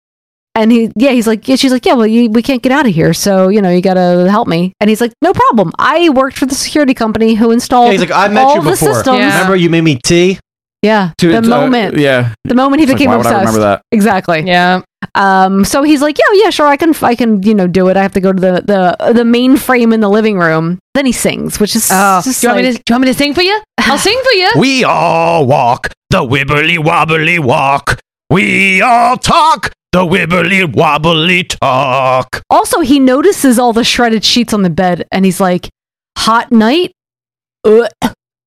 Speaker 3: And he, yeah, he's like, yeah, she's like, yeah, well, you, we can't get out of here, so you know, you gotta help me. And he's like, no problem. I worked for the security company who installed.
Speaker 10: Yeah, he's like, I met
Speaker 3: all
Speaker 10: you
Speaker 3: the
Speaker 10: before.
Speaker 3: systems."
Speaker 10: Remember you made me tea?
Speaker 3: Yeah,
Speaker 11: To-
Speaker 3: the
Speaker 11: uh,
Speaker 3: moment.
Speaker 11: yeah.
Speaker 3: the moment he
Speaker 11: It's like,
Speaker 3: became
Speaker 11: why would I
Speaker 3: obsessed.
Speaker 11: remember that?
Speaker 3: Exactly.
Speaker 8: Yeah.
Speaker 3: Um. So he's like, yeah, yeah, sure, I can, I can, you know, do it. I have to go to the the the mainframe in the living room. Then he sings, which is
Speaker 8: Oh,
Speaker 3: just
Speaker 8: do, you want me
Speaker 3: like-
Speaker 8: to, do you want me to sing for you? I'll sing for you.
Speaker 5: We all walk the wibbly wobbly walk. We all talk the wibbly wobbly talk.
Speaker 3: Also, he notices all the shredded sheets on the bed, and he's like, "Hot night." Ugh.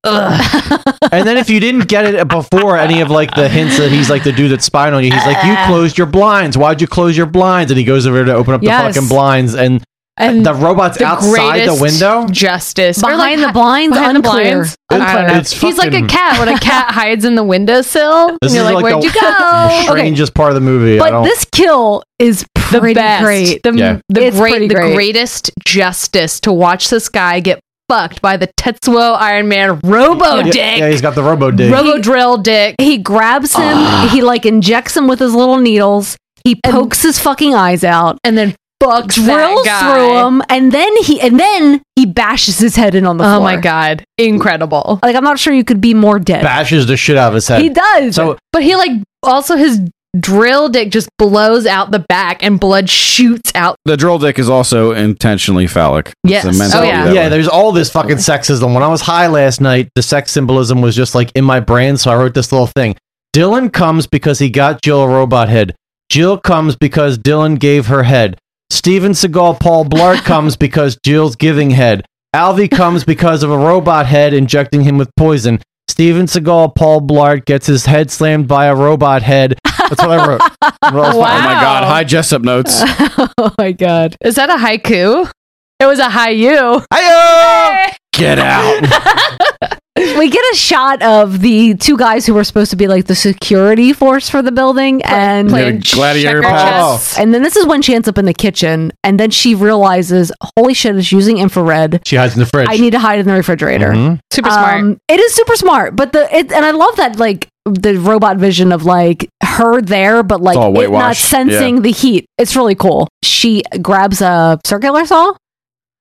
Speaker 10: and then if you didn't get it before any of like the hints that he's like the dude that's spying on you, he's like, "You closed your blinds. Why'd you close your blinds?" And he goes over to open up
Speaker 8: Yes.
Speaker 10: the fucking blinds, and,
Speaker 8: And
Speaker 10: the robot's
Speaker 8: the
Speaker 10: outside the
Speaker 8: greatest
Speaker 10: window.
Speaker 8: Justice. Or,
Speaker 3: Behind the
Speaker 8: hi-
Speaker 3: blinds, unclear.
Speaker 8: I don't
Speaker 10: Unclear.
Speaker 8: know.
Speaker 10: It's
Speaker 8: He's like a
Speaker 10: fucking-
Speaker 8: cat when a cat hides in the windowsill.
Speaker 10: This
Speaker 8: and you're
Speaker 10: is
Speaker 8: like,
Speaker 10: like,
Speaker 8: where'd
Speaker 10: the
Speaker 8: you go?
Speaker 10: strangest part of the movie. I
Speaker 3: but
Speaker 10: don't-
Speaker 3: this kill is pretty
Speaker 8: best.
Speaker 3: great.
Speaker 8: The,
Speaker 10: Yeah.
Speaker 8: the
Speaker 3: It's
Speaker 8: great,
Speaker 3: pretty
Speaker 8: the
Speaker 3: great.
Speaker 8: greatest justice to watch this guy get fucked by the Tetsuo Iron Man Robo
Speaker 10: yeah,
Speaker 8: Dick,
Speaker 10: yeah, he's got the robo dick.
Speaker 8: Robo Drill Dick.
Speaker 3: He grabs him. He like injects him with his little needles. He pokes his fucking eyes out,
Speaker 8: and then
Speaker 3: fucks drills
Speaker 8: guy.
Speaker 3: through him, and then he and then he bashes his head in on the floor.
Speaker 8: Oh my god, incredible!
Speaker 3: Like I'm not sure you could be more dead.
Speaker 10: bashes the shit out of his head.
Speaker 3: He does.
Speaker 10: So
Speaker 8: But he like also his drill dick just blows out the back and blood shoots out.
Speaker 11: The drill dick is also intentionally phallic.
Speaker 8: Yes.
Speaker 11: It's a
Speaker 8: Oh,
Speaker 11: mentality
Speaker 8: yeah.
Speaker 11: that
Speaker 10: yeah,
Speaker 11: way.
Speaker 10: there's all this fucking sexism. When I was high last night, the sex symbolism was just like in my brain, so I wrote this little thing. Dylan comes because he got Jill a robot head. Jill comes because Dylan gave her head. Steven Seagal Paul Blart comes because Jill's giving head. Alvy comes because of a robot head injecting him with poison. Steven Seagal Paul Blart gets his head slammed by a robot head. That's what I wrote.
Speaker 11: Oh my god, high Jessup notes.
Speaker 3: oh my god.
Speaker 8: Is that a haiku? It was a haiku.
Speaker 10: Hi-yo!
Speaker 11: Get out.
Speaker 3: we get a shot of the two guys who were supposed to be like the security force for the building and
Speaker 11: playing gladiator checker paddles. chess.
Speaker 3: And then this is when she ends up in the kitchen, and then she realizes, holy shit, she's using infrared.
Speaker 10: She hides in the fridge.
Speaker 3: I need to hide in the refrigerator. Um,
Speaker 10: Mhm.
Speaker 8: Super smart.
Speaker 3: It is super smart, but the it, and I love that like the robot vision of like her there, but like
Speaker 11: It's
Speaker 10: Oh,
Speaker 11: all
Speaker 3: it not
Speaker 11: whitewashed.
Speaker 3: sensing
Speaker 11: Yeah.
Speaker 3: the heat. It's really cool. She grabs a circular saw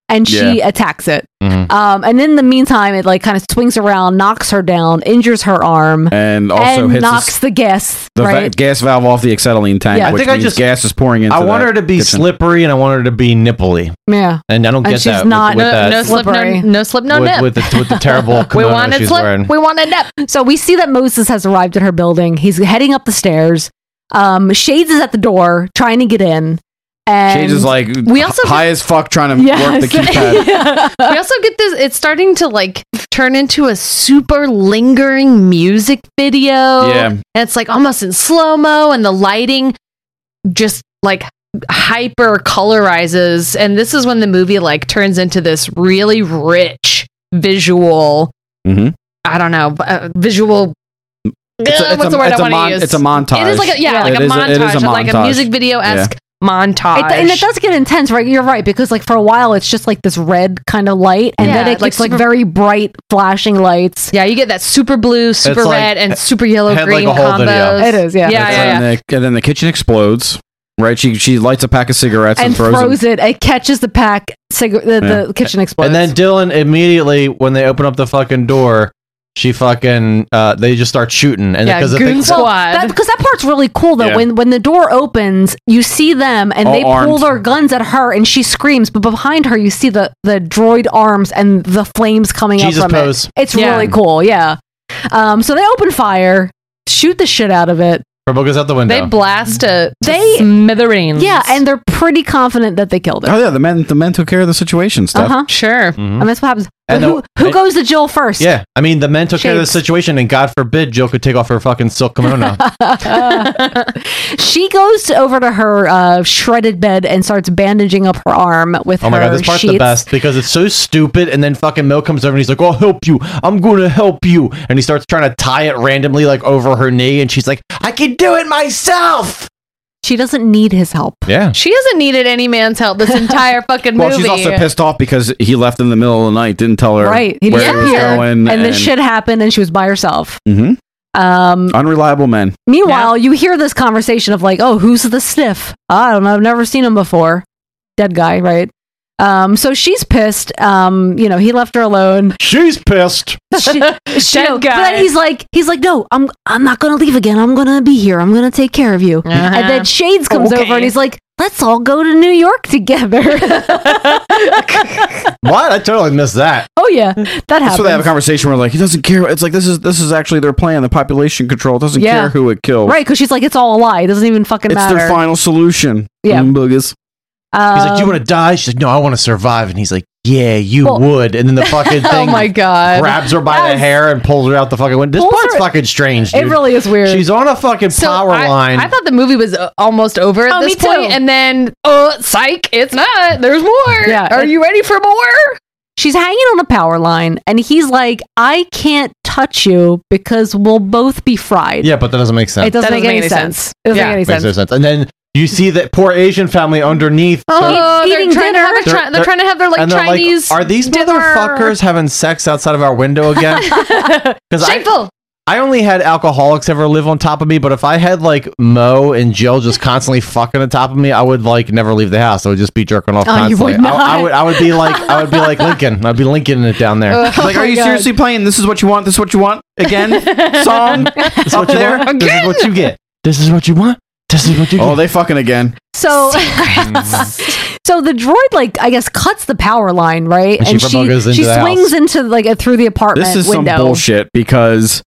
Speaker 3: and she
Speaker 11: Yeah.
Speaker 3: attacks it.
Speaker 10: Mm-hmm.
Speaker 11: Mhm.
Speaker 3: Um, and in the meantime, it like kind of swings around, knocks her down, injures her arm,
Speaker 11: And also
Speaker 3: and
Speaker 11: hits
Speaker 3: knocks
Speaker 11: us-
Speaker 3: the gas
Speaker 11: the va-
Speaker 3: right.
Speaker 11: gas valve off the acetylene tank.
Speaker 3: Yeah. I
Speaker 11: which
Speaker 3: think I
Speaker 11: means
Speaker 3: just-
Speaker 11: gas is pouring into.
Speaker 10: I want
Speaker 11: that
Speaker 10: her to be
Speaker 11: kitchen.
Speaker 10: slippery and I want her to be nipply.
Speaker 3: yeah.
Speaker 10: And I don't
Speaker 3: And
Speaker 10: get
Speaker 3: she's
Speaker 10: that
Speaker 3: not-
Speaker 10: with, with
Speaker 3: No-
Speaker 10: that.
Speaker 8: uh, no slip, no,
Speaker 3: Slippery.
Speaker 8: no slip, no
Speaker 10: with,
Speaker 8: nip.
Speaker 10: with the, with the terrible
Speaker 8: we
Speaker 10: kimono
Speaker 8: want a
Speaker 10: she's
Speaker 8: slip.
Speaker 10: wearing.
Speaker 8: We want a nip.
Speaker 3: So we see that Moses has arrived at her building. He's heading up the stairs. Um, Shades is at the door trying to get in. And
Speaker 11: Shades is like
Speaker 8: We also
Speaker 11: high as fuck trying to work the keypad.
Speaker 8: we also get this it's starting to like turn into a super lingering music video
Speaker 11: Yeah.
Speaker 8: and it's like almost in slow-mo and the lighting just like hyper colorizes and this is when the movie like turns into this really rich visual
Speaker 11: Mm-hmm.
Speaker 8: i don't know uh, visual
Speaker 11: It's a-
Speaker 8: Ugh,
Speaker 11: it's
Speaker 8: what's
Speaker 11: a-
Speaker 8: the word
Speaker 11: it's a
Speaker 8: I want
Speaker 11: mon-
Speaker 8: to use?
Speaker 11: it's a montage.
Speaker 8: It is like a, yeah,
Speaker 11: Yeah.
Speaker 8: like
Speaker 11: It
Speaker 8: a,
Speaker 11: is a-
Speaker 8: montage,
Speaker 11: it is a
Speaker 8: like a
Speaker 11: montage.
Speaker 8: music video esque
Speaker 3: It,
Speaker 8: montage.
Speaker 3: and it does get intense, right? You're right because like for a while it's just like this red kind of light, and
Speaker 8: Yeah,
Speaker 3: then it
Speaker 8: like
Speaker 3: gets like
Speaker 8: super-
Speaker 3: very bright flashing lights.
Speaker 8: Yeah, you get that super blue, super
Speaker 3: like-
Speaker 8: red, and super yellow
Speaker 11: had like
Speaker 8: green
Speaker 11: a whole video.
Speaker 8: combos.
Speaker 3: It is, yeah.
Speaker 8: yeah,
Speaker 11: and,
Speaker 8: yeah, yeah.
Speaker 11: Then the, and then the kitchen explodes. Right? She she lights a pack of cigarettes and,
Speaker 3: and
Speaker 11: throws,
Speaker 3: throws
Speaker 11: it.
Speaker 3: it. It catches the pack. Cigar- the,
Speaker 10: Yeah.
Speaker 3: the kitchen explodes.
Speaker 10: And then Dylan immediately, when they open up the fucking door, she fucking uh, they just start shooting, and because the thing-
Speaker 3: that, because that part's really cool though.
Speaker 10: Yeah.
Speaker 3: When when the door opens, you see them and
Speaker 10: All
Speaker 3: they pull
Speaker 10: armed.
Speaker 3: their guns at her, and she screams. But behind her, you see the the droid arms and the flames coming
Speaker 10: Jesus
Speaker 3: up from
Speaker 10: pose.
Speaker 3: it. It's
Speaker 10: Yeah.
Speaker 3: really cool. Yeah. Um. So they open fire, shoot the shit out of it.
Speaker 10: Purple goes out the window.
Speaker 8: They blast a
Speaker 3: They
Speaker 8: smithereens.
Speaker 3: Yeah, and they're pretty confident that they killed her.
Speaker 11: Oh yeah, the men the men took care of the situation stuff.
Speaker 3: Uh-huh.
Speaker 8: Sure.
Speaker 3: And that's what happens.
Speaker 10: Mm-hmm. And
Speaker 3: But who
Speaker 10: the-
Speaker 3: who goes to Jill first?
Speaker 10: yeah, I mean the men took care of the
Speaker 3: Shapes.
Speaker 10: situation, and God forbid Jill could take off her fucking silk kimono.
Speaker 3: she goes to- over to her uh, shredded bed and starts bandaging up her arm with
Speaker 10: oh
Speaker 3: her
Speaker 10: my god, this part's
Speaker 3: sheets.
Speaker 10: the best because it's so stupid. And then fucking Mel comes over and he's like, "I'll help you. I'm going to help you." And he starts trying to tie it randomly like over her knee, and she's like, "I can do it myself."
Speaker 3: She doesn't need his help.
Speaker 10: Yeah.
Speaker 8: She hasn't needed any man's help this entire fucking
Speaker 11: Well,
Speaker 8: movie.
Speaker 11: she's also pissed off because he left in the middle of the night, didn't tell her
Speaker 3: Right. He
Speaker 11: where he was
Speaker 3: disappeared.
Speaker 11: going,
Speaker 3: and, this shit happened and she was by herself.
Speaker 11: hmm
Speaker 3: Um,
Speaker 11: Unreliable men.
Speaker 3: meanwhile, you hear this conversation of like, oh, who's the stiff? I don't know. I've never seen him before. Dead guy, right? Um, so she's pissed. Um, you know, he left her alone.
Speaker 10: She's pissed.
Speaker 3: She, she,
Speaker 8: Dead
Speaker 3: no, But
Speaker 8: guy.
Speaker 3: then he's like, he's like, no, I'm, I'm not gonna leave again. I'm gonna be here. I'm gonna take care of you. And then Shades comes
Speaker 8: Okay.
Speaker 3: over and he's like, let's all go to New York together.
Speaker 10: What? I totally missed that.
Speaker 3: oh yeah, that happens.
Speaker 11: That's where they have a conversation where like he doesn't care. It's like this is this is actually their plan. The population control It doesn't
Speaker 3: Yeah.
Speaker 11: care who it kills.
Speaker 3: Right, because she's like, it's all a lie. It doesn't even fucking
Speaker 11: It's
Speaker 3: matter.
Speaker 11: their final solution.
Speaker 3: Yeah.
Speaker 11: Mm, boogers.
Speaker 10: He's like, "Do you
Speaker 3: Um,
Speaker 10: want to die?" She's like, "No, I want to survive." And he's like, "Yeah, you would." And then the fucking thing
Speaker 8: oh my god.
Speaker 10: grabs her by the hair and pulls her out the fucking window. This
Speaker 8: Pulls
Speaker 10: part's
Speaker 8: her-
Speaker 10: fucking strange. Dude.
Speaker 8: It really
Speaker 3: is weird.
Speaker 10: She's on a fucking
Speaker 8: So
Speaker 10: power
Speaker 8: I,
Speaker 10: line.
Speaker 8: I thought the movie was uh, almost over at
Speaker 3: Oh,
Speaker 8: this
Speaker 3: me
Speaker 8: point,
Speaker 3: too.
Speaker 8: and then oh, psych! It's not. There's more.
Speaker 3: Yeah,
Speaker 8: Are
Speaker 3: it-
Speaker 8: you ready for more?
Speaker 3: She's hanging on a power line, and he's like, I can't touch you because we'll both be fried.
Speaker 10: yeah, but that doesn't make sense.
Speaker 3: It doesn't, make, any sense. It doesn't make any
Speaker 10: Makes
Speaker 3: sense.
Speaker 10: no sense. And then you see that poor Asian family underneath.
Speaker 8: Oh,
Speaker 3: Eat-
Speaker 8: they're
Speaker 3: eating
Speaker 8: trying to have a
Speaker 10: dinner.
Speaker 8: Chi- they're,
Speaker 10: They're-
Speaker 8: trying to have their like
Speaker 10: and they're
Speaker 8: Chinese.
Speaker 10: Are these
Speaker 8: dinner."
Speaker 10: motherfuckers having sex outside of our window again? Because I,
Speaker 8: Shameful.
Speaker 10: I only had alcoholics ever live on top of me, but if I had like Mo and Jill just constantly fucking on top of me, I would like never leave the house. I would just be jerking off
Speaker 3: Oh, you
Speaker 10: constantly.
Speaker 3: would not.
Speaker 10: I, I would I would be like I would be like Lincoln. I'd be Lincoln it down there.
Speaker 11: She's
Speaker 3: Oh
Speaker 11: like, are you seriously playing? This is what you want. This is what you want again. Song
Speaker 10: This is
Speaker 11: up
Speaker 10: what you
Speaker 11: there.
Speaker 10: want. This is what you get. This is what you want. This is what you
Speaker 11: Oh,
Speaker 10: get.
Speaker 11: they fucking again.
Speaker 3: So, so the droid like I guess cuts the power line, right?
Speaker 11: And she buggers into
Speaker 3: she
Speaker 11: the
Speaker 3: swings
Speaker 11: house.
Speaker 3: into like uh, through the apartment
Speaker 11: This is
Speaker 3: window.
Speaker 11: some bullshit because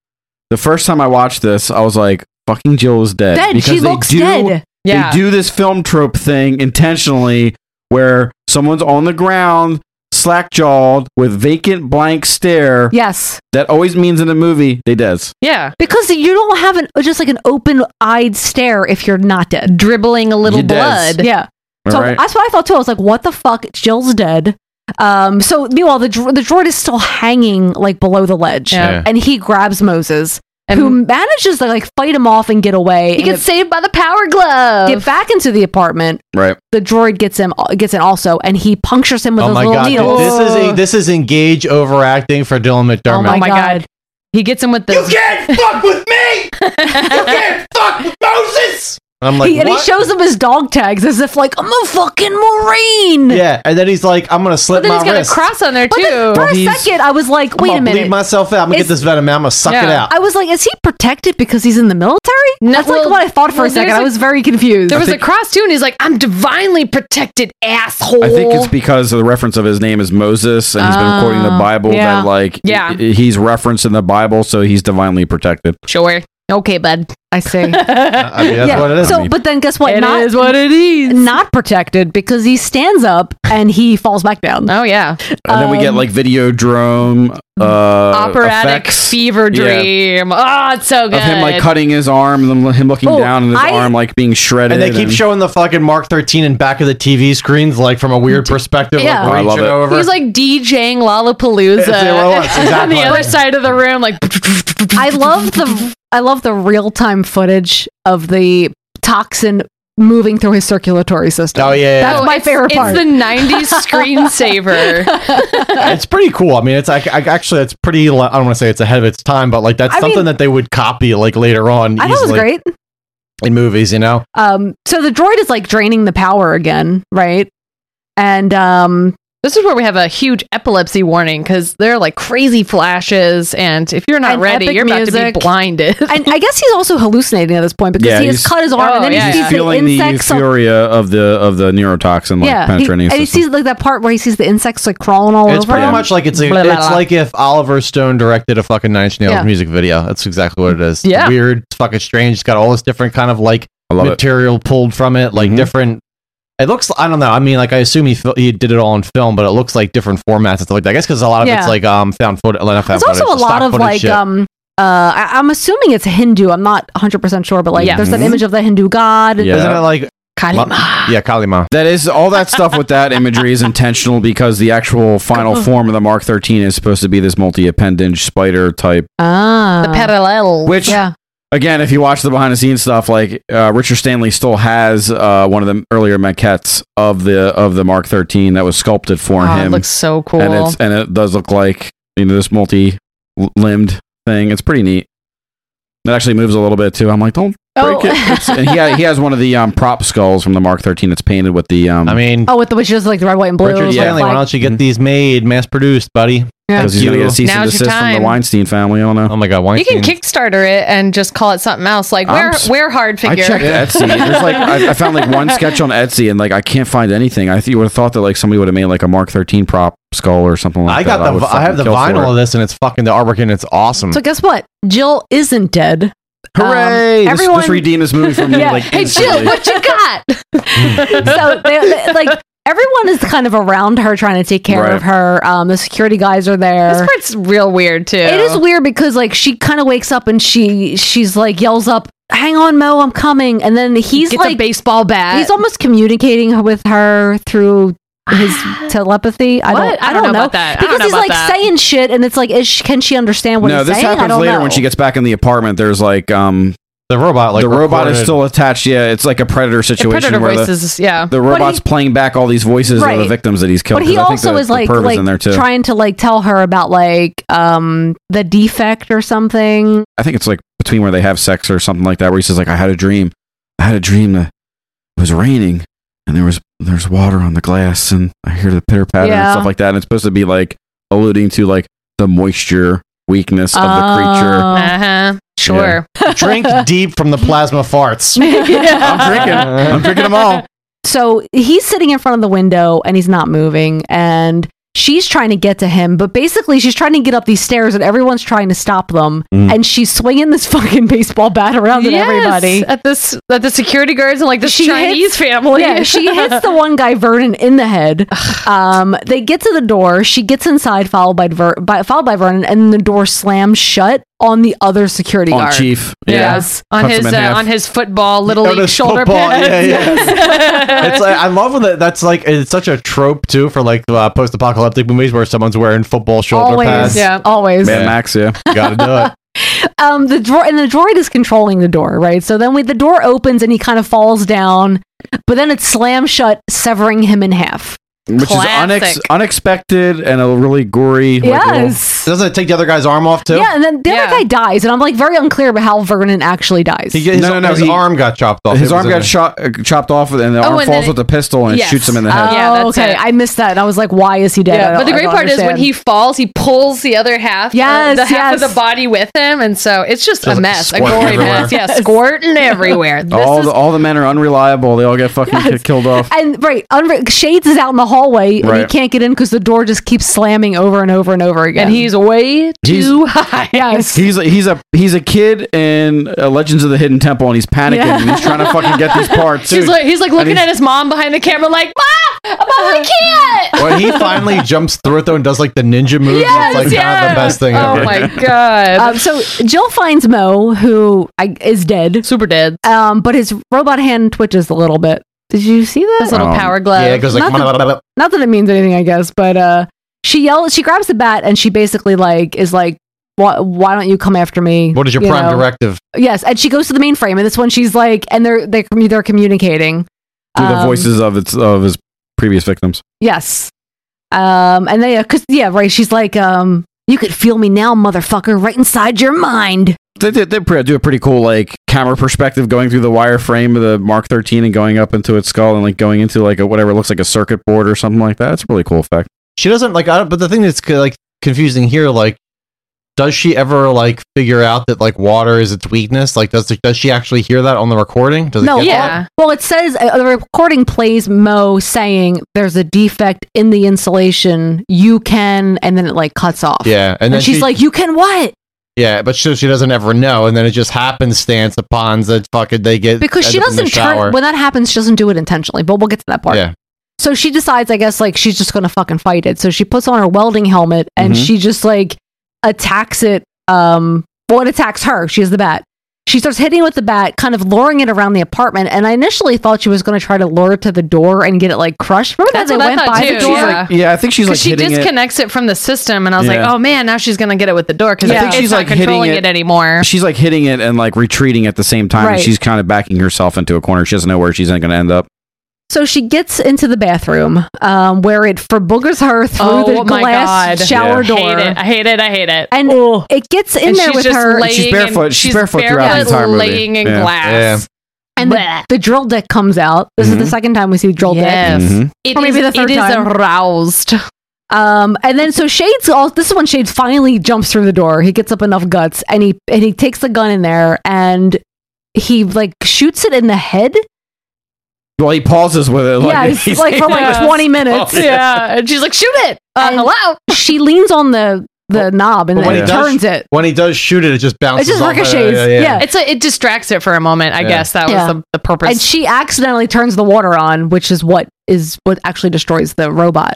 Speaker 11: the first time I watched this, I was like, "Fucking Jill is dead."
Speaker 3: Dead.
Speaker 11: Because
Speaker 3: She looks dead. Yeah.
Speaker 11: They do this film trope thing intentionally, where someone's on the ground, slack jawed, with vacant blank stare.
Speaker 3: Yes.
Speaker 11: That always means in a movie they dead.
Speaker 8: Yeah,
Speaker 3: because you don't have an just like an open-eyed stare if you're not dead,
Speaker 8: dribbling a little
Speaker 11: You does.
Speaker 8: blood.
Speaker 3: Yeah, so
Speaker 11: All right.
Speaker 3: that's what I thought too. I was like, "What the fuck? Jill's dead." Um, so meanwhile, the dro- the droid is still hanging like below the ledge,
Speaker 8: Yeah. Yeah.
Speaker 3: and he grabs Moses, who manages to like fight him off and get away.
Speaker 8: He
Speaker 3: and
Speaker 8: gets saved by the power glove.
Speaker 3: Get back into the apartment.
Speaker 11: Right.
Speaker 3: The droid gets him gets in also, and he punctures him with
Speaker 10: Oh
Speaker 3: his
Speaker 10: my
Speaker 3: little
Speaker 10: god, dude,
Speaker 3: needle.
Speaker 10: this is a, this is engage overacting for Dylan McDermott.
Speaker 8: Oh my, god. He gets him with the. You
Speaker 16: can't fuck with me.
Speaker 8: you can't
Speaker 16: fuck with Moses.
Speaker 10: And I'm like,
Speaker 3: he, and he
Speaker 10: "What?"
Speaker 3: shows him his dog tags as if like I'm a fucking marine.
Speaker 10: yeah, and then he's like, I'm gonna slip
Speaker 3: But then
Speaker 10: my
Speaker 3: he's got a
Speaker 10: wrist.
Speaker 3: cross on there
Speaker 10: But
Speaker 3: too.
Speaker 10: then-
Speaker 3: for
Speaker 10: Well,
Speaker 3: a
Speaker 10: he's-
Speaker 3: second, I was like, wait
Speaker 10: I'm
Speaker 3: a
Speaker 10: gonna
Speaker 3: minute,
Speaker 10: bleed myself out. I'm gonna
Speaker 3: Is-
Speaker 10: get this venom out. I'm gonna suck it out.
Speaker 3: I was like, is he protected because he's in the military? That's like what I thought for
Speaker 8: well,
Speaker 3: a second.
Speaker 8: there's
Speaker 3: I
Speaker 8: a-
Speaker 3: was very confused.
Speaker 8: There was a cross too, and he's like, "I'm divinely protected, asshole."
Speaker 11: I think it's because of the reference of his name is Moses, and he's been quoting the
Speaker 8: Ah,
Speaker 11: Bible.
Speaker 8: yeah.
Speaker 11: That like,
Speaker 8: Yeah.
Speaker 11: i- i- he's referenced in the Bible, so he's divinely protected.
Speaker 8: sure. Okay, bud. I see.
Speaker 11: I mean, that's what it is.
Speaker 3: So,
Speaker 11: I mean-
Speaker 3: but then guess what?
Speaker 8: It is what it
Speaker 3: is. Not protected because he stands up and he falls back down.
Speaker 8: Oh yeah.
Speaker 11: And then we get like Videodrome uh,
Speaker 8: Um, operatic
Speaker 11: effects
Speaker 8: fever
Speaker 11: Yeah.
Speaker 8: dream. Oh, it's so good.
Speaker 11: of him like cutting his arm, and then him looking
Speaker 8: Oh,
Speaker 11: down, and his
Speaker 8: I-
Speaker 11: arm like being shredded.
Speaker 10: and they keep showing the fucking Mark 13 in back of the TV screens, like from a weird perspective,
Speaker 8: Yeah.
Speaker 10: like
Speaker 8: I
Speaker 10: reaching
Speaker 8: love
Speaker 10: over.
Speaker 8: He's like DJing
Speaker 3: It's
Speaker 8: Lollapalooza
Speaker 3: the other one,
Speaker 8: on
Speaker 3: exactly.
Speaker 8: the other side of the room. Like
Speaker 3: I love the I love the real time footage of the toxin moving through his circulatory system.
Speaker 10: Oh, yeah, yeah,
Speaker 3: that's
Speaker 10: yeah.
Speaker 3: my
Speaker 8: It's-
Speaker 3: favorite
Speaker 8: it's
Speaker 3: part.
Speaker 8: the 90s screensaver.
Speaker 10: it's pretty cool. I mean, it's like I, actually it's pretty. li- I don't want to say it's ahead of its time, but like that's
Speaker 3: I
Speaker 10: something
Speaker 3: mean-
Speaker 10: that they would copy like later on.
Speaker 3: I thought it was
Speaker 10: easily
Speaker 3: great.
Speaker 10: in movies, you know.
Speaker 3: Um, so the droid is like draining the power again, right? And um,
Speaker 8: This is where we have a huge epilepsy warning because there are like crazy flashes, and if you're not
Speaker 3: And
Speaker 8: ready,
Speaker 3: epic
Speaker 8: you're about to
Speaker 3: music.
Speaker 8: be blinded.
Speaker 3: and I guess he's also hallucinating at this point because he has
Speaker 11: he's-
Speaker 3: cut his
Speaker 8: Oh,
Speaker 3: arm and then he
Speaker 11: he's
Speaker 3: sees the
Speaker 11: feeling the
Speaker 3: insects. on-
Speaker 11: euphoria of the of the neurotoxin like
Speaker 3: yeah, he-
Speaker 11: penetrating.
Speaker 3: and
Speaker 11: his
Speaker 3: he
Speaker 11: system.
Speaker 3: sees like that part where he sees the insects like crawling all
Speaker 10: It's
Speaker 3: over.
Speaker 10: pretty
Speaker 3: him.
Speaker 10: much like it's a,
Speaker 3: Blah, blah,
Speaker 10: it's
Speaker 3: blah.
Speaker 10: like if Oliver Stone directed a fucking Nine Inch Nails
Speaker 3: Yeah.
Speaker 10: music video. That's exactly what it is. It's
Speaker 3: Yeah.
Speaker 10: weird, it's fucking strange. It's got all this different kind of like
Speaker 11: love it. Mm-hmm.
Speaker 10: material pulled from it, like different. It looks. I don't know. I mean, like I assume he fil- he did it all in film, but it looks like different formats and stuff like that. I guess because a lot of
Speaker 3: Yeah.
Speaker 10: it's like um found footage. Not found
Speaker 3: There's also
Speaker 10: footage,
Speaker 3: a lot
Speaker 10: stock
Speaker 3: of
Speaker 10: footage
Speaker 3: like
Speaker 10: shit.
Speaker 3: um uh I, I'm assuming it's Hindu. I'm not 100 percent sure, but like
Speaker 10: Yeah.
Speaker 3: there's that
Speaker 10: Mhm.
Speaker 3: image of the Hindu god.
Speaker 10: Isn't it like
Speaker 3: Kalima?
Speaker 10: yeah, Kalima.
Speaker 11: That is all that stuff with that imagery is intentional because the actual final form of the Mark 13 is supposed to be this multi appendage spider type.
Speaker 3: ah,
Speaker 8: the parallel.
Speaker 11: Which-
Speaker 8: yeah,
Speaker 11: Again, if you watch the behind the scenes stuff, like uh, Richard Stanley still has uh, one of the earlier maquettes of the of the Mark 13 that was sculpted for
Speaker 8: Oh, it
Speaker 11: him.
Speaker 8: looks so cool.
Speaker 11: and it's and it does look like you know this multi limbed thing. It's pretty neat. It actually moves a little bit too. I'm like, don't
Speaker 3: Oh.
Speaker 11: break it. It's- and he ha- he has one of the um, prop skulls from the Mark 13 that's painted with the. Um, I
Speaker 10: mean,
Speaker 3: Oh, with the which is like the red, white, and blue.
Speaker 10: Richard
Speaker 3: with the
Speaker 10: Stanley, why
Speaker 3: flag.
Speaker 10: don't you get these made, mass produced, buddy?
Speaker 3: Yeah.
Speaker 11: Because he's going to get a cease and
Speaker 8: Now's your
Speaker 11: desist from the
Speaker 8: time.
Speaker 11: Weinstein family. I don't know.
Speaker 10: Oh my God,
Speaker 8: you can Kickstarter it and just call it something else. Like
Speaker 11: I'm
Speaker 8: wear
Speaker 11: s-
Speaker 8: wear hard
Speaker 11: I
Speaker 8: figure.
Speaker 11: checked Etsy. There's like I, I found like one sketch on Etsy, and like I can't find anything. I th- would have thought that like somebody would have made like a Mark 13 prop skull or something like
Speaker 10: I
Speaker 11: that.
Speaker 10: got the
Speaker 11: would
Speaker 10: vi- I have
Speaker 11: fucking
Speaker 10: the
Speaker 11: kill for
Speaker 10: vinyl
Speaker 11: it.
Speaker 10: of this, and it's fucking the artwork, and it's awesome.
Speaker 3: So guess what? Jill isn't dead. Um,
Speaker 11: Hooray! This-
Speaker 3: everyone-
Speaker 11: this redeemed this movie for me.
Speaker 3: Yeah.
Speaker 11: Like,
Speaker 3: hey Jill,
Speaker 11: instantly.
Speaker 3: what you got? so they, they- like everyone is kind of around her trying to take care
Speaker 8: Right.
Speaker 3: of her. Um, the security guys are there.
Speaker 8: This part's real weird too.
Speaker 3: It is weird because like she kind of wakes up and she she's like yells up, "Hang on, Mo, I'm coming!" And then he's
Speaker 8: Gets a
Speaker 3: like
Speaker 8: baseball bat.
Speaker 3: He's almost communicating with her through his telepathy. I
Speaker 8: What?
Speaker 3: don't. I don't know
Speaker 8: about that. I don't
Speaker 3: because
Speaker 8: know
Speaker 3: he's
Speaker 8: about
Speaker 3: like
Speaker 8: that.
Speaker 3: saying shit, and it's like, is she, can she understand what
Speaker 11: no,
Speaker 3: he's
Speaker 11: this
Speaker 3: saying? I
Speaker 11: happens
Speaker 3: don't
Speaker 11: later
Speaker 3: know.
Speaker 11: when she gets back in the apartment. There's like um
Speaker 10: the robot, like
Speaker 11: the robot is
Speaker 10: recorded-
Speaker 11: still attached. Yeah, it's like a predator situation.
Speaker 8: predator
Speaker 11: where
Speaker 8: voices,
Speaker 11: the,
Speaker 8: yeah.
Speaker 11: the
Speaker 8: But
Speaker 11: robot's
Speaker 8: he-
Speaker 11: playing back all these voices of
Speaker 3: Right.
Speaker 11: the victims that he's killed.
Speaker 3: But he
Speaker 11: 'cause I think
Speaker 3: also
Speaker 11: the-
Speaker 3: is
Speaker 11: the
Speaker 3: like,
Speaker 11: perv is
Speaker 3: like
Speaker 11: in there too.
Speaker 3: trying to like tell her about like um the defect or something.
Speaker 11: I think it's like between where they have sex or something like that, where he says like, "I had a dream. I had a dream that it was raining and there was there's water on the glass and I hear the pitter patter
Speaker 16: Yeah.
Speaker 11: and stuff like that." And it's supposed to be like alluding to like the moisture weakness of the creature.
Speaker 8: Uh huh. Sure.
Speaker 10: Drink deep from the plasma farts.
Speaker 3: I'm
Speaker 11: drinking. I'm drinking them all.
Speaker 3: So he's sitting in front of the window and he's not moving and she's trying to get to him but basically she's trying to get up these stairs and everyone's trying to stop them
Speaker 8: Mm.
Speaker 3: and she's swinging this fucking baseball bat around at
Speaker 8: Yes,
Speaker 3: everybody
Speaker 8: at this at the security guards and like this Chinese
Speaker 3: hits-
Speaker 8: family.
Speaker 3: Yeah, she hits the one guy Vernon in the head. Um, they get to the door. She gets inside, followed by, Ver- by followed by Vernon, and the door slams shut on the other security
Speaker 15: On
Speaker 3: guard.
Speaker 15: Chief. Yeah.
Speaker 8: Yes. On
Speaker 10: Cuts
Speaker 8: his
Speaker 10: him in
Speaker 8: uh,
Speaker 10: half.
Speaker 8: on his football little
Speaker 10: On
Speaker 8: league
Speaker 10: his
Speaker 8: shoulder
Speaker 10: football,
Speaker 8: pads.
Speaker 10: yeah, it's like I love when that, that's like it's such a trope too for like uh, post-apocalyptic movies where someone's wearing football shoulder
Speaker 3: Always,
Speaker 10: pads.
Speaker 3: yeah, always.
Speaker 10: Man
Speaker 3: Yeah.
Speaker 10: Max, yeah, gotta do it.
Speaker 3: um the droid and the droid is controlling the door right so then we the door opens and he kind of falls down but then it's slammed shut severing him in half
Speaker 11: Which is unex-
Speaker 3: Classic.
Speaker 11: unexpected and a really gory. like, little-
Speaker 3: Yes.
Speaker 10: Doesn't it take the other guy's arm off too?
Speaker 3: yeah and then the other guy dies and i'm like very unclear about how vernon actually dies
Speaker 10: He, his,
Speaker 11: No, no, no,
Speaker 10: His
Speaker 11: he-
Speaker 10: arm got chopped off.
Speaker 11: His
Speaker 10: It
Speaker 11: arm
Speaker 10: was
Speaker 11: got
Speaker 10: a-
Speaker 11: shot, uh, chopped off, and the
Speaker 8: Oh,
Speaker 11: arm falls
Speaker 8: and then
Speaker 11: with a pistol and it
Speaker 8: Yes.
Speaker 11: shoots him in the head.
Speaker 8: Oh, Yeah,
Speaker 3: oh,
Speaker 8: that's
Speaker 3: okay
Speaker 8: it.
Speaker 3: i missed that and i was like why is he dead I
Speaker 8: Yeah,
Speaker 3: don't-
Speaker 8: but the
Speaker 3: I
Speaker 8: great
Speaker 3: don't
Speaker 8: part is when
Speaker 3: understand.
Speaker 8: he falls, he pulls the other half, uh,
Speaker 3: Yes,
Speaker 8: the half
Speaker 3: yes.
Speaker 8: of the body with him, and so it's just
Speaker 11: Just
Speaker 8: a mess, a
Speaker 11: squirting
Speaker 8: gory
Speaker 11: everywhere.
Speaker 8: mess, yeah, squirting everywhere. This
Speaker 11: all
Speaker 8: is
Speaker 11: the all the men are unreliable. They all get fucking
Speaker 3: Yes.
Speaker 11: ki- killed off.
Speaker 3: and right unre- shades is out in the hallway and he
Speaker 11: Right.
Speaker 3: can't get in because the door just keeps slamming over and over and over again and he's way
Speaker 11: He's-
Speaker 3: too high yes
Speaker 11: He's a, he's a he's a kid in uh, Legends of the Hidden Temple, and he's panicking.
Speaker 8: Yeah.
Speaker 11: And he's trying to fucking get these parts.
Speaker 8: He's
Speaker 11: dude.
Speaker 8: like, he's like
Speaker 11: And
Speaker 8: looking
Speaker 11: he's-
Speaker 8: at his mom behind the camera, like, "Mom, I'm
Speaker 3: Uh-huh.
Speaker 8: on the kid."
Speaker 10: when he finally jumps through it though and does like the ninja move, it's
Speaker 8: Yes,
Speaker 10: like kind of
Speaker 8: yeah.
Speaker 10: the best thing
Speaker 8: Oh
Speaker 10: ever.
Speaker 8: my god!
Speaker 3: Um, so Jill finds Mo, who I, is dead,
Speaker 8: super dead.
Speaker 3: Um, but his robot hand twitches a little bit. Did you see that?
Speaker 8: His little Um, power glove.
Speaker 10: yeah, it goes like,
Speaker 3: not, that, not that it means anything, I guess. But uh, she yells. She grabs the bat and she basically like is like, "Why, why don't you come after me?
Speaker 10: What is your
Speaker 3: You
Speaker 10: prime
Speaker 3: know?
Speaker 10: directive?
Speaker 3: Yes, and she goes to the mainframe, and that's when she's like, and they're they're commu- they're communicating
Speaker 11: through the
Speaker 3: Um,
Speaker 11: voices of its of his previous victims.
Speaker 3: Yes. Um, and they, cause yeah, right. She's like, um, you could feel me now, motherfucker, right inside your mind.
Speaker 11: They, they, they pre- do a pretty cool like camera perspective going through the wireframe of the Mark 13 and going up into its skull and like going into like a, whatever looks like a circuit board or something like that. It's a really cool effect.
Speaker 10: She doesn't like. I don't, but the thing that's uh, like confusing here, like, does she ever like figure out that like water is its weakness? Like, does does she actually hear that on the recording? Does
Speaker 3: no,
Speaker 10: get that?
Speaker 3: well, well, it says uh, the recording plays Mo saying there's a defect in the insulation. You can, and then it like cuts off.
Speaker 10: Yeah, and
Speaker 3: and,
Speaker 10: then
Speaker 3: she's
Speaker 10: she-
Speaker 3: like, you can what?
Speaker 10: Yeah, but she, she doesn't ever know, and then it just happenstance upon that fucking they get
Speaker 3: Because she
Speaker 10: end up in the
Speaker 3: doesn't
Speaker 10: shower.
Speaker 3: turn when that happens. She doesn't do it intentionally, but we'll get to that part.
Speaker 10: yeah,
Speaker 3: So she decides, I guess, like she's just gonna fucking fight it. So she puts on her welding helmet and
Speaker 8: Mm-hmm.
Speaker 10: Mhm.
Speaker 3: she just like attacks it. Um, well, it attacks her. She has the bat. She starts hitting it with the bat, kind of luring it around the apartment. And I initially thought she was gonna try to lure it to the door and get it like crushed. Remember
Speaker 8: That's
Speaker 3: that
Speaker 8: what
Speaker 3: they
Speaker 8: I
Speaker 3: went
Speaker 8: thought
Speaker 3: by
Speaker 8: too,
Speaker 3: the door?
Speaker 8: yeah. Like-
Speaker 11: Yeah, I think she's like
Speaker 8: she
Speaker 11: hitting it.
Speaker 8: disconnects it. from the system, and I was like,
Speaker 11: Yeah.
Speaker 8: "Oh man, now she's gonna get it with the door because
Speaker 11: I think
Speaker 8: it's
Speaker 11: she's
Speaker 8: not
Speaker 11: like hitting
Speaker 8: controlling
Speaker 11: it,
Speaker 8: it, anymore."
Speaker 11: She's like hitting it and like retreating at the same time.
Speaker 3: Right.
Speaker 11: And she's kind of backing herself into a corner. She doesn't know where she's going to end up.
Speaker 3: So she gets into the bathroom, um, where it forboogers her through the
Speaker 8: Oh my
Speaker 3: glass
Speaker 8: God.
Speaker 3: shower
Speaker 8: Yeah.
Speaker 3: door.
Speaker 8: Hate it. I hate it. I hate it.
Speaker 3: And
Speaker 11: Oh.
Speaker 3: it gets in
Speaker 8: And
Speaker 3: there
Speaker 8: she's
Speaker 3: with
Speaker 8: just
Speaker 3: her.
Speaker 8: laying She's barefoot- in- she's she's barefoot throughout the barefoot entire movie. laying in Yeah. glass. Yeah.
Speaker 3: And the, the drill dick comes out. This is the second time we see the drill
Speaker 8: Yes.
Speaker 3: dick.
Speaker 8: Mhm. It
Speaker 3: Or maybe
Speaker 8: is-
Speaker 3: the third
Speaker 8: it is
Speaker 3: time.
Speaker 8: aroused.
Speaker 3: Um, and then so Shades all this is when Shades finally jumps through the door. He gets up enough guts and he and he takes the gun in there and he like shoots it in the head.
Speaker 11: Well, he pauses with it.
Speaker 3: yeah, he's, like for like
Speaker 8: Yes.
Speaker 3: twenty minutes.
Speaker 8: Oh, yeah. Yeah.
Speaker 3: and she's like, shoot it. Uh, hello. She leans on the the knob and
Speaker 10: But
Speaker 3: then
Speaker 10: when
Speaker 3: he
Speaker 10: he does-
Speaker 3: turns it.
Speaker 10: when he does shoot it, it just bounces.
Speaker 3: It just
Speaker 10: off of-
Speaker 3: ricochets. Yeah,
Speaker 8: It's a, it distracts it for a moment. I
Speaker 10: Yeah.
Speaker 8: guess that
Speaker 3: Yeah.
Speaker 8: was the, the purpose.
Speaker 3: And she accidentally turns the water on, which is what is what actually destroys the robot.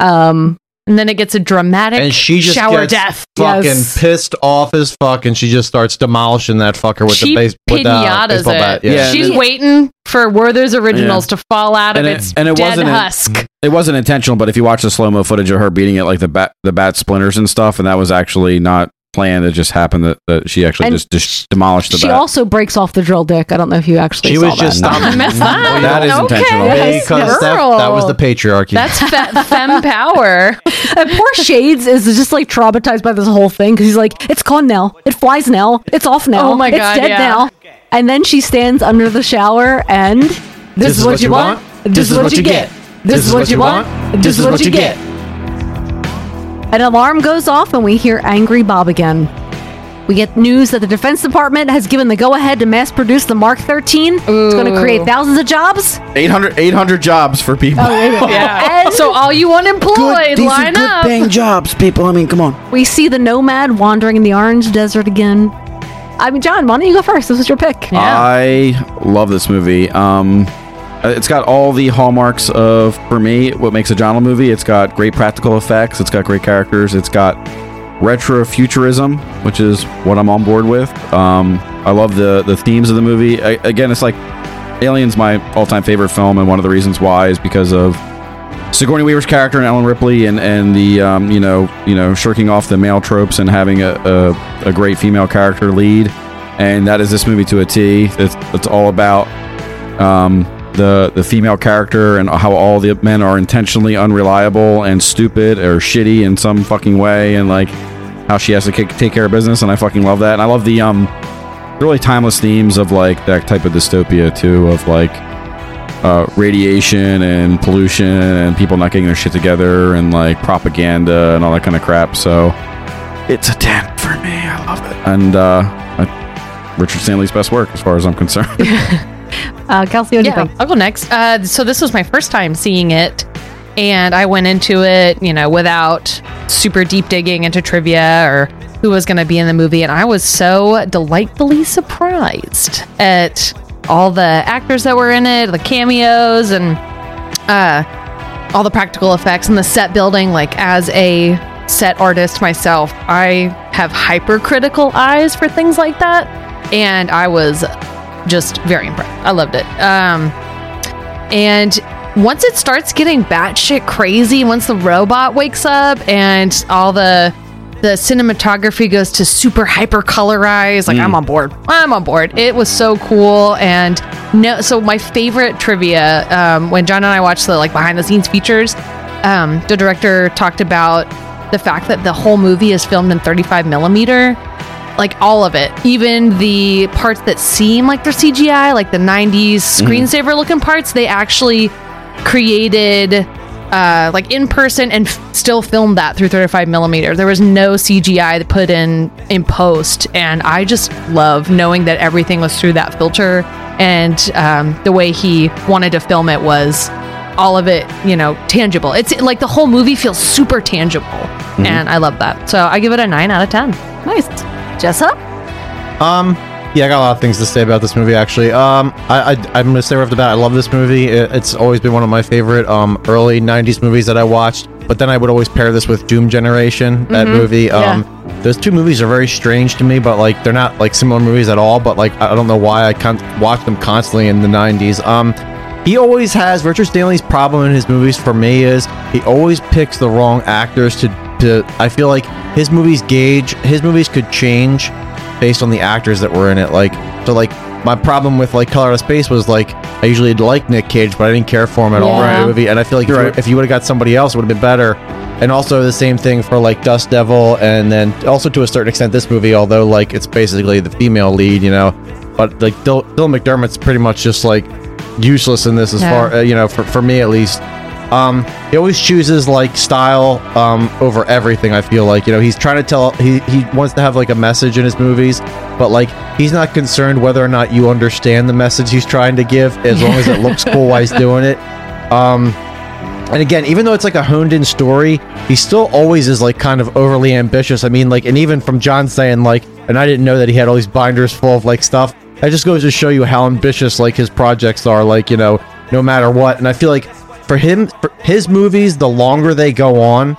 Speaker 3: Um,
Speaker 8: and then it gets a dramatic
Speaker 10: And she just
Speaker 8: shower
Speaker 10: gets
Speaker 8: death.
Speaker 10: fucking
Speaker 8: Yes.
Speaker 10: pissed off as fuck, and she just starts demolishing that fucker with the
Speaker 8: She
Speaker 10: base with the uh,
Speaker 8: pinatas
Speaker 10: baseball bat.
Speaker 8: it. She's waiting for Werther's originals to fall out of its dead husk.
Speaker 11: It wasn't intentional, but if you watch the slow mo footage of her beating it, like the bat, the bat splinters and stuff, and that was actually not planned. It just happened that, that she actually
Speaker 3: And
Speaker 11: just, dis- demolished the
Speaker 3: she
Speaker 11: bat.
Speaker 3: also breaks off the drill dick. I don't know if you actually.
Speaker 10: She
Speaker 3: saw
Speaker 10: was
Speaker 3: that.
Speaker 10: just stopping.
Speaker 8: Ah,
Speaker 11: That is intentional.
Speaker 3: Yes,
Speaker 10: because that, that was
Speaker 3: girl.
Speaker 10: the patriarchy.
Speaker 8: That's fe- femme power.
Speaker 3: and Uh, poor Shades is just like traumatized by this whole thing because he's like, it's gone now, it flies now, it's off now,
Speaker 8: Oh my God,
Speaker 3: it's dead
Speaker 8: yeah.
Speaker 3: now. And then she stands under the shower and this, is what you want, this is what you get, this is what you want, this is what you get. An alarm goes off and we hear Angry Bob again. We get news that the Defense Department has given the go ahead to mass produce the Mark 13. It's going to create thousands of jobs.
Speaker 11: 800, 800 jobs for people.
Speaker 8: Oh, yeah. so all you unemployed, line up.
Speaker 11: jobs, people. I mean, come on.
Speaker 3: We see the nomad wandering in the orange desert again. I mean, John, why don't you go first? This was your pick.
Speaker 11: I love this movie. Um, uh, it's got all the hallmarks of, for me, what makes a genre movie. It's got great practical effects. It's got great characters. It's got retrofuturism, which is what I'm on board with. Um, I love the the themes of the movie. I, again, it's like Alien's my all time favorite film, and one of the reasons why is because of Sigourney Weaver's character and Ellen Ripley, and and the um, you know you know shirking off the male tropes and having a, a, a great female character lead, and that is this movie to a T. It's it's all about um, the the female character and how all the men are intentionally unreliable and stupid or shitty in some fucking way, and like how she has to kick, take care of business, and I fucking love that, and I love the um really timeless themes of like that type of dystopia too, of like uh, radiation and pollution and people not getting their shit together and like propaganda and all that kind of crap. So it's a 10 for me. I love it. And uh, I- Richard Stanley's best work, as far as I'm concerned.
Speaker 3: Uh, Kelsey, what do you
Speaker 8: yeah,
Speaker 3: think?
Speaker 8: I'll go next. Uh, so this was my first time seeing it, and I went into it, you know, without super deep digging into trivia or who was going to be in the movie, and I was so delightfully surprised at all the actors that were in it, the cameos, and uh, all the practical effects and the set building. Like as a set artist myself, I have hypercritical eyes for things like that, and I was just very impressed. I loved it. Um, and once it starts getting batshit crazy, once the robot wakes up and all the the cinematography goes to super hyper colorized, like
Speaker 3: Mm.
Speaker 8: I'm on board. I'm on board. It was so cool and no. So my favorite trivia um, when John and I watched the like behind the scenes features, um, the director talked about the fact that the whole movie is filmed in 35 millimeter like all of it, even the parts that seem like they're CGI, like the 90s screensaver looking parts, they actually created uh, like in person and f- still filmed that through 35 millimeter. There was no CGI that put in in post, and I just love knowing that everything was through that filter. And um, the way he wanted to film it was all of it, you know, tangible. It's like the whole movie feels super tangible,
Speaker 10: Mhm.
Speaker 8: and I love that. So I give it a nine out of ten.
Speaker 3: Nice. Jessa?
Speaker 10: Um, yeah, I got a lot of things to say about this movie. Actually, um, I, I I'm gonna say right off the bat, I love this movie. It, it's always been one of my favorite um early '90s movies that I watched. But then I would always pair this with Doom Generation, that
Speaker 5: Mhm,
Speaker 10: movie.
Speaker 5: yeah.
Speaker 10: Um, those two movies are very strange to me, but like they're not like similar movies at all. But like I I don't know why I con- watch them constantly in the '90s. Um, he always has Richard Stanley's problem in his movies. For me, is he always picks the wrong actors to. To I feel like his movies gauge his movies could change based on the actors that were in it. Like so, like my problem with like Color Out of Space was like I usually like Nick Cage, but I didn't care for him at all in
Speaker 5: Yeah.
Speaker 10: the movie. And I feel like if
Speaker 5: You're
Speaker 10: you,
Speaker 5: right.
Speaker 10: if you would have got somebody else, it would have been better. And also the same thing for like Dust Devil, and then also to a certain extent this movie, although like it's basically the female lead, you know. But like Dil- Dylan McDermott's pretty much just like useless in this as
Speaker 5: Yeah.
Speaker 10: far uh, you know for, for me at least. Um, he always chooses like style um, over everything. I feel like you know he's trying to tell he he wants to have like a message in his movies, but like he's not concerned whether or not you understand the message he's trying to give as long as it looks cool while he's doing it. Um, and again, even though it's like a honed in story, he still always is like kind of overly ambitious. I mean, like, and even from John saying, like, and I didn't know that he had all these binders full of like stuff. That just goes to show you how ambitious like his projects are, like, you know, no matter what. And I feel like for him, for his movies, the longer they go on,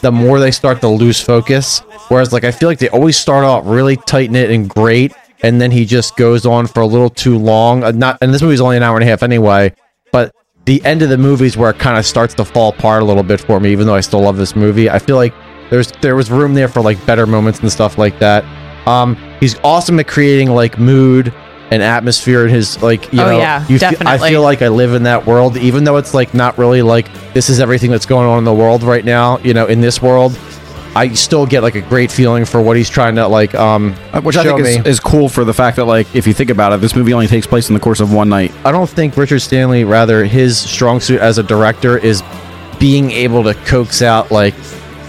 Speaker 10: the more they start to lose focus. Whereas, like, I feel like they always start out really tight knit and great, and then he just goes on for a little too long. Uh, Not, and this movie's only an hour and a half anyway, but the end of the movie is where it kind of starts to fall apart a little bit for me. Even though I still love this movie, I feel like there's there was room there for like better moments and stuff like that. Um, he's awesome at creating like mood and atmosphere in his like you
Speaker 8: Oh,
Speaker 10: know
Speaker 8: yeah,
Speaker 10: you feel- I
Speaker 8: definitely.
Speaker 10: feel like I live in that world, even though it's like not really like this is everything that's going on in the world right now. You know, in this world, I still get like a great feeling for what he's trying to like. Um,
Speaker 11: Uh, Which I
Speaker 10: show
Speaker 11: think is,
Speaker 10: me.
Speaker 11: is cool for the fact that, like, if you think about it, this movie only takes place in the course of one night.
Speaker 10: I don't think Richard Stanley, rather, his strong suit as a director is being able to coax out like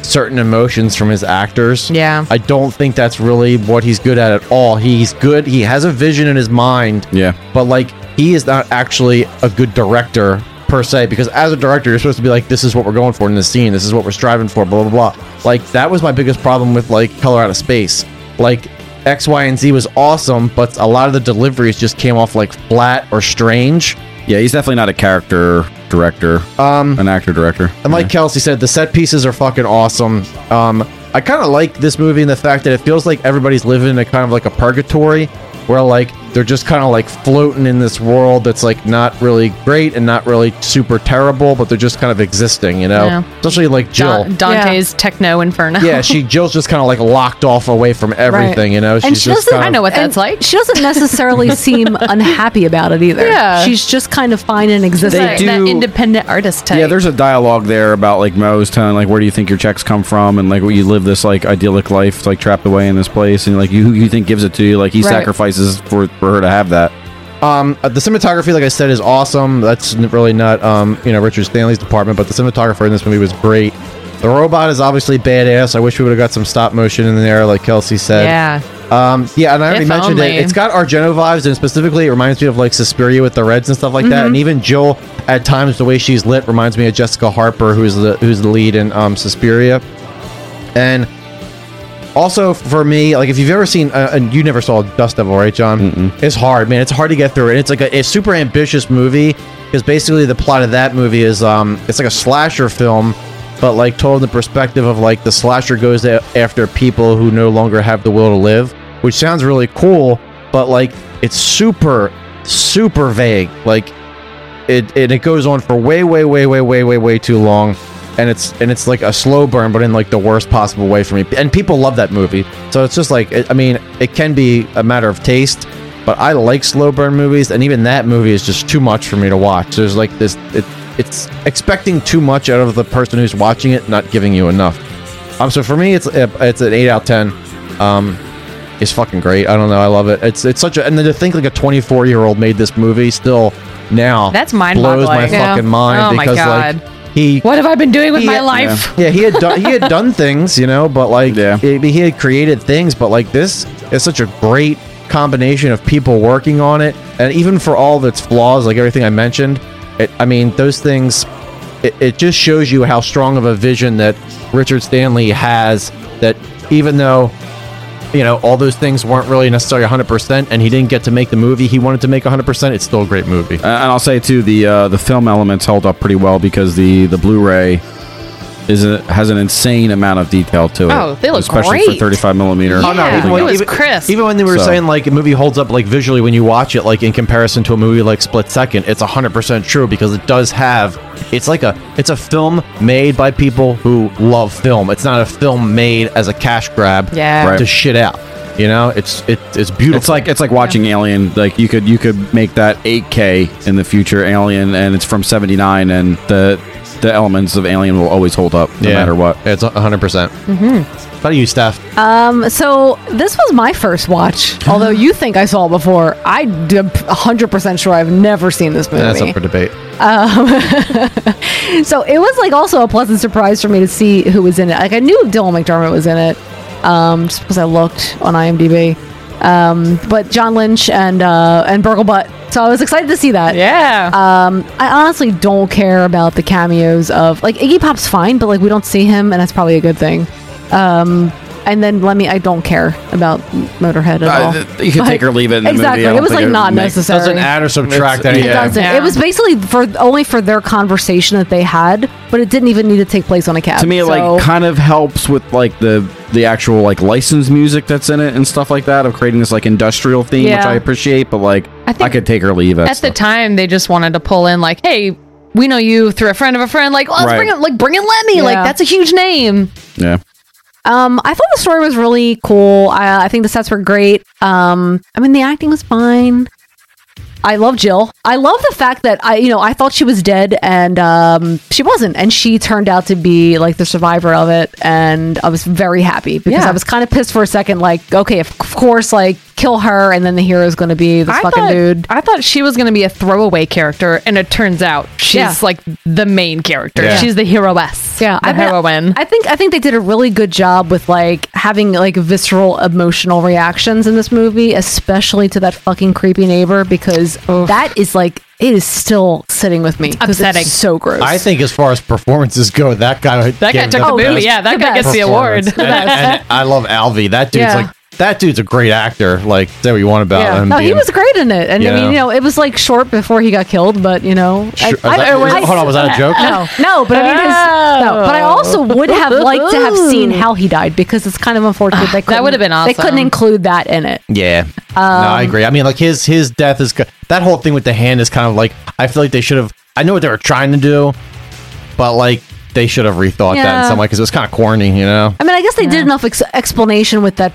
Speaker 10: certain emotions from his actors.
Speaker 8: Yeah.
Speaker 10: I don't think that's really what he's good at at all. He's good. He has a vision in his mind.
Speaker 11: Yeah.
Speaker 10: But like, he is not actually a good director per se because as a director, you're supposed to be like, this is what we're going for in this scene. This is what we're striving for. Blah blah blah. Like that was my biggest problem with like Color Out of Space. Like X, Y, and Z was awesome, but a lot of the deliveries just came off like flat or strange.
Speaker 11: Yeah, he's definitely not a character director,
Speaker 10: um,
Speaker 11: an actor director.
Speaker 10: And like Kelsey said, the set pieces are fucking awesome. Um, I kind of like this movie in the fact that it feels like everybody's living in a kind of like a purgatory where like they're just kind of like floating in this world that's like not really great and not really super terrible, but they're just kind of existing, you know?
Speaker 8: Yeah.
Speaker 10: Especially like Jill.
Speaker 8: Da- Dante's Techno Inferno.
Speaker 10: yeah, she Jill's just kind of like locked off away from everything, you know?
Speaker 8: And she doesn't- I know what
Speaker 3: And
Speaker 8: that's like.
Speaker 3: She doesn't necessarily seem unhappy about it either.
Speaker 8: Yeah.
Speaker 3: She's just kind of fine and existing.
Speaker 11: They That- that do-
Speaker 8: independent artist
Speaker 11: Yeah, there's a dialogue there about like Mo's telling like where do you think your checks come from and like well, you live this like idyllic life like trapped away in this place and like you who you think gives it to you like he
Speaker 10: Right.
Speaker 11: sacrifices for for her to have that.
Speaker 10: Um, uh, the cinematography, like I said, is awesome. That's n- really not, um, you know, Richard Stanley's department, but the cinematographer in this movie was great. The robot is obviously badass. I wish we would have got some stop motion in there, like Kelsey said.
Speaker 8: Yeah.
Speaker 10: Um, yeah, and I already
Speaker 8: If
Speaker 10: mentioned
Speaker 8: only.
Speaker 10: it. It's got Argento vibes, and specifically, it reminds me of like Suspiria with the Reds and stuff like that.
Speaker 8: Mhm.
Speaker 10: And even Jill, at times, the way she's lit reminds me of Jessica Harper, who's the who's the lead in um, Suspiria. And also for me, like if you've ever seen, uh, and you never saw Dust Devil, right, John? It's hard, man. It's hard to get through it. It's like a, a super ambitious movie because basically the plot of that movie is um, it's like a slasher film, but like told in the perspective of like the slasher goes a- after people who no longer have the will to live, which sounds really cool, but like it's super, super vague. Like it and it goes on for way way way way way way way too long and it's and it's like a slow burn but in like the worst possible way for me and people love that movie so it's just like it, i mean it can be a matter of taste but i like slow burn movies and even that movie is just too much for me to watch there's like this it, it's expecting too much out of the person who's watching it not giving you enough um so for me it's it's an 8 out of 10 um is fucking great. I don't know. I love it. It's it's such a and then to think like a 24 year old made this movie still now
Speaker 8: That's mind
Speaker 10: blows my
Speaker 8: boggling. Yeah.
Speaker 10: fucking mind
Speaker 8: Oh my
Speaker 10: because
Speaker 8: God.
Speaker 10: like he
Speaker 8: What have I been doing with
Speaker 10: he
Speaker 8: my
Speaker 10: had-
Speaker 8: life?
Speaker 10: Yeah, he had done he had done things, you know, but like he, he had created things, but like this is such a great combination of people working on it, and even for all of its flaws, like everything I mentioned, it, I mean those things. It, it just shows you how strong of a vision that Richard Stanley has. That even though you know all those things weren't really necessarily 100%, and he didn't get to make the movie he wanted to make 100%, it's still a great movie.
Speaker 11: Uh, and I'll say too, the uh, the film elements held up pretty well because the the Blu-ray is a, has an insane amount of detail to it.
Speaker 8: Oh, they look
Speaker 11: especially
Speaker 8: great.
Speaker 11: for 35 millimeter.
Speaker 8: Oh, no, Yeah,
Speaker 10: even when-
Speaker 8: it was
Speaker 10: even-
Speaker 8: crisp.
Speaker 10: Even when they were
Speaker 11: So-
Speaker 10: saying like a movie holds up like visually when you watch it, like in comparison to a movie like Split Second, it's hundred percent true because it does have. It's like a it's a film made by people who love film. It's not a film made as a cash grab
Speaker 11: Yeah. Right.
Speaker 10: to shit out. You know, it's it, it's beautiful.
Speaker 11: It's like it's like watching Alien. Like you could you could make that 8K in the future Alien, and it's from 79, and the the elements of Alien will always hold up no
Speaker 10: Yeah.
Speaker 11: matter what.
Speaker 10: It's 100. percent
Speaker 8: Mm-hmm.
Speaker 3: Mhm.
Speaker 10: How do you, Steph?
Speaker 3: Um, so this was my first watch, although you think I saw it before. I d- 100% sure I've never seen this movie.
Speaker 10: That's up for debate.
Speaker 3: Um, so it was like also a pleasant surprise for me to see who was in it. Like I knew Dylan McDermott was in it, um, just because I looked on IMDb. Um, but John Lynch and uh, and Burglebutt. So I was excited to see that.
Speaker 8: Yeah.
Speaker 3: Um, I honestly don't care about the cameos of like Iggy Pop's fine, but like we don't see him, and that's probably a good thing. Um, and then let me. I don't care about Motorhead at all.
Speaker 11: Uh, th- you can take
Speaker 3: Like,
Speaker 11: or leave it in the movie.
Speaker 3: exactly.
Speaker 11: I don't
Speaker 3: It was
Speaker 11: think
Speaker 3: like
Speaker 11: it
Speaker 3: not
Speaker 11: make-
Speaker 3: necessary.
Speaker 11: doesn't add or subtract
Speaker 10: It's-
Speaker 11: anything.
Speaker 10: yeah.
Speaker 3: doesn't. It was basically for only for their conversation that they had, but it didn't even need to take place on a cab.
Speaker 11: to me, it
Speaker 3: So-
Speaker 11: like kind of helps with like the the actual like licensed music that's in it and stuff like that of creating this like industrial theme, which
Speaker 8: Yeah.
Speaker 11: I appreciate. But like, I, could take or leave
Speaker 8: At
Speaker 11: it.
Speaker 8: the time, they just wanted to pull in like, hey, we know you through a friend of a friend. Like, oh, let's
Speaker 11: Right.
Speaker 8: bring it, like bring in Lemmy. Like,
Speaker 3: Yeah.
Speaker 8: that's a huge name.
Speaker 11: Yeah.
Speaker 3: Um, I thought the story was really cool. I, I think the sets were great. Um, I mean, the acting was fine. I love Jill. I love the fact that I, you know, I thought she was dead and um, she wasn't, and she turned out to be like the survivor of it, and I was very happy because
Speaker 8: Yeah.
Speaker 3: I was kind of pissed for a second, like, okay, of course, like kill her, and then the hero is going to be this
Speaker 8: I
Speaker 3: fucking
Speaker 8: thought,
Speaker 3: dude.
Speaker 8: I thought she was going to be a throwaway character, and it turns out she's
Speaker 3: Yeah.
Speaker 8: like the main character.
Speaker 3: Yeah.
Speaker 8: She's the heroess. Yeah, the
Speaker 3: I mean,
Speaker 8: heroine.
Speaker 3: I think I think they did a really good job with like having like visceral emotional reactions in this movie, especially to that fucking creepy neighbor because that is like it is still sitting with me. 'cause
Speaker 8: upsetting.
Speaker 3: It's so gross.
Speaker 10: I think as far as performances go, that guy
Speaker 8: That guy
Speaker 10: gave
Speaker 8: took the
Speaker 10: best
Speaker 8: movie. Yeah, that guy gets the
Speaker 10: performance.
Speaker 8: award.
Speaker 10: And- and I love Alvy. That dude's
Speaker 8: Yeah.
Speaker 10: like that dude's a great actor. Like, say what you want about
Speaker 3: yeah.
Speaker 10: him.
Speaker 3: No, he
Speaker 10: being-
Speaker 3: was great in it, and I
Speaker 10: Yeah.
Speaker 3: mean, you know, it was like short before he got killed, but you know, I-
Speaker 10: Sure,
Speaker 3: I-
Speaker 10: was that-
Speaker 3: it was-
Speaker 10: hold on, was that a joke?
Speaker 3: No, no, but I mean, his, no, but I also would have liked to have seen how he died because it's kind of unfortunate. They that
Speaker 8: Ah, would have been awesome.
Speaker 3: They couldn't include that in it.
Speaker 10: Yeah. no, I
Speaker 3: Um,
Speaker 10: agree. I mean, like his his death is ki- that whole thing with the hand is kind of like I feel like they should have. I know what they were trying to do, but like they should have rethought that in
Speaker 3: Yeah.
Speaker 10: some way because it was kind of corny, you know.
Speaker 3: I mean, I guess they did enough ex- explanation with that,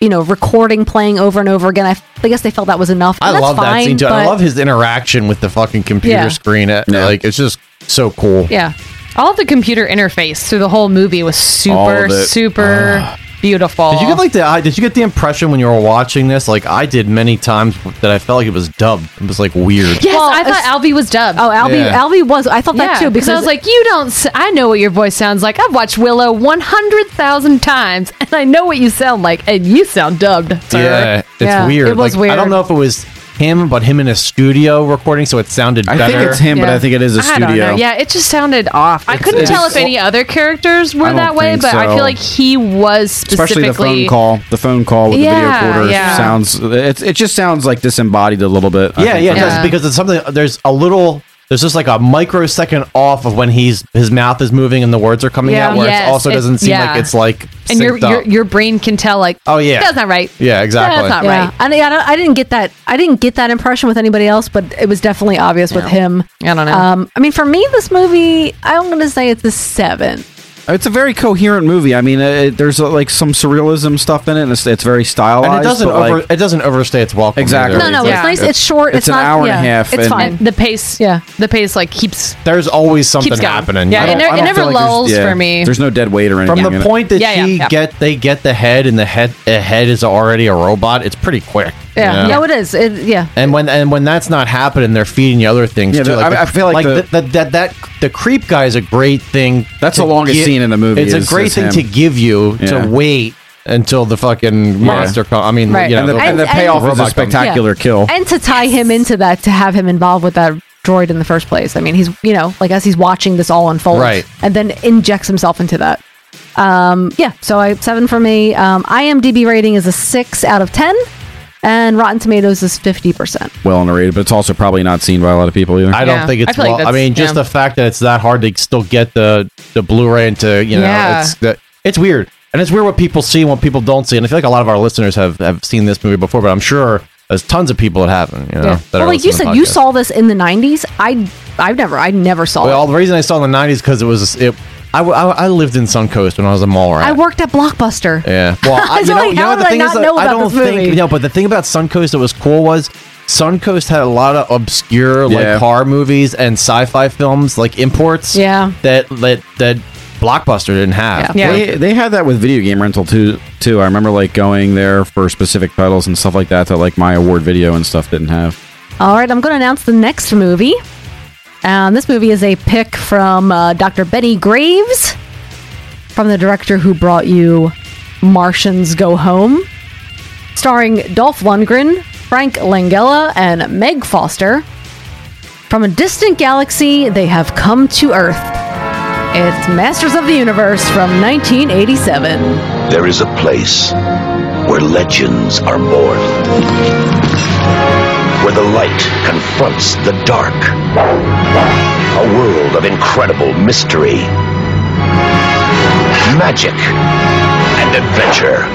Speaker 3: you know, recording playing over and over again. I, f- I guess they felt that was enough. and
Speaker 10: I
Speaker 3: that's
Speaker 10: love that
Speaker 3: fine,
Speaker 10: scene too. And I
Speaker 3: but-
Speaker 10: love his interaction with the fucking computer
Speaker 8: Yeah.
Speaker 10: screen. It- Like it's just so cool.
Speaker 8: Yeah. All of the computer interface through the whole movie was
Speaker 10: All of
Speaker 8: super,
Speaker 10: it. Ah.
Speaker 8: super beautiful.
Speaker 10: Did you get like the? I- Did you get the impression when you were watching this? Like I did many times that I felt like it was dubbed. It was like weird.
Speaker 8: Yes, I thought Albie was dubbed. Oh,
Speaker 3: Albie,
Speaker 10: Yeah.
Speaker 3: Albie was. I thought that too because
Speaker 8: I was like, you don't. S- I know what your voice sounds like. I've watched Willow one hundred thousand times, and I know what you sound like, and you sound dubbed. sir.
Speaker 10: Yeah, it's weird.
Speaker 8: It was
Speaker 10: like,
Speaker 8: weird.
Speaker 10: I don't know if it was him, but him in a studio recording, so it sounded
Speaker 11: I
Speaker 10: better.
Speaker 11: think it's him, but I think it is a
Speaker 8: I don't know. Yeah, it just sounded off. I couldn't
Speaker 10: it's-
Speaker 8: tell if any other characters
Speaker 11: I
Speaker 8: were
Speaker 11: don't
Speaker 8: that way,
Speaker 11: think
Speaker 8: but I
Speaker 11: so.
Speaker 8: feel like he was
Speaker 11: Especially
Speaker 8: specifically.
Speaker 11: the phone call. The phone call with
Speaker 8: Yeah,
Speaker 11: the video recorder
Speaker 8: yeah.
Speaker 11: sounds. It's, it just sounds like disembodied a little bit. I
Speaker 10: yeah,
Speaker 11: think
Speaker 10: yeah,
Speaker 11: for
Speaker 10: it does,
Speaker 11: me.
Speaker 10: because it's something. There's a little. There's just like a microsecond off of when he's his mouth is moving and the words are coming
Speaker 8: Yeah.
Speaker 10: out, where
Speaker 8: Yes,
Speaker 10: it also
Speaker 8: it-
Speaker 10: doesn't seem
Speaker 8: yeah.
Speaker 10: like it's like.
Speaker 8: and your,
Speaker 10: synced up.
Speaker 8: your your brain can tell like
Speaker 10: Oh, yeah.
Speaker 8: that's not right
Speaker 10: Yeah, exactly.
Speaker 8: that's not
Speaker 3: yeah.
Speaker 8: right
Speaker 3: And I, don't- I didn't get that. I didn't get that impression with anybody else, but it was definitely obvious with him.
Speaker 8: I don't know.
Speaker 3: Um, I mean, for me, this movie, I'm going to say it's a seven.
Speaker 11: It's a very coherent movie. I mean, uh it, there's uh like some surrealism stuff in it, and it's, it's very stylized.
Speaker 10: and it doesn't
Speaker 11: but, like-
Speaker 10: over it doesn't overstay its welcome.
Speaker 11: Exactly.
Speaker 10: either.
Speaker 11: No, no,
Speaker 10: like-
Speaker 11: it's nice, it's short, it's an hour and a half,
Speaker 8: it's
Speaker 11: and-
Speaker 8: fine the pace yeah the pace like keeps
Speaker 10: There's always something
Speaker 8: Keeps going.
Speaker 10: happening.
Speaker 8: Yeah,
Speaker 10: I
Speaker 8: it
Speaker 10: don't-
Speaker 8: never-
Speaker 10: I
Speaker 8: it
Speaker 10: don't
Speaker 8: never
Speaker 10: feel like there's-
Speaker 8: lulls for me.
Speaker 11: There's no dead weight or anything.
Speaker 10: From
Speaker 11: in
Speaker 10: the
Speaker 11: it.
Speaker 10: point that
Speaker 8: Yeah, yeah,
Speaker 10: she
Speaker 8: yeah.
Speaker 10: get they get the head and the head the head is already a robot. It's pretty quick. you
Speaker 3: Yeah.
Speaker 10: know?
Speaker 3: No, it is. It, yeah.
Speaker 10: And when and when that's not happening, they're feeding you other things
Speaker 11: Yeah,
Speaker 10: too.
Speaker 11: the- I- I feel like the-
Speaker 10: the, that that the creep guy is a great thing.
Speaker 11: That's
Speaker 10: to
Speaker 11: the longest
Speaker 10: gi-
Speaker 11: scene in the movie
Speaker 10: It's
Speaker 11: is-
Speaker 10: a great
Speaker 11: is
Speaker 10: thing
Speaker 11: him.
Speaker 10: to give you
Speaker 11: Yeah.
Speaker 10: to wait until the fucking monster comes. I mean,
Speaker 3: Right.
Speaker 10: you know,
Speaker 11: And the- and the payoff is a
Speaker 10: robot comes.
Speaker 11: spectacular
Speaker 3: Yeah. And to tie him into that, to have him involved with that droid in the first place. I mean, he's, you know, like as he's watching this all unfold.
Speaker 10: Right.
Speaker 3: And then injects himself into that. Um, yeah. So I, seven for me. Um, IMDb rating is a six out of 10. And Rotten Tomatoes is 50%.
Speaker 11: well underrated, but it's also probably not seen by a lot of people either.
Speaker 10: I don't think it's. I, well, I mean, just the fact that it's that hard to still get the the Blu-ray into you know,
Speaker 11: Yeah.
Speaker 10: it's the, it's weird, and it's weird what people see and what people don't see. And I feel like a lot of our listeners have have seen this movie before, but I'm sure there's tons of people that haven't. You know, that
Speaker 3: Well,
Speaker 10: are
Speaker 3: like you
Speaker 10: listening
Speaker 3: said,
Speaker 10: to
Speaker 3: you
Speaker 10: podcasts.
Speaker 3: saw this in the 90s. I, I've never, I never saw it.
Speaker 10: Well, the reason I saw it in the '90s because it was it. I, w- I, I lived in Suncoast when I was a mall rat.
Speaker 3: I worked at Blockbuster.
Speaker 10: Yeah. Well, I, you
Speaker 3: So,
Speaker 10: know,
Speaker 3: like,
Speaker 10: you know
Speaker 3: how
Speaker 10: what the
Speaker 3: did I
Speaker 10: thing is,
Speaker 3: not
Speaker 10: though?
Speaker 3: know
Speaker 10: I
Speaker 3: about
Speaker 10: don't
Speaker 3: this movie?
Speaker 10: think. You know, but the thing about Suncoast that was cool was Suncoast had a lot of obscure
Speaker 11: Yeah.
Speaker 10: like horror movies and sci-fi films, like imports.
Speaker 3: Yeah.
Speaker 10: That that that Blockbuster didn't have.
Speaker 11: They, they had that with video game rental too. Too, I remember like going there for specific titles and stuff like that that like my award video and stuff didn't have.
Speaker 3: All right, I'm going to announce the next movie. Um, this movie is a pick from uh, Dr. Benny Graves, from the director who brought you Martians Go Home, starring Dolph Lundgren, Frank Langella, and Meg Foster. From a distant galaxy, they have come to Earth. It's Masters of the Universe from 1987.
Speaker 21: There is a place where legends are born, where the light confronts the dark, a world of incredible mystery, magic, and adventure.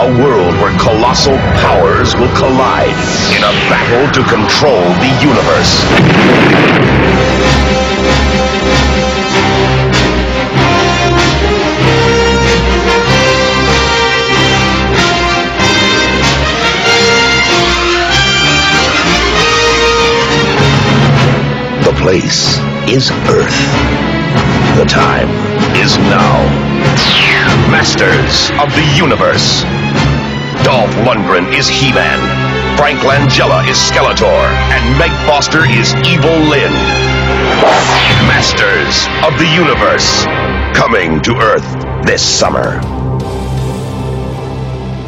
Speaker 21: A world where colossal powers will collide in a battle to control the universe. The place is Earth. The time is now. Masters of the Universe. Dolph Lundgren is He-Man. Frank Langella is Skeletor. And Meg Foster is Evil Lyn. Masters of the Universe. Coming to Earth this summer.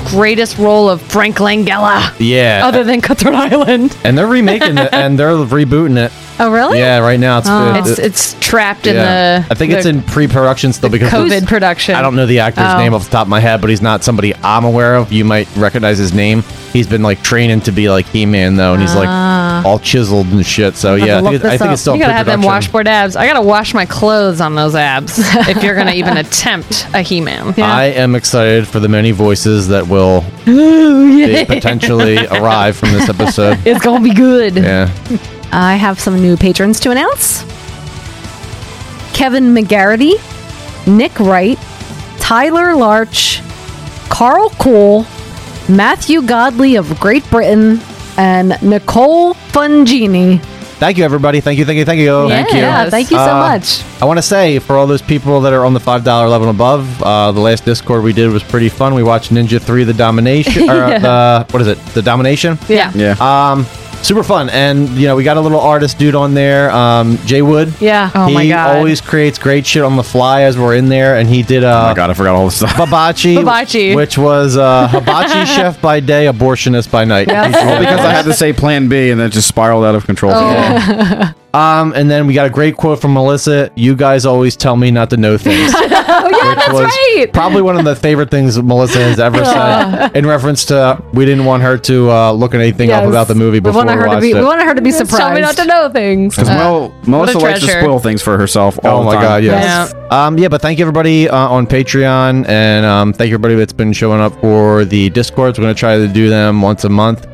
Speaker 8: greatest role of Frank Langella.
Speaker 10: Yeah.
Speaker 8: Other than Cutthroat Island.
Speaker 10: and they're remaking it and they're rebooting it.
Speaker 8: Oh, really?
Speaker 10: Yeah, right now it's
Speaker 8: Oh.
Speaker 10: it-
Speaker 8: it's,
Speaker 10: it-
Speaker 8: it's trapped
Speaker 10: yeah.
Speaker 8: in the.
Speaker 10: I think it's
Speaker 8: the
Speaker 10: in pre-production still because
Speaker 8: COVID production.
Speaker 10: I don't know the actor's
Speaker 8: Oh.
Speaker 10: name off the top of my head, but he's not somebody I'm aware of. You might recognize his name. He's been like training to be like He-Man though, and he's like
Speaker 8: Ah.
Speaker 10: all chiseled and shit. So
Speaker 8: I'll have
Speaker 10: yeah,
Speaker 8: to
Speaker 10: I think,
Speaker 8: look
Speaker 10: it's- I
Speaker 8: this
Speaker 10: think
Speaker 8: up.
Speaker 10: it's still
Speaker 8: You
Speaker 10: in
Speaker 8: gotta have them
Speaker 10: pre-production.
Speaker 8: washboard abs. I gotta wash my clothes on those abs if you're gonna even attempt a He-Man.
Speaker 10: I am excited for the many voices that will
Speaker 8: Ooh,
Speaker 10: be- potentially arrive from this episode.
Speaker 8: It's gonna be good.
Speaker 10: Yeah.
Speaker 3: I have some new patrons to announce Kevin McGarity, Nick Wright, Tyler Larch, Carl Cole, Matthew Godley of Great Britain, and Nicole Fungini.
Speaker 10: Thank you, everybody. Thank you, thank you, thank you.
Speaker 3: Oh,
Speaker 10: Uh,
Speaker 3: Thank you. Uh, yeah, thank you so much.
Speaker 10: I want to say for all those people that are on the five dollar level and above, uh, the last Discord we did was pretty fun. We watched Ninja Three: The Domination, or uh,
Speaker 5: Yeah.
Speaker 10: the what is it? The Domination.
Speaker 5: Yeah. Yeah.
Speaker 10: Um, super fun, and you know we got a little artist dude on there, um, Jay Wood.
Speaker 8: Yeah. Oh
Speaker 10: he
Speaker 8: my god.
Speaker 10: always creates great shit on the fly as we're in there, and he did. Uh, oh my god, I forgot all the stuff. Hibachi,
Speaker 8: Hibachi.
Speaker 10: which was uh, hibachi chef by day, abortionist by night.
Speaker 8: Yes. Well, because I had
Speaker 10: to say Plan B, and then just spiraled out of control.
Speaker 8: Oh.
Speaker 10: Um, and then we got a great quote from Melissa. You guys always tell me not to know things.
Speaker 16: oh, yeah,
Speaker 10: It was Probably one of the favorite things Melissa has ever said in reference to we didn't want her to uh, look at anything up
Speaker 8: Yes.
Speaker 10: about the movie
Speaker 8: We
Speaker 10: before we,
Speaker 8: wanted her to
Speaker 10: watched
Speaker 8: be.
Speaker 10: it.
Speaker 8: We wanted her to be
Speaker 3: Just
Speaker 8: surprised.
Speaker 3: tell me not to
Speaker 8: know things. Uh,
Speaker 11: Because Mel, Melissa likes to spoil things for herself. All
Speaker 10: oh
Speaker 11: the
Speaker 10: my
Speaker 11: time.
Speaker 10: god, yes. Um, yeah, but thank you everybody uh, on Patreon, and um, thank you everybody that's been showing up for the Discords. We're gonna try to do them once a month.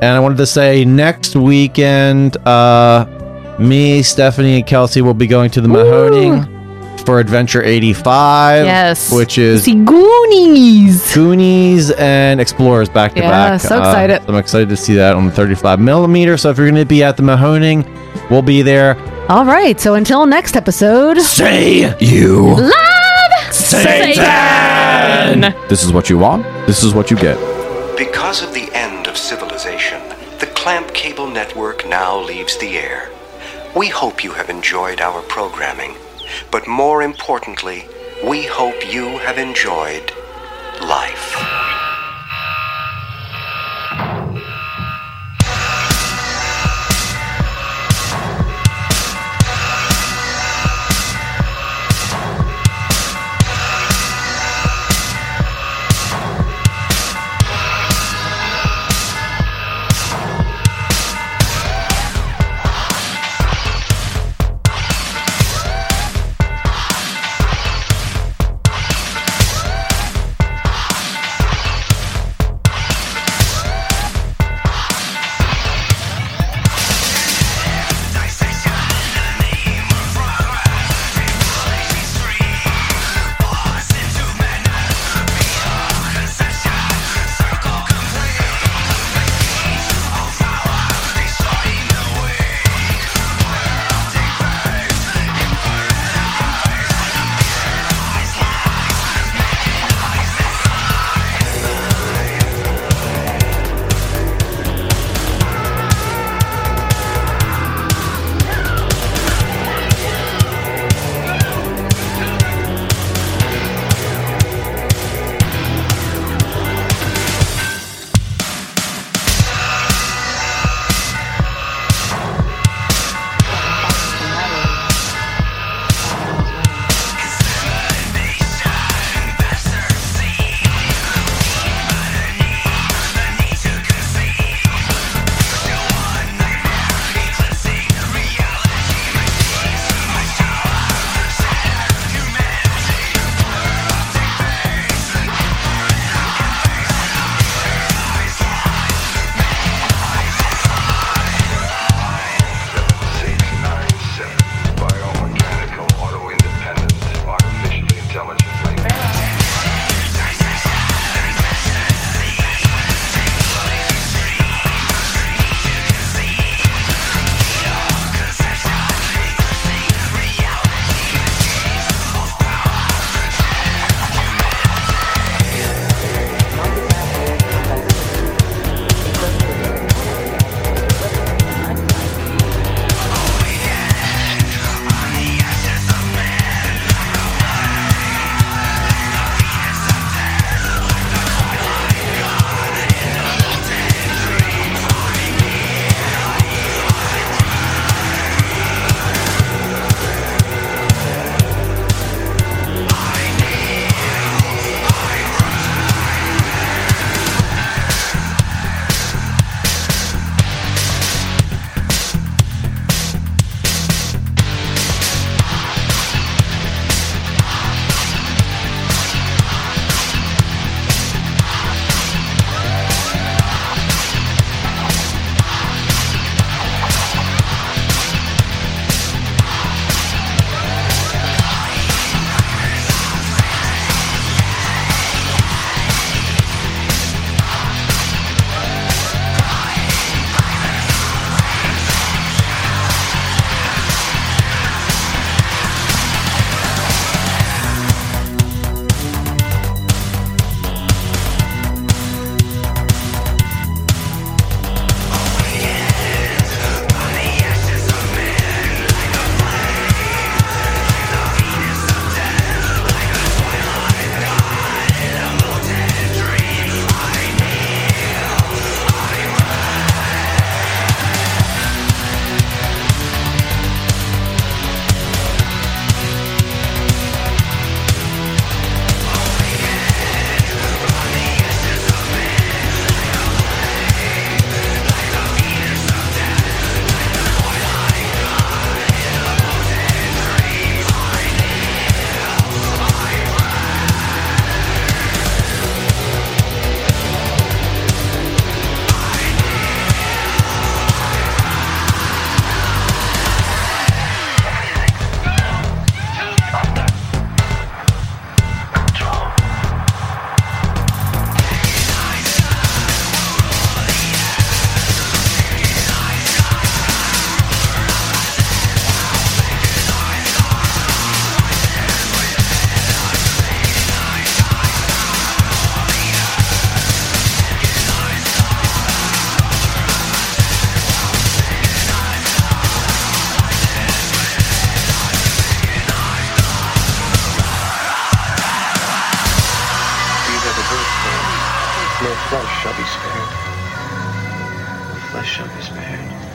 Speaker 10: And I wanted to say next weekend, uh, me, Stephanie, and Kelsey will be going to the Mahoning for Adventure 85.
Speaker 8: Yes.
Speaker 10: which is
Speaker 8: See Goonies.
Speaker 10: Goonies and Explorers back to
Speaker 8: Yeah,
Speaker 10: back. Uh,
Speaker 8: so excited.
Speaker 10: I'm excited to see that on the 35 millimeter. So if you're gonna be at the Mahoning, we'll be there.
Speaker 3: All right, so until next episode,
Speaker 10: Say you.
Speaker 3: love
Speaker 11: Satan! This is what you want. This is what you get.
Speaker 24: Because of the end of civilization, the Clamp Cable Network now leaves the air. We hope you have enjoyed our programming, but more importantly, we hope you have enjoyed life.
Speaker 6: No flesh shall be spared. No flesh shall be spared.